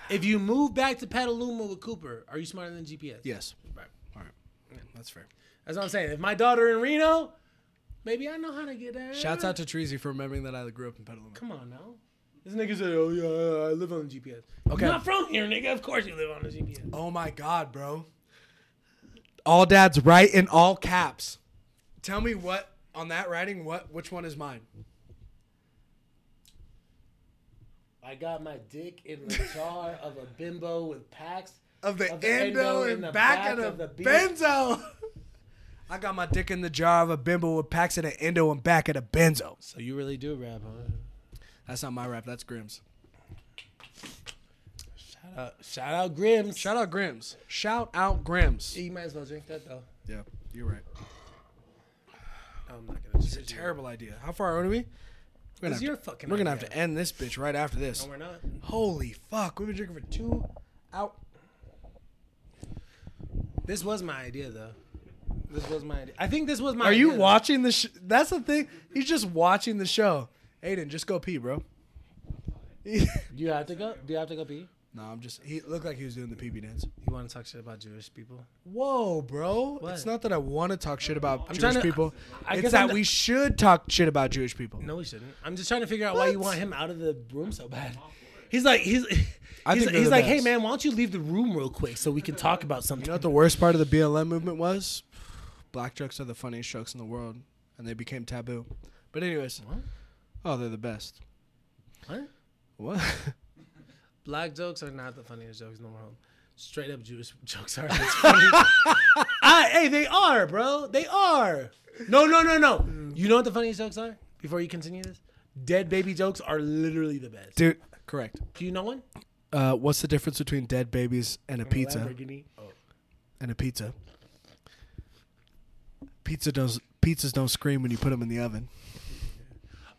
[SPEAKER 2] If you move back to Petaluma with Cooper, are you smarter than GPS?
[SPEAKER 1] yes.
[SPEAKER 2] Right.
[SPEAKER 1] All right. That's fair.
[SPEAKER 2] That's what I'm saying. If my daughter in Reno, maybe I know how to get there.
[SPEAKER 1] Shouts out to Treasy for remembering that I grew up in Petaluma.
[SPEAKER 2] Come on now. This nigga said, "Oh yeah, I live on the GPS." Okay.
[SPEAKER 1] Okay.
[SPEAKER 2] You're not from here, nigga. Of course you live on the GPS.
[SPEAKER 1] Oh my God, bro. All dads right in all caps. Tell me what on that writing. What which one is mine?
[SPEAKER 2] I got my dick in the jar of a bimbo with packs.
[SPEAKER 1] Of the
[SPEAKER 2] Of the
[SPEAKER 1] endo
[SPEAKER 2] endo in
[SPEAKER 1] and
[SPEAKER 2] the
[SPEAKER 1] back,
[SPEAKER 2] back
[SPEAKER 1] of the,
[SPEAKER 2] of the beat.
[SPEAKER 1] benzo. I got my dick in the jar of a bimbo with packs and an endo and back at a benzo.
[SPEAKER 2] So Oh, you really do rap, huh?
[SPEAKER 1] That's not my rap. That's Grimm's.
[SPEAKER 2] Shout out, shout out, Grims.
[SPEAKER 1] Shout out Grimm's. Shout out Grimm's.
[SPEAKER 2] You might as well drink that though.
[SPEAKER 1] Yeah, you're right.
[SPEAKER 2] I'm not gonna.
[SPEAKER 1] It's a terrible idea. How far are we? We're gonna,
[SPEAKER 2] It's
[SPEAKER 1] have
[SPEAKER 2] your
[SPEAKER 1] to,
[SPEAKER 2] fucking.
[SPEAKER 1] we're gonna have
[SPEAKER 2] idea.
[SPEAKER 1] to end this bitch right after this.
[SPEAKER 2] No, we're not.
[SPEAKER 1] Holy fuck, we've been drinking for two out.
[SPEAKER 2] This was my idea though. This was my idea. I think this was my.
[SPEAKER 1] Are you
[SPEAKER 2] idea.
[SPEAKER 1] watching the? Sh- That's the thing. He's just watching the show. Aiden, just go pee, bro. no,
[SPEAKER 2] Do you have to go? Do you have to go pee?
[SPEAKER 1] I'm just. He looked like he was doing the pee pee dance.
[SPEAKER 2] You want to talk shit about Jewish people?
[SPEAKER 1] Whoa, bro!
[SPEAKER 2] What?
[SPEAKER 1] It's not that I want to talk shit about Jewish
[SPEAKER 2] trying to-
[SPEAKER 1] people.
[SPEAKER 2] I
[SPEAKER 1] it's
[SPEAKER 2] guess
[SPEAKER 1] that
[SPEAKER 2] I'm the-
[SPEAKER 1] we should talk shit about Jewish people.
[SPEAKER 2] No, we shouldn't. I'm just trying to figure out why you
[SPEAKER 1] What?
[SPEAKER 2] want him out of the room so bad. He's like, he's,
[SPEAKER 1] I
[SPEAKER 2] he's,
[SPEAKER 1] think they're
[SPEAKER 2] he's
[SPEAKER 1] the
[SPEAKER 2] like, hey
[SPEAKER 1] best.
[SPEAKER 2] man, why don't you leave the room real quick so we can talk about something?
[SPEAKER 1] You know what the worst part of the BLM movement was? Black jokes are the funniest jokes in the world, and they became taboo. But anyways,
[SPEAKER 2] What?
[SPEAKER 1] oh, they're the best.
[SPEAKER 2] What?
[SPEAKER 1] What?
[SPEAKER 2] Black jokes are not the funniest jokes in the world. Straight up Jewish jokes are. That's funny. I, hey, they are, bro. They are. No, no, no, no. You know what the funniest jokes are? Before you continue this, dead baby jokes are literally the best.
[SPEAKER 1] Dude, correct.
[SPEAKER 2] Do you know one?
[SPEAKER 1] Uh, what's the difference between dead babies and a pizza?
[SPEAKER 2] Lamborghini. Oh.
[SPEAKER 1] And a pizza. Pizza does pizzas don't scream when you put them in the oven.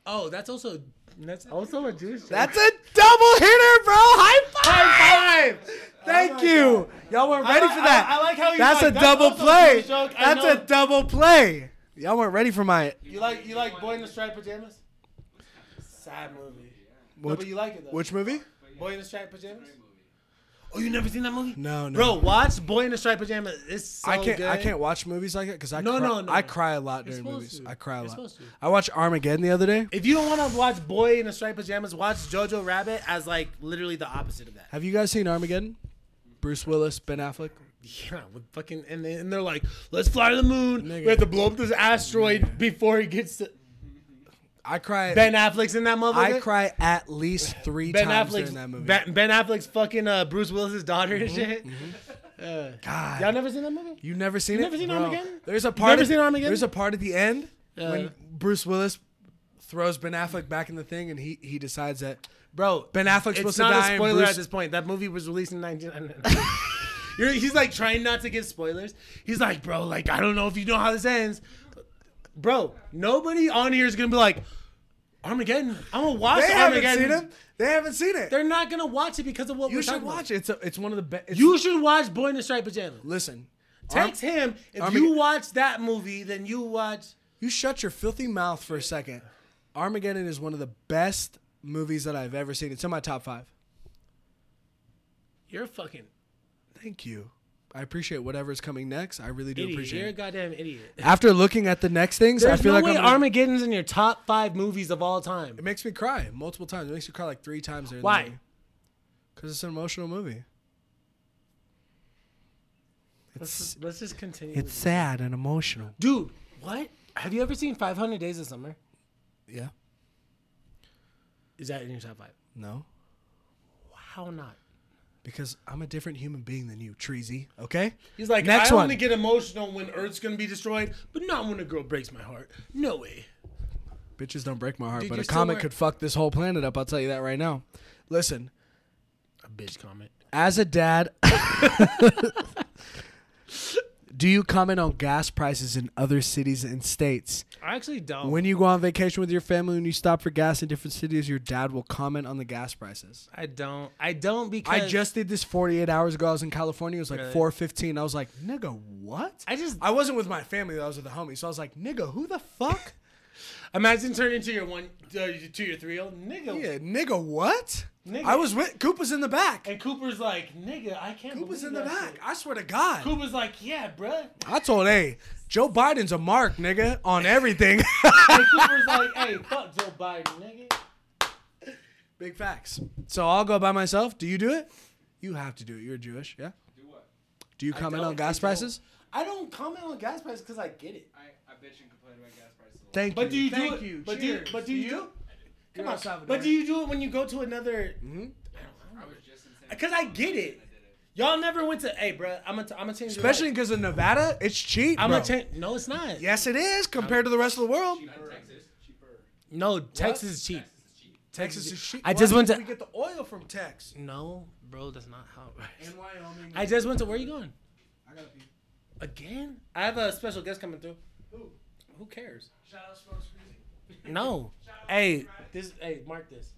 [SPEAKER 2] Oh, that's also that's also a Jewish. joke.
[SPEAKER 1] That's a double hitter, bro! High five! Thank you. Y'all weren't ready for that.
[SPEAKER 2] Oh I, I like how you.
[SPEAKER 1] That's a
[SPEAKER 2] like,
[SPEAKER 1] double
[SPEAKER 2] also
[SPEAKER 1] play.
[SPEAKER 2] Jewish joke. I
[SPEAKER 1] That's
[SPEAKER 2] know.
[SPEAKER 1] a double play. Y'all weren't ready for my.
[SPEAKER 2] You like you like Boy in the Striped Pajamas? Sad movie. no, but
[SPEAKER 1] Which,
[SPEAKER 2] you like it though.
[SPEAKER 1] which movie?
[SPEAKER 2] Boy in the Striped Pajamas? Oh, you never seen that movie?
[SPEAKER 1] No, no.
[SPEAKER 2] Bro, watch Boy in the Striped Pajamas. It's so
[SPEAKER 1] I can't.
[SPEAKER 2] Good.
[SPEAKER 1] I can't watch movies like that because I
[SPEAKER 2] No,
[SPEAKER 1] cry,
[SPEAKER 2] no, no,
[SPEAKER 1] I
[SPEAKER 2] no.
[SPEAKER 1] cry a lot
[SPEAKER 2] You're
[SPEAKER 1] during
[SPEAKER 2] supposed
[SPEAKER 1] movies.
[SPEAKER 2] to.
[SPEAKER 1] I cry a
[SPEAKER 2] You're
[SPEAKER 1] lot.
[SPEAKER 2] supposed to.
[SPEAKER 1] I watched Armageddon the other day.
[SPEAKER 2] If you don't want to watch Boy in the Striped Pajamas, watch Jojo Rabbit as like literally the opposite of that.
[SPEAKER 1] Have you guys seen Armageddon? Bruce Willis, Ben Affleck.
[SPEAKER 2] Yeah, with fucking and then and they're like, let's fly to the moon.
[SPEAKER 1] Nigga.
[SPEAKER 2] We have to blow up this asteroid before he gets to
[SPEAKER 1] I cry.
[SPEAKER 2] Ben Affleck's in that motherfucker.
[SPEAKER 1] I cry at least three
[SPEAKER 2] Ben
[SPEAKER 1] times
[SPEAKER 2] Affleck's
[SPEAKER 1] during that movie. Mm-hmm,
[SPEAKER 2] Ben, Ben Affleck's fucking uh, Bruce Willis's daughter and shit. Uh,
[SPEAKER 1] God,
[SPEAKER 2] y'all never seen that movie?
[SPEAKER 1] you never seen it?
[SPEAKER 2] never seen
[SPEAKER 1] Bro,
[SPEAKER 2] Armageddon?
[SPEAKER 1] There's a part.
[SPEAKER 2] never
[SPEAKER 1] at-
[SPEAKER 2] seen Armageddon?
[SPEAKER 1] There's a part at the end
[SPEAKER 2] Uh.
[SPEAKER 1] when Bruce Willis throws Ben Affleck back in the thing, and he he decides that
[SPEAKER 2] Bro,
[SPEAKER 1] Ben Affleck's
[SPEAKER 2] it's
[SPEAKER 1] supposed
[SPEAKER 2] not
[SPEAKER 1] to die.
[SPEAKER 2] a
[SPEAKER 1] and
[SPEAKER 2] spoiler
[SPEAKER 1] Bruce-
[SPEAKER 2] at this point. That movie was released in 1999. You're, he's like trying not to give spoilers. He's like, bro, like I don't know if you know how this ends, bro. Nobody on here is gonna be like Armageddon. I'm gonna watch
[SPEAKER 1] they haven't
[SPEAKER 2] Armageddon.
[SPEAKER 1] seen it. They haven't seen it.
[SPEAKER 2] They're not gonna watch it because of what
[SPEAKER 1] you
[SPEAKER 2] we're
[SPEAKER 1] should
[SPEAKER 2] talking
[SPEAKER 1] watch
[SPEAKER 2] about.
[SPEAKER 1] it. It's a, it's one of the best.
[SPEAKER 2] You should watch Boy in the Striped Pajamas.
[SPEAKER 1] listen. Arm-
[SPEAKER 2] Text him if
[SPEAKER 1] Armageddon-
[SPEAKER 2] you watch that movie, then you watch.
[SPEAKER 1] You shut your filthy mouth for a second. Armageddon is one of the best movies that I've ever seen. It's in my top five.
[SPEAKER 2] You're a fucking
[SPEAKER 1] Thank you. I appreciate whatever's coming next. I really do
[SPEAKER 2] idiot.
[SPEAKER 1] appreciate
[SPEAKER 2] You're a
[SPEAKER 1] it.
[SPEAKER 2] goddamn idiot.
[SPEAKER 1] After looking at the next things,
[SPEAKER 2] There's
[SPEAKER 1] I feel
[SPEAKER 2] no
[SPEAKER 1] like
[SPEAKER 2] way
[SPEAKER 1] I'm gonna-
[SPEAKER 2] Armageddon's in your top five movies of all time.
[SPEAKER 1] it makes me cry multiple times. It makes me cry like three times. during the
[SPEAKER 2] Why?
[SPEAKER 1] movie. Because it's an emotional movie.
[SPEAKER 2] Let's
[SPEAKER 1] It's
[SPEAKER 2] just, let's just continue.
[SPEAKER 1] it's sad and emotional.
[SPEAKER 2] Dude, what? Have you ever seen 500 Days of Summer?
[SPEAKER 1] Yeah.
[SPEAKER 2] Is that in your top five?
[SPEAKER 1] No.
[SPEAKER 2] How not?
[SPEAKER 1] Because I'm a different human being than you, Treasy. Okay.
[SPEAKER 2] He's like,
[SPEAKER 1] Next
[SPEAKER 2] I
[SPEAKER 1] one.
[SPEAKER 2] only get emotional when Earth's gonna be destroyed, but not when a girl breaks my heart. No way.
[SPEAKER 1] Bitches don't break my heart,
[SPEAKER 2] Dude,
[SPEAKER 1] but a
[SPEAKER 2] you're still
[SPEAKER 1] comet
[SPEAKER 2] wearing-
[SPEAKER 1] could fuck this whole planet up. I'll tell you that right now. Listen,
[SPEAKER 2] A bitch comment.
[SPEAKER 1] as a dad, Do you comment on gas prices in other cities and states?
[SPEAKER 2] I actually don't.
[SPEAKER 1] When you go on vacation with your family, when you stop for gas in different cities, your dad will comment on the gas prices.
[SPEAKER 2] I don't. I don't because
[SPEAKER 1] I just did this 48 hours ago. I was in California. It was like
[SPEAKER 2] Really?
[SPEAKER 1] 4:15. I was like, "Nigga, what?"
[SPEAKER 2] I just
[SPEAKER 1] I wasn't with my family. though. I was with the homies. So I was like, "Nigga, who the fuck?"
[SPEAKER 2] imagine turning into your one, uh, to your three year old nigga.
[SPEAKER 1] yeah, nigga, what?
[SPEAKER 2] Nigga.
[SPEAKER 1] I was with Koopa's in the back.
[SPEAKER 2] And Cooper's like, nigga, I can't.
[SPEAKER 1] Koopa's
[SPEAKER 2] believe
[SPEAKER 1] in the
[SPEAKER 2] that
[SPEAKER 1] back.
[SPEAKER 2] shit."
[SPEAKER 1] I swear to God.
[SPEAKER 2] Cooper's like, yeah, bruh.
[SPEAKER 1] I told, hey, Joe Biden's a mark, nigga, on everything.
[SPEAKER 2] And Cooper's like, hey, fuck Joe Biden, nigga.
[SPEAKER 1] Big facts. So I'll go by myself. Do you do it? You have to do it. You're Jewish, yeah?
[SPEAKER 4] Do what?
[SPEAKER 1] Do you comment
[SPEAKER 2] don't.
[SPEAKER 1] on gas
[SPEAKER 2] I don't.
[SPEAKER 1] prices?
[SPEAKER 2] I don't comment on gas prices because I get it.
[SPEAKER 4] I, I bitch and complain about gas prices. a lot.
[SPEAKER 1] Thank
[SPEAKER 2] But do you
[SPEAKER 1] you.
[SPEAKER 2] do
[SPEAKER 1] Thank
[SPEAKER 2] it?
[SPEAKER 1] you.
[SPEAKER 2] But do you,
[SPEAKER 1] Cheers.
[SPEAKER 2] but do you?
[SPEAKER 1] You're
[SPEAKER 2] Come
[SPEAKER 1] El
[SPEAKER 2] on,
[SPEAKER 1] Salvador.
[SPEAKER 2] but do you do it when you go to another?
[SPEAKER 4] I was just in San
[SPEAKER 2] Because I get it. Y'all never went to. Hey, bruh, I'm gonna t- I'm gonna change. your life."
[SPEAKER 1] Especially because of Nevada, it's cheap.
[SPEAKER 2] I'm
[SPEAKER 1] bro.
[SPEAKER 2] gonna change. No, it's not.
[SPEAKER 1] Yes, it is compared to the rest of the world.
[SPEAKER 4] Francisco.
[SPEAKER 5] Texas.
[SPEAKER 4] Cheaper.
[SPEAKER 2] No, Texas is cheap.
[SPEAKER 5] Texas is cheap.
[SPEAKER 1] Texas is cheap.
[SPEAKER 2] I just
[SPEAKER 1] Why
[SPEAKER 2] went
[SPEAKER 1] did
[SPEAKER 2] to-
[SPEAKER 1] We get the oil from Tex.
[SPEAKER 2] No, bro, that's not how. It works.
[SPEAKER 1] In Wyoming.
[SPEAKER 2] I just went to. Where you going?
[SPEAKER 1] I gotta pee.
[SPEAKER 2] Again? I have a special guest coming through. Who? Who cares?
[SPEAKER 4] Shout out Smokes Cruising.
[SPEAKER 2] No. hey, this. Hey, mark this.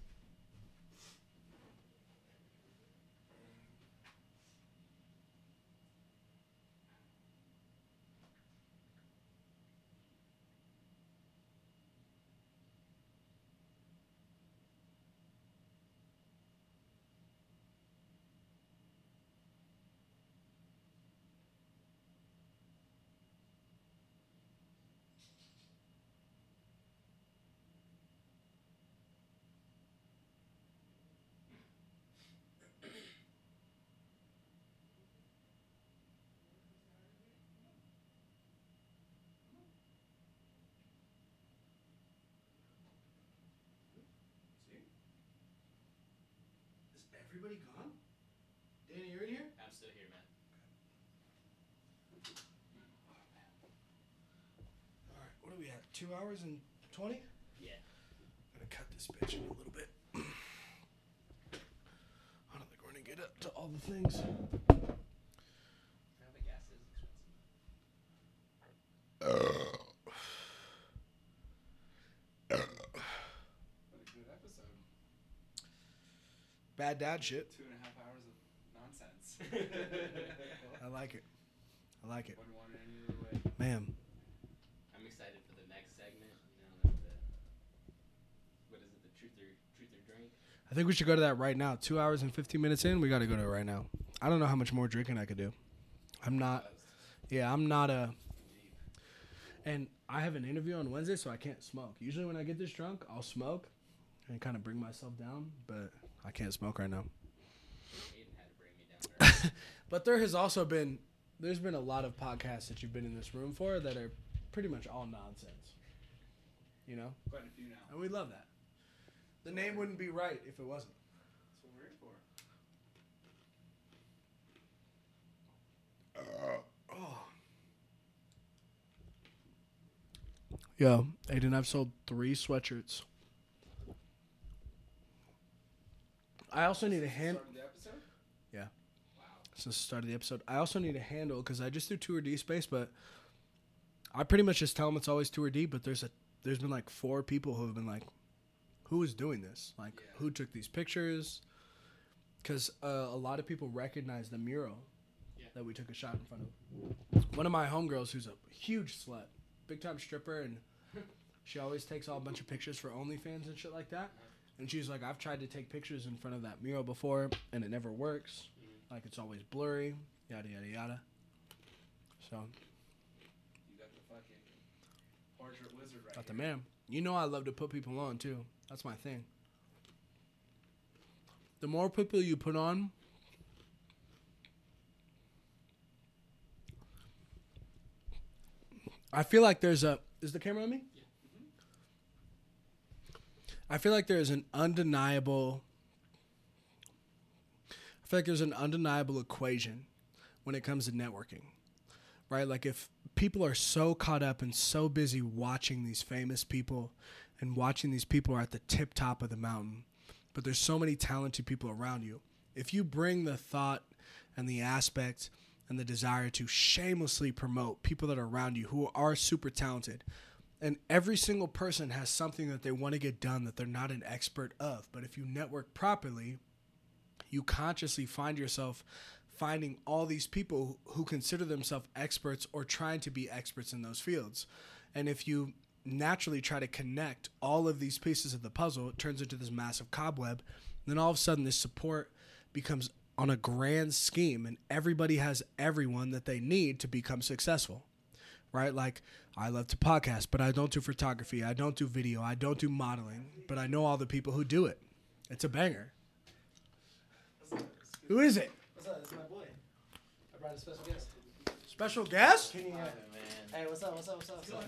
[SPEAKER 1] Is everybody gone? Danny, you're in here?
[SPEAKER 5] I'm still here, man.
[SPEAKER 1] All right. What do we have? Two hours and twenty.
[SPEAKER 5] Yeah.
[SPEAKER 1] I'm gonna cut this bitch in a little bit. I don't think we're gonna get up to all the things.
[SPEAKER 5] Now the gas is expensive.
[SPEAKER 4] What a good episode.
[SPEAKER 1] Bad dad shit.
[SPEAKER 4] Two and a half hours of nonsense.
[SPEAKER 1] I like it. I like it,
[SPEAKER 4] Wouldn't want it any other way.
[SPEAKER 1] man.
[SPEAKER 5] I'm excited for the next segment. You know, like the, what is it? The truth or truth or drink?
[SPEAKER 1] I think we should go to that right now. Two hours and fifteen minutes in, we gotta go to it right now. I don't know how much more drinking I could do. I'm not. Yeah, I'm not a. And I have an interview on Wednesday, so I can't smoke. Usually, when I get this drunk, I'll smoke and kind of bring myself down, but I can't smoke right now.
[SPEAKER 5] Aiden had to bring me down. There.
[SPEAKER 1] But there has also been there's been a lot of podcasts that you've been in this room for that are pretty much all nonsense. You know?
[SPEAKER 4] Quite a few now.
[SPEAKER 1] And we love that. The name wouldn't be right if it wasn't.
[SPEAKER 4] That's what we're here for.
[SPEAKER 1] Yo, Aiden, I've sold three sweatshirts. I also need a hand
[SPEAKER 4] Started the episode?
[SPEAKER 1] since the start of the episode. I also need a handle because I just do tour D space, but I pretty much just tell them it's always tour D. But there's a there's been like four people who have been like, who is doing this? Like,
[SPEAKER 4] Yeah.
[SPEAKER 1] who took these pictures? Because uh, a lot of people recognize the mural
[SPEAKER 5] Yeah.
[SPEAKER 1] that we took a shot in front of. One of my homegirls, who's a huge slut, big time stripper, and she always takes all a bunch of pictures for OnlyFans and shit like that. And she's like, I've tried to take pictures in front of that mural before, and it never works. Like it's always blurry, yada yada yada. So
[SPEAKER 4] You got the fucking portrait wizard right
[SPEAKER 1] got the
[SPEAKER 4] here.
[SPEAKER 1] man. You know I love to put people on too. That's my thing. The more people you put on, I feel like there's a. Is the camera on me? Mm-hmm.
[SPEAKER 5] Yeah.
[SPEAKER 1] I feel like there's an undeniable. I feel like there's an undeniable equation when it comes to networking, right? Like if people are so caught up and so busy watching these famous people, and watching these people are at the tip top of the mountain, but there's so many talented people around you. If you bring the thought and the aspect and the desire to shamelessly promote people that are around you who are super talented. And every single person has something that they want to get done that they're not an expert of. But if you network properly, you consciously find yourself finding all these people who consider themselves experts or trying to be experts in those fields. And if you naturally try to connect all of these pieces of the puzzle, it turns into this massive cobweb. then all of a sudden, this support becomes on a grand scheme, and everybody has everyone that they need to become successful right? Like, I love to podcast, but I don't do photography. I don't do video. I don't do modeling, but I know all the people who do it. It's a banger. Who is it?
[SPEAKER 2] What's up? It's my boy. I brought a special guest.
[SPEAKER 1] Special guest?
[SPEAKER 2] Kenny, uh, Hey, what's up? What's up? What's up? What's up?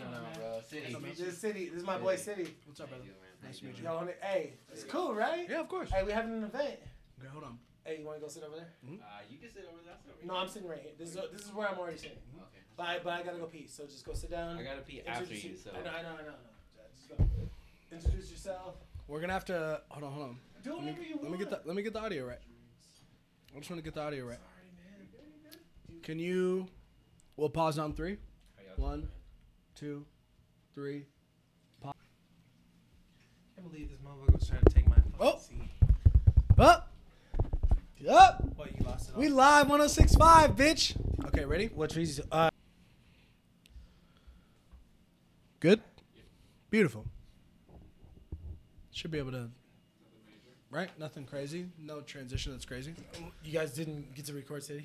[SPEAKER 5] City.
[SPEAKER 2] This is City. This is my boy City.
[SPEAKER 1] What's up, brother?
[SPEAKER 5] Nice to meet
[SPEAKER 2] Y'all on it? Hey, it's cool, right?
[SPEAKER 1] Yeah, of course.
[SPEAKER 2] Hey, we having an event.
[SPEAKER 1] Okay, hold on.
[SPEAKER 2] Hey, you want to go sit over there?
[SPEAKER 5] Uh, you can sit over there. I'll sit over
[SPEAKER 2] No, I'm sitting right here. This is this is where I'm already sitting.
[SPEAKER 5] here. Okay.
[SPEAKER 2] But I, but I gotta go pee, so just go sit down.
[SPEAKER 5] I gotta pee
[SPEAKER 2] Introduce
[SPEAKER 5] after you, so.
[SPEAKER 2] I know, I know, I know, I know. Just go. Introduce yourself.
[SPEAKER 1] We're gonna have to hold on, hold on.
[SPEAKER 2] Do
[SPEAKER 1] Let
[SPEAKER 2] whatever
[SPEAKER 1] me,
[SPEAKER 2] you want.
[SPEAKER 1] let me get the let me get the audio right. I just want to get the audio right. Can you? We'll pause on three. One, two, three.
[SPEAKER 2] I can't believe this motherfucker was trying to take my fucking
[SPEAKER 1] Oh.
[SPEAKER 2] seat.
[SPEAKER 1] Up, up.
[SPEAKER 2] What, you lost it all?
[SPEAKER 1] We live 1065, bitch. Okay, ready?
[SPEAKER 2] what trees? Uh,
[SPEAKER 1] Good? Beautiful. Should be able to Right? Nothing crazy. No transition that's crazy.
[SPEAKER 2] you guys didn't get to record City,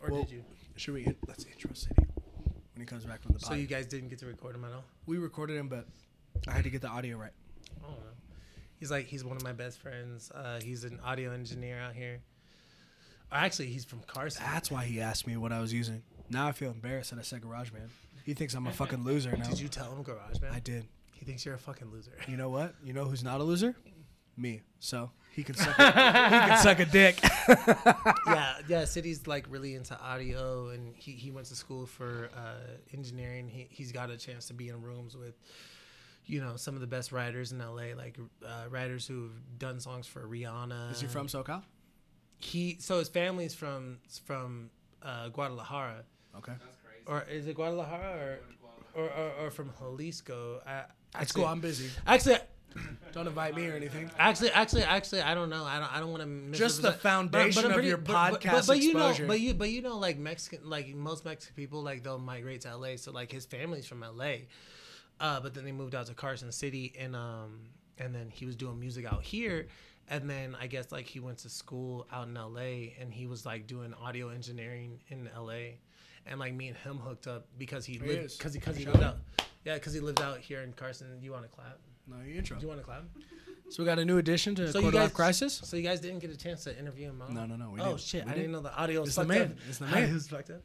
[SPEAKER 2] or
[SPEAKER 1] Well,
[SPEAKER 2] did you?
[SPEAKER 1] Should we let's intro City when he comes back from the pod.
[SPEAKER 2] So you guys didn't get to record him at all?
[SPEAKER 1] we recorded him but I had to get the audio right.
[SPEAKER 2] I don't know. He's like he's one of my best friends. Uh, he's an audio engineer out here. Or actually, he's from Carson.
[SPEAKER 1] That's why he asked me what I was using. Now I feel embarrassed that I said garage man. He thinks I'm a fucking loser now.
[SPEAKER 2] Did you tell him GarageBand?
[SPEAKER 1] I did.
[SPEAKER 2] He thinks you're a fucking loser.
[SPEAKER 1] You know what? You know who's not a loser? Me. So he can suck a, he can suck a dick.
[SPEAKER 2] yeah, yeah. City's like really into audio, and he, he went to school for uh, engineering. He he's got a chance to be in rooms with, you know, some of the best writers in LA, like uh, writers who've done songs for Rihanna.
[SPEAKER 1] Is he from SoCal?
[SPEAKER 2] He so his family's from from uh, Guadalajara,
[SPEAKER 1] Okay.
[SPEAKER 5] That's crazy.
[SPEAKER 2] or is it Guadalajara or or, or, or from Jalisco? I,
[SPEAKER 1] That's
[SPEAKER 2] actually,
[SPEAKER 1] cool. I'm busy.
[SPEAKER 2] actually.
[SPEAKER 1] Don't invite me or anything.
[SPEAKER 2] Actually, actually, actually, I don't know. I don't. I don't want to.
[SPEAKER 1] Just the foundation of your podcast
[SPEAKER 2] you
[SPEAKER 1] exposure.
[SPEAKER 2] know, but you, but you know, like Mexican, like most Mexican people, like they'll migrate to LA. So like his family's from LA, uh, but then they moved out to Carson City, and um, and then he was doing music out here, and then I guess like he went to school out in LA, and he was like doing audio engineering in LA, and like me and him hooked up because he
[SPEAKER 1] is.
[SPEAKER 2] lived because he because he
[SPEAKER 1] Shout
[SPEAKER 2] lived
[SPEAKER 1] out.
[SPEAKER 2] out, yeah, because he lived out here in Carson. You want to clap?
[SPEAKER 1] No, you intro.
[SPEAKER 2] Do you want to clap?
[SPEAKER 1] So we got a new addition to
[SPEAKER 2] So you
[SPEAKER 1] Quarter
[SPEAKER 2] guys-
[SPEAKER 1] Life Crisis.
[SPEAKER 2] So you guys didn't get a chance to interview him? Out?
[SPEAKER 1] No, no, no, we
[SPEAKER 2] oh
[SPEAKER 1] didn't.
[SPEAKER 2] shit!
[SPEAKER 1] We
[SPEAKER 2] I didn't
[SPEAKER 1] didn't.
[SPEAKER 2] know the audio was
[SPEAKER 1] It's the
[SPEAKER 2] fucked
[SPEAKER 1] man.
[SPEAKER 2] up.
[SPEAKER 1] It's the
[SPEAKER 2] It
[SPEAKER 1] man.
[SPEAKER 2] was fucked up.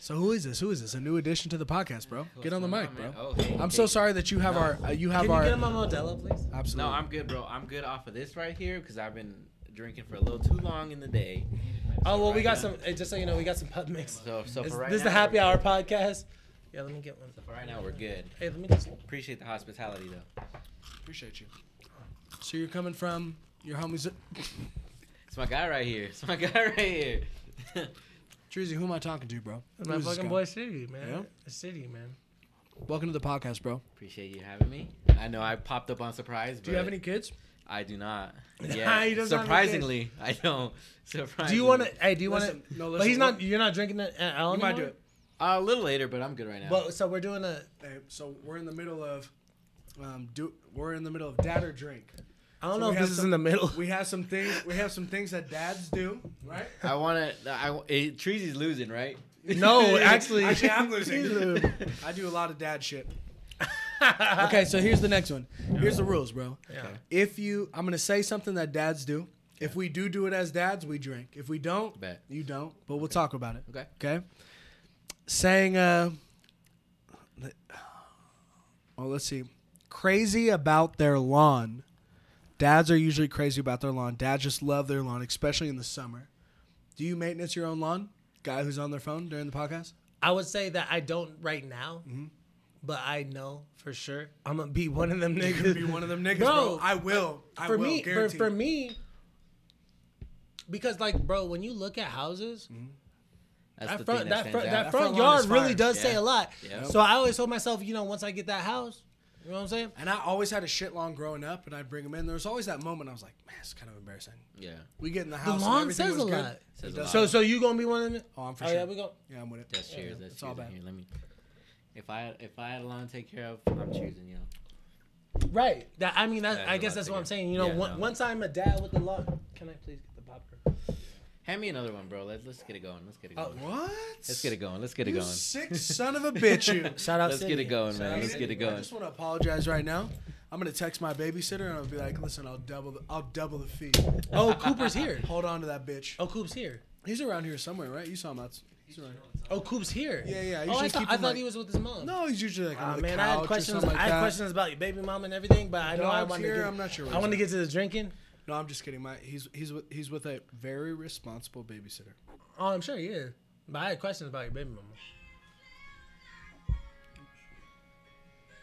[SPEAKER 1] So who is this? Who is this? A new addition to the podcast, bro. Get on the mic, bro.
[SPEAKER 5] Oh, hey,
[SPEAKER 1] I'm
[SPEAKER 5] hey.
[SPEAKER 1] so sorry that you have our uh, you have
[SPEAKER 2] Can
[SPEAKER 1] our
[SPEAKER 2] you get him on Modelo, please?
[SPEAKER 1] absolutely.
[SPEAKER 5] No, I'm good, bro. I'm good off of this right here because I've been drinking for a little too long in the day.
[SPEAKER 2] Oh well, we
[SPEAKER 5] right
[SPEAKER 2] got
[SPEAKER 5] now-
[SPEAKER 2] some. hey, Just so you know, we got some pub mix.
[SPEAKER 5] So, so
[SPEAKER 2] This,
[SPEAKER 5] for right
[SPEAKER 2] this is
[SPEAKER 5] now,
[SPEAKER 2] the happy
[SPEAKER 5] we're-
[SPEAKER 2] hour podcast. Yeah, let me get one.
[SPEAKER 5] So for right now, we're good.
[SPEAKER 2] Hey, let me just.
[SPEAKER 5] Appreciate the hospitality, though.
[SPEAKER 1] Appreciate you. So you're coming from your homies.
[SPEAKER 5] It's my guy right here. It's my guy right here.
[SPEAKER 1] Treasy, who am I talking to, bro?
[SPEAKER 2] It's my
[SPEAKER 1] Who's this
[SPEAKER 2] fucking
[SPEAKER 1] guy?
[SPEAKER 2] boy, City man.
[SPEAKER 1] Yeah?
[SPEAKER 2] It's City man.
[SPEAKER 1] Welcome to the podcast, bro.
[SPEAKER 5] Appreciate you having me. I know I popped up on surprise, but
[SPEAKER 1] Do you have any kids?
[SPEAKER 5] I do not.
[SPEAKER 2] He
[SPEAKER 5] Yeah,
[SPEAKER 2] doesn't have any
[SPEAKER 5] surprisingly, I don't. Surprisingly,
[SPEAKER 2] Do you want to? Hey, do you want to?
[SPEAKER 1] Listen, no,
[SPEAKER 2] but
[SPEAKER 1] listen,
[SPEAKER 2] he's not.
[SPEAKER 1] what-
[SPEAKER 2] You're not drinking it at all.
[SPEAKER 1] You might do
[SPEAKER 2] anymore?
[SPEAKER 1] it.
[SPEAKER 5] Uh, a little later, but I'm good right now.
[SPEAKER 2] But so we're doing a.
[SPEAKER 1] Hey, so we're in the middle of um do we're in the middle of dad or drink.
[SPEAKER 2] I don't
[SPEAKER 1] So
[SPEAKER 2] know
[SPEAKER 1] we
[SPEAKER 2] if
[SPEAKER 1] have
[SPEAKER 2] this is
[SPEAKER 1] some-
[SPEAKER 2] in the middle.
[SPEAKER 1] We have some things. We have some things that dads do, right?
[SPEAKER 5] I want to. I it, Treasy's losing, right?
[SPEAKER 2] No, actually-
[SPEAKER 1] actually, I'm losing.
[SPEAKER 2] He's losing.
[SPEAKER 1] I do a lot of dad shit. okay, so here's the next one. Here's the rules, bro.
[SPEAKER 2] Yeah.
[SPEAKER 1] If you, I'm gonna say something that dads do. If we do do it as dads, we drink. If we don't,
[SPEAKER 5] Bet.
[SPEAKER 1] you don't. But we'll talk about it.
[SPEAKER 5] Okay.
[SPEAKER 1] Okay. Saying, uh, the- well, let's see. Crazy about their lawn. Dads are usually crazy about their lawn. Dads just love their lawn, especially in the summer. Do you maintenance your own lawn? Guy who's on their phone during the podcast?
[SPEAKER 2] I would say that I don't right now, but I know for sure I'm gonna be one of them niggas.
[SPEAKER 1] Could be one of them niggas, bro.
[SPEAKER 2] Bro,
[SPEAKER 1] I will. I
[SPEAKER 2] for
[SPEAKER 1] will,
[SPEAKER 2] me, for,
[SPEAKER 1] guaranteed.
[SPEAKER 2] for me, because like, bro, when you look at houses,
[SPEAKER 5] That's the
[SPEAKER 2] That
[SPEAKER 5] thing that,
[SPEAKER 2] front, that
[SPEAKER 5] stands
[SPEAKER 2] front,
[SPEAKER 5] out.
[SPEAKER 2] that
[SPEAKER 1] That front
[SPEAKER 2] front
[SPEAKER 1] lawn
[SPEAKER 2] yard
[SPEAKER 1] is
[SPEAKER 2] really
[SPEAKER 1] fire.
[SPEAKER 2] does say
[SPEAKER 5] Yeah.
[SPEAKER 2] a lot.
[SPEAKER 5] Yeah.
[SPEAKER 2] So I always told myself, you know, once I get that house, you know what I'm saying?
[SPEAKER 1] And I always had a shit long growing up, and I'd bring him in. There was always that moment I was like, man, it's kind of embarrassing.
[SPEAKER 5] yeah.
[SPEAKER 1] We get in the
[SPEAKER 2] The
[SPEAKER 1] house. and
[SPEAKER 2] lawn
[SPEAKER 1] everything
[SPEAKER 2] says a
[SPEAKER 1] was good.
[SPEAKER 2] lot.
[SPEAKER 5] Says
[SPEAKER 1] It
[SPEAKER 5] a
[SPEAKER 1] does.
[SPEAKER 5] lot.
[SPEAKER 2] So so you gonna be one of them?
[SPEAKER 1] Oh, I'm for
[SPEAKER 2] oh
[SPEAKER 1] sure.
[SPEAKER 2] yeah, we go.
[SPEAKER 1] Yeah, I'm with it.
[SPEAKER 5] That's cheers.
[SPEAKER 1] yeah,
[SPEAKER 5] That's
[SPEAKER 1] it's all
[SPEAKER 5] choosing
[SPEAKER 1] bad.
[SPEAKER 5] here. Let me. If I if I had a lawn to take care of, I'm choosing. You know.
[SPEAKER 2] Right. That I mean, that,
[SPEAKER 5] Yeah,
[SPEAKER 2] I
[SPEAKER 5] there's a lot
[SPEAKER 2] guess that's
[SPEAKER 5] to
[SPEAKER 2] what
[SPEAKER 5] do.
[SPEAKER 2] I'm saying. You know,
[SPEAKER 5] Yeah,
[SPEAKER 2] on-
[SPEAKER 5] no.
[SPEAKER 2] once I'm a dad with the law, can I please get the popper?
[SPEAKER 5] Hand me another one, bro. Let's let's get it going. Let's get it
[SPEAKER 2] Oh,
[SPEAKER 5] going.
[SPEAKER 1] What?
[SPEAKER 5] Let's get it going. Let's get it
[SPEAKER 1] You
[SPEAKER 5] going.
[SPEAKER 1] sick son of a bitch, you.
[SPEAKER 2] Shout out.
[SPEAKER 5] Let's
[SPEAKER 2] Sydney.
[SPEAKER 5] get it going,
[SPEAKER 1] I
[SPEAKER 5] man. Let's
[SPEAKER 1] mean,
[SPEAKER 5] get it
[SPEAKER 1] I
[SPEAKER 5] going.
[SPEAKER 1] just want to apologize right now. I'm gonna text my babysitter and I'll be like, "Listen, I'll double, the, I'll double the fee.
[SPEAKER 2] Oh, Cooper's here.
[SPEAKER 1] Hold on to that bitch.
[SPEAKER 2] Oh, Coop's here.
[SPEAKER 1] He's around here somewhere, right? You saw him out. He's around. here.
[SPEAKER 2] Oh, Coop's here.
[SPEAKER 1] Yeah, yeah,
[SPEAKER 2] Oh,
[SPEAKER 1] usually
[SPEAKER 2] I thought,
[SPEAKER 1] keep
[SPEAKER 2] I
[SPEAKER 1] him,
[SPEAKER 2] thought
[SPEAKER 1] like-
[SPEAKER 2] he was with his mom.
[SPEAKER 1] No, he's usually like
[SPEAKER 2] Ah,
[SPEAKER 1] on the
[SPEAKER 2] man,
[SPEAKER 1] couch
[SPEAKER 2] I had
[SPEAKER 1] or
[SPEAKER 2] questions.
[SPEAKER 1] something like
[SPEAKER 2] I had
[SPEAKER 1] that.
[SPEAKER 2] questions about your baby mom and everything, but I know I
[SPEAKER 1] Dog's
[SPEAKER 2] wanted
[SPEAKER 1] here,
[SPEAKER 2] to. Get,
[SPEAKER 1] I'm not sure
[SPEAKER 2] I
[SPEAKER 1] where
[SPEAKER 2] want to
[SPEAKER 1] he's
[SPEAKER 2] get to the drinking.
[SPEAKER 1] No, I'm just kidding. My he's he's with, he's with a very responsible babysitter.
[SPEAKER 2] Oh, I'm sure he is. But I had questions about your baby mama.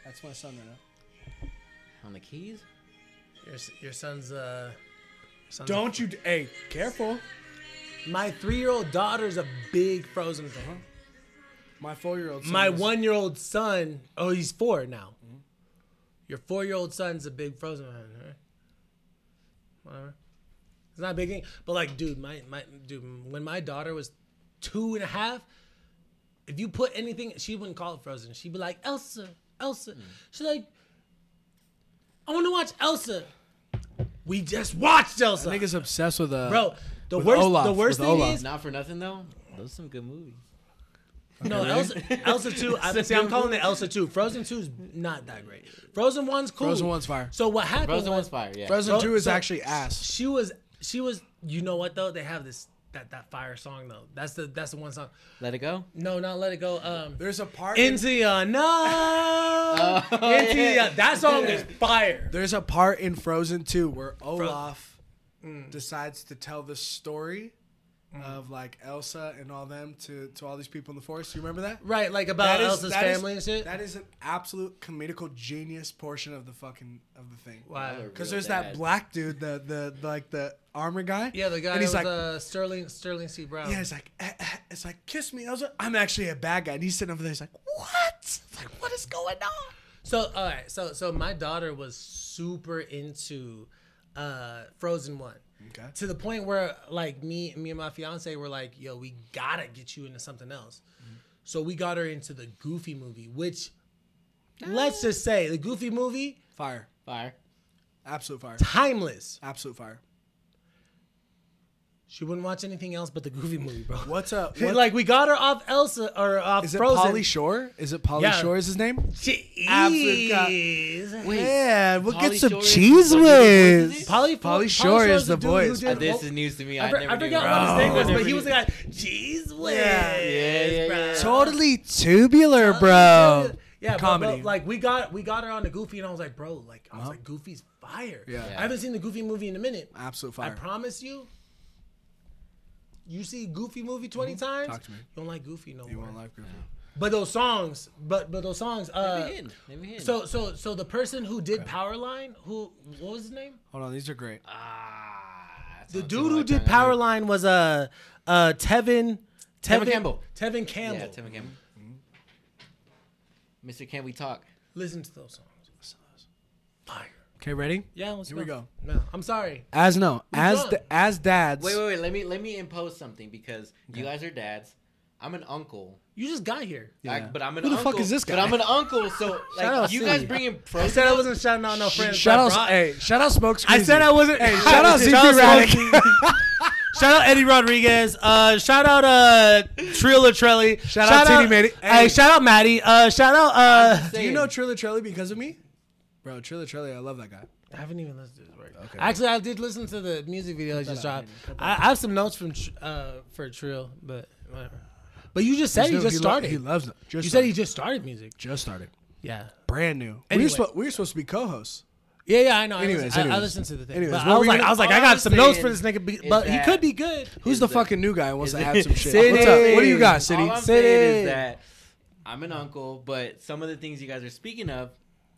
[SPEAKER 1] That's my son right now.
[SPEAKER 5] On the keys.
[SPEAKER 2] Your s- your son's uh. Son's
[SPEAKER 1] Don't you? d- Hey, careful.
[SPEAKER 2] My three-year-old daughter's a big Frozen fan.
[SPEAKER 1] My four-year-old. son
[SPEAKER 2] My
[SPEAKER 1] is-
[SPEAKER 2] one-year-old son. Oh, he's four now. Your four-year-old son's a big Frozen fan, right? Whatever. It's not a big thing, but like, dude, my my dude, when my daughter was two and a half, if you put anything, she wouldn't call it Frozen. She'd be like, Elsa, Elsa.
[SPEAKER 1] Hmm.
[SPEAKER 2] She's like, I want to watch Elsa. We just watched Elsa,
[SPEAKER 1] I think is obsessed with uh,
[SPEAKER 2] bro. The
[SPEAKER 1] with
[SPEAKER 2] worst,
[SPEAKER 1] Olaf,
[SPEAKER 2] the worst
[SPEAKER 1] with
[SPEAKER 2] thing
[SPEAKER 1] Olaf.
[SPEAKER 2] is
[SPEAKER 5] Not for nothing though. Those are some good movies.
[SPEAKER 2] No, Elsa, Elsa 2. I, see, I'm calling it Elsa 2. Frozen 2 is not that great. Frozen 1's cool.
[SPEAKER 1] Frozen One's fire.
[SPEAKER 2] So what happened
[SPEAKER 5] Frozen
[SPEAKER 2] was
[SPEAKER 5] was fire. Yeah.
[SPEAKER 1] Frozen
[SPEAKER 2] Bro,
[SPEAKER 1] Two is
[SPEAKER 2] so-
[SPEAKER 1] actually ass.
[SPEAKER 2] she was she was you know what though? They have this that that fire song though. That's the that's the one song.
[SPEAKER 5] Let it go.
[SPEAKER 2] No, not let it go. Um
[SPEAKER 1] There's a part. In,
[SPEAKER 2] Into your no Into your, that song is fire.
[SPEAKER 1] there's a part in Frozen Two where Olaf Mm. decides to tell the story of like Elsa and all them to to all these people in the forest. You remember that?
[SPEAKER 2] Right, like
[SPEAKER 1] That
[SPEAKER 2] about
[SPEAKER 1] is-
[SPEAKER 2] Uh, Elsa's
[SPEAKER 1] that is-
[SPEAKER 2] family and shit.
[SPEAKER 1] That is an absolute comedical genius portion of the fucking of the thing.
[SPEAKER 2] wow.
[SPEAKER 1] Because
[SPEAKER 5] Real
[SPEAKER 1] there's that
[SPEAKER 5] bad.
[SPEAKER 1] black dude, the, the like the armor guy.
[SPEAKER 2] Yeah, the guy
[SPEAKER 1] and
[SPEAKER 2] that
[SPEAKER 1] he's
[SPEAKER 2] was
[SPEAKER 1] like,
[SPEAKER 2] uh, Sterling Sterling C. Brown.
[SPEAKER 1] yeah, he's like, eh, eh, it's like, kiss me. I was like, I'm actually a bad guy, and he's sitting over there. He's like, what? It's like, what is going on?
[SPEAKER 2] So all right, so so my daughter was super into uh Frozen One.
[SPEAKER 1] Okay.
[SPEAKER 2] To the point where like me me and my fiance were like, yo, we gotta get you into something else. So we got her into the Goofy movie, which let's just say the Goofy movie,
[SPEAKER 1] Fire,
[SPEAKER 5] Fire.
[SPEAKER 1] absolute fire,
[SPEAKER 2] timeless.
[SPEAKER 1] absolute fire.
[SPEAKER 2] She wouldn't watch anything else but the Goofy movie, bro.
[SPEAKER 1] What's up? What,
[SPEAKER 2] like we got her off Elsa or off
[SPEAKER 1] is it
[SPEAKER 2] Frozen.
[SPEAKER 1] Polly Shore? Is it Polly
[SPEAKER 2] Yeah.
[SPEAKER 1] Shore? Is his name? Absolute cop.
[SPEAKER 2] Jeez.
[SPEAKER 5] Wait.
[SPEAKER 1] Yeah, we'll
[SPEAKER 5] Polly
[SPEAKER 1] get some
[SPEAKER 5] Shore is-
[SPEAKER 1] cheese
[SPEAKER 5] what is
[SPEAKER 1] whiz.
[SPEAKER 5] it?
[SPEAKER 2] Polly,
[SPEAKER 1] Polly Shore is the voice.
[SPEAKER 5] Uh, this is news to me. I,
[SPEAKER 2] I, for-
[SPEAKER 5] never
[SPEAKER 2] I
[SPEAKER 5] knew.
[SPEAKER 2] forgot
[SPEAKER 5] Bro.
[SPEAKER 2] what his name was,
[SPEAKER 5] Never
[SPEAKER 2] but he
[SPEAKER 5] knew.
[SPEAKER 2] was like, "Jeez, whiz,
[SPEAKER 1] Yeah,
[SPEAKER 5] yeah, yeah,
[SPEAKER 2] bro."
[SPEAKER 5] yeah.
[SPEAKER 1] Totally tubular,
[SPEAKER 2] Uh,
[SPEAKER 1] bro.
[SPEAKER 2] Yeah, but-
[SPEAKER 1] comedy.
[SPEAKER 2] But, like we got we got her on the Goofy, and I was like, "Bro, like I was
[SPEAKER 1] Uh-huh.
[SPEAKER 2] like, Goofy's fire."
[SPEAKER 1] Yeah.
[SPEAKER 2] I haven't seen the Goofy movie in a minute.
[SPEAKER 1] absolute
[SPEAKER 2] I
[SPEAKER 1] fire.
[SPEAKER 2] promise you. You see Goofy movie 20 times,
[SPEAKER 1] Mm-hmm. Talk to me.
[SPEAKER 2] you don't like Goofy no
[SPEAKER 1] you
[SPEAKER 2] more.
[SPEAKER 1] want life, Griffin?
[SPEAKER 2] but those songs, but but those songs.
[SPEAKER 5] Let
[SPEAKER 2] Uh,
[SPEAKER 5] me in. Let me in.
[SPEAKER 2] so so so the person who did Powerline, who what was his name?
[SPEAKER 1] Hold on, these are great.
[SPEAKER 5] Ah,
[SPEAKER 2] The dude who did Powerline was uh uh Tevin
[SPEAKER 5] Tevin Campbell.
[SPEAKER 2] Tevin Campbell. Mm-hmm.
[SPEAKER 5] Yeah, Tim Campbell. Mr. Can we talk?
[SPEAKER 2] Listen to those songs. Fire.
[SPEAKER 1] Okay, ready?
[SPEAKER 2] Yeah, let's
[SPEAKER 1] Here we go.
[SPEAKER 2] No, I'm sorry.
[SPEAKER 1] As no, as
[SPEAKER 2] drunk.
[SPEAKER 1] da- as dads.
[SPEAKER 5] Wait, wait, wait. Let me let me impose something because you guys are dads. I'm an uncle,
[SPEAKER 2] You just got here.
[SPEAKER 1] Yeah.
[SPEAKER 5] I- but I'm an
[SPEAKER 1] Who the
[SPEAKER 5] uncle.
[SPEAKER 1] fuck is this
[SPEAKER 5] But
[SPEAKER 1] guy?
[SPEAKER 5] I'm an uncle, so
[SPEAKER 2] out
[SPEAKER 5] like you
[SPEAKER 2] Sydney.
[SPEAKER 5] guys bringing
[SPEAKER 2] I
[SPEAKER 5] pros.
[SPEAKER 2] said I wasn't shouting out no friends.
[SPEAKER 1] Shout
[SPEAKER 2] but I
[SPEAKER 1] out,
[SPEAKER 2] brought-
[SPEAKER 1] hey, shout out, Smoke
[SPEAKER 2] I said I wasn't. Hey,
[SPEAKER 1] shout out ZP Radic.
[SPEAKER 2] Shout out Eddie Rodriguez. Uh, shout out uh, Trilla Trelly. Shout,
[SPEAKER 1] out Titty Matty.
[SPEAKER 2] Hey,
[SPEAKER 1] Hey.
[SPEAKER 2] shout out Maddie. Uh, shout out. Uh,
[SPEAKER 1] Do you know Trilla Trelly because of me? Bro, Trilla Trelly, I love that guy.
[SPEAKER 2] I haven't even listened to his work. Actually, I did listen to the music video I just
[SPEAKER 1] out,
[SPEAKER 2] dropped. I, I have some notes from Tr- uh, for Trill, but whatever. But you just said he
[SPEAKER 1] Dude,
[SPEAKER 2] just
[SPEAKER 1] lo-
[SPEAKER 2] started.
[SPEAKER 1] he loves it. Just
[SPEAKER 2] you said
[SPEAKER 1] started.
[SPEAKER 2] he just started music.
[SPEAKER 1] just started.
[SPEAKER 2] Yeah.
[SPEAKER 1] Brand new. We,
[SPEAKER 2] Anyway.
[SPEAKER 1] were spo- we were supposed to be co-hosts.
[SPEAKER 2] Yeah, yeah, I know. I
[SPEAKER 1] Anyways,
[SPEAKER 2] listened- I, I,
[SPEAKER 1] anyways.
[SPEAKER 2] listened to the thing.
[SPEAKER 1] Anyways,
[SPEAKER 2] but
[SPEAKER 1] what
[SPEAKER 2] I
[SPEAKER 1] were
[SPEAKER 2] was
[SPEAKER 1] you
[SPEAKER 2] like,
[SPEAKER 1] gonna-
[SPEAKER 2] I was like,
[SPEAKER 5] all
[SPEAKER 2] I
[SPEAKER 5] I'm
[SPEAKER 2] got some notes
[SPEAKER 5] saying
[SPEAKER 2] for this nigga, be-
[SPEAKER 5] is
[SPEAKER 2] but he
[SPEAKER 5] that-
[SPEAKER 2] could be good.
[SPEAKER 1] Who's
[SPEAKER 5] Is
[SPEAKER 1] the
[SPEAKER 5] that-
[SPEAKER 1] fucking new guy who wants
[SPEAKER 5] is
[SPEAKER 1] to have
[SPEAKER 5] it-
[SPEAKER 1] some shit? What's up?
[SPEAKER 2] City.
[SPEAKER 1] What do you got, City?
[SPEAKER 5] All I'm
[SPEAKER 1] City.
[SPEAKER 5] saying is that I'm an uncle, but some of the things you guys are speaking of,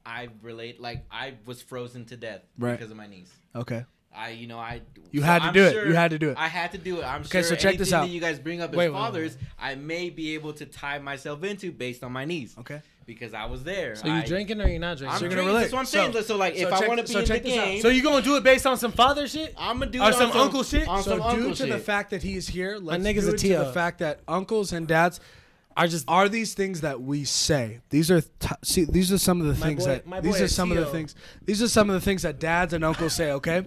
[SPEAKER 5] I relate. Like I was frozen to death
[SPEAKER 1] Right.
[SPEAKER 5] because of my niece.
[SPEAKER 1] okay.
[SPEAKER 3] I, you know, I.
[SPEAKER 1] You
[SPEAKER 3] so
[SPEAKER 1] had to do it.
[SPEAKER 3] sure-
[SPEAKER 1] You had to do it.
[SPEAKER 3] I had to do it. I'm
[SPEAKER 1] Okay,
[SPEAKER 3] sure.
[SPEAKER 1] so check this
[SPEAKER 3] anything
[SPEAKER 1] out.
[SPEAKER 3] That you guys bring up
[SPEAKER 1] Wait,
[SPEAKER 3] as
[SPEAKER 1] wait, wait,
[SPEAKER 3] fathers, I may be able to tie myself into based on my knees.
[SPEAKER 1] Okay.
[SPEAKER 3] Because I was there.
[SPEAKER 2] So you
[SPEAKER 3] I,
[SPEAKER 2] drinking or you not drinking?
[SPEAKER 3] I'm
[SPEAKER 1] you're
[SPEAKER 3] drinking.
[SPEAKER 1] gonna relate.
[SPEAKER 3] That's what I'm saying.
[SPEAKER 1] So-
[SPEAKER 3] So, like,
[SPEAKER 1] so
[SPEAKER 3] if
[SPEAKER 1] check-
[SPEAKER 3] I want to be
[SPEAKER 1] so
[SPEAKER 3] in the
[SPEAKER 1] check this out.
[SPEAKER 3] game,
[SPEAKER 2] so you gonna do it based on some father shit?
[SPEAKER 3] I'm gonna do
[SPEAKER 2] Or
[SPEAKER 3] it on
[SPEAKER 2] some uncle shit?
[SPEAKER 3] On
[SPEAKER 1] So
[SPEAKER 3] some
[SPEAKER 1] due
[SPEAKER 3] uncle
[SPEAKER 1] to
[SPEAKER 3] shit.
[SPEAKER 1] the fact that he's here, let's
[SPEAKER 2] nigga's
[SPEAKER 1] do
[SPEAKER 2] a
[SPEAKER 1] it to
[SPEAKER 2] Tia.
[SPEAKER 1] the fact that uncles and dads
[SPEAKER 2] I just
[SPEAKER 1] are these things that we say. These are t- see. These are some of the
[SPEAKER 2] My
[SPEAKER 1] things
[SPEAKER 2] boy- my
[SPEAKER 1] that. These
[SPEAKER 2] boy
[SPEAKER 1] are some of the
[SPEAKER 2] Tio.
[SPEAKER 1] things. These are some of the things that dads and uncles say. Okay,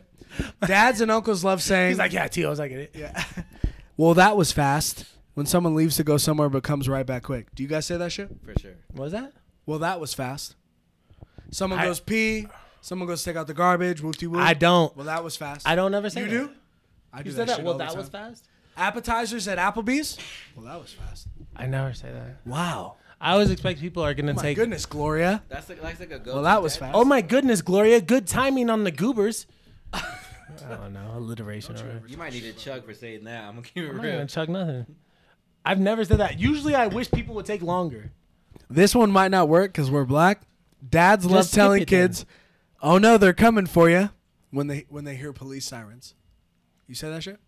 [SPEAKER 1] dads and uncles love saying.
[SPEAKER 2] he's like, yeah, Tio's, I get it.
[SPEAKER 1] yeah. well, that was fast. When someone leaves to go somewhere but comes right back quick. Do you guys say that shit?
[SPEAKER 3] For sure.
[SPEAKER 2] What was that?
[SPEAKER 1] Well, that was fast. Someone
[SPEAKER 2] I-
[SPEAKER 1] goes pee. Someone goes take out the garbage. Whoopty whoop.
[SPEAKER 2] I don't.
[SPEAKER 1] Well, that was fast.
[SPEAKER 2] I don't ever say
[SPEAKER 1] You
[SPEAKER 2] that.
[SPEAKER 1] do? I do
[SPEAKER 2] You said that?
[SPEAKER 1] shit
[SPEAKER 2] Well,
[SPEAKER 1] all the
[SPEAKER 2] that was
[SPEAKER 1] time.
[SPEAKER 2] fast.
[SPEAKER 1] Appetizers at Applebee's. Well, that was fast.
[SPEAKER 2] I never say that.
[SPEAKER 1] Wow.
[SPEAKER 2] I always expect people are gonna
[SPEAKER 1] Oh My
[SPEAKER 2] take.
[SPEAKER 1] goodness, Gloria.
[SPEAKER 3] That's like, that's like a go.
[SPEAKER 1] Well, that was fast.
[SPEAKER 2] Oh my goodness, Gloria! Good timing on the goobers. I don't know alliteration. Or
[SPEAKER 3] You might need a chug for saying that. I'm gonna keep it
[SPEAKER 2] I'm not gonna
[SPEAKER 3] real.
[SPEAKER 2] chug nothing. I've never said that. Usually, I wish people would take longer.
[SPEAKER 1] This one might not work because we're black. Dads love
[SPEAKER 2] skip
[SPEAKER 1] telling
[SPEAKER 2] it then.
[SPEAKER 1] kids, "Oh no, they're coming for you," when they when they hear police sirens. You say that shit?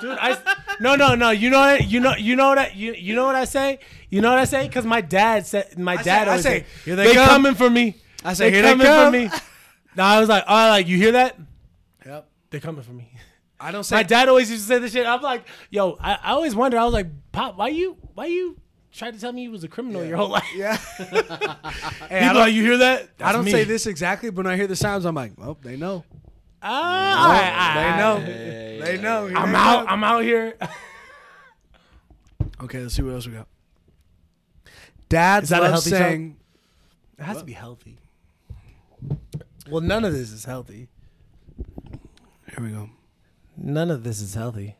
[SPEAKER 2] Dude, I no no no. You know what? You know you know what? I, you you know what I say? You know what I say? Because my dad said my
[SPEAKER 1] say-
[SPEAKER 2] dad
[SPEAKER 1] I
[SPEAKER 2] always
[SPEAKER 1] say,
[SPEAKER 2] said,
[SPEAKER 1] "Here they
[SPEAKER 2] they,
[SPEAKER 1] come."
[SPEAKER 2] coming for me.
[SPEAKER 1] I say, "Here they
[SPEAKER 2] coming
[SPEAKER 1] come."
[SPEAKER 2] for me. No, I was like, all right, like you hear that?
[SPEAKER 1] Yep.
[SPEAKER 2] They're coming for me.
[SPEAKER 1] I don't say.
[SPEAKER 2] My dad always used to say this shit. I'm like, yo, I, I always wonder. I was like, pop, why you why you tried to tell me you was a criminal your whole life?
[SPEAKER 1] Yeah. Hey, I
[SPEAKER 2] People,
[SPEAKER 1] don't,
[SPEAKER 2] like, you hear that?
[SPEAKER 1] I don't say
[SPEAKER 2] this.
[SPEAKER 1] this exactly, but when I hear the sounds, I'm like, "Well, they know.
[SPEAKER 2] Ah,
[SPEAKER 1] They know.
[SPEAKER 2] I- I-
[SPEAKER 1] they know.
[SPEAKER 2] I'm
[SPEAKER 1] They
[SPEAKER 2] out.
[SPEAKER 1] know.
[SPEAKER 2] I'm out here.
[SPEAKER 1] Okay, let's see what else we got. Dads
[SPEAKER 2] Is that a
[SPEAKER 1] love
[SPEAKER 2] healthy sound?
[SPEAKER 1] saying.
[SPEAKER 2] It has to be healthy. Well, none of this is healthy.
[SPEAKER 1] Here we go.
[SPEAKER 2] None of this is healthy.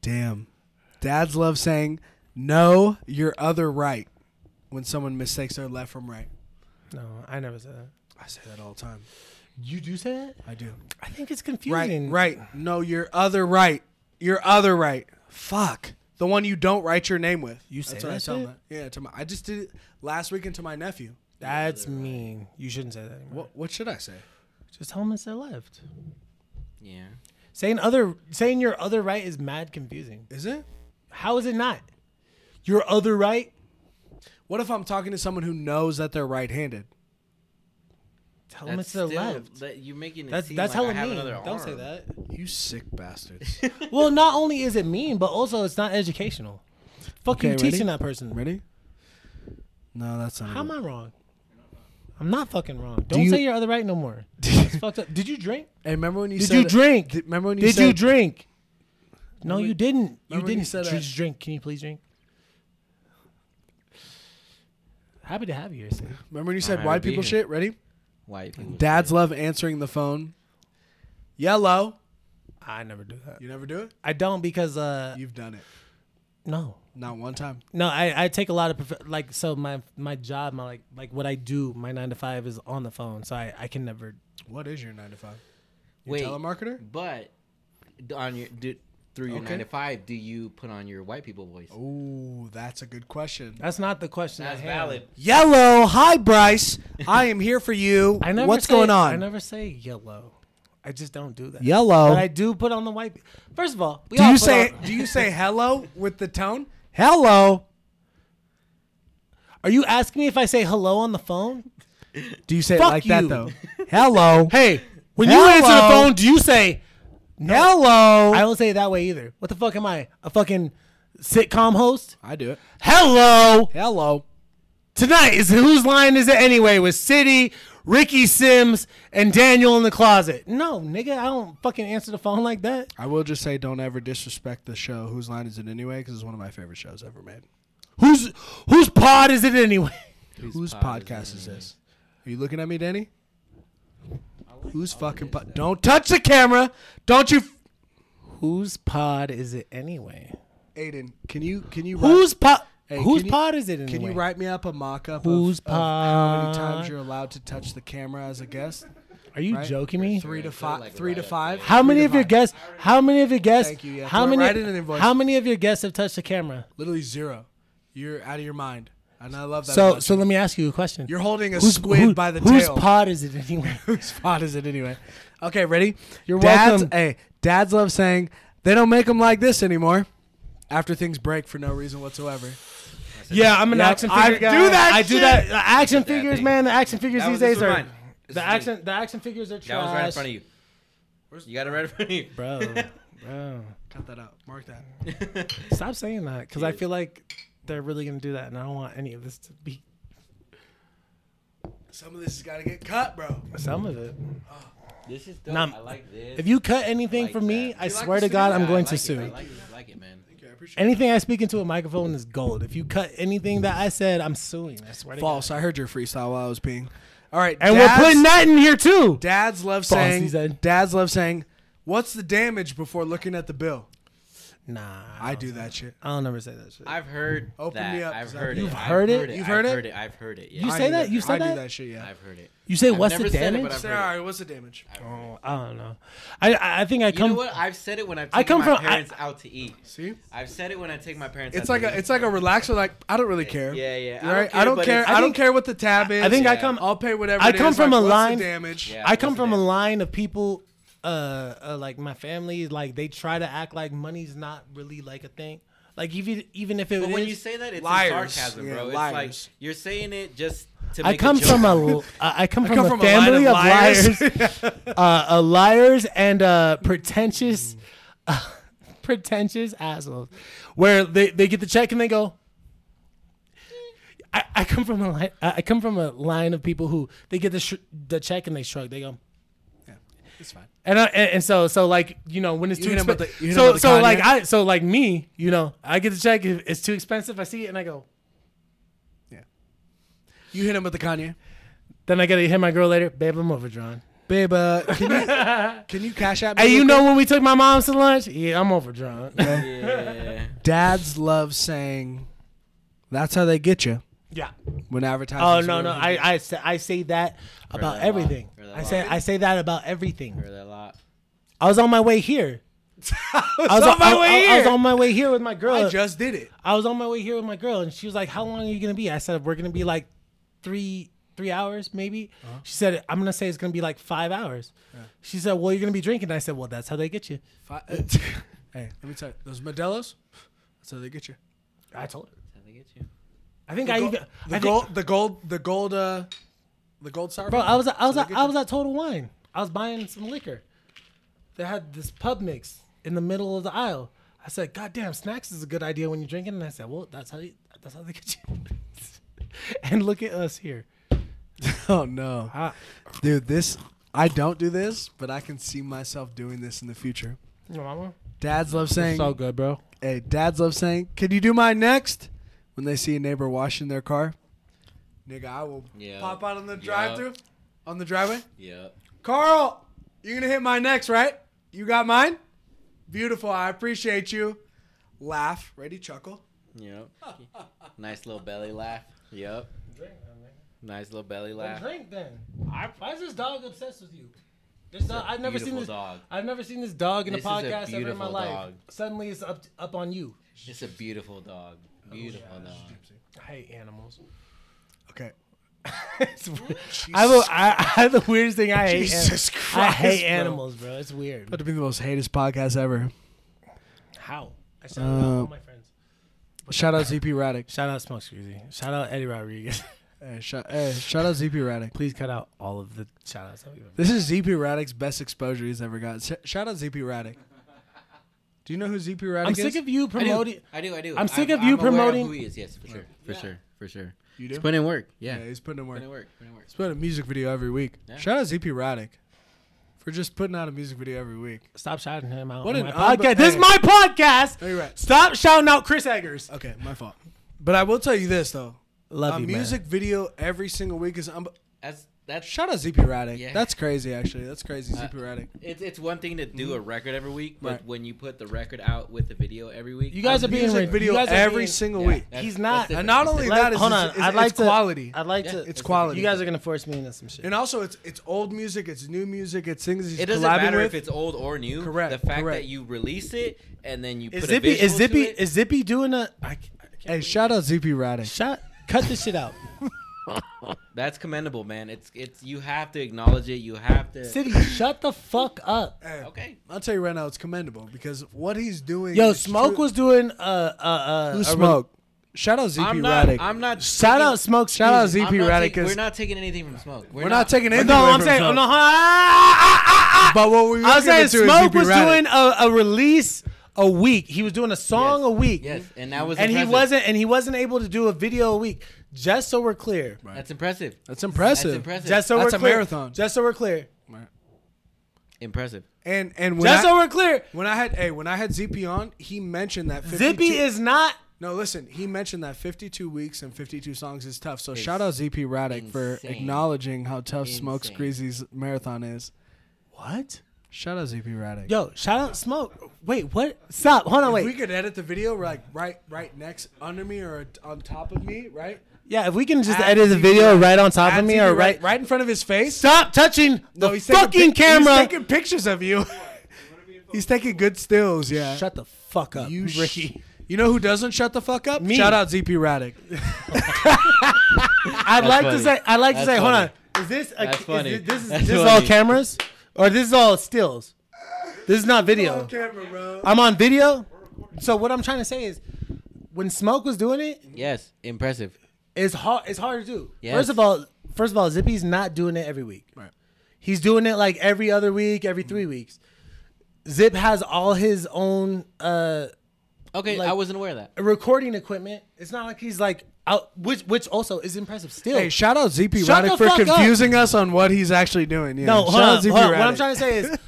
[SPEAKER 1] Damn. Dads love saying, "No, your other right," when someone mistakes their left from right.
[SPEAKER 2] No, I never said that.
[SPEAKER 1] I say that all the time.
[SPEAKER 2] You do say that?
[SPEAKER 1] I do.
[SPEAKER 2] I think it's
[SPEAKER 1] Right,
[SPEAKER 2] confusing.
[SPEAKER 1] right. No, your other right. Your other right. Fuck. The one you don't write your name with.
[SPEAKER 2] You
[SPEAKER 1] That's
[SPEAKER 2] say
[SPEAKER 1] what I
[SPEAKER 2] that
[SPEAKER 1] tell
[SPEAKER 2] shit?
[SPEAKER 1] them. Yeah, to my, I just did it last weekend to my nephew.
[SPEAKER 2] That's mean. You shouldn't say that anymore.
[SPEAKER 1] What what should I say?
[SPEAKER 2] Just tell them it's their left.
[SPEAKER 3] Yeah.
[SPEAKER 2] Saying other, saying your other right is mad confusing.
[SPEAKER 1] Is it?
[SPEAKER 2] How is it not? Your other right?
[SPEAKER 1] What if I'm talking to someone who knows that they're right-handed?
[SPEAKER 2] Tell them it's their
[SPEAKER 3] still-
[SPEAKER 2] left.
[SPEAKER 3] That you're making it
[SPEAKER 2] That's
[SPEAKER 3] seem
[SPEAKER 2] that's
[SPEAKER 3] like
[SPEAKER 2] hella
[SPEAKER 3] I have
[SPEAKER 2] mean.
[SPEAKER 3] another
[SPEAKER 2] Don't
[SPEAKER 3] arm.
[SPEAKER 2] say that.
[SPEAKER 1] You sick bastards.
[SPEAKER 2] Well, not only is it mean, but also it's not educational. Fuck
[SPEAKER 1] Okay,
[SPEAKER 2] you
[SPEAKER 1] ready?
[SPEAKER 2] teaching that person.
[SPEAKER 1] Ready? No, that's not.
[SPEAKER 2] How
[SPEAKER 1] it.
[SPEAKER 2] am I wrong? I'm not fucking wrong. Don't
[SPEAKER 1] you-
[SPEAKER 2] say you're other right no more. It's fucked up. Did you drink?
[SPEAKER 1] Hey, remember when you
[SPEAKER 2] Did
[SPEAKER 1] said
[SPEAKER 2] you
[SPEAKER 1] it-
[SPEAKER 2] drink?
[SPEAKER 1] Did- remember when you
[SPEAKER 2] Did
[SPEAKER 1] said
[SPEAKER 2] you drink? No, you didn't. You
[SPEAKER 1] remember when
[SPEAKER 2] didn't.
[SPEAKER 1] you
[SPEAKER 2] You
[SPEAKER 1] said that?
[SPEAKER 2] Just drink. Can you please drink? Happy to have you here, Sid.
[SPEAKER 1] Remember when you said
[SPEAKER 3] happy
[SPEAKER 1] white
[SPEAKER 3] to be
[SPEAKER 1] people
[SPEAKER 3] here.
[SPEAKER 1] shit? Ready?
[SPEAKER 3] White people.
[SPEAKER 1] Dads love answering the phone. Yellow.
[SPEAKER 2] I never do that.
[SPEAKER 1] You never do it?
[SPEAKER 2] I don't because uh
[SPEAKER 1] You've done it.
[SPEAKER 2] no.
[SPEAKER 1] Not one time.
[SPEAKER 2] No, I, I take a lot of prof- like so my my job my like like what I do my nine to five is on the phone so I, I can never
[SPEAKER 1] What is your nine to five? You
[SPEAKER 3] Wait.
[SPEAKER 1] telemarketer?
[SPEAKER 3] But d- on your do, through your
[SPEAKER 1] Okay.
[SPEAKER 3] nine to five, do you put on your white people voice?
[SPEAKER 1] Ooh, that's a good question.
[SPEAKER 2] that's not the question
[SPEAKER 3] Oh, That's
[SPEAKER 2] at hand.
[SPEAKER 3] valid.
[SPEAKER 1] Yellow, hi Bryce. I am here for you.
[SPEAKER 2] I never
[SPEAKER 1] What's
[SPEAKER 2] say-
[SPEAKER 1] going
[SPEAKER 2] I
[SPEAKER 1] on?
[SPEAKER 2] never say yellow. I just don't do that.
[SPEAKER 1] Yellow.
[SPEAKER 2] But I do put on the white. First of all, we
[SPEAKER 1] do
[SPEAKER 2] all
[SPEAKER 1] you
[SPEAKER 2] put
[SPEAKER 1] say
[SPEAKER 2] on-
[SPEAKER 1] do you say hello with the tone? Hello.
[SPEAKER 2] Are you asking me if I say hello on the phone?
[SPEAKER 1] Do you say it
[SPEAKER 2] Fuck
[SPEAKER 1] like that
[SPEAKER 2] you.
[SPEAKER 1] though? Hello.
[SPEAKER 2] Hey, when
[SPEAKER 1] Hello.
[SPEAKER 2] you answer the phone, do you say?
[SPEAKER 1] Hello.
[SPEAKER 2] I don't say it that way either. What the fuck am I? A fucking sitcom host?
[SPEAKER 1] I do it.
[SPEAKER 2] Hello.
[SPEAKER 1] Hello.
[SPEAKER 2] Tonight is whose line is it anyway? With City, Ricky Sims, and Daniel in the closet. No, nigga, I don't fucking answer the phone like that.
[SPEAKER 1] I will just say don't ever disrespect the show Whose Line Is It Anyway because it's one of my favorite shows ever made.
[SPEAKER 2] Who's whose pod is it anyway?
[SPEAKER 1] Whose podcast is this? Are you looking at me, Danny? Who's fucking po- Don't touch the camera. Don't you f-
[SPEAKER 2] Whose pod is it anyway?
[SPEAKER 1] Aiden, can you can you
[SPEAKER 2] Whose pod?
[SPEAKER 1] Hey,
[SPEAKER 2] whose
[SPEAKER 1] can you-
[SPEAKER 2] pod is it? Anyway?
[SPEAKER 1] write, can you write me up a mock up
[SPEAKER 2] Whose
[SPEAKER 1] of, how many
[SPEAKER 2] pod?
[SPEAKER 1] times you're allowed to touch the camera as a guest?
[SPEAKER 2] Are you
[SPEAKER 1] right?
[SPEAKER 2] joking me?
[SPEAKER 1] Three to
[SPEAKER 3] Put it
[SPEAKER 1] five
[SPEAKER 3] like
[SPEAKER 1] three to
[SPEAKER 3] right up
[SPEAKER 1] five.
[SPEAKER 2] How
[SPEAKER 1] Three
[SPEAKER 2] many
[SPEAKER 1] to
[SPEAKER 2] of your
[SPEAKER 1] five.
[SPEAKER 2] guests? How many of your guests?
[SPEAKER 1] Thank you, yeah.
[SPEAKER 2] How
[SPEAKER 1] Throw it
[SPEAKER 2] many?
[SPEAKER 1] right in an invoice.
[SPEAKER 2] how many of your guests have touched the camera?
[SPEAKER 1] Literally zero. You're out of your mind. I and I love that.
[SPEAKER 2] So,
[SPEAKER 1] about
[SPEAKER 2] so
[SPEAKER 1] you.
[SPEAKER 2] let me ask you a question.
[SPEAKER 1] you're holding a
[SPEAKER 2] Who's-
[SPEAKER 1] squid
[SPEAKER 2] who-
[SPEAKER 1] by the
[SPEAKER 2] whose
[SPEAKER 1] tail.
[SPEAKER 2] pod is it anyway?
[SPEAKER 1] whose pot is it anyway? Okay, ready?
[SPEAKER 2] You're
[SPEAKER 1] dads,
[SPEAKER 2] welcome.
[SPEAKER 1] Hey, dads love saying they don't make them like this anymore. After things break for no reason whatsoever.
[SPEAKER 2] Yeah, I'm an
[SPEAKER 1] Yeah,
[SPEAKER 2] action
[SPEAKER 1] I
[SPEAKER 2] figure guy.
[SPEAKER 1] do that
[SPEAKER 2] I do
[SPEAKER 1] shit.
[SPEAKER 2] that. The action
[SPEAKER 3] That
[SPEAKER 2] figures,
[SPEAKER 3] thing.
[SPEAKER 2] man. The action figures
[SPEAKER 3] That
[SPEAKER 2] these
[SPEAKER 3] was-
[SPEAKER 2] days
[SPEAKER 3] this was
[SPEAKER 2] are
[SPEAKER 3] mine. This
[SPEAKER 2] the
[SPEAKER 3] was me.
[SPEAKER 2] action. The action figures are
[SPEAKER 3] That
[SPEAKER 2] trash.
[SPEAKER 3] was right in front of you. You got it right in front of you.
[SPEAKER 2] bro. Bro,
[SPEAKER 1] Cut that out. Mark that.
[SPEAKER 2] stop saying that because I feel like they're really gonna do that, and I don't want any of this to be
[SPEAKER 1] Some of this has got to get cut, bro.
[SPEAKER 2] some of it.
[SPEAKER 3] This is dope.
[SPEAKER 2] Nah,
[SPEAKER 3] I like this.
[SPEAKER 2] If you cut anything
[SPEAKER 3] Like
[SPEAKER 2] from me,
[SPEAKER 3] that.
[SPEAKER 2] I
[SPEAKER 1] You like
[SPEAKER 2] swear
[SPEAKER 1] this
[SPEAKER 2] to God,
[SPEAKER 1] video?
[SPEAKER 2] I'm
[SPEAKER 3] Yeah, I
[SPEAKER 2] going
[SPEAKER 3] like
[SPEAKER 2] to
[SPEAKER 3] it.
[SPEAKER 2] sue.
[SPEAKER 3] I like it. I like it, man.
[SPEAKER 1] Okay, I appreciate
[SPEAKER 2] Anything I speak into a microphone is gold. If you cut anything that I said, I'm suing. I swear
[SPEAKER 1] it.
[SPEAKER 2] to
[SPEAKER 1] False. I heard your freestyle while I was peeing. All right.
[SPEAKER 2] God. And
[SPEAKER 1] dads,
[SPEAKER 2] we're putting that in here too.
[SPEAKER 1] Dads love
[SPEAKER 2] False,
[SPEAKER 1] saying.
[SPEAKER 2] he said.
[SPEAKER 1] Dads love saying. What's the damage before looking at the bill?
[SPEAKER 2] Nah,
[SPEAKER 1] I
[SPEAKER 2] don't
[SPEAKER 1] do
[SPEAKER 2] say
[SPEAKER 1] that shit.
[SPEAKER 2] I don't ever say that shit.
[SPEAKER 3] I've heard
[SPEAKER 1] Open
[SPEAKER 3] that.
[SPEAKER 1] me up,
[SPEAKER 3] I've
[SPEAKER 1] Zach.
[SPEAKER 3] heard
[SPEAKER 2] You've
[SPEAKER 3] it. I've
[SPEAKER 2] heard it?
[SPEAKER 1] You've
[SPEAKER 3] I've
[SPEAKER 1] heard it?
[SPEAKER 3] heard it. I've heard it. Yeah.
[SPEAKER 2] You
[SPEAKER 1] I
[SPEAKER 2] say
[SPEAKER 1] do
[SPEAKER 2] that? You say
[SPEAKER 1] I
[SPEAKER 2] that?
[SPEAKER 1] do that shit. Yeah.
[SPEAKER 3] I've heard it.
[SPEAKER 2] You say
[SPEAKER 3] I've
[SPEAKER 2] what's the
[SPEAKER 3] never said it,
[SPEAKER 2] damage?
[SPEAKER 3] but I've
[SPEAKER 1] Say,
[SPEAKER 3] heard
[SPEAKER 1] all
[SPEAKER 3] it.
[SPEAKER 1] right. What's the damage?
[SPEAKER 3] I've heard it.
[SPEAKER 2] Oh, I don't know. I I I think I
[SPEAKER 3] You
[SPEAKER 2] come.
[SPEAKER 3] know what? I've said it when I've taken
[SPEAKER 2] I come
[SPEAKER 3] my
[SPEAKER 2] from- I-
[SPEAKER 3] parents out to eat.
[SPEAKER 1] See.
[SPEAKER 3] I've said it when I take my parents.
[SPEAKER 1] It's
[SPEAKER 3] out
[SPEAKER 1] like
[SPEAKER 3] to
[SPEAKER 1] a
[SPEAKER 3] eat.
[SPEAKER 1] it's like a relaxer. Like I don't really care.
[SPEAKER 3] Yeah, yeah. I don't
[SPEAKER 1] Right?
[SPEAKER 3] care,
[SPEAKER 1] I don't
[SPEAKER 3] but
[SPEAKER 1] care.
[SPEAKER 3] it's-
[SPEAKER 1] I don't care what the tab is.
[SPEAKER 2] I think I
[SPEAKER 3] Yeah.
[SPEAKER 2] come.
[SPEAKER 1] I'll pay whatever.
[SPEAKER 2] I
[SPEAKER 1] it
[SPEAKER 2] come
[SPEAKER 1] is.
[SPEAKER 2] from
[SPEAKER 1] Like,
[SPEAKER 2] a
[SPEAKER 1] what's the
[SPEAKER 2] line-
[SPEAKER 1] damage.
[SPEAKER 3] Yeah,
[SPEAKER 2] I come
[SPEAKER 3] what's the
[SPEAKER 2] from a
[SPEAKER 3] damage?
[SPEAKER 2] line of people, uh, uh, like my family, like they try to act like money's not really like a thing. Like even even if it
[SPEAKER 3] But
[SPEAKER 2] is-
[SPEAKER 3] when you say that, it's in
[SPEAKER 1] Liars.
[SPEAKER 3] sarcasm,
[SPEAKER 1] Yeah,
[SPEAKER 3] bro. it's
[SPEAKER 1] liars.
[SPEAKER 3] like you're saying it just to make
[SPEAKER 2] I come
[SPEAKER 3] a joke.
[SPEAKER 2] from a l- I I come
[SPEAKER 1] I
[SPEAKER 2] from
[SPEAKER 1] come
[SPEAKER 2] a
[SPEAKER 1] from a line
[SPEAKER 2] family
[SPEAKER 1] of
[SPEAKER 2] of,
[SPEAKER 1] liars.
[SPEAKER 2] liars, uh, uh, liars and uh, pretentious, uh, pretentious assholes, where they, they get the check and they go. I, I come from a line. I I come from a line of people who they get the sh- the check and they shrug. They go.
[SPEAKER 1] It's fine.
[SPEAKER 2] And, I, and and so so like you know when it's
[SPEAKER 1] You
[SPEAKER 2] too
[SPEAKER 1] hit him with
[SPEAKER 2] expensive.
[SPEAKER 1] the- you hit him
[SPEAKER 2] so
[SPEAKER 1] with the
[SPEAKER 2] so like
[SPEAKER 1] Kanye?
[SPEAKER 2] I so like me you know I get the check if it's too expensive I see it and I go
[SPEAKER 1] You hit him with the Kanye.
[SPEAKER 2] then I gotta hit my girl later babe I'm overdrawn
[SPEAKER 1] Babe, uh, can you can you cash out?
[SPEAKER 2] Hey, you know when we took my mom's to lunch? Yeah, I'm overdrawn.
[SPEAKER 3] Yeah.
[SPEAKER 1] dads love saying, "That's how they get you."
[SPEAKER 2] yeah.
[SPEAKER 1] When advertising.
[SPEAKER 2] Oh no, no. I I say, I say that about
[SPEAKER 3] that a lot.
[SPEAKER 2] everything.
[SPEAKER 3] Heard that a
[SPEAKER 2] I say
[SPEAKER 3] lot.
[SPEAKER 2] I say that about everything.
[SPEAKER 3] Heard that a lot.
[SPEAKER 2] I was on my way here. I
[SPEAKER 1] was on my
[SPEAKER 2] I-
[SPEAKER 1] way
[SPEAKER 2] I- I was
[SPEAKER 1] here.
[SPEAKER 2] on my way here with my girl.
[SPEAKER 1] I just did it.
[SPEAKER 2] I was on my way here with my girl, and she was like, "How long are you gonna be?" I said, "We're gonna be like three three hours, maybe."
[SPEAKER 1] Uh-huh.
[SPEAKER 2] She said, "I'm gonna say it's gonna be like five hours." She said, "Well, you're gonna be drinking." I said, "Well, that's how they get you."
[SPEAKER 1] Fi- uh, hey, let me tell you, those Modelo's. That's how they get you.
[SPEAKER 2] I told her.
[SPEAKER 3] That's how they get you.
[SPEAKER 2] I think
[SPEAKER 1] The,
[SPEAKER 2] I
[SPEAKER 1] go-
[SPEAKER 2] even
[SPEAKER 1] the
[SPEAKER 2] I think-
[SPEAKER 1] gold, the gold, the gold, uh, the gold star.
[SPEAKER 2] Bro, I was I was
[SPEAKER 1] So they get
[SPEAKER 2] I
[SPEAKER 1] you-
[SPEAKER 2] was at Total Wine. I was buying some liquor. They had this pub mix in the middle of the aisle. I said, "God damn, snacks is a good idea when you're drinking." And I said, "Well, that's how you, that's how they get you." and look at us here.
[SPEAKER 1] Oh no,
[SPEAKER 2] I,
[SPEAKER 1] dude, this. I don't do this, but I can see myself doing this in the future.
[SPEAKER 2] you know, mama,
[SPEAKER 1] Dads love saying,
[SPEAKER 2] so good, bro.
[SPEAKER 1] "Hey, dads love saying, can you do mine next?" When they see a neighbor washing their car, nigga, I will
[SPEAKER 3] Yeah.
[SPEAKER 1] pop out on the
[SPEAKER 3] Yeah.
[SPEAKER 1] drive-through, on the driveway.
[SPEAKER 3] Yep.
[SPEAKER 1] Carl, you're gonna hit mine next, right? You got mine. Beautiful. I appreciate you. Laugh. Ready? Chuckle.
[SPEAKER 3] Yep. nice little belly laugh. Yep. Nice little belly laugh.
[SPEAKER 2] Drink then. Why is this dog obsessed with you? This dog, I've never seen
[SPEAKER 3] Beautiful
[SPEAKER 2] this.
[SPEAKER 3] dog.
[SPEAKER 2] I've never seen this dog in
[SPEAKER 3] This
[SPEAKER 2] a
[SPEAKER 3] is a
[SPEAKER 2] podcast ever in my
[SPEAKER 3] beautiful
[SPEAKER 2] life.
[SPEAKER 3] dog.
[SPEAKER 2] Suddenly, it's up up on you.
[SPEAKER 3] It's a beautiful dog.
[SPEAKER 1] Oh,
[SPEAKER 3] Beautiful dog.
[SPEAKER 2] I hate animals.
[SPEAKER 1] Okay.
[SPEAKER 2] I have, a, I, I have the weirdest thing. I hate.
[SPEAKER 1] Jesus
[SPEAKER 2] an- I hate
[SPEAKER 1] Christ, bro.
[SPEAKER 2] animals, bro. It's weird.
[SPEAKER 1] About to be the most hatest podcast ever.
[SPEAKER 2] How? I shout out
[SPEAKER 1] Uh,
[SPEAKER 2] all my friends.
[SPEAKER 1] Shout out ZP Raddick.
[SPEAKER 2] Shout out Smoke Screezy. Shout out Eddie Rodriguez.
[SPEAKER 1] Hey, shout, hey, shout out ZP Raddick.
[SPEAKER 2] Please cut out all of the shout outs.
[SPEAKER 1] This is ZP Raddick's best exposure he's ever got. Sh- shout out ZP Raddick. Do you know who ZP Raddick
[SPEAKER 2] I'm
[SPEAKER 1] is?
[SPEAKER 2] sick of you
[SPEAKER 3] I do.
[SPEAKER 2] promoting.
[SPEAKER 3] I do. I do.
[SPEAKER 2] I'm sick of
[SPEAKER 3] I'm
[SPEAKER 2] you
[SPEAKER 3] aware
[SPEAKER 2] promoting-
[SPEAKER 3] Who he is? Yes, for sure. For sure. For sure.
[SPEAKER 1] You do?
[SPEAKER 3] He's putting in work. Yeah.
[SPEAKER 1] yeah, he's putting in work.
[SPEAKER 3] Putting in work. Putting in work.
[SPEAKER 1] He's putting a music video every week.
[SPEAKER 3] Yeah.
[SPEAKER 1] Shout out ZP Raddick for just putting out a music video every week.
[SPEAKER 2] Stop shouting him out.
[SPEAKER 1] What
[SPEAKER 2] on
[SPEAKER 1] an
[SPEAKER 2] my
[SPEAKER 1] unbe-
[SPEAKER 2] podcast. This is
[SPEAKER 1] hey.
[SPEAKER 2] my podcast.
[SPEAKER 1] No, you're right.
[SPEAKER 2] Stop shouting out Chris Eggers.
[SPEAKER 1] Okay, my fault. But I will tell you this though.
[SPEAKER 2] Uh, Love
[SPEAKER 1] a
[SPEAKER 2] you,
[SPEAKER 1] music video every single week is unbe-
[SPEAKER 3] That's that's
[SPEAKER 1] Shout out ZP Raddick.
[SPEAKER 3] Yeah.
[SPEAKER 1] That's crazy actually. That's crazy ZP Raddick.
[SPEAKER 3] It's it's one thing to
[SPEAKER 2] Mm-hmm.
[SPEAKER 3] do a record every week, but
[SPEAKER 1] Right.
[SPEAKER 3] when you put the record out with the video every week,
[SPEAKER 2] You guys are being
[SPEAKER 1] music
[SPEAKER 2] rid-
[SPEAKER 1] video
[SPEAKER 2] you guys are
[SPEAKER 1] every
[SPEAKER 2] being-
[SPEAKER 1] single
[SPEAKER 3] Yeah,
[SPEAKER 1] week.
[SPEAKER 3] that's-
[SPEAKER 2] He's
[SPEAKER 3] that's
[SPEAKER 2] not-
[SPEAKER 3] different.
[SPEAKER 1] And not
[SPEAKER 3] That's
[SPEAKER 1] only
[SPEAKER 3] different.
[SPEAKER 1] that is
[SPEAKER 2] hold
[SPEAKER 1] it's-
[SPEAKER 2] on.
[SPEAKER 1] it's-
[SPEAKER 2] I'd like
[SPEAKER 1] it's
[SPEAKER 2] to.
[SPEAKER 1] quality.
[SPEAKER 2] I'd like
[SPEAKER 3] Yeah,
[SPEAKER 2] to.
[SPEAKER 3] it's
[SPEAKER 1] It's quality.
[SPEAKER 2] You guys are gonna force me into some shit.
[SPEAKER 1] and also it's it's old music, it's new music, it's things he's
[SPEAKER 3] it doesn't
[SPEAKER 1] collabing
[SPEAKER 3] matter
[SPEAKER 1] with.
[SPEAKER 3] if it's old or new.
[SPEAKER 1] Correct,
[SPEAKER 3] The fact
[SPEAKER 1] correct.
[SPEAKER 3] that you release it and then you
[SPEAKER 2] Is
[SPEAKER 3] put
[SPEAKER 2] Zippy?
[SPEAKER 3] a
[SPEAKER 2] Is
[SPEAKER 3] visual to
[SPEAKER 2] Zippy?
[SPEAKER 3] it-
[SPEAKER 2] Is Zippy doing a? I, I can't
[SPEAKER 1] hey, shout out ZP Raddick.
[SPEAKER 2] shut.
[SPEAKER 7] Cut this shit out.
[SPEAKER 3] That's commendable, man. It's it's you have to acknowledge it. You have to.
[SPEAKER 2] City, shut the fuck up.
[SPEAKER 3] Okay.
[SPEAKER 1] I'll tell you right now, it's commendable because what he's doing.
[SPEAKER 2] Yo,
[SPEAKER 1] is
[SPEAKER 2] Smoke
[SPEAKER 1] true-
[SPEAKER 2] was doing uh uh uh.
[SPEAKER 1] who
[SPEAKER 2] a
[SPEAKER 1] smoke. Shout out ZP
[SPEAKER 3] I'm not.
[SPEAKER 1] Radic.
[SPEAKER 3] I'm not.
[SPEAKER 2] Shout out Smoke.
[SPEAKER 1] Shout out
[SPEAKER 2] Excuse me.
[SPEAKER 1] ZP
[SPEAKER 3] I'm not
[SPEAKER 1] Radic.
[SPEAKER 3] taking-
[SPEAKER 1] 'cause
[SPEAKER 3] We're not taking anything from smoke.
[SPEAKER 1] we're not taking anything.
[SPEAKER 2] No,
[SPEAKER 1] away
[SPEAKER 2] I'm
[SPEAKER 1] from
[SPEAKER 2] saying
[SPEAKER 1] Smoke.
[SPEAKER 2] no. ah, ah, ah, ah.
[SPEAKER 1] But what we were
[SPEAKER 2] I was
[SPEAKER 1] getting
[SPEAKER 2] saying
[SPEAKER 1] to is
[SPEAKER 2] Smoke
[SPEAKER 1] ZP
[SPEAKER 2] was
[SPEAKER 1] Radic.
[SPEAKER 2] doing a, a release a week. He was doing a song
[SPEAKER 3] Yes.
[SPEAKER 2] a week.
[SPEAKER 3] Yes, and that was.
[SPEAKER 2] and
[SPEAKER 3] impressive.
[SPEAKER 2] he wasn't and he wasn't able to do a video a week. Just so we're clear.
[SPEAKER 3] That's impressive.
[SPEAKER 1] That's impressive.
[SPEAKER 3] That's impressive.
[SPEAKER 2] Just so
[SPEAKER 1] That's
[SPEAKER 2] we're
[SPEAKER 1] a
[SPEAKER 2] clear.
[SPEAKER 1] marathon.
[SPEAKER 2] Just so we're clear.
[SPEAKER 3] impressive.
[SPEAKER 1] And and when
[SPEAKER 2] Just
[SPEAKER 1] I,
[SPEAKER 2] so we're clear.
[SPEAKER 1] when I had hey when I had ZP on, he mentioned that 52,
[SPEAKER 2] Zippy is not
[SPEAKER 1] no listen. He mentioned that 52 weeks and 52 songs is tough. So shout out ZP Radic for
[SPEAKER 3] insane.
[SPEAKER 1] acknowledging how tough Smoke
[SPEAKER 3] Insane.
[SPEAKER 1] Greasy's marathon is.
[SPEAKER 2] what?
[SPEAKER 1] Shout out ZP Radic.
[SPEAKER 2] Yo, shout out Smoke. Wait, what? Stop. Hold on.
[SPEAKER 1] If
[SPEAKER 2] Wait.
[SPEAKER 1] we could edit the video like right right next under me or on top of me, right?
[SPEAKER 2] yeah, if we can just
[SPEAKER 1] At
[SPEAKER 2] edit the
[SPEAKER 1] ZP
[SPEAKER 2] video
[SPEAKER 1] Radic.
[SPEAKER 2] right on top of
[SPEAKER 1] At
[SPEAKER 2] me
[SPEAKER 1] ZP
[SPEAKER 2] or
[SPEAKER 1] Radic,
[SPEAKER 2] right.
[SPEAKER 1] right in front of his face.
[SPEAKER 2] Stop touching the
[SPEAKER 1] taking
[SPEAKER 2] fucking
[SPEAKER 1] pic-
[SPEAKER 2] camera.
[SPEAKER 1] He's taking pictures of you. he's taking good stills. Yeah.
[SPEAKER 2] Shut the fuck up,
[SPEAKER 1] you, sh-
[SPEAKER 2] Ricky.
[SPEAKER 1] you know who doesn't shut the fuck up?
[SPEAKER 2] Me.
[SPEAKER 1] Shout out ZP Radic.
[SPEAKER 2] I'd like to
[SPEAKER 3] funny.
[SPEAKER 2] say. I'd like to
[SPEAKER 3] That's
[SPEAKER 2] say. Hold
[SPEAKER 3] funny.
[SPEAKER 2] on. Is this? A,
[SPEAKER 3] That's
[SPEAKER 2] is
[SPEAKER 3] funny.
[SPEAKER 2] thi- this is,
[SPEAKER 3] That's
[SPEAKER 2] this is all
[SPEAKER 3] funny.
[SPEAKER 2] cameras, or this is all stills? This is not video.
[SPEAKER 1] camera, bro.
[SPEAKER 2] I'm on video. So what I'm trying to say is, when Smoke was doing it,
[SPEAKER 3] Yes, impressive.
[SPEAKER 2] it's hard. It's hard to do.
[SPEAKER 3] Yes.
[SPEAKER 2] First of all, first of all, Zippy's not doing it every week.
[SPEAKER 1] Right.
[SPEAKER 2] He's doing it like every other week, every three weeks. Zip has all his own uh,
[SPEAKER 3] Okay,
[SPEAKER 2] Like-
[SPEAKER 3] I wasn't aware of that.
[SPEAKER 2] recording equipment. It's not like he's like out, which which also is impressive still.
[SPEAKER 1] Hey, shout out ZP
[SPEAKER 2] Shut the
[SPEAKER 1] Radic for
[SPEAKER 2] fuck up.
[SPEAKER 1] confusing us on what he's actually doing. Yeah.
[SPEAKER 2] no, hold
[SPEAKER 1] shout
[SPEAKER 2] on,
[SPEAKER 1] out ZP
[SPEAKER 2] hold on.
[SPEAKER 1] Radic.
[SPEAKER 2] What I'm trying to say is,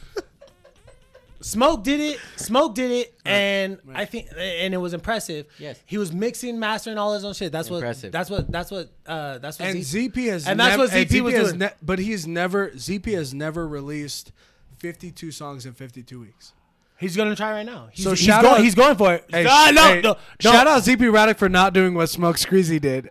[SPEAKER 2] Smoke did it. Smoke did it, and I think and it was impressive.
[SPEAKER 3] Yes.
[SPEAKER 2] he was mixing, mastering all his own shit. That's
[SPEAKER 3] Impressive.
[SPEAKER 2] what. That's what. That's what. Uh, that's what.
[SPEAKER 1] and
[SPEAKER 2] Z-
[SPEAKER 1] ZP has
[SPEAKER 2] And that's
[SPEAKER 1] nev-
[SPEAKER 2] what
[SPEAKER 1] and
[SPEAKER 2] ZP was
[SPEAKER 1] has
[SPEAKER 2] doing.
[SPEAKER 1] ne- but he's never ZP has never released 52 songs in 52 weeks.
[SPEAKER 2] he's gonna try right now. He's,
[SPEAKER 1] So
[SPEAKER 2] he's
[SPEAKER 1] shout
[SPEAKER 2] going,
[SPEAKER 1] out-
[SPEAKER 2] He's going for it.
[SPEAKER 1] Hey,
[SPEAKER 2] Ah,
[SPEAKER 1] sh-
[SPEAKER 2] no,
[SPEAKER 1] hey,
[SPEAKER 2] no, no.
[SPEAKER 1] Shout out ZP Radic for not doing what Smoke Screezy did.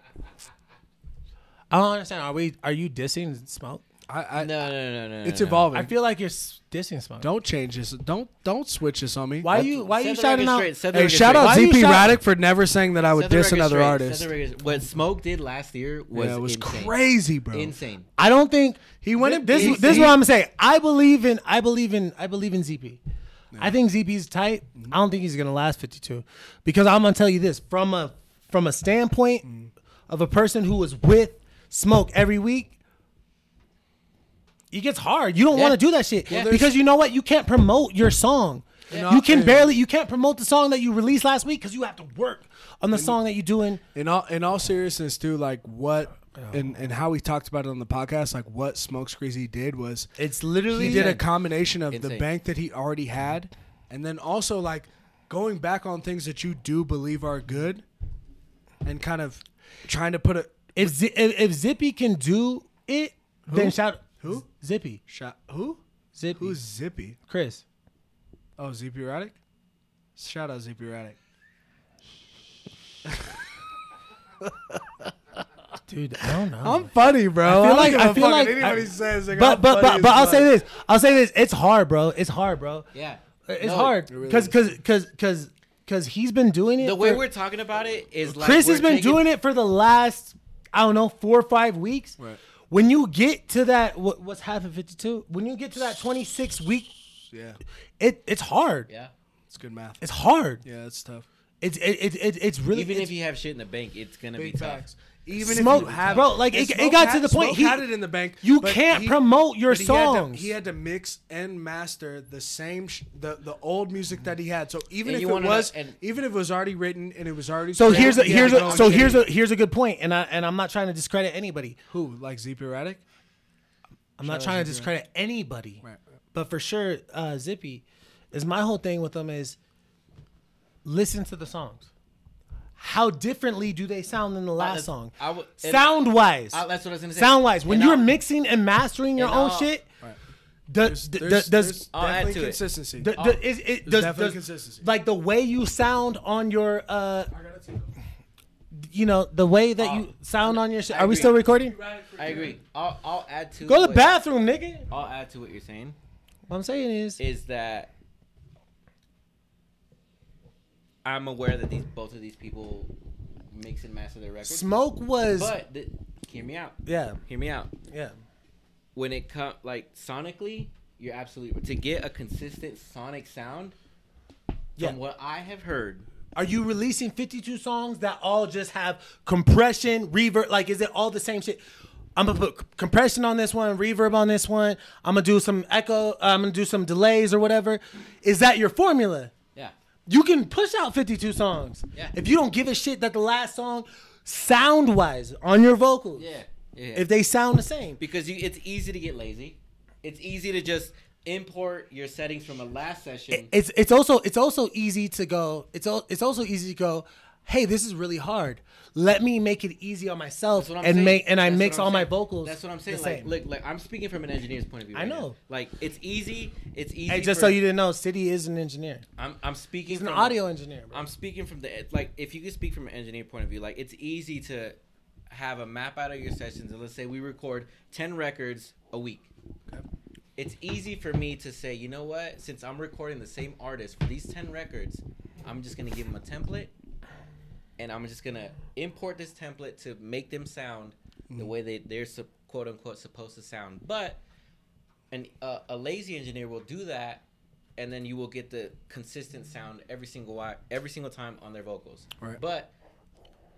[SPEAKER 2] I don't understand. Are we? Are you dissing Smoke?
[SPEAKER 1] I, I,
[SPEAKER 3] No, no, no, no. no,
[SPEAKER 1] it's
[SPEAKER 3] no.
[SPEAKER 1] evolving.
[SPEAKER 2] I feel like you're s- dissing Smoke.
[SPEAKER 1] don't change this. Don't don't switch this on me.
[SPEAKER 2] why you? Why
[SPEAKER 3] Set
[SPEAKER 2] you
[SPEAKER 3] the
[SPEAKER 2] shouting
[SPEAKER 3] record
[SPEAKER 2] out?
[SPEAKER 3] straight, set the
[SPEAKER 1] Hey,
[SPEAKER 3] record
[SPEAKER 1] shout
[SPEAKER 3] straight.
[SPEAKER 1] out
[SPEAKER 2] Why you
[SPEAKER 1] ZP
[SPEAKER 2] shout-
[SPEAKER 1] Radic for never saying that I
[SPEAKER 2] Oh,
[SPEAKER 1] would
[SPEAKER 3] Set the
[SPEAKER 1] diss
[SPEAKER 3] record
[SPEAKER 1] another
[SPEAKER 3] straight. Set
[SPEAKER 1] artist.
[SPEAKER 3] the record- What Smoke did last year was
[SPEAKER 1] Yeah, it was
[SPEAKER 3] insane.
[SPEAKER 1] crazy, bro.
[SPEAKER 3] Insane.
[SPEAKER 2] I don't think he
[SPEAKER 1] went in
[SPEAKER 2] This
[SPEAKER 1] peace.
[SPEAKER 2] this is what I'm gonna say. I believe in I believe in I believe in ZP. I think ZP's tight. I don't think he's gonna last 52 because I'm gonna tell you this from a from a standpoint of a person who was with Smoke every week. It gets hard. You don't
[SPEAKER 3] Yeah.
[SPEAKER 2] want to do that shit
[SPEAKER 3] Yeah.
[SPEAKER 2] because you know what? You can't promote your song. You can barely you can't promote the song that you released last week because you have to work on the song that you're doing.
[SPEAKER 1] In all in all seriousness, too, like what and and how we talked about it on the podcast, like what Smoke Screezy did was
[SPEAKER 2] It's literally
[SPEAKER 1] he did a combination of the
[SPEAKER 3] Insane.
[SPEAKER 1] bank that he already had, and then also like going back on things that you do believe are good, and kind of trying to put a
[SPEAKER 2] If, Z- if if Zippy can do it, then shout who Zippy
[SPEAKER 1] shot. Who
[SPEAKER 2] Zippy
[SPEAKER 1] who's Zippy?
[SPEAKER 2] Chris.
[SPEAKER 1] Oh, Zippy Radic. Shout out Zippy Radic.
[SPEAKER 2] Dude, I don't know.
[SPEAKER 1] I'm funny, bro.
[SPEAKER 2] I feel
[SPEAKER 1] don't
[SPEAKER 2] like-
[SPEAKER 1] give
[SPEAKER 2] I
[SPEAKER 1] a fuck
[SPEAKER 2] feel
[SPEAKER 1] what
[SPEAKER 2] like-
[SPEAKER 1] anybody
[SPEAKER 2] I-
[SPEAKER 1] says. Like,
[SPEAKER 2] but
[SPEAKER 1] I'm
[SPEAKER 2] but
[SPEAKER 1] funny
[SPEAKER 2] but
[SPEAKER 1] as
[SPEAKER 2] but I'll say
[SPEAKER 1] fuck.
[SPEAKER 2] this. I'll say this. It's hard, bro. It's hard, bro.
[SPEAKER 3] Yeah.
[SPEAKER 2] It's
[SPEAKER 3] No,
[SPEAKER 2] hard
[SPEAKER 1] really
[SPEAKER 2] because
[SPEAKER 1] is.
[SPEAKER 2] because because because because he's been doing it.
[SPEAKER 3] The way
[SPEAKER 2] for-
[SPEAKER 3] we're talking about it is like
[SPEAKER 2] Chris has
[SPEAKER 3] we're
[SPEAKER 2] been
[SPEAKER 3] taking-
[SPEAKER 2] doing it for the last I don't know four or five weeks.
[SPEAKER 1] Right.
[SPEAKER 2] When you get to that, what, what's half of fifty two? When you get to that twenty six week,
[SPEAKER 1] Yeah,
[SPEAKER 2] it it's hard.
[SPEAKER 3] Yeah.
[SPEAKER 1] it's good math.
[SPEAKER 2] It's hard.
[SPEAKER 1] Yeah, it's tough.
[SPEAKER 2] It's it, it, it, it's really
[SPEAKER 3] Even
[SPEAKER 2] it's,
[SPEAKER 3] if you have shit in the bank, it's gonna be
[SPEAKER 1] Big
[SPEAKER 3] tough.
[SPEAKER 1] facts. Even
[SPEAKER 2] Smoke-
[SPEAKER 1] if you have,
[SPEAKER 2] bro, like,
[SPEAKER 1] and
[SPEAKER 2] it- it
[SPEAKER 1] Smoke
[SPEAKER 2] got
[SPEAKER 1] had-
[SPEAKER 2] to the point-
[SPEAKER 1] Smoke
[SPEAKER 2] he-
[SPEAKER 1] had it in the bank.
[SPEAKER 2] you
[SPEAKER 1] but
[SPEAKER 2] can't
[SPEAKER 1] he-
[SPEAKER 2] promote your
[SPEAKER 1] but he had to-
[SPEAKER 2] songs.
[SPEAKER 1] He had, to, mix and master the same, sh- the the old music that he had. So even
[SPEAKER 3] And
[SPEAKER 1] if
[SPEAKER 3] you
[SPEAKER 1] it
[SPEAKER 3] wanna-
[SPEAKER 1] was,
[SPEAKER 3] and-
[SPEAKER 1] even if it was already written and it was already.
[SPEAKER 2] So
[SPEAKER 1] scripted,
[SPEAKER 2] here's a
[SPEAKER 1] he had
[SPEAKER 2] here's
[SPEAKER 1] to go
[SPEAKER 2] a
[SPEAKER 1] and
[SPEAKER 2] so
[SPEAKER 1] get
[SPEAKER 2] here's
[SPEAKER 1] it.
[SPEAKER 2] a here's a good point, and I and I'm not trying to discredit anybody.
[SPEAKER 1] who like Z Radic.
[SPEAKER 2] I'm not
[SPEAKER 1] out
[SPEAKER 2] trying to
[SPEAKER 1] Zippy,
[SPEAKER 2] discredit anybody,
[SPEAKER 1] Right, right.
[SPEAKER 2] but for sure, uh, Zippy is my whole thing with them is listen to the songs. How differently do they sound than the last
[SPEAKER 3] that's-
[SPEAKER 2] song?
[SPEAKER 3] I would- and-
[SPEAKER 2] sound wise,
[SPEAKER 3] I- Ah, that's what I was gonna say.
[SPEAKER 2] Sound wise, when
[SPEAKER 3] And
[SPEAKER 2] you're
[SPEAKER 3] I'll-
[SPEAKER 2] mixing and mastering your
[SPEAKER 3] and
[SPEAKER 2] own
[SPEAKER 3] I'll-
[SPEAKER 2] shit,
[SPEAKER 1] Right.
[SPEAKER 2] does d-
[SPEAKER 1] There's,
[SPEAKER 2] does
[SPEAKER 1] there's
[SPEAKER 2] does
[SPEAKER 3] I'll add
[SPEAKER 1] definitely
[SPEAKER 3] to it.
[SPEAKER 1] consistency.
[SPEAKER 2] d-
[SPEAKER 3] Oh,
[SPEAKER 2] d- is it does
[SPEAKER 1] definitely
[SPEAKER 2] does-
[SPEAKER 1] consistency.
[SPEAKER 2] like the way you sound on your uh, you know, the way that you sound on your shit. Are we
[SPEAKER 3] Oh. agree.
[SPEAKER 2] still recording?
[SPEAKER 3] I agree. I'll, I'll add to
[SPEAKER 2] Go to the
[SPEAKER 3] what-
[SPEAKER 2] bathroom, nigga.
[SPEAKER 3] I'll add to what you're saying
[SPEAKER 2] What I'm saying is,
[SPEAKER 3] is that I'm aware that these both of these people mix and master their records.
[SPEAKER 2] Smoke was
[SPEAKER 3] But th- hear me out.
[SPEAKER 2] yeah,
[SPEAKER 3] Hear me out.
[SPEAKER 2] yeah.
[SPEAKER 3] When it comes like sonically, you're absolutely to get a consistent sonic sound.
[SPEAKER 2] Yeah.
[SPEAKER 3] From what I have heard,
[SPEAKER 2] Are you releasing 52 songs that all just have compression, reverb? Like, is it all the same shit? I'm gonna put c- compression on this one, reverb on this one. I'm gonna do some echo. uh, I'm gonna do some delays or whatever. Is that your formula?
[SPEAKER 3] yeah,
[SPEAKER 2] You can push out 52 songs.
[SPEAKER 3] Yeah.
[SPEAKER 2] If you don't give a shit that the last song, sound wise, on your vocals,
[SPEAKER 3] yeah, yeah.
[SPEAKER 2] if they sound the same.
[SPEAKER 3] because you, it's easy to get lazy. It's easy to just import your settings from a last session.
[SPEAKER 2] it's it's also it's also easy to go. It's al- it's also easy to go. Hey, this is really hard. Let me make it easy on myself
[SPEAKER 3] That's what I'm
[SPEAKER 2] and
[SPEAKER 3] saying.
[SPEAKER 2] make and I
[SPEAKER 3] That's
[SPEAKER 2] mix
[SPEAKER 3] what I'm
[SPEAKER 2] all my
[SPEAKER 3] saying.
[SPEAKER 2] vocals.
[SPEAKER 3] That's what I'm saying.
[SPEAKER 2] The
[SPEAKER 3] Like,
[SPEAKER 2] same.
[SPEAKER 3] look, like I'm speaking from an engineer's point of view.
[SPEAKER 2] I
[SPEAKER 3] right
[SPEAKER 2] know.
[SPEAKER 3] now. Like, it's easy. It's easy.
[SPEAKER 2] hey, just
[SPEAKER 3] for-
[SPEAKER 2] so you didn't know, City is an engineer.
[SPEAKER 3] I'm, I'm speaking.
[SPEAKER 2] He's an
[SPEAKER 3] from-
[SPEAKER 2] audio engineer. Bro.
[SPEAKER 3] I'm speaking from the like. If you could speak from an engineer point of view, like it's easy to have a map out of your sessions, and let's say we record ten records a week. It's easy for me to say, you know what? Since I'm recording the same artist for these ten records, I'm just gonna give them a template, and I'm just gonna import this template to make them sound the way they they're sup- quote unquote supposed to sound. But an, uh, a lazy engineer will do that and then you will get the consistent sound every single wi- every single time on their vocals.
[SPEAKER 1] Right.
[SPEAKER 3] But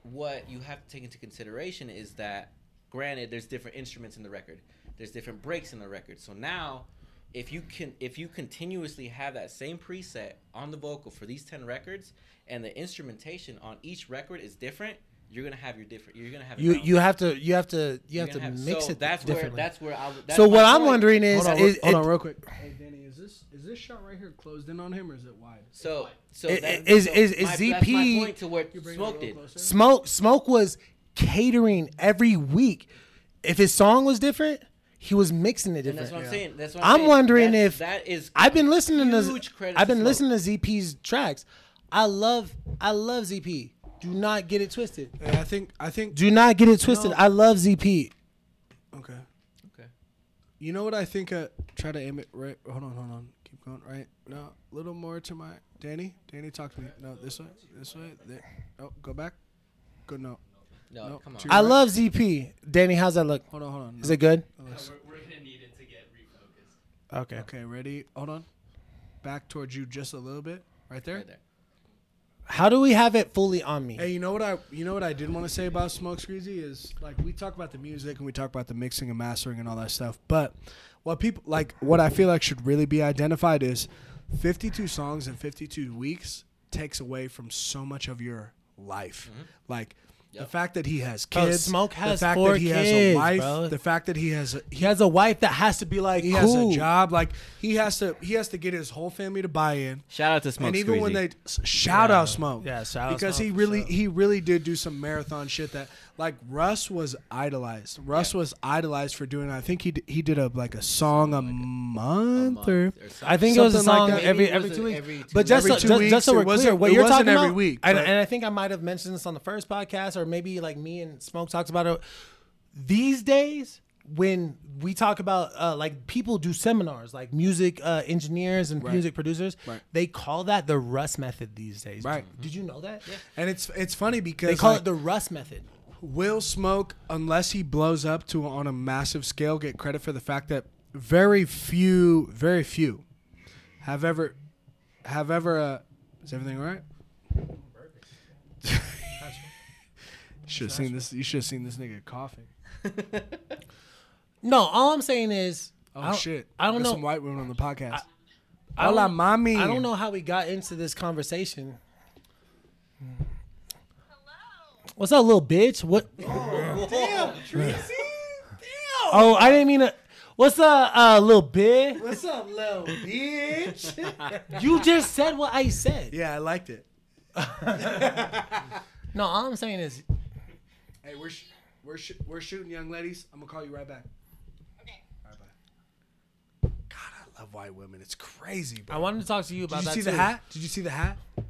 [SPEAKER 3] what you have to take into consideration is that granted there's different instruments in the record. There's different breaks in the record. So now if you can if you continuously have that same preset on the vocal for these 10 records and the instrumentation on each record is different, you're going to have your different you're going to have it
[SPEAKER 2] you
[SPEAKER 3] balanced.
[SPEAKER 2] you have to you have to you
[SPEAKER 3] You're
[SPEAKER 2] have to
[SPEAKER 3] gonna have-
[SPEAKER 2] mix
[SPEAKER 3] so
[SPEAKER 2] it
[SPEAKER 3] that's where
[SPEAKER 2] differently.
[SPEAKER 3] that's where I would- that's
[SPEAKER 2] so
[SPEAKER 3] my
[SPEAKER 2] what I'm
[SPEAKER 3] point.
[SPEAKER 2] wondering is,
[SPEAKER 1] Hold on,
[SPEAKER 2] is
[SPEAKER 1] hold
[SPEAKER 2] it-
[SPEAKER 1] on real quick. Hey Danny, is this is this shot right here closed in on him or is it wide?
[SPEAKER 3] So, so
[SPEAKER 2] I-
[SPEAKER 3] that,
[SPEAKER 2] I- is-
[SPEAKER 3] so
[SPEAKER 2] is- is
[SPEAKER 3] my, That's
[SPEAKER 2] ZP
[SPEAKER 3] my point to where
[SPEAKER 1] bring it
[SPEAKER 3] Smoke
[SPEAKER 1] real
[SPEAKER 3] did.
[SPEAKER 1] closer.
[SPEAKER 2] Smoke Smoke was catering every week. If his song was different, he was mixing it
[SPEAKER 3] And
[SPEAKER 2] different.
[SPEAKER 3] that's what I'm saying. That's what
[SPEAKER 2] I'm
[SPEAKER 3] saying.
[SPEAKER 2] wondering
[SPEAKER 3] That's-
[SPEAKER 2] if-
[SPEAKER 3] that is.
[SPEAKER 2] I've been listening
[SPEAKER 3] Huge
[SPEAKER 2] to
[SPEAKER 3] credit
[SPEAKER 2] I've
[SPEAKER 3] to
[SPEAKER 2] been
[SPEAKER 3] Smoke.
[SPEAKER 2] listening to ZP's tracks. I love I love ZP. Do not get it twisted.
[SPEAKER 1] Yeah, I think I think
[SPEAKER 2] Do not get it twisted.
[SPEAKER 1] No.
[SPEAKER 2] I love ZP.
[SPEAKER 1] okay.
[SPEAKER 3] Okay.
[SPEAKER 1] You know what I think? Uh, try to aim it right. Hold on, hold on. Keep going. Right. No, a little more to my Danny. Danny, talk to me. No, this way. This way. There. Oh, go back. Good. No.
[SPEAKER 3] No,
[SPEAKER 1] No,
[SPEAKER 3] come on.
[SPEAKER 1] to-
[SPEAKER 2] I love ZP. Danny, how's that look?
[SPEAKER 1] Hold on. Hold on.
[SPEAKER 2] Is it good?
[SPEAKER 1] No, let's-
[SPEAKER 4] We're, we're gonna need it to get refocused.
[SPEAKER 2] Okay.
[SPEAKER 1] Okay. Ready. Hold on. Back towards you just a little bit. Right there.
[SPEAKER 3] Right there.
[SPEAKER 2] How do we have it fully on me?
[SPEAKER 1] Hey, you know what I you know what I did want to say about Smoke Screezy is like we talk about the music and we talk about the mixing and mastering and all that stuff, but what people like what I feel like should really be identified is 52 songs in 52 weeks takes away from so much of your life. Like the fact that he has
[SPEAKER 2] Bro,
[SPEAKER 1] kids,
[SPEAKER 2] Smoke has
[SPEAKER 1] the fact
[SPEAKER 2] four
[SPEAKER 1] that he has a
[SPEAKER 2] kids,
[SPEAKER 1] wife,
[SPEAKER 2] bro.
[SPEAKER 1] the fact that he has a,
[SPEAKER 2] He has a wife that has to be like
[SPEAKER 1] he has
[SPEAKER 2] cool.
[SPEAKER 1] a job, like he has to he has to get his whole family to buy in
[SPEAKER 3] Shout out to Smoke.
[SPEAKER 1] and even when they s- shout
[SPEAKER 2] Yeah.
[SPEAKER 1] out smoke,
[SPEAKER 2] Yeah, shout out
[SPEAKER 1] because
[SPEAKER 2] Smoke
[SPEAKER 1] he
[SPEAKER 2] for
[SPEAKER 1] really
[SPEAKER 2] sure.
[SPEAKER 1] he really did do some marathon shit that like Russ was idolized. Russ was idolized for doing. I think he d- he did a like a song a, month, or
[SPEAKER 2] I think it was a
[SPEAKER 1] Something like
[SPEAKER 2] song
[SPEAKER 1] that.
[SPEAKER 2] every
[SPEAKER 3] Maybe it
[SPEAKER 2] every
[SPEAKER 3] was
[SPEAKER 2] two
[SPEAKER 3] a-
[SPEAKER 2] weeks.
[SPEAKER 3] every two
[SPEAKER 2] but just
[SPEAKER 1] weeks.
[SPEAKER 2] so,
[SPEAKER 1] Every two
[SPEAKER 2] just, just so
[SPEAKER 1] weeks,
[SPEAKER 2] we're
[SPEAKER 1] it wasn't-
[SPEAKER 2] clear, what
[SPEAKER 1] it
[SPEAKER 2] you're
[SPEAKER 1] wasn't
[SPEAKER 2] talking
[SPEAKER 1] every
[SPEAKER 2] about,
[SPEAKER 1] week,
[SPEAKER 2] and,
[SPEAKER 1] but-
[SPEAKER 2] and I think I might have mentioned this on the first podcast, or maybe like me and Smoke talks about it. These days, when we talk about uh, like people do seminars, like music uh, engineers and music producers,
[SPEAKER 1] Right.
[SPEAKER 2] they call that the Russ method these days.
[SPEAKER 1] Right.
[SPEAKER 2] Did you know that?
[SPEAKER 1] and it's it's funny because
[SPEAKER 2] They call
[SPEAKER 1] like,
[SPEAKER 2] it the Russ method.
[SPEAKER 1] Will Smoke, unless he blows up to on a massive scale, get credit for the fact that very few, very few, have ever, have ever. Uh, is everything all right? should have seen this. You should have seen this nigga coughing.
[SPEAKER 2] No, all I'm saying is,
[SPEAKER 1] Oh
[SPEAKER 2] I don't-
[SPEAKER 1] shit!
[SPEAKER 2] I don't
[SPEAKER 1] Got
[SPEAKER 2] know.
[SPEAKER 1] Some white women on the podcast.
[SPEAKER 2] I don't-
[SPEAKER 1] Hola, mommy.
[SPEAKER 2] I don't know how we got into this conversation. What's up, little bitch? What?
[SPEAKER 3] damn,
[SPEAKER 2] Oh, I didn't mean to. What's up, uh, little bitch?
[SPEAKER 8] What's up, Lil Bitch?
[SPEAKER 2] You just said what I said.
[SPEAKER 1] Yeah, I liked it.
[SPEAKER 2] No, all I'm saying is,
[SPEAKER 1] Hey, we're sh- we're sh- we're shooting, young ladies. I'm gonna call you right back. Okay. Right, bye. God, I love white women. It's crazy, bro.
[SPEAKER 2] I wanted to talk to you
[SPEAKER 1] Did
[SPEAKER 2] about
[SPEAKER 1] you
[SPEAKER 2] that.
[SPEAKER 1] see the
[SPEAKER 2] too.
[SPEAKER 1] hat? Did you see the hat?
[SPEAKER 3] Yeah.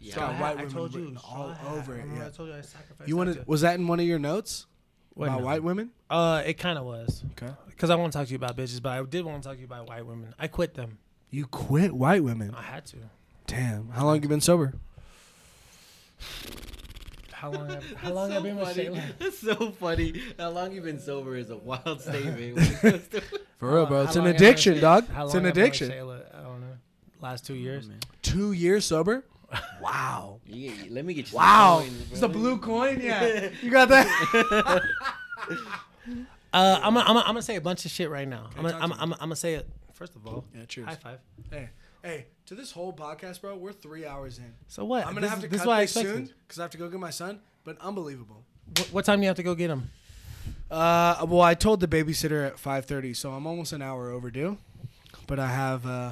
[SPEAKER 1] It's got
[SPEAKER 2] Hat,
[SPEAKER 1] white
[SPEAKER 2] I
[SPEAKER 1] women
[SPEAKER 2] told you,
[SPEAKER 1] written
[SPEAKER 2] straw
[SPEAKER 1] all
[SPEAKER 2] hat.
[SPEAKER 1] over it.
[SPEAKER 2] Remember
[SPEAKER 1] Yeah.
[SPEAKER 2] I told you I sacrificed.
[SPEAKER 1] You
[SPEAKER 2] that
[SPEAKER 1] wanted?
[SPEAKER 2] to-
[SPEAKER 1] Was that in one of your notes
[SPEAKER 2] What
[SPEAKER 1] about
[SPEAKER 2] note?
[SPEAKER 1] white women?
[SPEAKER 2] Uh, it kind of was,
[SPEAKER 1] Okay.
[SPEAKER 2] cause I want to talk to you about bitches, but I did want to talk to you about white women. I quit them.
[SPEAKER 1] You quit white women.
[SPEAKER 2] I had to.
[SPEAKER 1] Damn. How long you been sober?
[SPEAKER 2] how long? I've, how
[SPEAKER 3] That's
[SPEAKER 2] long
[SPEAKER 3] so
[SPEAKER 2] I've been with
[SPEAKER 3] funny.
[SPEAKER 2] Shayla?
[SPEAKER 3] That's so funny. How long you've been sober is a wild statement. when it comes to-
[SPEAKER 1] For real,
[SPEAKER 2] How
[SPEAKER 1] bro.
[SPEAKER 2] long-
[SPEAKER 1] It's an
[SPEAKER 2] how long I've been with
[SPEAKER 1] addiction,
[SPEAKER 2] Shay-
[SPEAKER 1] dog.
[SPEAKER 2] how
[SPEAKER 1] It's
[SPEAKER 2] long
[SPEAKER 1] an
[SPEAKER 2] I've been with
[SPEAKER 1] addiction.
[SPEAKER 2] Shayla? I don't know. Last two years.
[SPEAKER 1] Two years sober? Wow.
[SPEAKER 3] Yeah, yeah, let me get you. some
[SPEAKER 1] Wow.
[SPEAKER 3] coins,
[SPEAKER 1] It's the
[SPEAKER 3] brother.
[SPEAKER 1] blue coin? Yeah. You got that?
[SPEAKER 2] Uh, I'm gonna I'm gonna- I'm gonna say a bunch of shit right now. I'm gonna
[SPEAKER 1] talk
[SPEAKER 2] I'm
[SPEAKER 1] to me.
[SPEAKER 2] I'm I'm gonna say it. First of all,
[SPEAKER 1] Yeah, cheers.
[SPEAKER 2] high five.
[SPEAKER 1] Hey, hey, to this whole podcast, bro, we're three hours in.
[SPEAKER 2] So what?
[SPEAKER 1] I'm going to
[SPEAKER 2] This
[SPEAKER 1] have
[SPEAKER 2] is-
[SPEAKER 1] to
[SPEAKER 2] this is
[SPEAKER 1] cut
[SPEAKER 2] what I
[SPEAKER 1] this soon
[SPEAKER 2] expected.
[SPEAKER 1] because I have to go get my son, but unbelievable.
[SPEAKER 2] What, what time do you have to go get him?
[SPEAKER 1] Uh, well, I told the babysitter at 5:30, so I'm almost an hour overdue. But I have, uh,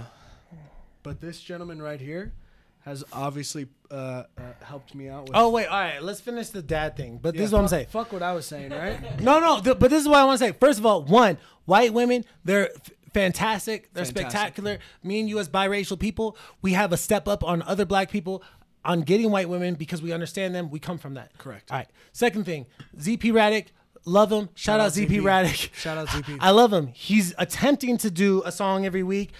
[SPEAKER 1] but this gentleman right here has obviously uh, uh, helped me out with.
[SPEAKER 2] Oh wait, all right. Let's finish the dad thing. But this is what I'm
[SPEAKER 1] fuck-
[SPEAKER 2] saying.
[SPEAKER 1] Fuck what I was saying, right?
[SPEAKER 2] No, no. th- but this is what I want to say. First of all, one, white women, they're f- fantastic. They're
[SPEAKER 1] Fantastic.
[SPEAKER 2] spectacular. Me and you, as biracial people, we have a step up on other black people on getting white women because we understand them. We come from that.
[SPEAKER 1] Correct.
[SPEAKER 2] All right. Second thing, ZP Raddick, love him. Shout, out, ZP Raddick.
[SPEAKER 1] Shout out ZP.
[SPEAKER 2] I love him. He's attempting to do a song every week.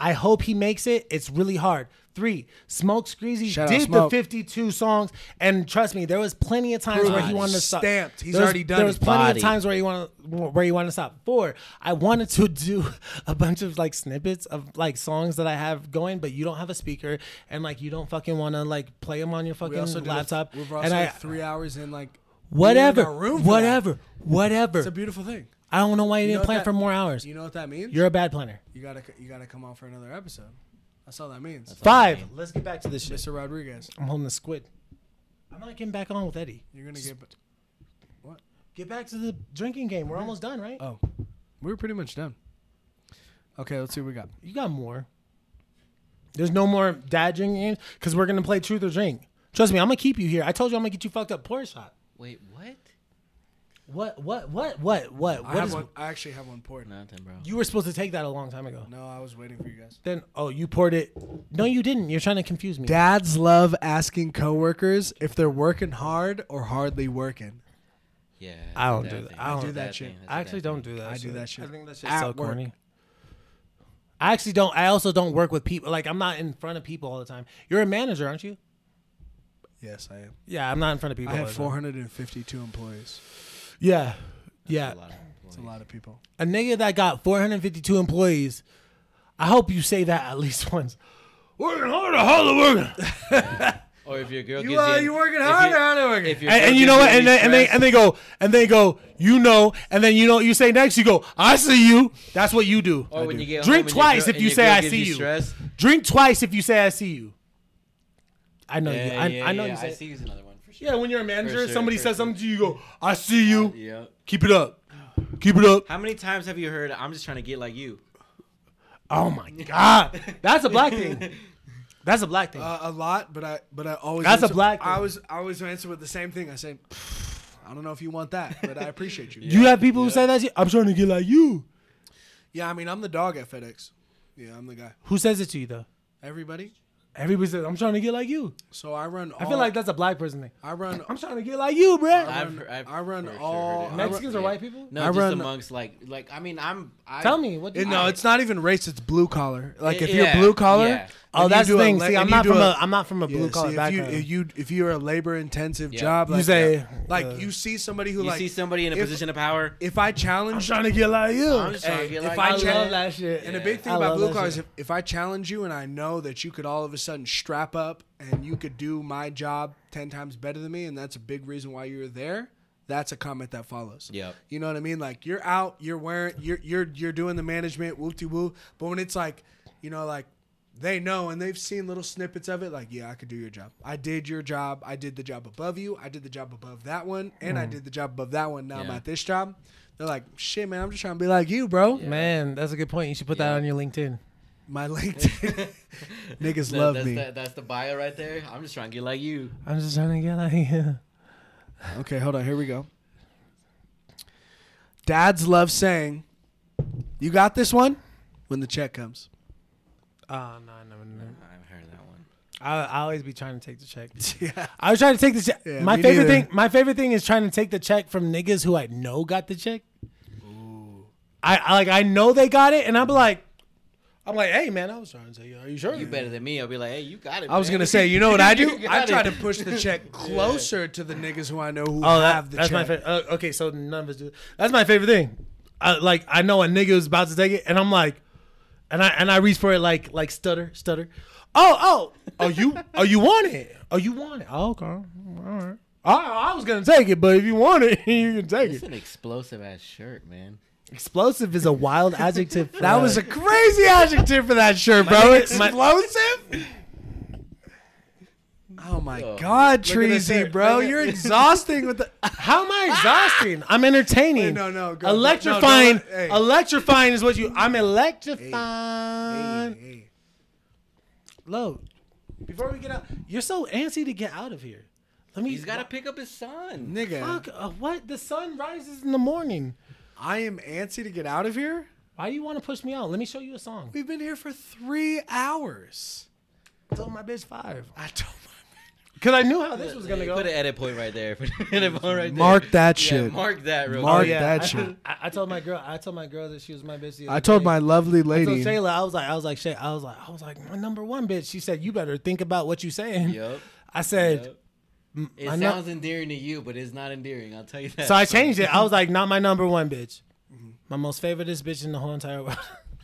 [SPEAKER 2] I hope he makes it. It's really hard. Three, Smoke Greasy
[SPEAKER 1] Shout out
[SPEAKER 2] did
[SPEAKER 1] Smoke.
[SPEAKER 2] the 52 songs, and trust me, there was plenty of times where he
[SPEAKER 1] Proven.
[SPEAKER 2] wanted to stop.
[SPEAKER 1] Stamped. He's
[SPEAKER 2] There was-
[SPEAKER 1] already done
[SPEAKER 2] There
[SPEAKER 1] his
[SPEAKER 2] was plenty
[SPEAKER 3] body.
[SPEAKER 2] of times where you want to where you want to stop. Four, I wanted to do a bunch of like snippets of like songs that I have going, but you don't have a speaker, and like you don't fucking want to like play them on your fucking
[SPEAKER 1] did a-
[SPEAKER 2] laptop.
[SPEAKER 1] we're also
[SPEAKER 2] and I
[SPEAKER 1] three hours in, like
[SPEAKER 2] whatever,
[SPEAKER 1] our room for that.
[SPEAKER 2] whatever, whatever.
[SPEAKER 1] it's a beautiful thing.
[SPEAKER 2] I don't know why you,
[SPEAKER 1] You know
[SPEAKER 2] didn't plan
[SPEAKER 1] that-
[SPEAKER 2] for more hours.
[SPEAKER 1] You know what that means?
[SPEAKER 2] You're a bad planner.
[SPEAKER 1] you gotta you gotta come on for another episode. That's all that means,
[SPEAKER 2] Five. Let's get back to this shit.
[SPEAKER 1] Mr. Rodriguez.
[SPEAKER 2] I'm holding the squid. I'm not getting back on with Eddie.
[SPEAKER 1] You're gonna get.
[SPEAKER 2] Get back to the drinking game. We're almost done, right?
[SPEAKER 1] Oh, we were pretty much done. Okay, let's see what we got.
[SPEAKER 2] You got more. There's no more dad drinking games because we're gonna play truth or drink. Trust me, I'm gonna keep you here. I told you I'm gonna get you fucked up. Pour a shot.
[SPEAKER 3] Wait, what?
[SPEAKER 2] What? What? What? What? What?
[SPEAKER 1] I
[SPEAKER 2] What
[SPEAKER 1] have
[SPEAKER 2] is?
[SPEAKER 1] one. I actually have one poured.
[SPEAKER 3] Nothing, bro.
[SPEAKER 2] You were supposed to take that a long time ago.
[SPEAKER 1] No, I was waiting for you guys.
[SPEAKER 2] Then oh, you poured it. No, you didn't. You're trying to confuse me.
[SPEAKER 1] Dads love asking coworkers if they're working hard or hardly working.
[SPEAKER 3] Yeah.
[SPEAKER 2] I don't
[SPEAKER 3] that's a
[SPEAKER 2] do
[SPEAKER 3] dad
[SPEAKER 2] that.
[SPEAKER 3] thing.
[SPEAKER 2] I
[SPEAKER 3] That's a
[SPEAKER 1] don't do that shit.
[SPEAKER 2] I actually don't do
[SPEAKER 3] dad thing. That's a dad thing.
[SPEAKER 2] that.
[SPEAKER 1] I do
[SPEAKER 2] shit.
[SPEAKER 1] that shit
[SPEAKER 2] I think that
[SPEAKER 1] at
[SPEAKER 2] shit's so
[SPEAKER 1] work.
[SPEAKER 2] corny. I actually don't. I also don't work with people. Like I'm not in front of people all the time. You're a manager, aren't you?
[SPEAKER 1] Yes, I am.
[SPEAKER 2] Yeah, I'm not in front of people.
[SPEAKER 1] I
[SPEAKER 2] all
[SPEAKER 1] have
[SPEAKER 2] the time.
[SPEAKER 1] 452 employees.
[SPEAKER 2] Yeah, yeah.
[SPEAKER 3] A lot of
[SPEAKER 1] It's a lot of people.
[SPEAKER 2] A nigga that got 452 employees. I hope you say that at least once. Working hard, hard working.
[SPEAKER 3] Or if your girl
[SPEAKER 1] You,
[SPEAKER 3] gives
[SPEAKER 1] uh,
[SPEAKER 3] in-
[SPEAKER 1] you working
[SPEAKER 3] if
[SPEAKER 1] hard
[SPEAKER 3] you-
[SPEAKER 1] or hardly working?
[SPEAKER 3] if your
[SPEAKER 2] And,
[SPEAKER 3] girl
[SPEAKER 2] and you
[SPEAKER 3] gives
[SPEAKER 2] know what?
[SPEAKER 3] any
[SPEAKER 2] And then and they
[SPEAKER 3] stress-
[SPEAKER 2] and they go and they go. You know, and then you know you say next. You go. I see you. That's what you do.
[SPEAKER 3] or Oh, when you get
[SPEAKER 2] Drink
[SPEAKER 3] home and your
[SPEAKER 2] twice
[SPEAKER 3] girl-
[SPEAKER 2] if
[SPEAKER 3] and
[SPEAKER 2] you
[SPEAKER 3] your
[SPEAKER 2] say
[SPEAKER 3] girl
[SPEAKER 2] I
[SPEAKER 3] gives
[SPEAKER 2] see
[SPEAKER 3] you.
[SPEAKER 2] you.
[SPEAKER 3] Stress.
[SPEAKER 2] Drink twice if you say I see you. I know you.
[SPEAKER 3] Yeah,
[SPEAKER 2] I,
[SPEAKER 3] yeah,
[SPEAKER 2] I know
[SPEAKER 3] yeah,
[SPEAKER 2] you. Say,
[SPEAKER 3] I see you's another one for sure.
[SPEAKER 2] Yeah, when you're a manager,
[SPEAKER 3] sure,
[SPEAKER 2] somebody
[SPEAKER 3] for
[SPEAKER 2] says
[SPEAKER 3] sure.
[SPEAKER 2] something to you, you go, "I see you.
[SPEAKER 3] Yeah.
[SPEAKER 2] Keep it up. Keep it up."
[SPEAKER 3] How many times have you heard? I'm just trying to get like you.
[SPEAKER 2] Oh my god, that's a black thing. That's a black thing.
[SPEAKER 1] Uh, a lot, but I but I always
[SPEAKER 2] That's a
[SPEAKER 1] answer-
[SPEAKER 2] black
[SPEAKER 1] I
[SPEAKER 2] thing.
[SPEAKER 1] was I always answer with the same thing. I say, I don't know if you want that, but I appreciate you.
[SPEAKER 2] you have people who say that. To you? I'm trying to get like you.
[SPEAKER 1] Yeah, I mean I'm the dog at FedEx. Yeah, I'm the guy.
[SPEAKER 2] Who says it to you though?
[SPEAKER 1] Everybody.
[SPEAKER 2] Everybody says, "I'm trying to get like you."
[SPEAKER 1] So I run. All,
[SPEAKER 2] I feel like that's a black person thing.
[SPEAKER 1] I run.
[SPEAKER 2] I'm trying to get like you, bruh.
[SPEAKER 1] I
[SPEAKER 3] I've,
[SPEAKER 1] run-
[SPEAKER 3] I've
[SPEAKER 1] I run
[SPEAKER 3] for sure
[SPEAKER 1] all-
[SPEAKER 3] heard it.
[SPEAKER 2] Mexicans or
[SPEAKER 3] Yeah.
[SPEAKER 2] white people?
[SPEAKER 3] No,
[SPEAKER 1] I
[SPEAKER 3] just
[SPEAKER 1] run-
[SPEAKER 3] amongst like like I mean I'm. I,
[SPEAKER 2] Tell me what. do
[SPEAKER 1] It-
[SPEAKER 2] you-
[SPEAKER 1] no, uh, it's not even race. It's blue collar. Like
[SPEAKER 3] Y-
[SPEAKER 1] if
[SPEAKER 3] yeah,
[SPEAKER 1] you're blue collar.
[SPEAKER 3] yeah.
[SPEAKER 2] Oh,
[SPEAKER 1] and you
[SPEAKER 2] that's the
[SPEAKER 1] do a
[SPEAKER 2] thing.
[SPEAKER 1] la-
[SPEAKER 2] See,
[SPEAKER 1] and
[SPEAKER 2] I'm
[SPEAKER 1] you
[SPEAKER 2] not
[SPEAKER 1] do
[SPEAKER 2] from
[SPEAKER 1] a-
[SPEAKER 2] a. I'm not from a
[SPEAKER 1] Yeah,
[SPEAKER 2] blue collar
[SPEAKER 1] see,
[SPEAKER 2] background.
[SPEAKER 1] If you, if you if you're a labor intensive
[SPEAKER 3] Yeah.
[SPEAKER 1] job,
[SPEAKER 2] You
[SPEAKER 1] like
[SPEAKER 2] say,
[SPEAKER 1] that, like
[SPEAKER 2] uh,
[SPEAKER 1] you see somebody who
[SPEAKER 3] You
[SPEAKER 1] like
[SPEAKER 3] see somebody in a
[SPEAKER 1] if-
[SPEAKER 3] position of power.
[SPEAKER 1] If I challenge,
[SPEAKER 2] trying to get like you.
[SPEAKER 3] I'm just trying
[SPEAKER 1] Hey,
[SPEAKER 3] to get
[SPEAKER 1] if
[SPEAKER 3] like.
[SPEAKER 1] I
[SPEAKER 2] I
[SPEAKER 1] check-
[SPEAKER 2] love that shit.
[SPEAKER 1] and a big thing
[SPEAKER 2] I
[SPEAKER 1] about
[SPEAKER 2] love
[SPEAKER 1] blue
[SPEAKER 2] that
[SPEAKER 1] collar is
[SPEAKER 2] shit.
[SPEAKER 1] if, if I challenge you and I know that you could all of a sudden strap up and you could do my job ten times better than me, and that's a big reason why you're there. That's a comment that follows.
[SPEAKER 3] Yep.
[SPEAKER 1] You know what I mean? Like you're out, you're wearing, you're you're you're doing the management, whoop de woo. But when it's like, you know, like they know and they've seen little snippets of it. Like, yeah, I could do your job. I did your job. I did the job above you. I did the job above that one, and
[SPEAKER 2] Hmm.
[SPEAKER 1] I did the job above that one. Now I'm
[SPEAKER 3] Yeah.
[SPEAKER 1] at this job. They're like, shit, man. I'm just trying to be like you, bro.
[SPEAKER 2] Man, that's a good point. You should put that
[SPEAKER 3] Yeah.
[SPEAKER 2] on your LinkedIn.
[SPEAKER 1] My LinkedIn niggas
[SPEAKER 3] That-
[SPEAKER 1] love
[SPEAKER 3] that's
[SPEAKER 1] me.
[SPEAKER 3] The, that's the bio right there. I'm just trying to get like you.
[SPEAKER 2] I'm just trying to get like you.
[SPEAKER 1] Okay, hold on. Here we go. Dads love saying, "You got this one." When the check comes,
[SPEAKER 2] Oh no, no, no.
[SPEAKER 3] I've heard that one.
[SPEAKER 2] I, I always be trying to take the check.
[SPEAKER 1] yeah,
[SPEAKER 2] I was trying to take the check.
[SPEAKER 1] Yeah,
[SPEAKER 2] my
[SPEAKER 1] me
[SPEAKER 2] favorite
[SPEAKER 1] neither.
[SPEAKER 2] thing. My favorite thing is trying to take the check from niggas who I know got the check. I, I like. I know they got it, and I'm like,
[SPEAKER 9] I'm like, hey man, I was trying to tell you, are you sure?
[SPEAKER 3] You better than me. I'll be like, hey, you got it.
[SPEAKER 1] I was
[SPEAKER 3] man.
[SPEAKER 1] gonna say, you know what I do?
[SPEAKER 3] You
[SPEAKER 1] I
[SPEAKER 3] got
[SPEAKER 1] try
[SPEAKER 3] it.
[SPEAKER 1] to push the check closer to the niggas who I know who
[SPEAKER 2] Oh, that-
[SPEAKER 1] have the
[SPEAKER 2] that's
[SPEAKER 1] check.
[SPEAKER 2] my favorite. Uh, okay, so none of us do. that. That's my favorite thing. I, like I know a nigga was about to take it, and I'm like, and I and I reach for it like like stutter stutter. Oh oh oh you oh you want it? Oh you want it? Oh, okay, all right. I, I was gonna take it, but if you want it, you can take
[SPEAKER 3] It's
[SPEAKER 2] it.
[SPEAKER 3] an explosive ass shirt, man.
[SPEAKER 2] Explosive is a wild adjective.
[SPEAKER 1] That was a crazy adjective for that shirt, bro.
[SPEAKER 2] nigga- my-
[SPEAKER 1] Explosive. Oh my
[SPEAKER 3] Oh.
[SPEAKER 1] God,
[SPEAKER 2] Look at this
[SPEAKER 1] Treasy,
[SPEAKER 2] shirt.
[SPEAKER 1] bro,
[SPEAKER 2] Look at-
[SPEAKER 1] you're exhausting with the.
[SPEAKER 2] How am I exhausting? I'm entertaining.
[SPEAKER 1] Wait, no, no, go-
[SPEAKER 2] electrifying.
[SPEAKER 1] no, no, hey.
[SPEAKER 2] Electrifying is what you. I'm electrifying. Low. Before we get out, you're so antsy to get out of here. Let me.
[SPEAKER 3] He's got to pick up his son.
[SPEAKER 1] Nigga,
[SPEAKER 2] Fuck. Uh, what? The sun rises in the morning.
[SPEAKER 1] I am antsy to get out of here.
[SPEAKER 2] Why do you want to push me out? Let me show you a song.
[SPEAKER 1] We've been here for three hours.
[SPEAKER 2] I told my bitch five.
[SPEAKER 1] I don't.
[SPEAKER 2] Cause I knew how this was gonna
[SPEAKER 3] Hey,
[SPEAKER 2] go.
[SPEAKER 3] Put an edit point right there. Put an edit point right
[SPEAKER 1] Mark
[SPEAKER 3] there.
[SPEAKER 1] that
[SPEAKER 3] Yeah,
[SPEAKER 1] shit.
[SPEAKER 3] Mark that real
[SPEAKER 1] Mark
[SPEAKER 3] quick.
[SPEAKER 1] that
[SPEAKER 2] I,
[SPEAKER 1] shit.
[SPEAKER 2] I, I told my girl. I told my girl that she was my bitch. the
[SPEAKER 1] I
[SPEAKER 2] other
[SPEAKER 1] told
[SPEAKER 2] day.
[SPEAKER 1] my lovely
[SPEAKER 2] I told
[SPEAKER 1] lady.
[SPEAKER 2] Shayla. I was like. I was like. Shay. I was like. I was like. My number one bitch. She said, "You better think about what you saying."
[SPEAKER 3] Yup.
[SPEAKER 2] I said.
[SPEAKER 3] yup. It
[SPEAKER 2] I know-
[SPEAKER 3] sounds endearing to you, but it's not endearing. I'll tell you that.
[SPEAKER 2] So I changed it. I was like, not my number one bitch. My most favoriteest bitch in the whole entire world.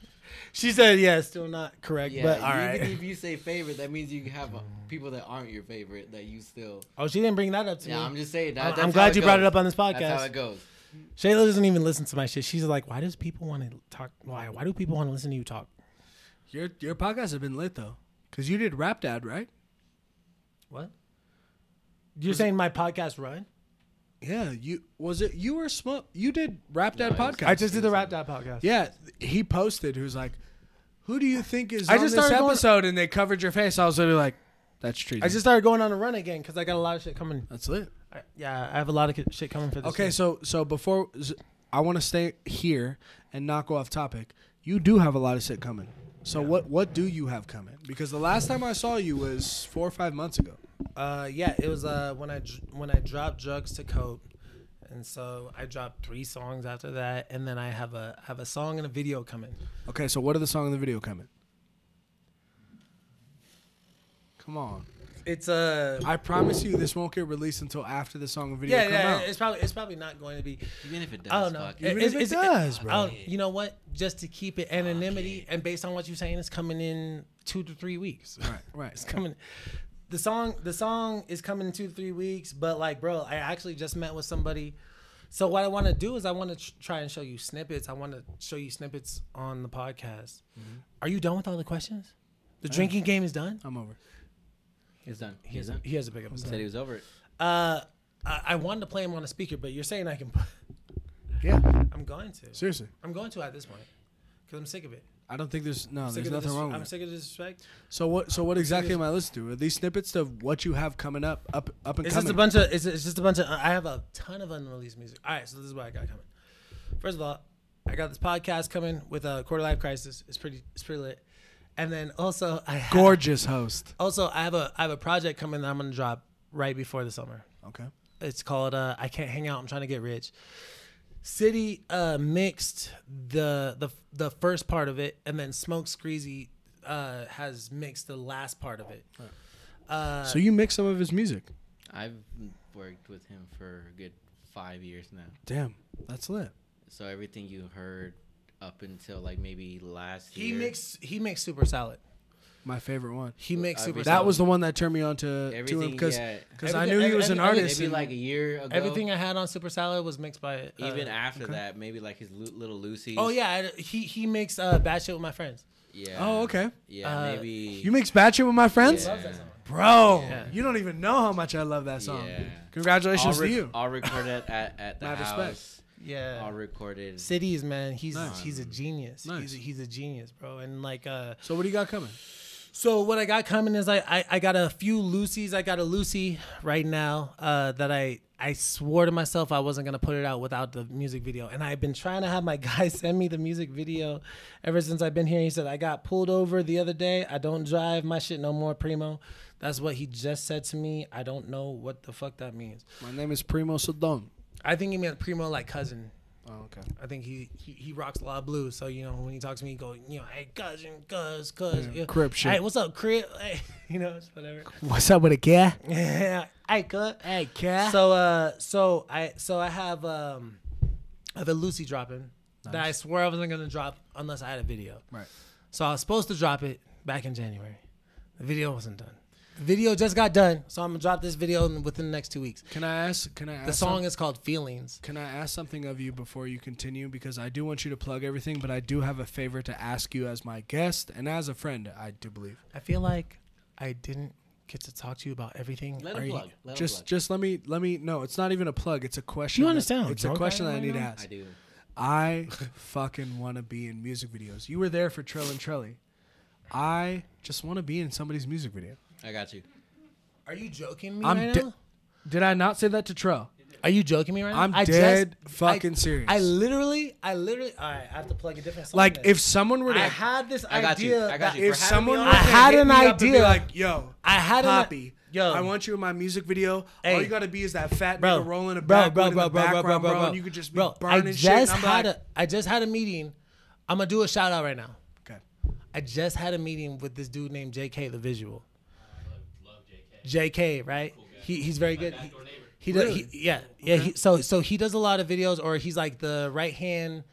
[SPEAKER 2] she said, yeah, it's still not correct,
[SPEAKER 3] Yeah,
[SPEAKER 2] but all
[SPEAKER 3] even
[SPEAKER 2] right.
[SPEAKER 3] if you say favorite, that means you have uh, people that aren't your favorite that you still.
[SPEAKER 2] Oh, she didn't bring that up to
[SPEAKER 3] Yeah,
[SPEAKER 2] me.
[SPEAKER 3] I'm just saying. That,
[SPEAKER 2] I'm-
[SPEAKER 3] that's
[SPEAKER 2] I'm
[SPEAKER 3] how
[SPEAKER 2] glad you brought
[SPEAKER 3] goes.
[SPEAKER 2] it up on this
[SPEAKER 3] That's how
[SPEAKER 2] podcast.
[SPEAKER 3] it goes.
[SPEAKER 2] Shayla doesn't even listen to my shit. She's like, why does people want to talk? Why? Why do people want to listen to you talk?
[SPEAKER 1] Your your podcasts have been lit though, cause you did Rap Dad, right?
[SPEAKER 2] What? You're saying my podcast run?
[SPEAKER 1] Yeah, you was it you or Smut? You did Rap Dad podcast.
[SPEAKER 2] I just did the Rap Dad podcast.
[SPEAKER 1] Yeah, he posted. Who's like, who do you think is
[SPEAKER 2] I
[SPEAKER 1] on
[SPEAKER 2] just
[SPEAKER 1] this
[SPEAKER 2] started going-
[SPEAKER 1] episode? and they covered your face. I was literally like, that's true.
[SPEAKER 2] I just started going on a run again because I got a lot of shit coming.
[SPEAKER 1] that's lit.
[SPEAKER 2] I- Yeah, I have a lot of shit coming for this.
[SPEAKER 1] Okay,
[SPEAKER 2] year.
[SPEAKER 1] so so before z- I want to stay here and not go off topic. You do have a lot of shit coming. So what what do you have coming? Because the last time I saw you was four or five months ago.
[SPEAKER 2] Uh, yeah, it was uh when I dr- when I dropped drugs to cope, and so I dropped three songs after that, and then I have a have a song and a video coming.
[SPEAKER 1] Okay, so what are the song and the video coming? Come on.
[SPEAKER 2] It's uh
[SPEAKER 1] I promise you this won't get released until after the song and video
[SPEAKER 2] yeah
[SPEAKER 1] come
[SPEAKER 2] yeah
[SPEAKER 1] out.
[SPEAKER 2] it's probably it's probably not going to be
[SPEAKER 3] Even if it does,
[SPEAKER 2] I don't know
[SPEAKER 3] fuck
[SPEAKER 1] Even
[SPEAKER 3] it.
[SPEAKER 1] if it does, bro.
[SPEAKER 2] I'll- you know what just to keep it anonymity and based on what you're saying it's coming in two to three weeks
[SPEAKER 1] right, right.
[SPEAKER 2] it's coming the song the song is coming in two to three weeks but like bro i actually just met with somebody so what i want to do is i want to tr- try and show you snippets i want to show you snippets on the podcast are you done with all the questions the drinking game is done
[SPEAKER 1] I'm over.
[SPEAKER 3] It's done.
[SPEAKER 2] he has
[SPEAKER 3] He's done.
[SPEAKER 2] a, he has a big
[SPEAKER 3] Said he
[SPEAKER 2] episode
[SPEAKER 3] was over it.
[SPEAKER 2] uh I, I wanted to play him on a speaker but you're saying i can
[SPEAKER 1] Yeah,
[SPEAKER 2] i'm going to
[SPEAKER 1] seriously.
[SPEAKER 2] i'm going to at this point because i'm sick of it
[SPEAKER 1] I don't think there's no,
[SPEAKER 2] I'm sick
[SPEAKER 1] there's
[SPEAKER 2] of the
[SPEAKER 1] nothing
[SPEAKER 2] dis-
[SPEAKER 1] wrong
[SPEAKER 2] i'm
[SPEAKER 1] with it.
[SPEAKER 2] sick of the disrespect
[SPEAKER 1] So what so what exactly am I listening to? Are these snippets of what you have coming up up up and
[SPEAKER 2] It's
[SPEAKER 1] coming?
[SPEAKER 2] just a bunch of. It's, it's just a bunch of. I have a ton of unreleased music. All right, so this is what I got coming. First of all, I got this podcast coming with a quarter life crisis. It's pretty. It's pretty lit. And then also, I have,
[SPEAKER 1] Gorgeous host.
[SPEAKER 2] Also, I have a. I have a project coming that I'm gonna drop right before the summer.
[SPEAKER 1] Okay.
[SPEAKER 2] It's called uh, "I Can't Hang Out." I'm trying to get rich. City uh, mixed the the the first part of it, and then Smoke Screezy uh, has mixed the last part of it. Uh,
[SPEAKER 1] So you mix some of his music.
[SPEAKER 3] I've worked with him for a good five years now.
[SPEAKER 1] Damn, that's lit.
[SPEAKER 3] So everything you heard up until like maybe last
[SPEAKER 2] he
[SPEAKER 3] year.
[SPEAKER 2] mixed he mixed Super Salad.
[SPEAKER 1] My favorite one.
[SPEAKER 2] He makes
[SPEAKER 3] I
[SPEAKER 2] super.
[SPEAKER 3] mean,
[SPEAKER 1] That
[SPEAKER 2] songs.
[SPEAKER 1] was the one that turned me on to, to him
[SPEAKER 3] Everything,
[SPEAKER 1] because
[SPEAKER 3] yeah.
[SPEAKER 1] I
[SPEAKER 2] Everything-
[SPEAKER 1] knew he was an
[SPEAKER 2] everything- everything-
[SPEAKER 1] artist.
[SPEAKER 3] maybe
[SPEAKER 1] and-
[SPEAKER 3] like a year ago.
[SPEAKER 2] everything I had on Super Salad was mixed by uh,
[SPEAKER 3] Even after that, maybe like his Lu- little Lucy.
[SPEAKER 2] Oh yeah, I, he he makes uh, bad shit with my friends.
[SPEAKER 3] Yeah.
[SPEAKER 1] oh, okay.
[SPEAKER 3] Yeah,
[SPEAKER 2] Uh,
[SPEAKER 3] maybe.
[SPEAKER 1] You mix bad shit with my friends?
[SPEAKER 3] yeah.
[SPEAKER 1] Bro,
[SPEAKER 2] Yeah.
[SPEAKER 1] you don't even know how much I love that song.
[SPEAKER 3] Yeah. I'll,
[SPEAKER 1] Congratulations
[SPEAKER 3] rec-
[SPEAKER 1] to you.
[SPEAKER 3] I'll record it at, at the
[SPEAKER 1] My
[SPEAKER 3] house.
[SPEAKER 1] respect.
[SPEAKER 2] Yeah.
[SPEAKER 3] All recorded.
[SPEAKER 2] Cities, man, he's
[SPEAKER 1] Nice.
[SPEAKER 2] he's a genius.
[SPEAKER 1] Nice.
[SPEAKER 2] He's a, he's a genius, bro. And like, uh,
[SPEAKER 1] So what do you got coming?
[SPEAKER 2] so what I got coming is I, I I got a few Lucy's. I got a Lucy right now uh, that I I swore to myself I wasn't gonna put it out without the music video, and I've been trying to have my guy send me the music video ever since I've been here. He said I got pulled over the other day. I don't drive my shit no more, primo. That's what he just said to me. I don't know what the fuck that means.
[SPEAKER 1] My name is Primo Sodom.
[SPEAKER 2] I think he meant primo like cousin.
[SPEAKER 1] Oh, okay.
[SPEAKER 2] I think he, he he rocks a lot of blues. So you know when he talks to me, he go you know hey cousin, cuz, cuz, you know,
[SPEAKER 1] crib shit.
[SPEAKER 2] Hey, what's up, crib? Hey, you know it's whatever.
[SPEAKER 1] What's up with a cat?
[SPEAKER 2] hey cuz.
[SPEAKER 1] Hey, cat.
[SPEAKER 2] So uh, so I so I have um, I have a Lucy dropping that I swear I wasn't gonna drop unless I had a video.
[SPEAKER 1] Right.
[SPEAKER 2] So I was supposed to drop it back in January. The video wasn't done. The video just got done, so I'm gonna drop this video in, within the next two weeks.
[SPEAKER 1] Can I ask? Can I ask?
[SPEAKER 2] The song is called Feelings.
[SPEAKER 1] Can I ask something of you before you continue? Because I do want you to plug everything, but I do have a favor to ask you as my guest and as a friend. I do believe.
[SPEAKER 2] I feel like I didn't get to talk to you about everything.
[SPEAKER 3] Let
[SPEAKER 2] Are
[SPEAKER 3] him
[SPEAKER 2] you-
[SPEAKER 3] plug. Let
[SPEAKER 1] just,
[SPEAKER 3] him plug.
[SPEAKER 1] just let me, let me. No, it's not even a plug. It's a question.
[SPEAKER 2] You
[SPEAKER 1] that-
[SPEAKER 2] understand how
[SPEAKER 1] It's a
[SPEAKER 2] drunk I
[SPEAKER 1] question
[SPEAKER 2] am
[SPEAKER 1] that I
[SPEAKER 2] right
[SPEAKER 1] need to
[SPEAKER 2] now?
[SPEAKER 1] ask.
[SPEAKER 3] I do.
[SPEAKER 1] I fucking want to be in music videos. You were there for Trill and Trelly. I just want to be in somebody's music video.
[SPEAKER 3] I got you.
[SPEAKER 2] Are you joking me
[SPEAKER 1] I'm
[SPEAKER 2] right
[SPEAKER 1] de-
[SPEAKER 2] now?
[SPEAKER 1] Did I not say that to Trell?
[SPEAKER 2] Are you joking me right
[SPEAKER 1] I'm
[SPEAKER 2] now? I
[SPEAKER 1] dead
[SPEAKER 2] just-
[SPEAKER 1] fucking
[SPEAKER 2] I,
[SPEAKER 1] serious.
[SPEAKER 2] I literally, I literally, all right, I have to plug a different song.
[SPEAKER 1] like
[SPEAKER 2] then.
[SPEAKER 1] if someone were to,
[SPEAKER 2] I had this
[SPEAKER 3] I got you.
[SPEAKER 2] idea,
[SPEAKER 3] I got
[SPEAKER 2] that-
[SPEAKER 3] you.
[SPEAKER 1] if
[SPEAKER 3] for having
[SPEAKER 1] someone
[SPEAKER 3] me
[SPEAKER 1] were
[SPEAKER 3] on.
[SPEAKER 1] to
[SPEAKER 2] I had
[SPEAKER 1] hit
[SPEAKER 2] an
[SPEAKER 1] me up and be
[SPEAKER 2] idea.
[SPEAKER 1] like, yo,
[SPEAKER 2] I had an-
[SPEAKER 1] Poppy,
[SPEAKER 2] Yo.
[SPEAKER 1] I want you in my music video. All
[SPEAKER 2] Hey.
[SPEAKER 1] you gotta be is that fat
[SPEAKER 2] bro,
[SPEAKER 1] nigga rolling a
[SPEAKER 2] bro,
[SPEAKER 1] backwood
[SPEAKER 2] bro,
[SPEAKER 1] in
[SPEAKER 2] bro,
[SPEAKER 1] the
[SPEAKER 2] bro, bro,
[SPEAKER 1] background,
[SPEAKER 2] bro, bro, bro.
[SPEAKER 1] and you could just be
[SPEAKER 2] bro,
[SPEAKER 1] burning
[SPEAKER 2] I just
[SPEAKER 1] shit. And I'm
[SPEAKER 2] had
[SPEAKER 1] like,
[SPEAKER 2] a, I just had a meeting. I'm gonna do a shout out right now.
[SPEAKER 1] okay.
[SPEAKER 2] I just had a meeting with this dude named JK the Visual.
[SPEAKER 10] Love JK.
[SPEAKER 2] JK, right? He, he's very good. He,
[SPEAKER 10] Backdoor neighbor.
[SPEAKER 2] he does, he, yeah, yeah. He, so so he does a lot of videos, or he's like the right hand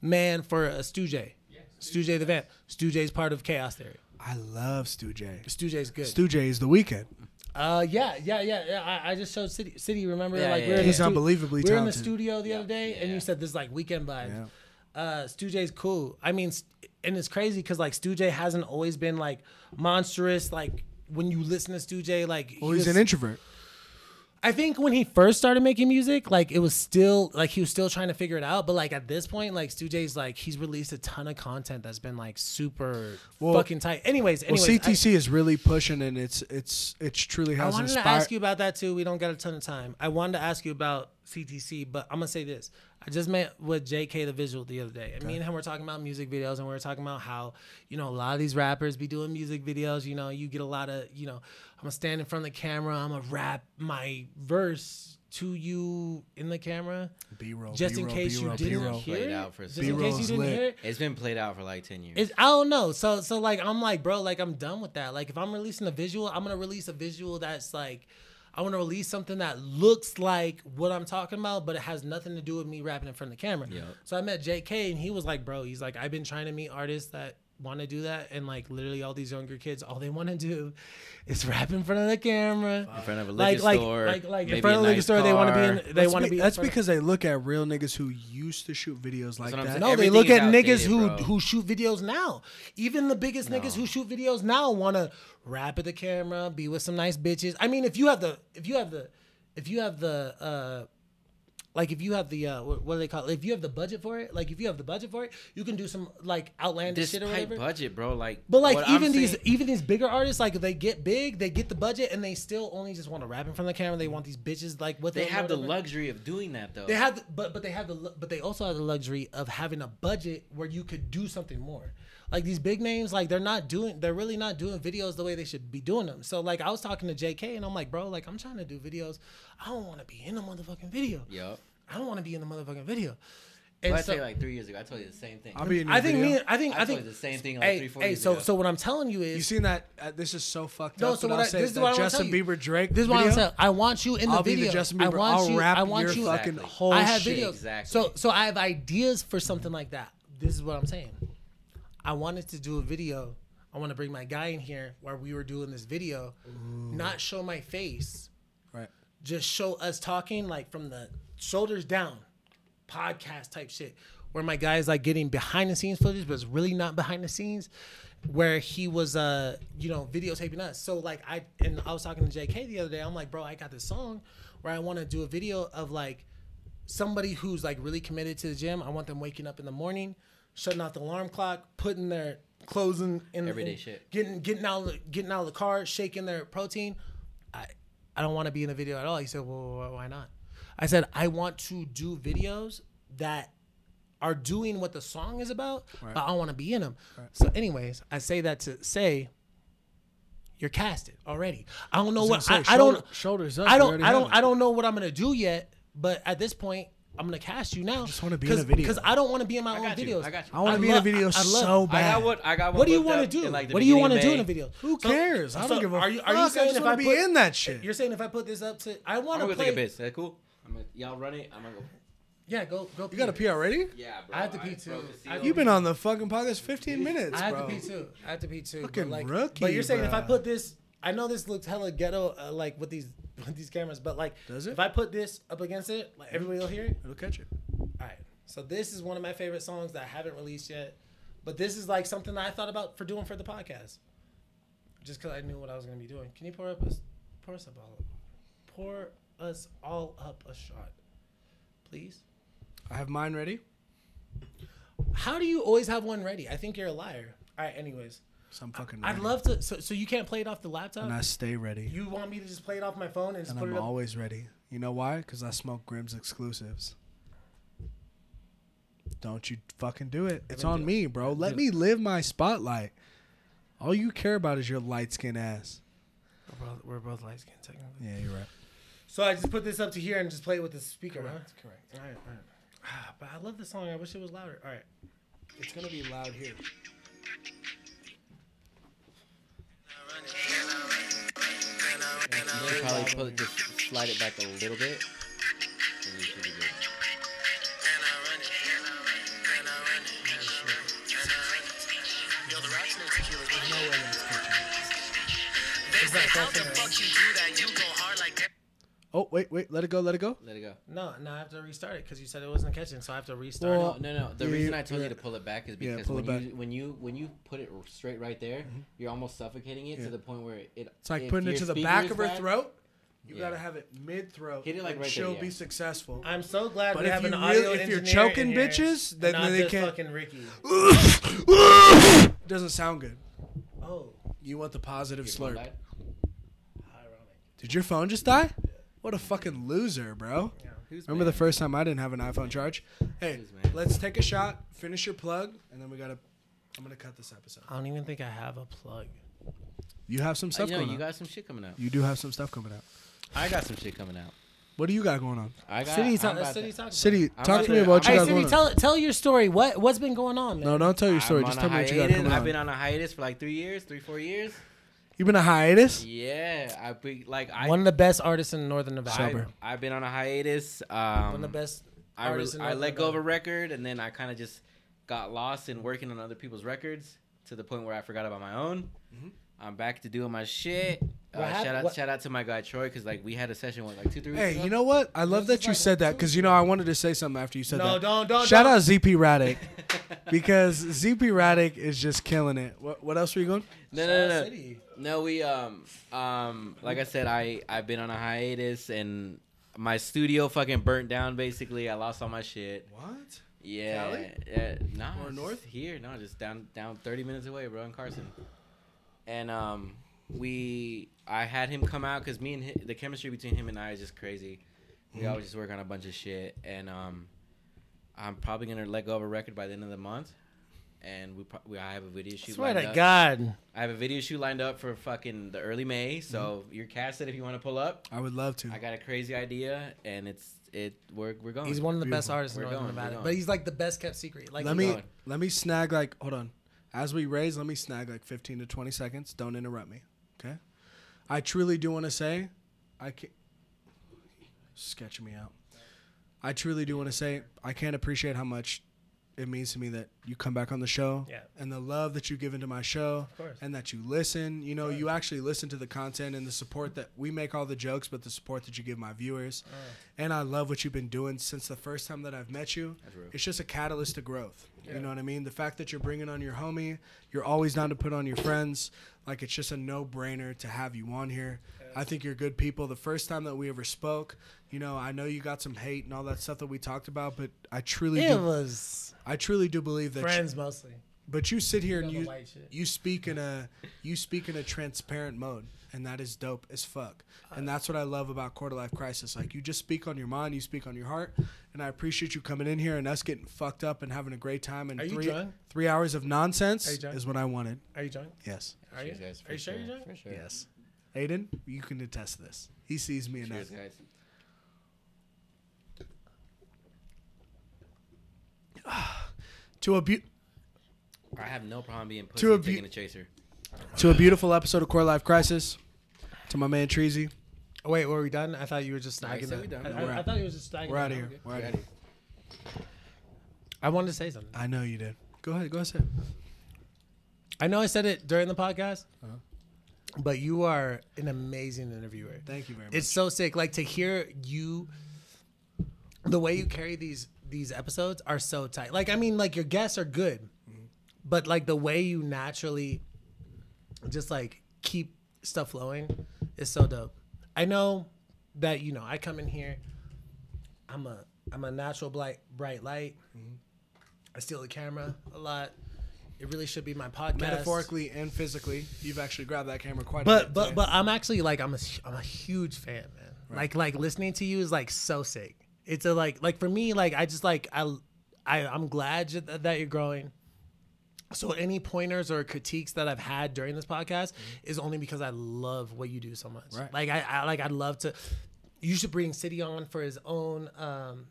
[SPEAKER 2] man for a Stu J. Stu J the Vamp. Stu J's part of Chaos Theory.
[SPEAKER 1] I love Stu J.
[SPEAKER 2] Stu J's good.
[SPEAKER 1] Stu J is the weekend.
[SPEAKER 2] Uh, yeah, yeah, yeah, yeah. I, I just showed City. City, remember?
[SPEAKER 3] Yeah,
[SPEAKER 2] like
[SPEAKER 3] yeah,
[SPEAKER 2] we were in
[SPEAKER 3] yeah.
[SPEAKER 2] the
[SPEAKER 1] He's unbelievably
[SPEAKER 2] We were in the
[SPEAKER 1] talented.
[SPEAKER 2] studio the other day, and
[SPEAKER 3] Yeah.
[SPEAKER 2] you said this is like weekend vibes. Uh, Stu J's cool. I mean, s- and it's crazy because like Stu J hasn't always been like monstrous. Like when you listen to Stu J, like
[SPEAKER 1] Well,
[SPEAKER 2] he
[SPEAKER 1] he's
[SPEAKER 2] was-
[SPEAKER 1] an introvert.
[SPEAKER 2] I think when he first started making music, like it was still like he was still trying to figure it out. But like at this point, like Stu J's like he's released a ton of content that's been like super
[SPEAKER 1] Well-
[SPEAKER 2] fucking tight. Anyways, anyways,
[SPEAKER 1] well,
[SPEAKER 2] I-
[SPEAKER 1] CTC is really pushing, and it's it's it's truly
[SPEAKER 2] I
[SPEAKER 1] has
[SPEAKER 2] wanted
[SPEAKER 1] inspired.
[SPEAKER 2] to ask you about that too. We don't got a ton of time. I wanted to ask you about CTC, but I'm gonna say this. I just met with JK the Visual the other day, and me and him were talking about music videos, and we were talking about how you know a lot of these rappers be doing music videos. You know, you get a lot of you know. I'm gonna stand in front of the camera. I'm gonna rap my verse to you in the camera,
[SPEAKER 1] B-roll,
[SPEAKER 2] just in
[SPEAKER 1] Oh, B-roll,
[SPEAKER 2] case you
[SPEAKER 1] B-roll,
[SPEAKER 2] didn't
[SPEAKER 1] B-roll.
[SPEAKER 2] hear
[SPEAKER 3] Played
[SPEAKER 2] it.
[SPEAKER 3] out for a
[SPEAKER 2] Just in
[SPEAKER 1] B-roll
[SPEAKER 2] case you
[SPEAKER 1] is
[SPEAKER 2] didn't
[SPEAKER 1] lit.
[SPEAKER 2] hear it.
[SPEAKER 3] It's been played out for like ten years.
[SPEAKER 2] It's, I don't know. So so like I'm like, bro, like I'm done with that. Like if I'm releasing a visual, I'm gonna release a visual that's like I want to release something that looks like what I'm talking about, but it has nothing to do with me rapping in front of the camera.
[SPEAKER 3] Yep.
[SPEAKER 2] So I met JK and he was like, bro, he's like, I've been trying to meet artists that want to do that, and like literally all these younger kids, all they want to do is rap in front of the camera.
[SPEAKER 3] in front of a
[SPEAKER 2] Like
[SPEAKER 3] liquor
[SPEAKER 2] like,
[SPEAKER 3] store,
[SPEAKER 2] like like
[SPEAKER 3] maybe
[SPEAKER 2] in front
[SPEAKER 3] a
[SPEAKER 2] of the liquor
[SPEAKER 3] nice
[SPEAKER 2] store, they want to
[SPEAKER 3] car.
[SPEAKER 2] be in. They
[SPEAKER 1] That's
[SPEAKER 2] want to
[SPEAKER 1] be-
[SPEAKER 2] be. in
[SPEAKER 1] That's
[SPEAKER 2] front of-
[SPEAKER 1] because they look at real niggas who used to shoot videos like
[SPEAKER 3] what I'm
[SPEAKER 1] that.
[SPEAKER 3] saying.
[SPEAKER 2] No, they
[SPEAKER 3] Everything
[SPEAKER 2] look
[SPEAKER 3] is
[SPEAKER 2] at niggas
[SPEAKER 3] outdated,
[SPEAKER 2] who
[SPEAKER 3] bro.
[SPEAKER 2] who shoot videos now. Even the biggest niggas who shoot videos now want to rap at the camera, be with some nice bitches. I mean, if you have the if you have the if you have the uh like if you have the uh what, what do they call it? If you have the budget for it, like if you have the budget for it, you can do some like outlandish shit or
[SPEAKER 3] Despite
[SPEAKER 2] whatever.
[SPEAKER 3] budget, bro. Like,
[SPEAKER 2] But like
[SPEAKER 3] what I'm
[SPEAKER 2] even these
[SPEAKER 3] saying-
[SPEAKER 2] even these bigger artists, like they get big, they get the budget, and they still only just want to rap in front of the camera. They want these bitches like what
[SPEAKER 3] they have the
[SPEAKER 2] luck.
[SPEAKER 3] luxury of doing that though.
[SPEAKER 2] They have, the, but but they have the, lu- but they also have the luxury of having a budget where you could do something more. Like these big names, like they're not doing, they're really not doing videos the way they should be doing them. So like I was talking to J.K. and I'm like, bro, like I'm trying to do videos. I don't want to be in a motherfucking video.
[SPEAKER 3] Yup.
[SPEAKER 2] I don't want to be in the motherfucking video. And
[SPEAKER 3] Well, I
[SPEAKER 2] so-
[SPEAKER 3] tell you, like three years ago, I told you the same thing.
[SPEAKER 1] I'll be in your
[SPEAKER 2] I think
[SPEAKER 1] video.
[SPEAKER 2] me, I think I,
[SPEAKER 3] I
[SPEAKER 2] think
[SPEAKER 3] told you the same thing like
[SPEAKER 2] Hey,
[SPEAKER 3] three, four
[SPEAKER 2] hey,
[SPEAKER 3] years
[SPEAKER 2] so
[SPEAKER 3] ago.
[SPEAKER 2] so what I'm telling you
[SPEAKER 1] You
[SPEAKER 2] is.
[SPEAKER 1] seen that? Uh, this is so fucked
[SPEAKER 2] No,
[SPEAKER 1] up.
[SPEAKER 2] so
[SPEAKER 1] but
[SPEAKER 2] what
[SPEAKER 1] I'll
[SPEAKER 2] I,
[SPEAKER 1] say
[SPEAKER 2] this is
[SPEAKER 1] that
[SPEAKER 2] what I want to
[SPEAKER 1] Justin
[SPEAKER 2] tell you.
[SPEAKER 1] Bieber, Drake.
[SPEAKER 2] This is what
[SPEAKER 1] video,
[SPEAKER 2] I'm saying. I want you in
[SPEAKER 1] I'll
[SPEAKER 2] the
[SPEAKER 1] be the
[SPEAKER 2] video.
[SPEAKER 1] Justin
[SPEAKER 2] I
[SPEAKER 1] Bieber.
[SPEAKER 2] want
[SPEAKER 1] I'll
[SPEAKER 2] you.
[SPEAKER 1] rap
[SPEAKER 2] I want
[SPEAKER 1] your
[SPEAKER 2] you.
[SPEAKER 1] fucking
[SPEAKER 3] Exactly.
[SPEAKER 1] whole
[SPEAKER 2] I have
[SPEAKER 1] shit.
[SPEAKER 2] videos.
[SPEAKER 3] Exactly.
[SPEAKER 2] So so I have ideas for something like that. This is what I'm saying. I wanted to do a video. I want to bring my guy in here where we were doing this video, not show my face,
[SPEAKER 1] Right.
[SPEAKER 2] just show us talking like from the shoulders down, podcast type shit. Where my guy is like getting behind the scenes footage, but it's really not behind the scenes. Where he was, uh, you know, videotaping us. So like I and I was talking to J.K. the other day. I'm like, bro, I got this song where I want to do a video of like somebody who's like really committed to the gym. I want them waking up in the morning, shutting off the alarm clock, putting their clothes in, in
[SPEAKER 3] Everyday
[SPEAKER 2] in-
[SPEAKER 3] shit.
[SPEAKER 2] getting getting out of the- getting out of the car, shaking their protein. I I don't want to be in the video at all. He said, well, why- why not? I said I want to do videos that are doing what the song is about, but I want to be in them. So, anyways, I say that to say. You're casted already. I don't know
[SPEAKER 1] I
[SPEAKER 2] what
[SPEAKER 1] was gonna
[SPEAKER 2] I,
[SPEAKER 1] say,
[SPEAKER 2] I don't
[SPEAKER 1] shoulder- shoulders up,
[SPEAKER 2] I
[SPEAKER 1] we
[SPEAKER 2] don't
[SPEAKER 1] already
[SPEAKER 2] I
[SPEAKER 1] have
[SPEAKER 2] don't
[SPEAKER 1] it.
[SPEAKER 2] I don't know what I'm gonna do yet, but at this point, I'm gonna cast you now. I
[SPEAKER 1] just wanna be in a video.
[SPEAKER 2] because I don't want to be in my
[SPEAKER 3] I
[SPEAKER 2] own
[SPEAKER 3] got you.
[SPEAKER 2] videos.
[SPEAKER 3] I got you.
[SPEAKER 1] I want
[SPEAKER 2] I
[SPEAKER 1] to be in a
[SPEAKER 2] love-
[SPEAKER 1] video
[SPEAKER 2] I love-
[SPEAKER 1] so
[SPEAKER 3] I
[SPEAKER 1] bad.
[SPEAKER 3] got what I got.
[SPEAKER 2] What do you
[SPEAKER 3] want to
[SPEAKER 2] do? what do you want to do in a video?
[SPEAKER 1] Who cares? I don't
[SPEAKER 2] so
[SPEAKER 1] give a
[SPEAKER 2] are
[SPEAKER 1] are
[SPEAKER 2] you-
[SPEAKER 1] you,
[SPEAKER 2] are you saying
[SPEAKER 1] I just
[SPEAKER 2] if
[SPEAKER 1] want
[SPEAKER 2] I
[SPEAKER 1] to be
[SPEAKER 2] put-
[SPEAKER 1] in that shit.
[SPEAKER 2] You're saying if I put this up to, I
[SPEAKER 3] I'm
[SPEAKER 2] want
[SPEAKER 3] gonna
[SPEAKER 2] to
[SPEAKER 3] go take a
[SPEAKER 2] play.
[SPEAKER 3] piss. Is that cool? I'm gonna, y'all run it. I'm gonna go.
[SPEAKER 2] Yeah, go go.
[SPEAKER 1] You got to pee already?
[SPEAKER 3] Yeah, bro.
[SPEAKER 2] I have to pee too.
[SPEAKER 3] broke the
[SPEAKER 2] I have
[SPEAKER 3] seal.
[SPEAKER 1] You've been on the fucking podcast 15 minutes,
[SPEAKER 2] I have
[SPEAKER 1] bro.
[SPEAKER 2] to pee too. I have to pee too.
[SPEAKER 1] Fucking
[SPEAKER 2] but like,
[SPEAKER 1] rookie,
[SPEAKER 2] But you're saying if I
[SPEAKER 1] bruh.
[SPEAKER 2] put this, I know this looks hella ghetto, uh, like with these with these cameras. But like,
[SPEAKER 1] Does it?
[SPEAKER 2] If I put this up against it, like everybody will hear it.
[SPEAKER 1] It'll catch it.
[SPEAKER 2] All right. So this is one of my favorite songs that I haven't released yet, but this is like something that I thought about for doing for the podcast, just because I knew what I was gonna be doing. Can you pour up us, pour us up all, pour us all up a shot, please?
[SPEAKER 1] I have mine ready.
[SPEAKER 2] How do you always have one ready? I think you're a liar. All right. Anyways,
[SPEAKER 1] So I'm fucking ready.
[SPEAKER 2] I'd love to. So, so you can't play it off the laptop.
[SPEAKER 1] And I stay ready.
[SPEAKER 2] You want me to just play it off my phone and just
[SPEAKER 1] And
[SPEAKER 2] put
[SPEAKER 1] I'm
[SPEAKER 2] it up?
[SPEAKER 1] always ready. You know why? Because I smoke Grimm's exclusives. Don't you fucking do it. It's on me, bro. Let me live my spotlight. All you care about is your light skin ass.
[SPEAKER 2] We're both, we're both light skinned technically.
[SPEAKER 1] Yeah, you're right.
[SPEAKER 2] So I just put this up to here and just play it with the speaker.
[SPEAKER 1] Correct,
[SPEAKER 2] Huh? Correct. All right, all right. Ah, But I love the song. I wish it was louder. All right.
[SPEAKER 1] It's gonna be loud here.
[SPEAKER 3] You should probably put, just slide it back a little bit. and you should be good.
[SPEAKER 1] Oh wait, wait. Let it go. Let it go.
[SPEAKER 3] Let it go.
[SPEAKER 2] No, no, I have to restart it because you said it wasn't catching, so I have to restart
[SPEAKER 1] Well,
[SPEAKER 2] it.
[SPEAKER 3] No, no. The
[SPEAKER 1] Yeah,
[SPEAKER 3] reason
[SPEAKER 1] yeah,
[SPEAKER 3] I told
[SPEAKER 1] yeah.
[SPEAKER 3] you to pull it back is
[SPEAKER 1] Yeah,
[SPEAKER 3] because
[SPEAKER 1] pull it Mm-hmm.
[SPEAKER 3] when you when you when you put it r- straight right there, you're almost suffocating it
[SPEAKER 1] Yeah.
[SPEAKER 3] to the point where it.
[SPEAKER 1] It's like
[SPEAKER 3] if
[SPEAKER 1] putting it
[SPEAKER 3] your
[SPEAKER 1] to the
[SPEAKER 3] speaker
[SPEAKER 1] back
[SPEAKER 3] is
[SPEAKER 1] of her
[SPEAKER 3] back-
[SPEAKER 1] throat. You
[SPEAKER 3] Yeah.
[SPEAKER 1] gotta have it mid throat.
[SPEAKER 3] Hit it, like, right there,
[SPEAKER 1] She'll
[SPEAKER 3] yeah.
[SPEAKER 1] be successful.
[SPEAKER 2] I'm so glad
[SPEAKER 1] But
[SPEAKER 2] we
[SPEAKER 1] if
[SPEAKER 2] have
[SPEAKER 1] you
[SPEAKER 2] an
[SPEAKER 1] really-
[SPEAKER 2] audio
[SPEAKER 1] if you're
[SPEAKER 2] engineer
[SPEAKER 1] choking
[SPEAKER 2] in here,
[SPEAKER 1] bitches,
[SPEAKER 2] and
[SPEAKER 1] then
[SPEAKER 2] not
[SPEAKER 1] they
[SPEAKER 2] just
[SPEAKER 1] can't-
[SPEAKER 2] Fucking Ricky.
[SPEAKER 1] Doesn't sound good.
[SPEAKER 2] Oh,
[SPEAKER 1] You want the positive
[SPEAKER 3] Your phone
[SPEAKER 1] slurp.
[SPEAKER 3] died?
[SPEAKER 2] ironic.
[SPEAKER 1] Did your phone just die? What a fucking loser, bro.
[SPEAKER 3] Who's
[SPEAKER 1] Remember the
[SPEAKER 3] mad?
[SPEAKER 1] first time I didn't have an iPhone charge? Hey,
[SPEAKER 3] Jeez, man.
[SPEAKER 1] let's take a shot, finish your plug, and then we gotta. I'm gonna cut this episode.
[SPEAKER 2] I don't even think I have a plug.
[SPEAKER 1] You have some
[SPEAKER 3] Uh,
[SPEAKER 1] stuff
[SPEAKER 3] you know,
[SPEAKER 1] going
[SPEAKER 3] you
[SPEAKER 1] on.
[SPEAKER 3] got some shit coming out.
[SPEAKER 1] you do have some stuff coming out.
[SPEAKER 3] I got some shit coming out.
[SPEAKER 1] What do you got going on?
[SPEAKER 3] I got.
[SPEAKER 2] City,
[SPEAKER 3] I'm
[SPEAKER 2] talk,
[SPEAKER 3] about
[SPEAKER 2] city,
[SPEAKER 3] to-
[SPEAKER 2] talk.
[SPEAKER 1] City,
[SPEAKER 3] I'm
[SPEAKER 1] talk
[SPEAKER 3] about
[SPEAKER 1] to me
[SPEAKER 3] to-
[SPEAKER 1] about what
[SPEAKER 3] I'm
[SPEAKER 1] you
[SPEAKER 2] Hey,
[SPEAKER 1] got
[SPEAKER 3] about
[SPEAKER 2] City,
[SPEAKER 1] going on.
[SPEAKER 2] tell tell your story. What what's been going on, man?
[SPEAKER 1] No, don't tell your
[SPEAKER 3] I'm
[SPEAKER 1] story.
[SPEAKER 3] on
[SPEAKER 1] Just
[SPEAKER 3] a
[SPEAKER 1] tell me what you got
[SPEAKER 3] hiatus.
[SPEAKER 1] coming
[SPEAKER 3] I've been
[SPEAKER 1] on.
[SPEAKER 3] on a hiatus for like three years, three four years.
[SPEAKER 1] You've been on hiatus?
[SPEAKER 3] Yeah, I be like I.
[SPEAKER 2] One of the best artists in Northern Nevada.
[SPEAKER 1] Sober.
[SPEAKER 3] I, have been on a hiatus. Um,
[SPEAKER 2] One of the best.
[SPEAKER 3] I, re-
[SPEAKER 2] artists in
[SPEAKER 3] I
[SPEAKER 2] Northern
[SPEAKER 3] let go of a
[SPEAKER 2] Nevada.
[SPEAKER 3] record and then I kind of just got lost in working on other people's records to the point where I forgot about my own. I'm back to doing my shit.
[SPEAKER 2] Mm-hmm. What
[SPEAKER 3] Uh,
[SPEAKER 2] hap-
[SPEAKER 3] shout out,
[SPEAKER 2] what-
[SPEAKER 3] shout out to my guy Troy because like we had a session with like two three.
[SPEAKER 1] Hey,
[SPEAKER 3] weeks
[SPEAKER 1] you
[SPEAKER 3] ago.
[SPEAKER 1] know what? I love
[SPEAKER 2] This is
[SPEAKER 1] that you
[SPEAKER 2] like
[SPEAKER 1] said
[SPEAKER 2] a
[SPEAKER 1] that because you know I wanted to say something after you said
[SPEAKER 2] No,
[SPEAKER 1] that.
[SPEAKER 2] don't don't
[SPEAKER 1] Shout
[SPEAKER 2] don't.
[SPEAKER 1] out ZP Raddick because ZP Raddick is just killing it. What, what else were you going?
[SPEAKER 3] no, no, no, no. No, we um um like I said, I I've been on a hiatus and my studio fucking burnt down. Basically, I lost all my shit.
[SPEAKER 1] What?
[SPEAKER 3] Yeah,
[SPEAKER 1] Cali?
[SPEAKER 3] yeah, nah,
[SPEAKER 1] Or
[SPEAKER 3] it's
[SPEAKER 1] north?
[SPEAKER 3] just here, no, just down down thirty minutes away, bro, in Carson. And um, we I had him come out because me and hi the chemistry between him and I is just crazy. We always just work on a bunch of shit, and um, I'm probably gonna let go of a record by the end of the month. And we, pro- we I have a video shoot.
[SPEAKER 2] Swear
[SPEAKER 3] lined
[SPEAKER 2] to
[SPEAKER 3] up.
[SPEAKER 2] God.
[SPEAKER 3] I have a video shoot lined up for fucking the early May. So
[SPEAKER 2] Mm-hmm.
[SPEAKER 3] you're casted if you want to pull up.
[SPEAKER 1] I would love to.
[SPEAKER 3] I got a crazy idea, and it's it we're we're going.
[SPEAKER 2] He's one of the best
[SPEAKER 1] Beautiful.
[SPEAKER 2] artists in
[SPEAKER 3] We're
[SPEAKER 2] Northern
[SPEAKER 3] going, we're
[SPEAKER 2] Nevada,
[SPEAKER 3] going.
[SPEAKER 2] but he's like the best kept secret. Like
[SPEAKER 1] let
[SPEAKER 2] he's
[SPEAKER 1] me
[SPEAKER 3] going.
[SPEAKER 1] let me snag like hold on. As we raise, let me snag like 15 to 20 seconds. Don't interrupt me. Okay? I truly do want to say I can sketch me out. I truly do want to say I can't appreciate how much it means to me that you come back on the show
[SPEAKER 2] Yeah.
[SPEAKER 1] and the love that you've given to my show
[SPEAKER 2] course.
[SPEAKER 1] and that you listen. You know, you actually listen to the content and the support that we make all the jokes, but the support that you give my viewers.
[SPEAKER 2] Uh.
[SPEAKER 1] And I love what you've been doing since the first time that I've met you.
[SPEAKER 3] real.
[SPEAKER 1] It's just a catalyst to growth. You know what I mean? The fact that you're bringing on your homie, you're always down to put on your friends. Like it's just a no brainer to have you on here. I think you're good people. The first time that we ever spoke, you know, I know you got some hate and all that stuff that we talked about, but I truly,
[SPEAKER 2] it
[SPEAKER 1] do,
[SPEAKER 2] was
[SPEAKER 1] I truly do believe that you-
[SPEAKER 2] friends mostly.
[SPEAKER 1] but you sit here and
[SPEAKER 2] Love the
[SPEAKER 1] you
[SPEAKER 2] white shit.
[SPEAKER 1] you speak in a you speak in a transparent mode, and that is dope as fuck. And that's what I love about quarter life crisis. Like you just speak on your mind, you speak on your heart, and I appreciate you coming in here and us getting fucked up and having a great time. And
[SPEAKER 2] Are you
[SPEAKER 1] three
[SPEAKER 2] drunk?
[SPEAKER 1] three hours of nonsense
[SPEAKER 2] Are you drunk?
[SPEAKER 1] is what I wanted.
[SPEAKER 2] Are you drunk?
[SPEAKER 1] Yes,
[SPEAKER 2] Are you?
[SPEAKER 3] Cheers, guys,
[SPEAKER 2] Are you
[SPEAKER 3] for
[SPEAKER 2] sure you're
[SPEAKER 3] sure,
[SPEAKER 2] drunk?
[SPEAKER 3] for sure.
[SPEAKER 1] yes. Aiden, you can attest to this. He sees me and
[SPEAKER 3] Cheers,
[SPEAKER 1] that.
[SPEAKER 3] guys.
[SPEAKER 1] to a bu-
[SPEAKER 3] I have no problem being pussy
[SPEAKER 1] To a
[SPEAKER 3] and taking
[SPEAKER 1] bu-
[SPEAKER 3] a chaser.
[SPEAKER 1] to a beautiful episode of Core Life Crisis. To my man Treasy,
[SPEAKER 2] Oh, wait, were we done? I thought you were just
[SPEAKER 3] I
[SPEAKER 2] snagging
[SPEAKER 3] said we
[SPEAKER 2] it.
[SPEAKER 3] done.
[SPEAKER 2] I,
[SPEAKER 3] We're
[SPEAKER 2] I- I
[SPEAKER 1] out.
[SPEAKER 2] thought you were just snagging
[SPEAKER 1] we're
[SPEAKER 2] it.
[SPEAKER 1] out of here. We're out of here.
[SPEAKER 2] I wanted to say something.
[SPEAKER 1] I know you did. Go ahead. Go ahead.
[SPEAKER 2] I know I said it during the podcast, but you are an amazing interviewer.
[SPEAKER 1] Thank you very much.
[SPEAKER 2] It's so sick. Like to hear you, the way you carry these these episodes are so tight. Like I mean, like your guests are good, but like the way you naturally, just like keep stuff flowing, is so dope. I know that you know I come in here, I'm a I'm a natural bright bright light.
[SPEAKER 1] Mm-hmm.
[SPEAKER 2] I steal the camera a lot. It really should be my podcast.
[SPEAKER 1] Metaphorically and physically, you've actually grabbed that camera quite a
[SPEAKER 2] But
[SPEAKER 1] bit.
[SPEAKER 2] but
[SPEAKER 1] today.
[SPEAKER 2] but I'm actually like I'm a hu- I'm a huge fan, man. Like like listening to you is like so sick. It's a like like for me like I just like I I I'm glad you- that you're growing. So any pointers or critiques that I've had during this podcast is only because I love what you do so much.
[SPEAKER 1] Mm-hmm. Right.
[SPEAKER 2] Like I, I like I'd love to. You should bring City on for his own. Um,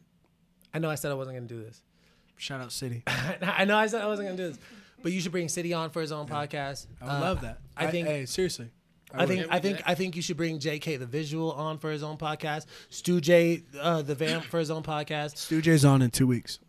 [SPEAKER 2] I know I said I wasn't gonna do this.
[SPEAKER 1] shout out City.
[SPEAKER 2] I know I said I wasn't gonna do this, but you should bring City on for his own podcast.
[SPEAKER 1] I would love that.
[SPEAKER 2] Uh, I think-
[SPEAKER 1] Hey, seriously.
[SPEAKER 2] I think
[SPEAKER 1] would.
[SPEAKER 2] I think I think you should bring J.K. the visual on for his own podcast. Stu J uh, the vamp for his own podcast.
[SPEAKER 1] Stu J's on in two weeks.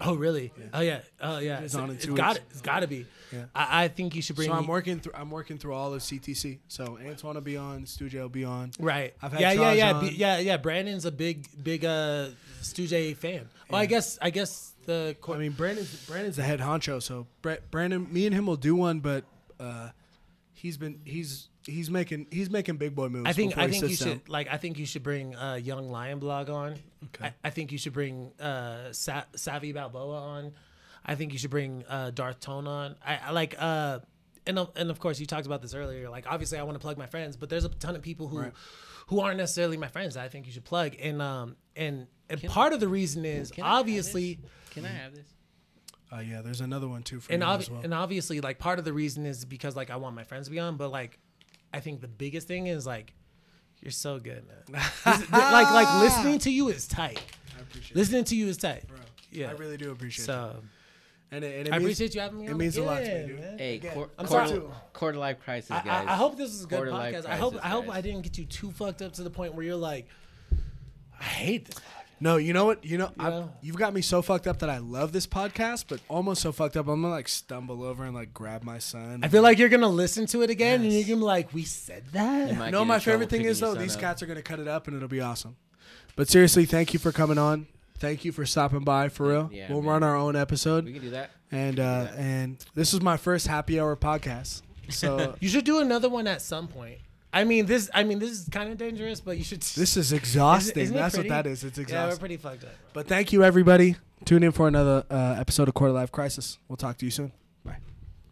[SPEAKER 2] Oh really? Oh yeah. Oh yeah.
[SPEAKER 1] It's
[SPEAKER 2] It's,
[SPEAKER 1] on in
[SPEAKER 2] it's
[SPEAKER 1] two
[SPEAKER 2] got
[SPEAKER 1] weeks.
[SPEAKER 2] it. It's got to be.
[SPEAKER 1] Yeah.
[SPEAKER 2] I, I think you should bring.
[SPEAKER 1] So I'm working through. I'm working through all of CTC. So Antoine will be on. Stu J will be on.
[SPEAKER 2] Right.
[SPEAKER 1] I've had
[SPEAKER 2] yeah, yeah, yeah,
[SPEAKER 1] Traj
[SPEAKER 2] B-
[SPEAKER 1] on.
[SPEAKER 2] yeah, yeah. Brandon's a big, big uh, Stu J fan. Well, I guess, I guess the.
[SPEAKER 1] I
[SPEAKER 2] Cor-
[SPEAKER 1] mean, Brandon's Brandon's the head honcho. So Bra- Brandon, me and him will do one, but uh, he's been he's he's making he's making big boy moves.
[SPEAKER 2] I think
[SPEAKER 1] before
[SPEAKER 2] I
[SPEAKER 1] he
[SPEAKER 2] think you
[SPEAKER 1] sits down.
[SPEAKER 2] should like I think you should bring uh, Young Lion Blog on. I, I think you should bring uh, Sa- Savvy Balboa on. I think you should bring uh, Darth Tone on. I, I like uh, and of- and of course you talked about this earlier. Like obviously I want to plug my friends, but there's a ton of people who who aren't necessarily my friends that I think you should plug. And um and and part of the reason is
[SPEAKER 3] Can I have
[SPEAKER 2] obviously.
[SPEAKER 3] this? Can I have this?
[SPEAKER 1] Uh, yeah, there's another one too for
[SPEAKER 2] and
[SPEAKER 1] him
[SPEAKER 2] ob-
[SPEAKER 1] as well.
[SPEAKER 2] and obviously like part of the reason is because like I want my friends to be on, but like I think the biggest thing is like you're so good, man. This- like like listening to you is tight.
[SPEAKER 1] I appreciate
[SPEAKER 2] Listening to you is tight.
[SPEAKER 1] it, bro.
[SPEAKER 2] Yeah.
[SPEAKER 1] I really do appreciate it.
[SPEAKER 2] so
[SPEAKER 1] And it, and it
[SPEAKER 2] I
[SPEAKER 1] means-
[SPEAKER 2] appreciate you having me.
[SPEAKER 1] It
[SPEAKER 2] on.
[SPEAKER 1] means a lot to
[SPEAKER 2] Yeah,
[SPEAKER 1] me, dude.
[SPEAKER 2] man.
[SPEAKER 3] Hey, quar-
[SPEAKER 2] I'm sorry.
[SPEAKER 3] quarter, quarter life crisis,
[SPEAKER 2] I-
[SPEAKER 3] guys.
[SPEAKER 2] I, I hope this is a good
[SPEAKER 3] Quarter life
[SPEAKER 2] podcast. I hope
[SPEAKER 3] crisis,
[SPEAKER 2] I hope
[SPEAKER 3] guys.
[SPEAKER 2] I didn't get you too fucked up to the point where you're like, I hate this.
[SPEAKER 1] No, you know what? You know, I,
[SPEAKER 2] Yeah.
[SPEAKER 1] you've got me so fucked up that I love this podcast, but almost so fucked up I'm gonna like stumble over and like grab my son.
[SPEAKER 3] Mm-hmm.
[SPEAKER 2] I feel like you're gonna listen to it again and
[SPEAKER 1] Yes.
[SPEAKER 2] you're gonna be like, we said that.
[SPEAKER 3] You might
[SPEAKER 1] You know,
[SPEAKER 3] get in
[SPEAKER 1] my
[SPEAKER 3] trouble
[SPEAKER 1] favorite thing
[SPEAKER 3] picking
[SPEAKER 1] is
[SPEAKER 3] your
[SPEAKER 1] though
[SPEAKER 3] son
[SPEAKER 1] these
[SPEAKER 3] up.
[SPEAKER 1] cats are gonna cut it up and it'll be awesome. But seriously, thank you for coming on. Thank you for stopping by for real.
[SPEAKER 3] Yeah,
[SPEAKER 1] we'll
[SPEAKER 3] man.
[SPEAKER 1] run our own
[SPEAKER 3] We
[SPEAKER 1] episode,
[SPEAKER 3] can do that.
[SPEAKER 1] and uh, and this is my first happy hour podcast. So
[SPEAKER 2] You should do another one at some point. I mean this. I mean this is kind of dangerous, but you should.
[SPEAKER 1] this is exhausting.
[SPEAKER 2] Isn't- isn't it
[SPEAKER 1] That's what
[SPEAKER 2] pretty?
[SPEAKER 1] that is. It's
[SPEAKER 2] yeah, we're
[SPEAKER 1] exhausting.
[SPEAKER 2] pretty fucked up.
[SPEAKER 1] but thank you everybody. Tune in for another uh, episode of Quarter Life Crisis. We'll talk to you soon.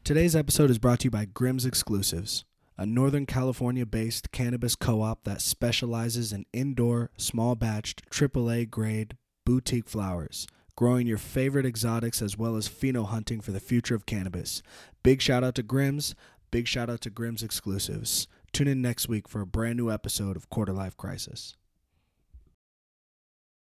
[SPEAKER 1] Today's episode is brought to you by Grimm's Exclusives, a Northern California based cannabis co op that specializes in indoor, small batched, AAA grade boutique flowers, growing your favorite exotics as well as pheno hunting for the future of cannabis. Big shout out to Grimm's, big shout out to Grimm's Exclusives. Tune in next week for a brand new episode of Quarter Life Crisis.